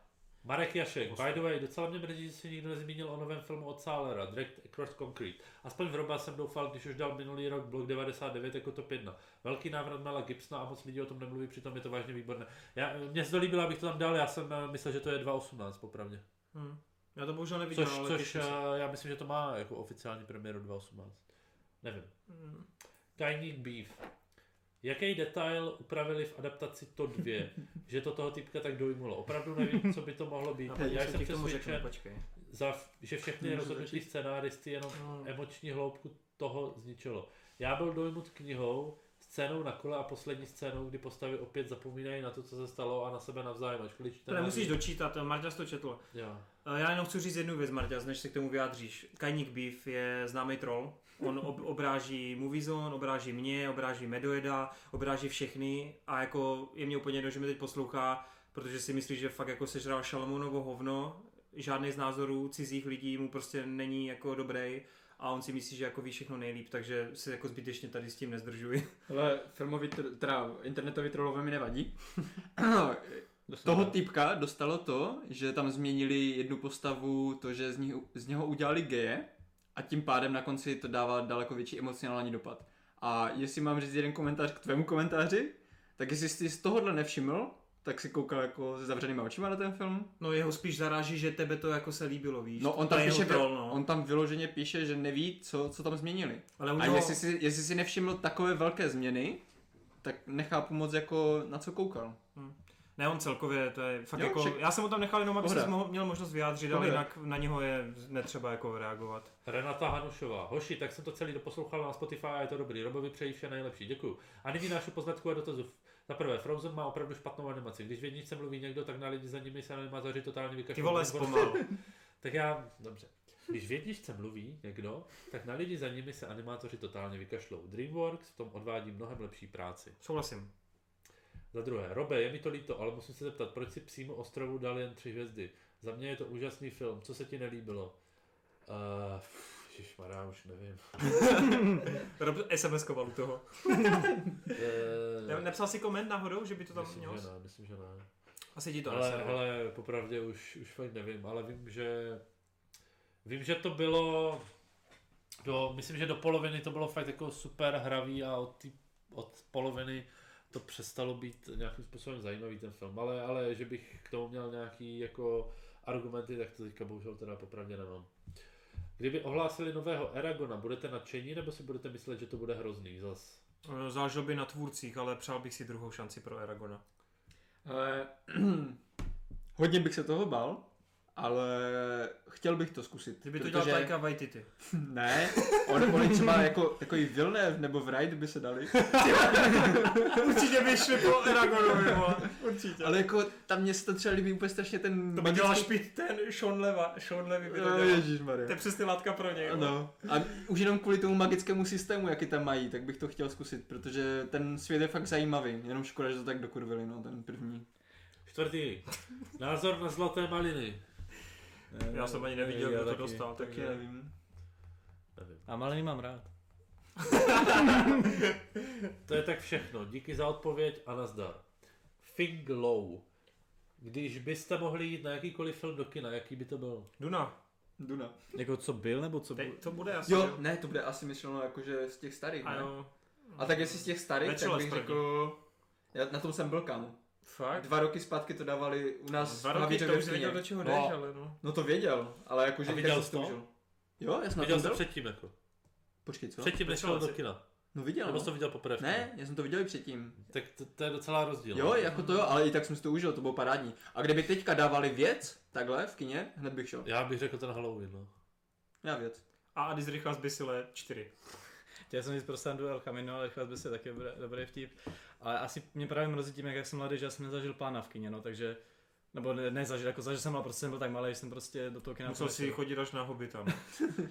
Speaker 3: Marek Jašek, by the way, docela mě mrzí, že si nikdo nezmínil o novém filmu od Sálera, Direct Across Concrete. Aspoň Vroba jsem doufal, když už dal minulý rok Blok 99 jako top 1. Velký návrat Mela Gibsona a moc lidí o tom nemluví, přitom je to vážně výborné. Já, mně se to líbilo, abych to tam dal, já jsem eh, myslel, že to je 2.18 popravdě.
Speaker 1: Hm. Já to bohužel neviděl,
Speaker 3: Což,
Speaker 1: ale
Speaker 3: což
Speaker 1: těším se.
Speaker 3: eh, já myslím, že to má jako oficiální premiéru 2018. Nevím.
Speaker 1: Hm.
Speaker 3: Tiny Beef. Jaký detail upravili v adaptaci to dvě, že to toho typka tak dojmulo? Opravdu nevím, co by to mohlo být.
Speaker 1: A
Speaker 3: Já
Speaker 1: podívej No, se,
Speaker 3: jsem
Speaker 1: ti k tomu řeknu,
Speaker 3: přesvědčen,
Speaker 1: počkej.
Speaker 3: za, f- že všechny
Speaker 2: Můžu
Speaker 3: rozhodnutí
Speaker 2: začít?
Speaker 3: scenáristy jenom
Speaker 1: No.
Speaker 3: emoční hloubku toho zničilo. Já byl dojmut knihou, s scénou na kole a poslední scénou, kdy postavy opět zapomínají na to, co se stalo a na sebe navzájem, ačkoliv
Speaker 1: To
Speaker 3: čtenáři-
Speaker 1: nemusíš dočítat, Marťas to četl.
Speaker 3: Jo.
Speaker 1: Eh, Já jenom chci říct jednu věc, Marťas, než se k tomu vyjádříš. Kajník Beef je známý troll. On ob- obráží Moviezone, obráží mě, obráží Medoeda, obráží všechny a jako je mě úplně jedno, že mě teď poslouchá, protože si myslí, že fakt jako sežral Šalamounovo hovno, žádný z názorů cizích lidí mu prostě není jako dobrý a on si myslí, že jako ví všechno nejlíp, takže se jako zbytečně tady s tím nezdržuji.
Speaker 2: Ale filmový, tr- teda internetový trollové mi nevadí. Toho typka dostalo to, že tam změnili jednu postavu, to, že z, ní, z něho udělali geje a tím pádem na konci to dává daleko větší emocionální dopad. A jestli mám říct jeden komentář k tvému komentáři, tak jestli jsi z tohohle nevšiml, tak si koukal jako se zavřenýma očima na ten film.
Speaker 1: No jeho spíš zaráží, že tebe to jako se líbilo, víš.
Speaker 2: No on tam,
Speaker 1: To je
Speaker 2: píše,
Speaker 1: jeho troll, no.
Speaker 2: on tam vyloženě píše, že neví, co, co tam změnili.
Speaker 1: Ale u
Speaker 2: A
Speaker 1: něho-
Speaker 2: jestli si, jestli si nevšiml takové velké změny, tak nechápu moc jako na co koukal.
Speaker 1: Ne, on celkově, to je fakt
Speaker 2: Jo,
Speaker 1: jako,
Speaker 2: však-
Speaker 1: já jsem ho tam nechal jenom, aby
Speaker 2: Pohoda.
Speaker 1: se měl možnost vyjádřit, ale
Speaker 2: Pohoda.
Speaker 1: jinak na něho je netřeba jako reagovat.
Speaker 3: Renata Hanušová. Hoši, tak jsem to celý doposlouchal na Spotify a je to dobrý. Robovi přeji vše nejlepší. Děkuju. A nyní naše poznatku a dotazu. Za prvé, Frozen má opravdu špatnou animaci. Když v jedničce mluví někdo, tak na lidi za nimi se animátoři totálně vykašlou.
Speaker 1: Ty vole, zpomal.
Speaker 3: Tak já, dobře. Když v jedničce mluví někdo, tak na lidi za nimi se animátoři totálně vykašlou. DreamWorks v tom odvádí mnohem lepší práci.
Speaker 1: Souhlasím.
Speaker 3: Za druhé, Robe, je mi to líto, ale musím se zeptat, proč si přímo ostrovu dal jen tři hvězdy? Za mě je to úžasný film, co se ti nelíbilo? Uh, Ježišmarja, už nevím.
Speaker 1: Rob SMS-koval u toho.
Speaker 3: Eh,
Speaker 1: Ne- Nepsal si koment náhodou, že by to tam
Speaker 3: myslím,
Speaker 1: měl?
Speaker 3: že ne, myslím, že ne.
Speaker 1: Asi ti to
Speaker 3: ale,
Speaker 1: neservalo.
Speaker 3: ale popravdě už, už fakt nevím, ale vím, že vím, že to bylo do, myslím, že do poloviny to bylo fakt jako super hravý a od, tý, od poloviny to přestalo být nějakým způsobem zajímavý ten film, ale, ale že bych k tomu měl nějaký jako argumenty, tak to teďka bohužel teda popravdě nemám. Kdyby ohlásili nového Eragona, budete nadšení nebo si budete myslet, že to bude hrozný zas?
Speaker 1: Eh, Záleželo by na tvůrcích, ale přál bych si druhou šanci pro Eragona.
Speaker 2: Ale hodně bych se toho bál, ale chtěl bych to zkusit.
Speaker 1: Kdyby to dělal Taika Waititi.
Speaker 2: Ne, on, on třeba jako takový Villeneuve nebo Wright by se dali.
Speaker 1: Určitě by šli po Eragonovi, vole. Určitě.
Speaker 2: Ale jako tam mě se to třeba líbí úplně strašně ten...
Speaker 1: To by dělal špit ten Sean Leva. Sean Levy by to dělal. To je
Speaker 2: Ježišmarja.
Speaker 1: přesně látka pro něj. vole.
Speaker 2: Ano. A už jenom kvůli tomu magickému systému, jaký tam mají, tak bych to chtěl zkusit, protože ten svět je fakt zajímavý. Jenom škoda, že to tak dokurvili, no, ten první.
Speaker 3: Čtvrtý. Názor na zlaté maliny.
Speaker 1: Já jsem ani neviděl,
Speaker 4: Já
Speaker 1: kdo to
Speaker 4: taky.
Speaker 1: dostal,
Speaker 2: Taky
Speaker 1: takže...
Speaker 2: nevím.
Speaker 3: Nevím.
Speaker 4: A malý mám rád.
Speaker 3: To je tak všechno. Díky za odpověď a nazdar. Fing Low. Když byste mohli jít na jakýkoliv film do kina, jaký by to byl?
Speaker 1: Duna,
Speaker 2: Duna.
Speaker 4: Jako co byl, nebo co byl?
Speaker 1: teď to bude asi.
Speaker 2: Jo, ne, to bude asi myšleno jakože z těch starých, ne?
Speaker 1: Ano.
Speaker 2: A tak jestli z těch starých,
Speaker 1: Bachelor
Speaker 2: tak bych
Speaker 1: první.
Speaker 2: řekl... Já na tom jsem byl kam.
Speaker 1: Fakt?
Speaker 2: Dva roky zpátky to dávali u nás
Speaker 1: Dva
Speaker 2: v
Speaker 1: roky
Speaker 2: Havíře
Speaker 1: to už
Speaker 2: ve
Speaker 1: věděl,
Speaker 2: Zlíně.
Speaker 1: do čeho
Speaker 3: No.
Speaker 1: jdeš, ale no.
Speaker 2: No to věděl, ale jakože...
Speaker 3: A viděl
Speaker 2: jak
Speaker 3: jsi
Speaker 2: jsem
Speaker 3: to?
Speaker 2: toužil. Jo, já jsem na tom
Speaker 3: Viděl jsem
Speaker 2: byl. No,
Speaker 3: předtím jako.
Speaker 2: Počkej, co?
Speaker 3: Předtím než šel
Speaker 1: Večer
Speaker 3: do
Speaker 1: si-
Speaker 3: kina.
Speaker 2: No viděl,
Speaker 3: Nebo jsi to
Speaker 2: no.
Speaker 3: viděl poprvé v kina.
Speaker 2: Ne, já jsem to viděl i předtím.
Speaker 3: Tak to, to je docela rozdíl. no.
Speaker 2: Jo, jako to jo, ale i tak jsem si to užil, to bylo parádní. A kdyby teďka dávali věc, takhle, v kině, hned bych šel.
Speaker 3: Já bych řekl ten Halloween, no.
Speaker 2: Já věc.
Speaker 1: A Adis Rychla z Bysile 4.
Speaker 4: Chtěl jsem říct pro Sandu El Camino, ale rychle by se taky bude, dobrý vtip. Ale asi mě právě mrzí tím, jak já jsem mladý, že já jsem nezažil pána v kině, no, takže nebo ne, nezažil, jako zažil jsem, ale prostě jsem byl tak malý, že jsem prostě do toho kina
Speaker 1: Musel si
Speaker 4: nešel.
Speaker 1: chodit až na hobita. no.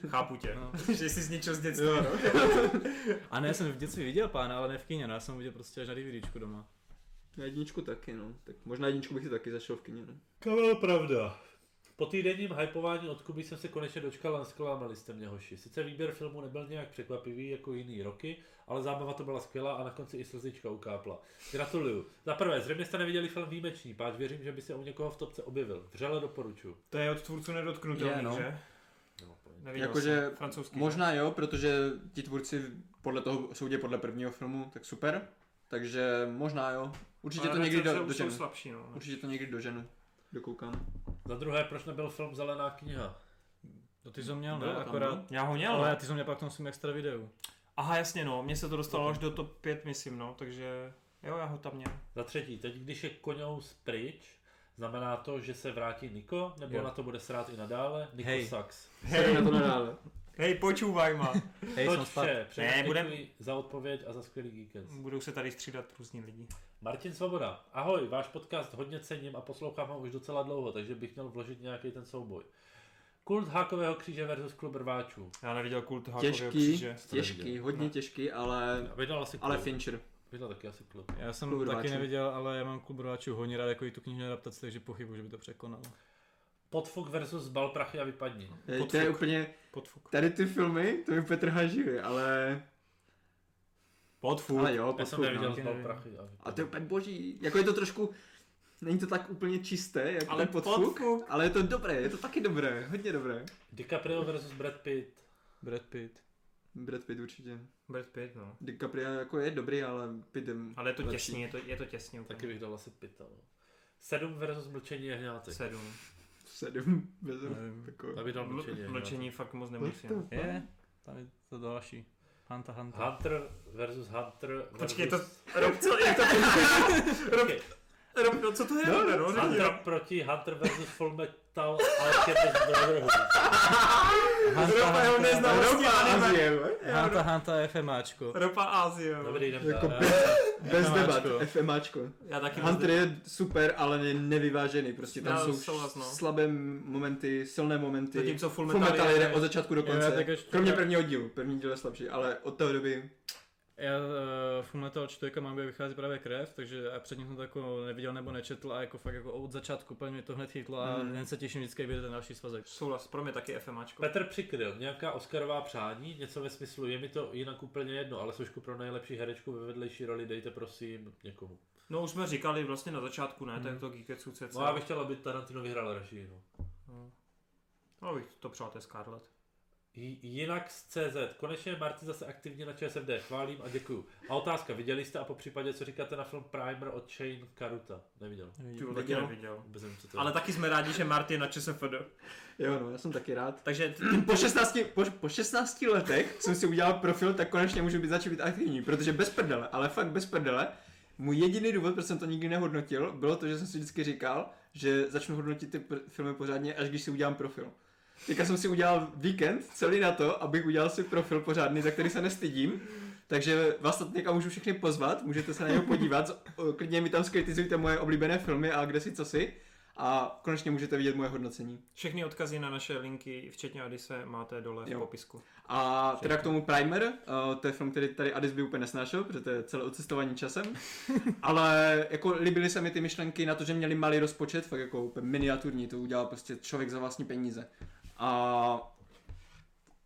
Speaker 1: Chápu tě.
Speaker 4: No.
Speaker 1: že jsi zničil z dětství.
Speaker 2: no.
Speaker 4: A ne, já jsem v dětství viděl pána, ale ne v kině, no, já jsem ho viděl prostě až na DVDčku doma.
Speaker 2: Na jedničku taky, no. Tak možná jedničku bych si taky zašel v kině, no.
Speaker 3: Kamel, pravda. Po týdenním hypování od Kuby jsem se konečně dočkal a zklamali jste mě hoši. Sice výběr filmu nebyl nějak překvapivý jako jiný roky, ale zábava to byla skvělá a na konci i slzička ukápla. Gratuluju. Za prvé, zřejmě jste neviděli film Výjimečný, páč věřím, že by se u někoho v topce objevil. Vřele doporučuju.
Speaker 1: To je Jako, od tvůrců nedotknutelný,
Speaker 2: Je, no.
Speaker 1: že?
Speaker 3: No, pojď.
Speaker 1: Neviděl
Speaker 2: Jakože
Speaker 1: jsem. francouzský.
Speaker 2: Možná jo, protože ti tvůrci podle toho soudě podle prvního filmu, tak super. Takže možná jo. Určitě
Speaker 1: Ale
Speaker 2: to někdy
Speaker 1: recenze
Speaker 2: do,
Speaker 1: už jsou
Speaker 2: doženu.
Speaker 1: slabší, no.
Speaker 2: Určitě to někdy doženu. Dokoukám.
Speaker 3: Za druhé, proč nebyl film Zelená kniha?
Speaker 4: To ty jsi ho měl,
Speaker 2: Bylo
Speaker 4: ne?
Speaker 2: tam,
Speaker 4: Akorát,
Speaker 2: no.
Speaker 1: Já ho měl,
Speaker 4: ale
Speaker 1: ale...
Speaker 4: ty jsi ho měl pak v tom svým extra videu.
Speaker 1: Aha, jasně, no. Mně se to dostalo až do top 5, myslím, no. Takže jo, já ho tam měl.
Speaker 3: Za třetí, teď když je koňous pryč, znamená to, že se vrátí Niko, nebo
Speaker 4: Jo.
Speaker 3: na to bude srát i nadále? Niko
Speaker 4: Hej.
Speaker 3: Sachs.
Speaker 2: Hej. na to nadále.
Speaker 1: Hej, počúvaj ma.
Speaker 2: Hej,
Speaker 3: Toť
Speaker 2: jsem zpátky.
Speaker 3: vše. Přeji vám
Speaker 1: budem-
Speaker 3: děkuji za odpověď a za skvělý víkend.
Speaker 1: Budou se tady střídat různí lidi.
Speaker 3: Martin Svoboda, ahoj, váš podcast hodně cením a poslouchám ho už docela dlouho, takže bych měl vložit nějaký ten souboj. Kult hákového kříže versus klub rváčů.
Speaker 1: Já neviděl kult Hákového
Speaker 2: Těžký,
Speaker 1: kříže.
Speaker 2: těžký,
Speaker 1: No.
Speaker 2: hodně těžký, ale,
Speaker 3: Já Vydal asi klub.
Speaker 2: ale Fincher. Eh,
Speaker 3: Vydal taky asi klub.
Speaker 4: Já jsem
Speaker 2: Klub
Speaker 4: taky
Speaker 2: rváčů.
Speaker 4: neviděl, ale já mám klub rváčů hodně rád, jako i tu knižní adaptaci, takže pochybuji, že by to překonal.
Speaker 3: Podfuk versus bal prachy a vypadni.
Speaker 2: Hej,
Speaker 1: Podfuk.
Speaker 2: To je úplně,
Speaker 1: Podfuk.
Speaker 2: tady ty filmy, to mi Petr Haživý, ale,
Speaker 1: Podfuk.
Speaker 2: ale jo,
Speaker 3: Já jsem
Speaker 2: podfuk,
Speaker 3: neviděl
Speaker 2: no.
Speaker 3: z bal prachy a vypadni.
Speaker 2: A to je úplně boží, jako je to trošku, není to tak úplně čisté, jako
Speaker 1: Ale
Speaker 2: ale podfuk,
Speaker 1: podfuk.
Speaker 2: ale je to dobré, je to taky dobré, hodně dobré.
Speaker 3: DiCaprio versus Brad Pitt.
Speaker 4: Brad Pitt.
Speaker 2: Brad Pitt určitě.
Speaker 1: Brad Pitt, no.
Speaker 2: DiCaprio jako je dobrý, ale Pittem.
Speaker 1: Ale je to
Speaker 2: Lepší.
Speaker 1: těsně, je to, je to těsně úplně.
Speaker 3: Taky bych dal asi Pitta. No. Sedm versus mlčení jehňátek.
Speaker 1: Sedm.
Speaker 2: Sedm, bez jako.
Speaker 3: Já bych dal No, mlčení
Speaker 1: Ml- Mlčení
Speaker 3: jehňátek.
Speaker 1: fakt moc no. nemusím.
Speaker 4: Je, tam je to další. Hanta, Hanta.
Speaker 3: Hunter versus Hunter versus...
Speaker 1: Počkej, to... Rob, co, jak to...
Speaker 3: Počkej.
Speaker 1: Rob, no, co to je? No, no, no, no,
Speaker 3: Hunter
Speaker 1: no.
Speaker 3: proti Hunter versus Full Metal Alchemist Brotherhood.
Speaker 1: Ropa jeho neznalosti anime.
Speaker 4: Hanta, Hanta, FMAčko.
Speaker 1: Ropa Azie.
Speaker 3: Dobrý den,
Speaker 2: Jako
Speaker 3: dámy.
Speaker 2: bez, bez debat,
Speaker 4: FMAčko.
Speaker 2: FMAčko.
Speaker 1: Já taky moc
Speaker 2: Hunter je super, ale je nevyvážený, prostě tam
Speaker 1: Já
Speaker 2: jsou
Speaker 1: souhlas, no.
Speaker 2: slabé momenty, silné momenty.
Speaker 1: Zatímco Full
Speaker 2: Full
Speaker 1: Metal
Speaker 2: Metal
Speaker 1: je-
Speaker 2: jede od začátku do
Speaker 4: Jo, já tak
Speaker 2: konce.
Speaker 4: ještě-
Speaker 2: Kromě prvního dílu, první díl je slabší, ale od té doby
Speaker 4: Já uh, Full Metal člověka mám, kde vychází právě krev, takže já předtím jsem to jako neviděl nebo nečetl a jako fakt jako od začátku úplně mě to hned chytlo a
Speaker 2: Mm.
Speaker 4: hned se těším vždycky, jak vyjde ten další svazek.
Speaker 1: Souhlas, pro mě taky FMAčko.
Speaker 3: Petr Přikryl, nějaká Oscarová přání, něco ve smyslu, je mi to jinak úplně jedno, ale složku pro nejlepší herečku ve vedlejší roli dejte prosím někomu.
Speaker 1: No už jsme říkali vlastně na začátku, ne, tak to Geeketsu CC.
Speaker 3: No já bych chtěl, aby Tarantino vyhrál režii, no.
Speaker 1: No bych to přál, to je Scarlett.
Speaker 3: J- Jinak z CZ. Konečně je Marty zase aktivně na ČSFD. Chválím a děkuju. A otázka, viděli jste a po případě, co říkáte na film Primer od Shane Karuta? Neviděl.
Speaker 1: Ty vole, taky
Speaker 2: Viděl.
Speaker 1: neviděl.
Speaker 3: Vůbec nevím, co to je.
Speaker 1: Ale taky jsme rádi, že Marty na ČSFD.
Speaker 2: Jo, no, já jsem taky rád.
Speaker 1: Takže
Speaker 2: Po 16, po, po 16 letech jsem si udělal profil, tak konečně můžu být začít být aktivní, protože bez prdele, ale fakt bez prdele, můj jediný důvod, proč jsem to nikdy nehodnotil, bylo to, že jsem si vždycky říkal, že začnu hodnotit ty pr- filmy pořádně, až když si udělám profil. Teďka jsem si udělal víkend celý na to, abych udělal si profil pořádný, za který se nestydím. Takže vás teďka můžu všechny pozvat, můžete se na něj podívat, z- o, klidně mi tam skritizujte moje oblíbené filmy a kde si co si. A konečně můžete vidět moje hodnocení.
Speaker 1: všechny odkazy na naše linky, včetně Adise, máte dole v
Speaker 2: Jo.
Speaker 1: popisku.
Speaker 2: A teda k tomu Primer, uh, to je film, který tady Adis by úplně nesnášel, protože to je celé odcestování časem. Ale jako líbily se mi ty myšlenky na to, že měli malý rozpočet, fakt jako úplně miniaturní, to udělal prostě člověk za vlastní peníze. A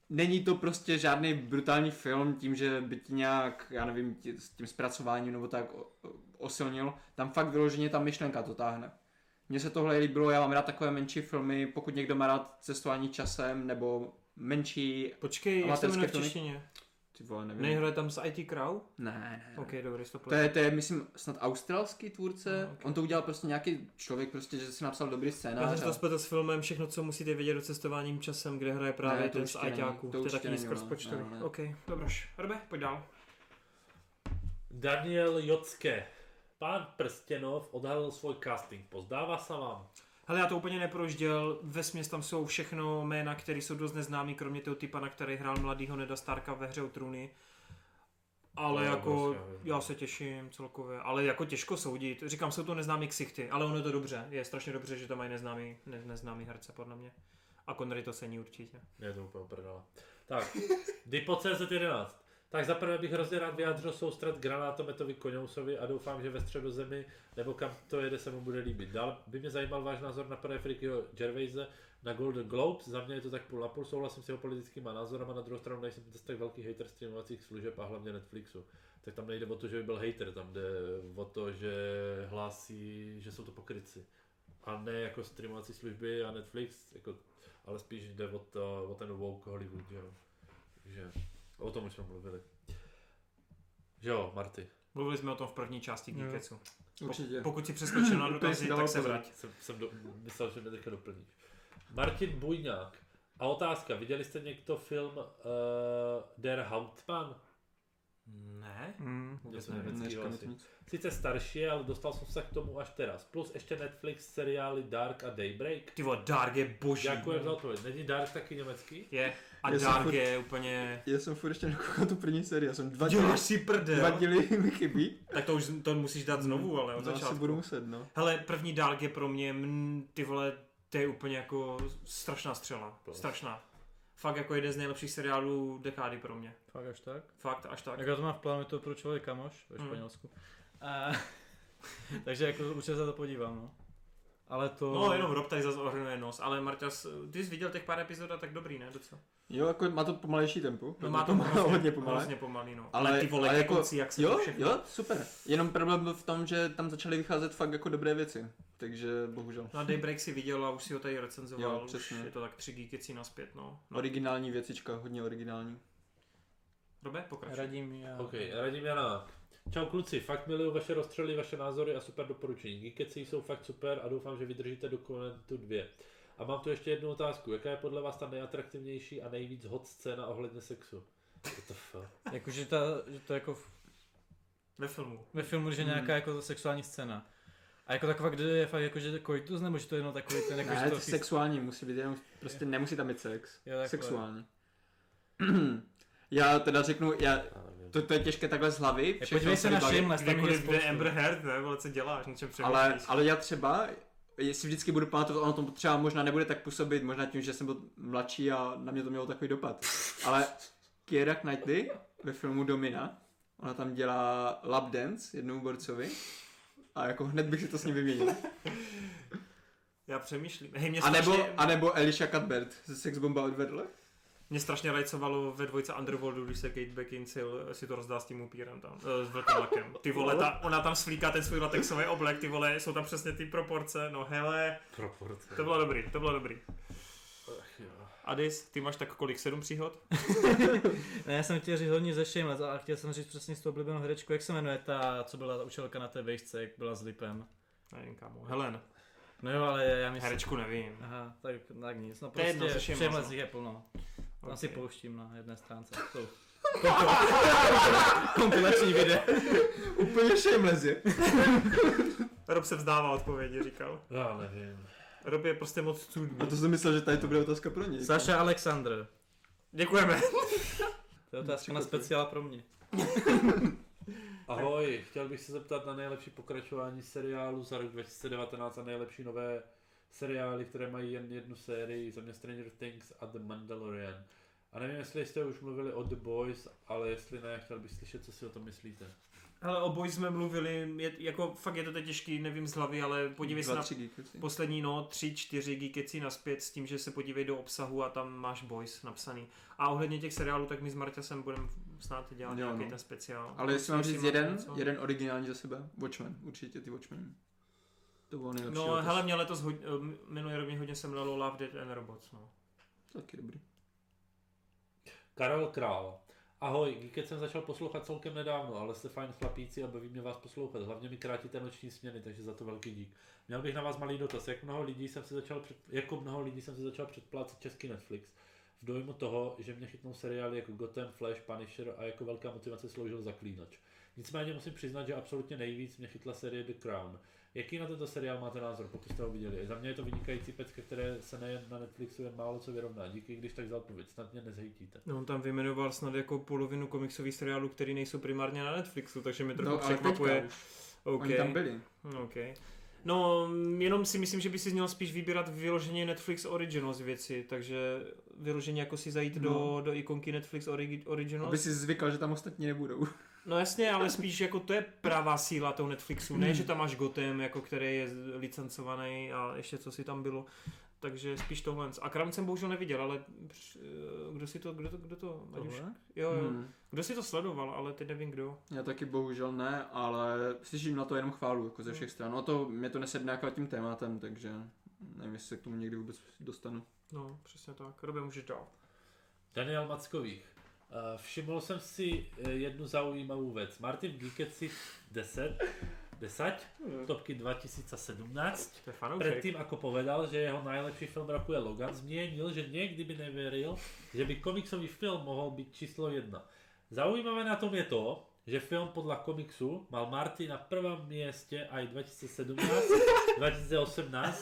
Speaker 2: není to prostě žádný brutální film tím, že by ti nějak, já nevím, tě, s tím zpracováním nebo tak o- o- osilnil. Tam fakt vyloženě ta myšlenka to táhne. Mně se tohle líbilo, já mám rád takové menší filmy, pokud někdo má rád cestování časem nebo menší
Speaker 1: Počkej, jak se
Speaker 2: Amatérské
Speaker 1: jmenuje v
Speaker 2: filmy?
Speaker 1: češtině?
Speaker 2: ty vole, nevím.
Speaker 1: Nehraje Hmm. tam z IT Crow?
Speaker 2: Ne, ne.
Speaker 1: Ok, dobrý, stop.
Speaker 2: To je, to je, myslím, snad australský
Speaker 1: No,
Speaker 2: tvůrce. No,
Speaker 1: ok.
Speaker 2: okay. On to udělal prostě nějaký člověk, prostě, že si napsal dobrý
Speaker 1: Já
Speaker 2: scénář.
Speaker 1: jsem to spletl s filmem Všechno, co musíte vědět o cestováním časem, kde hraje právě
Speaker 2: Ne, to
Speaker 1: ten z
Speaker 2: určitě není,
Speaker 1: ajťáků.
Speaker 2: to
Speaker 1: To, je
Speaker 2: určitě
Speaker 1: taky
Speaker 2: není no.
Speaker 1: nízko
Speaker 2: ono,
Speaker 1: rozpočtový.
Speaker 2: ne, ne.
Speaker 1: Ok, dobroš. Rbe, pojď dál.
Speaker 3: Daniel Jocke. Pán Prstěnov odhalil svůj casting. Pozdává se vám.
Speaker 1: Hele, já to úplně neprožděl, ve směs tam jsou všechno jména, které jsou dost neznámý, kromě toho typa, na který hrál mladýho Neda Starka ve hře o trůny. Ale
Speaker 3: No,
Speaker 1: jako,
Speaker 3: prostě, jo.
Speaker 1: já se těším celkově, ale jako těžko soudit. Říkám, jsou to neznámý ksichty, ale ono je to dobře. Je strašně dobře, že tam mají neznámý, ne, neznámý herce, podle mě. A Connery to sení určitě.
Speaker 3: Mě to úplně prdala. Tak, Dipo CZ11. Tak zaprvé bych hrozně rád vyjádřil soustrat granátometovi Koňousovi a doufám, že ve středozemi nebo kam to jede se mu bude líbit. Dál by mě zajímal váš názor na prvé Frickyho Gervaise na Golden Globes. Za mě je to tak půl na půl, souhlasím s jeho politickýma názorama, na druhou stranu nejsem zase tak velký hater streamovacích služeb a hlavně Netflixu. Tak tam nejde o to, že by byl hater, tam jde o to, že hlásí, že jsou to pokryci. A ne jako streamovací služby a Netflix, jako ale spíš jde o, to, o ten woke Hollywood, že jo. Že, o tom už jsme mluvili. Že jo, Marty,
Speaker 1: Mluvili jsme o tom v první části
Speaker 4: Jo.
Speaker 1: Geekecu.
Speaker 2: Určitě.
Speaker 1: Pokud si přeskočil na
Speaker 2: Úplně
Speaker 1: dotazy,
Speaker 2: si dával
Speaker 1: tak se
Speaker 2: pozor.
Speaker 1: vrať.
Speaker 3: jsem, jsem do, myslel, že mě teďka doplníš. Martin Bujňák. A otázka, viděli jste někdo film uh, Der eh, Hauptmann? Ne,
Speaker 1: Mm.
Speaker 3: vůbec
Speaker 8: jsem
Speaker 3: nevím.
Speaker 9: Neříkám
Speaker 3: asi.
Speaker 9: nic nic.
Speaker 3: Sice starší, ale dostal jsem se k tomu až teraz. Plus ještě Netflix, seriály Dark a Daybreak.
Speaker 1: Ty vole, Dark je boží.
Speaker 3: Děkujem za odpověď. Není Dark taky německý?
Speaker 1: Je. A
Speaker 2: Já jsem
Speaker 1: Dark
Speaker 2: furt-
Speaker 1: je úplně...
Speaker 2: Já jsem furt ještě nekoukal tu první sérii, já jsem dva díly,
Speaker 1: Děláš si
Speaker 2: dva
Speaker 1: prdel.
Speaker 2: díly mi chybí.
Speaker 1: Tak to už to musíš dát znovu, ale od
Speaker 2: No, asi
Speaker 1: začátku.
Speaker 2: budu muset, no.
Speaker 1: Hele, první Dark je pro mě, mm, ty vole, to je úplně jako strašná střela.
Speaker 3: Prostě.
Speaker 1: Strašná. Fakt jako jeden z nejlepších seriálů dekády pro mě.
Speaker 4: Fakt až tak?
Speaker 1: Fakt, až tak.
Speaker 2: Jako-
Speaker 4: Jak já to mám v plánu, je to pro člověk kamoš ve
Speaker 1: Hmm.
Speaker 4: Španělsku. A, takže jako určitě se na to podívám, no. Ale to...
Speaker 1: No, jenom Rob tady zase ohrnuje nos, ale Marťas, ty jsi viděl těch pár epizod a tak dobrý, ne? Docela.
Speaker 2: Jo, jako má to pomalejší tempo.
Speaker 1: No má to
Speaker 2: pomalé,
Speaker 1: hrozně,
Speaker 2: hodně pomalé.
Speaker 1: hrozně pomalý, no. Ale,
Speaker 2: Ale-
Speaker 1: ty vole,
Speaker 2: ale
Speaker 1: ke
Speaker 2: jako-
Speaker 1: konci, jak se to
Speaker 2: Jo,
Speaker 1: všechno...
Speaker 2: jo, super. Jenom problém byl v tom, že tam začaly vycházet fakt jako dobré věci. Takže bohužel.
Speaker 1: No a Daybreak si viděl a už si ho tady recenzoval,
Speaker 2: Jo,
Speaker 1: už
Speaker 2: přesně.
Speaker 1: je to tak tři geekecí naspět, no. no.
Speaker 2: Originální věcička, hodně originální.
Speaker 1: Robe, pokračuj.
Speaker 4: Radím já.
Speaker 3: OK, radím Jana. Čau kluci, fakt miluju vaše rozstřely, vaše názory a super doporučení. Geekeci jsou fakt super a doufám, že vydržíte do konentu dvě. A mám tu ještě jednu otázku. Jaká je podle vás ta nejatraktivnější a nejvíc hot scéna ohledně sexu? What the fuck?
Speaker 4: Jakože ta, že to jako v-
Speaker 1: Ve filmu.
Speaker 4: ve filmu, že nějaká jako sexuální scéna. A jako taková, kde je fakt jako, že koitus, nebo že to je jenom takový ten, jako,
Speaker 2: Ne,
Speaker 4: že
Speaker 2: to
Speaker 4: to fíz-
Speaker 2: sexuální musí být, jenom prostě nemusí tam být sex.
Speaker 4: Jo, takhle.
Speaker 2: Sexuální. já teda řeknu, já,
Speaker 3: Já nevím.
Speaker 2: to, to je těžké takhle z hlavy.
Speaker 4: Jak
Speaker 2: všechno
Speaker 4: Podívej se
Speaker 2: se
Speaker 4: na
Speaker 2: vybaví.
Speaker 4: Shameless,
Speaker 1: Kde,
Speaker 4: tam
Speaker 1: kde,
Speaker 4: je
Speaker 1: kde Amber
Speaker 4: spoustu.
Speaker 1: Heard, ne, vole, co děláš, na čem
Speaker 2: Ale,
Speaker 1: přemýšlíš?
Speaker 2: ale já třeba, jestli vždycky budu pamatovat, ono to třeba možná nebude tak působit, možná tím, že jsem byl mladší a na mě to mělo takový dopad. Ale Kiera Knightley ve filmu Domina, ona tam dělá lap dance jednou borcovi a jako hned bych si to s ním vyměnil.
Speaker 1: Já přemýšlím. Hej, mě
Speaker 2: A nebo,
Speaker 1: strašně-
Speaker 2: a nebo Elisha Cuthbert ze Sex Bomba odvedle.
Speaker 1: Mě strašně rajcovalo ve dvojce Underworldu, když se Kate Beckinsale eh, si to rozdá s tím upírem tam, eh, s velkým lakem. Ty vole, ta, ona tam svlíká ten svůj latexový oblek, ty vole, jsou tam přesně ty proporce, no hele,
Speaker 3: Proporce.
Speaker 1: to bylo dobrý, to bylo dobrý.
Speaker 3: Ach jo.
Speaker 1: Adis, ty máš tak kolik, sedm příhod?
Speaker 4: Ne, já jsem chtěl říct hodně ze Shameless, ale chtěl jsem říct přesně z toho oblíbenou herečku, jak se jmenuje ta, co byla ta učelka na té vejšce, jak byla s Lipem.
Speaker 1: Nevím, kámo. Helen,
Speaker 4: No jo, ale já myslím...
Speaker 1: herečku nevím.
Speaker 4: Aha, tak, tak nic, no
Speaker 1: To je
Speaker 4: prostě
Speaker 1: jedno, se Shameless,
Speaker 4: Shameless
Speaker 1: no.
Speaker 4: jich je plno. Tam
Speaker 1: Ok.
Speaker 4: si pouštím na jedné stránce. Jsou. Kompilační video.
Speaker 2: Úplně shameless je.
Speaker 1: Rob se vzdává odpovědi, říkal.
Speaker 3: Já nevím.
Speaker 1: Rob je prostě moc cudný.
Speaker 2: A to jsem myslel, že tady to bude otázka pro něj.
Speaker 4: Saša Alexandr.
Speaker 1: Děkujeme.
Speaker 4: To je otázka na speciál pro mě.
Speaker 3: Ahoj, chtěl bych se zeptat na nejlepší pokračování seriálu za rok 2019 a nejlepší nové seriály, které mají jen jednu sérii, za mě Stranger Things a The Mandalorian. A nevím, jestli jste už mluvili o The Boys, ale jestli ne, chtěl bych slyšet, co si o tom myslíte.
Speaker 1: Hele, obojí jsme mluvili, je, jako fakt je to teď těžký, nevím z hlavy, ale podívej se
Speaker 2: Dva,
Speaker 1: na
Speaker 2: tři geeky.
Speaker 1: Poslední, no, tři, čtyři geekeci naspět s tím, že se podívej do obsahu a tam máš boys napsaný. A ohledně těch seriálů, tak my s Marťasem budeme snad dělat
Speaker 2: Jo,
Speaker 1: nějaký
Speaker 2: no.
Speaker 1: ten speciál.
Speaker 2: Ale jestli mám
Speaker 1: Myslím,
Speaker 2: říct
Speaker 1: že máte
Speaker 2: jeden,
Speaker 1: něco.
Speaker 2: jeden originální za sebe, Watchmen, určitě ty Watchmen. To bylo nejlepší.
Speaker 1: No,
Speaker 2: letos.
Speaker 1: hele, mě letos hodně, minulý rok mě hodně se mlelo Love, Dead and Robots, no.
Speaker 2: Taky dobrý.
Speaker 3: Karel Král. Ahoj, Geeket jsem začal poslouchat celkem nedávno, ale jste fajn chlapíci a baví mě vás poslouchat. Hlavně mi krátíte noční směny, takže za to velký dík. Měl bych na vás malý dotaz. Jak mnoho lidí jsem se začal před, jako mnoho lidí jsem se začal předplácet český Netflix? V dojmu toho, že mě chytnou seriály jako Gotham, Flash, Punisher a jako velká motivace sloužil zaklínač. Nicméně musím přiznat, že absolutně nejvíc mě chytla série The Crown. Jaký na tento seriál máte názor, pokud jste ho viděli? Za mě je to vynikající pecka, které se nejen na Netflixu jen málo co vyrovná. Díky, když tak za odpověď. Snad mě nezhejtíte.
Speaker 1: No, on tam vyjmenoval snad jako polovinu komiksových seriálů, který nejsou primárně na Netflixu, takže mi trochu
Speaker 2: No, ale
Speaker 1: překvapuje.
Speaker 2: teďka už. Oni tam byli.
Speaker 1: OK. No, jenom si myslím, že by si měl spíš vybírat vyloženě Netflix Originals věci, takže vyloženě jako si zajít no. do, do ikonky Netflix Origi- Originals.
Speaker 2: Aby si zvykal, že tam ostatní nebudou.
Speaker 1: No jasně, ale spíš jako to je pravá síla toho Netflixu, ne, že tam máš Gotham, jako který je licencovaný a ještě co si tam bylo. Takže spíš tohle. A Kram jsem bohužel neviděl, ale př- eh, kdo si to, kdo to, kdo to, ať už,
Speaker 4: Tohle?
Speaker 1: jo, jo,
Speaker 2: Hmm.
Speaker 1: kdo si to sledoval, ale teď nevím kdo.
Speaker 2: Já taky bohužel ne, ale slyším na to jenom chválu, jako
Speaker 1: Hmm.
Speaker 2: ze všech stran. No to, mě to nesedne jako tím tématem, takže nevím, jestli se k tomu někdy vůbec dostanu.
Speaker 1: No, přesně tak. Robě můžeš dál.
Speaker 3: Daniel Mackových. Eh, Všiml jsem si eh, jednu zaujímavou věc. Martin Geekeci 10, 10 topky 2017.
Speaker 1: To je fanoušek.
Speaker 3: Predtým, ako povedal, že jeho najlepší film roku je Logan, zmienil, že niekdy by neveril, že by komiksový film mohol byť číslo jedna. Zaujímavé na tom je to, že film podľa komiksu mal Marty na prvom mieste aj 2017, 2018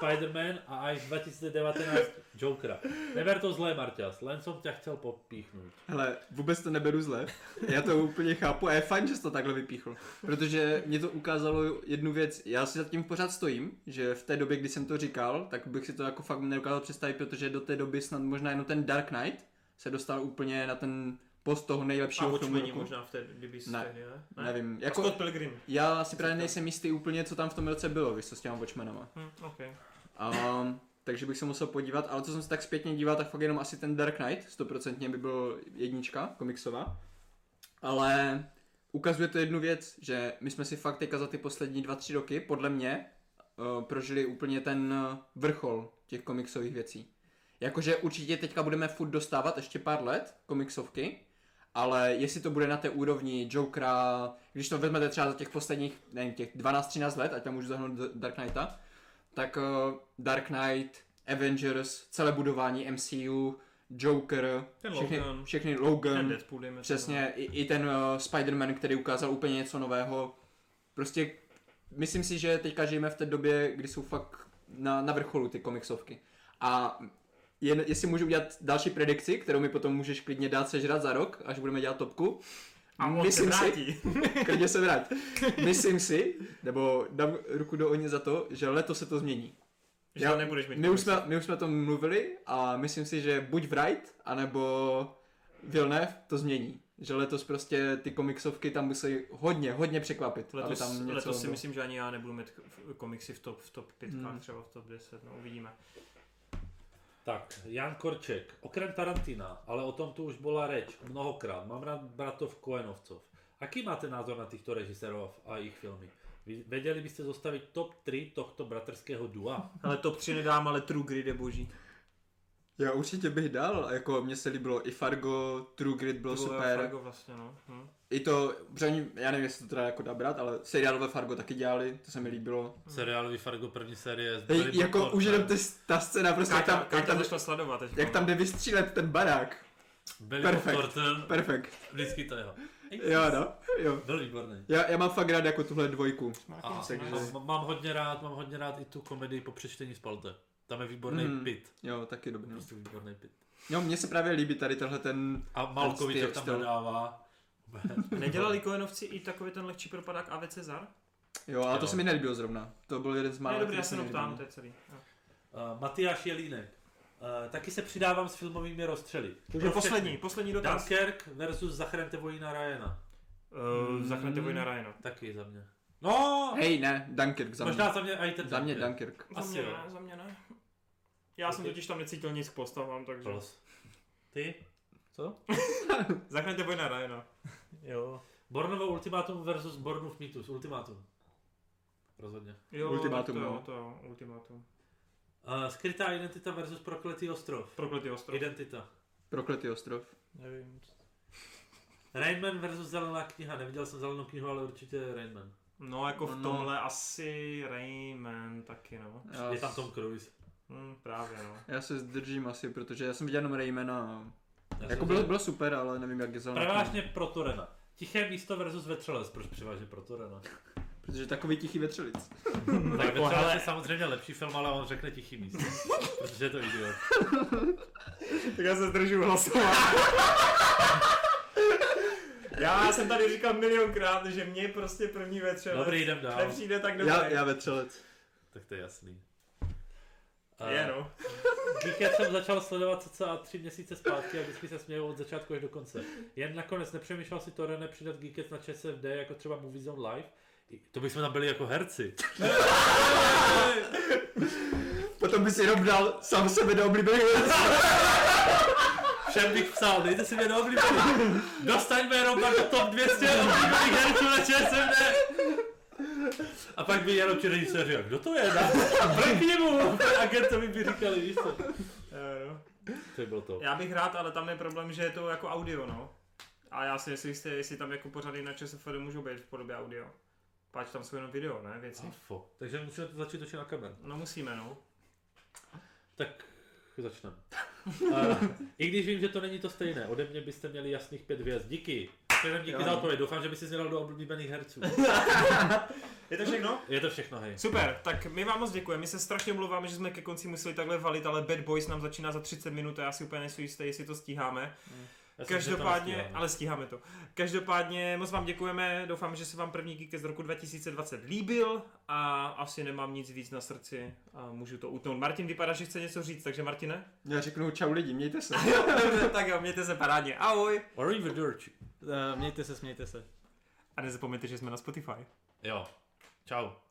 Speaker 3: Spider-Man a aj 2019 Jokera. Neber to zlé, Marťas, len som ťa chcel popíchnuť.
Speaker 2: Hele, vůbec to neberu zle. Já to úplně chápu a je fajn, že jsi to takhle vypíchl. Protože mě to ukázalo jednu věc. Já si zatím pořád stojím, že v té době, kdy jsem to říkal, tak bych si to jako fakt neukázal představit, protože do té doby snad možná jenom ten Dark Knight se dostal úplně na ten post toho
Speaker 1: A
Speaker 2: nejlepšího filmu
Speaker 1: Watchmeni
Speaker 2: roku.
Speaker 1: možná v té, kdyby jsi
Speaker 2: Ne,
Speaker 1: tehdy, ne?
Speaker 2: Nevím,
Speaker 1: Jako... Scott
Speaker 2: jako
Speaker 1: Pilgrim.
Speaker 2: já si právě nejsem jistý úplně, co tam v tom roce bylo, víš, co s těma Watchmenama.
Speaker 1: Hm, okay.
Speaker 2: Um, takže bych se musel podívat, ale co jsem se tak zpětně díval, tak fakt jenom asi ten Dark Knight, stoprocentně by byl jednička komiksová. Ale ukazuje to jednu věc, že my jsme si fakt teďka za ty poslední dva, tři roky, podle mě, uh, prožili úplně ten eh, vrchol těch komiksových věcí. Jakože určitě teďka budeme furt dostávat ještě pár let komiksovky, ale jestli to bude na té úrovni Jokera, když to vezmete třeba za těch posledních, nevím, těch 12-13 let, ať tam můžu zahrnout D- Dark Knighta, tak eh, Dark Knight, Avengers, celé budování MCU, Joker,
Speaker 1: Ten
Speaker 2: všechny,
Speaker 1: Logan.
Speaker 2: všechny
Speaker 1: Ten
Speaker 2: Logan,
Speaker 1: Deadpool, dejme tomu.
Speaker 2: Um, přesně, i, i ten uh, Spider-Man, který ukázal úplně něco nového. Prostě myslím si, že teďka žijeme v té době, kdy jsou fakt na, na vrcholu ty komiksovky. A jen, jestli můžu udělat další predikci, kterou mi potom můžeš klidně dát sežrat za rok, až budeme dělat topku.
Speaker 1: A on Myslím
Speaker 2: myslím
Speaker 1: se
Speaker 2: si,
Speaker 1: vrátí.
Speaker 2: klidně se vrát. Myslím si, nebo dám ruku do ohně za to, že letos se to změní.
Speaker 1: Že
Speaker 2: Já-
Speaker 1: to nebudeš mít.
Speaker 2: My už, jsme, my už jsme o tom mluvili a myslím si, že buď Wright, anebo Villeneuve to změní. Že letos prostě ty komiksovky tam musí hodně, hodně překvapit, letos, aby
Speaker 1: Letos,
Speaker 2: tam něco
Speaker 1: letos si
Speaker 2: bylo.
Speaker 1: myslím, že ani já nebudu mít k- v- komiksy v top, v top 5,
Speaker 2: Hmm.
Speaker 1: hmm. třeba v top 10, no uvidíme.
Speaker 3: Tak, Jan Korček, okrem Tarantina, ale o tom tu už bola reč mnohokrát. Mám rád bratov Koenovcov. Aký máte názor na týchto režisérov a ich filmy? Vy- Vedeli by ste zostaviť top 3 tohto bratrského dua?
Speaker 1: Ale top 3 nedám, ale True Grid je boží.
Speaker 2: Já určitě bych dal, jako mně se líbilo i Fargo, True Grit bylo
Speaker 1: Ty vole,
Speaker 2: super.
Speaker 1: Fargo vlastně, no. Hm.
Speaker 2: I to, protože oni, já nevím, jestli to teda jako dá brát, ale seriálové Fargo taky dělali, to se mi líbilo.
Speaker 10: Seriálový Fargo první série. s
Speaker 2: Hej,
Speaker 10: Billy
Speaker 2: jako
Speaker 10: Butler.
Speaker 2: už jenom ty, ta scéna, prostě jak
Speaker 1: Káťa,
Speaker 2: tam, jak
Speaker 1: Káťa
Speaker 2: tam,
Speaker 1: začala sledovat teď.
Speaker 2: jak tam jde vystřílet ten barák.
Speaker 10: Billy
Speaker 2: Perfekt.
Speaker 10: Thornton,
Speaker 2: Perfekt.
Speaker 10: vždycky to jeho.
Speaker 2: Jo, no, jo.
Speaker 3: Byl výborný.
Speaker 2: Já, já mám fakt rád jako tuhle dvojku.
Speaker 3: A,
Speaker 2: Takže-
Speaker 3: a m- mám hodně rád, mám hodně rád i tu komedii po přečtení spalte. Tam je výborný
Speaker 2: Mhm.
Speaker 3: mm. pit.
Speaker 2: Jo, taky dobrý.
Speaker 3: Prostě výborný pit.
Speaker 2: Jo, mně se právě líbí tady tenhle ten...
Speaker 10: A Malkovič,
Speaker 2: styl-
Speaker 10: jak tam
Speaker 2: styl.
Speaker 10: dodává.
Speaker 1: Nedělali Kojenovci i takový ten lehčí propadák AV Cezar?
Speaker 2: Jo, ale to
Speaker 10: Jo.
Speaker 2: se mi nelíbilo zrovna. To byl jeden z
Speaker 1: Ne,
Speaker 2: mála.
Speaker 1: dobrý,
Speaker 2: který
Speaker 1: já se
Speaker 2: mi
Speaker 1: jenom ptám, to
Speaker 2: nelíbil.
Speaker 1: je celý. No.
Speaker 3: Uh, Matyáš Jelínek. Uh, taky se přidávám s filmovými rozstřely.
Speaker 1: Takže poslední, poslední dotaz.
Speaker 3: Dunkirk versus Zachraňte vojína Ryana.
Speaker 1: Uh, Zachnete vojna Ryana.
Speaker 3: Taky za mě. No,
Speaker 2: Hej, ne, Dunkirk za mě.
Speaker 3: možná za mě i ten
Speaker 2: Za mě
Speaker 3: Dunkirk.
Speaker 2: Dunkirk.
Speaker 1: Za
Speaker 3: Asi
Speaker 1: mě
Speaker 3: jo.
Speaker 1: ne, za mě ne. Já jsem totiž tam necítil nic k postavám, takže...
Speaker 3: Plus. Ty? Co?
Speaker 1: Zachnete vojna Ryana. Jo.
Speaker 3: Bornovo ultimátum versus Bornův mýtus. Ultimátum. Rozhodně.
Speaker 1: Jo,
Speaker 2: Ultimátum,
Speaker 1: tak to,
Speaker 2: no.
Speaker 1: jo, to jo, ultimátum.
Speaker 3: Uh, skrytá identita versus prokletý ostrov.
Speaker 1: Prokletý ostrov.
Speaker 3: Identita.
Speaker 2: Prokletý ostrov.
Speaker 1: Nevím.
Speaker 3: Rainman versus zelená kniha. Neviděl jsem zelenou knihu, ale určitě Rainman.
Speaker 1: No jako v
Speaker 2: No.
Speaker 1: tomhle asi Rayman taky, no.
Speaker 2: Já,
Speaker 3: Je tam Tom Cruise.
Speaker 1: Hm, právě, no.
Speaker 2: já se zdržím asi, protože já jsem viděl jenom Raymana.
Speaker 3: Já
Speaker 2: Jako
Speaker 3: jsem
Speaker 2: bylo, bylo super, ale nevím, jak je zelená. kniha.
Speaker 3: Převážně Protorena. vlastně Tiché místo versus Vetřelec. Proč převážně Protorena?
Speaker 2: Protože takový tichý vetřelic.
Speaker 3: tak
Speaker 10: Jako,
Speaker 3: Vetřelec
Speaker 10: hele-
Speaker 3: je samozřejmě lepší film, ale on řekne tichý místo. protože je to idiot.
Speaker 1: Tak já se zdržu hlasování. Já jsem tady říkal milionkrát, že mě prostě první večer
Speaker 3: Dobrý, jdem dál.
Speaker 1: nepřijde tak dobré.
Speaker 2: Já, já vetřelec.
Speaker 10: Tak to je jasný.
Speaker 1: Je, no.
Speaker 3: Eh, Víkend jsem začal sledovat cca tři měsíce zpátky a vždycky se směju od začátku až do konce. Jen nakonec nepřemýšlel si to René přidat Geekec na ČSFD jako třeba Movies on Live.
Speaker 10: To bychom tam byli jako herci.
Speaker 2: Potom bys jenom dal sám sebe do oblíbených věcí.
Speaker 3: Všem bych psal, dejte si mě do oblíbených. Dostaňme Roba do top 200 oblíbených herců na ČSFD. A pak by jenom ti rodiče říkal, kdo to je? Na- Prkni mu! Agentovi by říkali, víš co?
Speaker 1: Je, no.
Speaker 3: To bylo to.
Speaker 1: Já bych rád, ale tam je problém, že je to jako audio, no. A já si myslím, jestli, jestli tam jako pořady na ČSFD můžou být v podobě audio. Páč tam jsou jenom video, ne, věci.
Speaker 10: Afo.
Speaker 3: Takže musíme to začít točit na kameru.
Speaker 1: No musíme, no.
Speaker 3: Tak začneme. Uh, I když vím, že to není to stejné, ode mě byste měli jasných pět hvězd. Díky. Předem díky
Speaker 2: Jo.
Speaker 3: za odpověď. Doufám, že by si dal do oblíbených herců.
Speaker 1: Je to všechno?
Speaker 3: Je to všechno, hej.
Speaker 1: Super, tak my vám moc děkujeme. My se strašně omlouváme, že jsme ke konci museli takhle valit, ale Bad Boys nám začíná za 30 minut a já si úplně nejsem jistý, jestli to stíháme.
Speaker 3: Já jsem, že to
Speaker 1: Každopádně,
Speaker 3: nestíháme.
Speaker 1: ale stíháme to. Každopádně moc vám děkujeme, doufám, že se vám první Geekest z roku 2020 líbil a asi nemám nic víc na srdci a můžu to utnout. Martin vypadá, že chce něco říct, takže Martine?
Speaker 2: Já řeknu čau lidi, mějte se.
Speaker 1: Dobře, tak jo, mějte se parádně, ahoj!
Speaker 3: no. Arrivederci.
Speaker 4: Eh, Mějte se, smějte se.
Speaker 1: A nezapomeňte, že jsme na Spotify.
Speaker 3: Jo. Čau.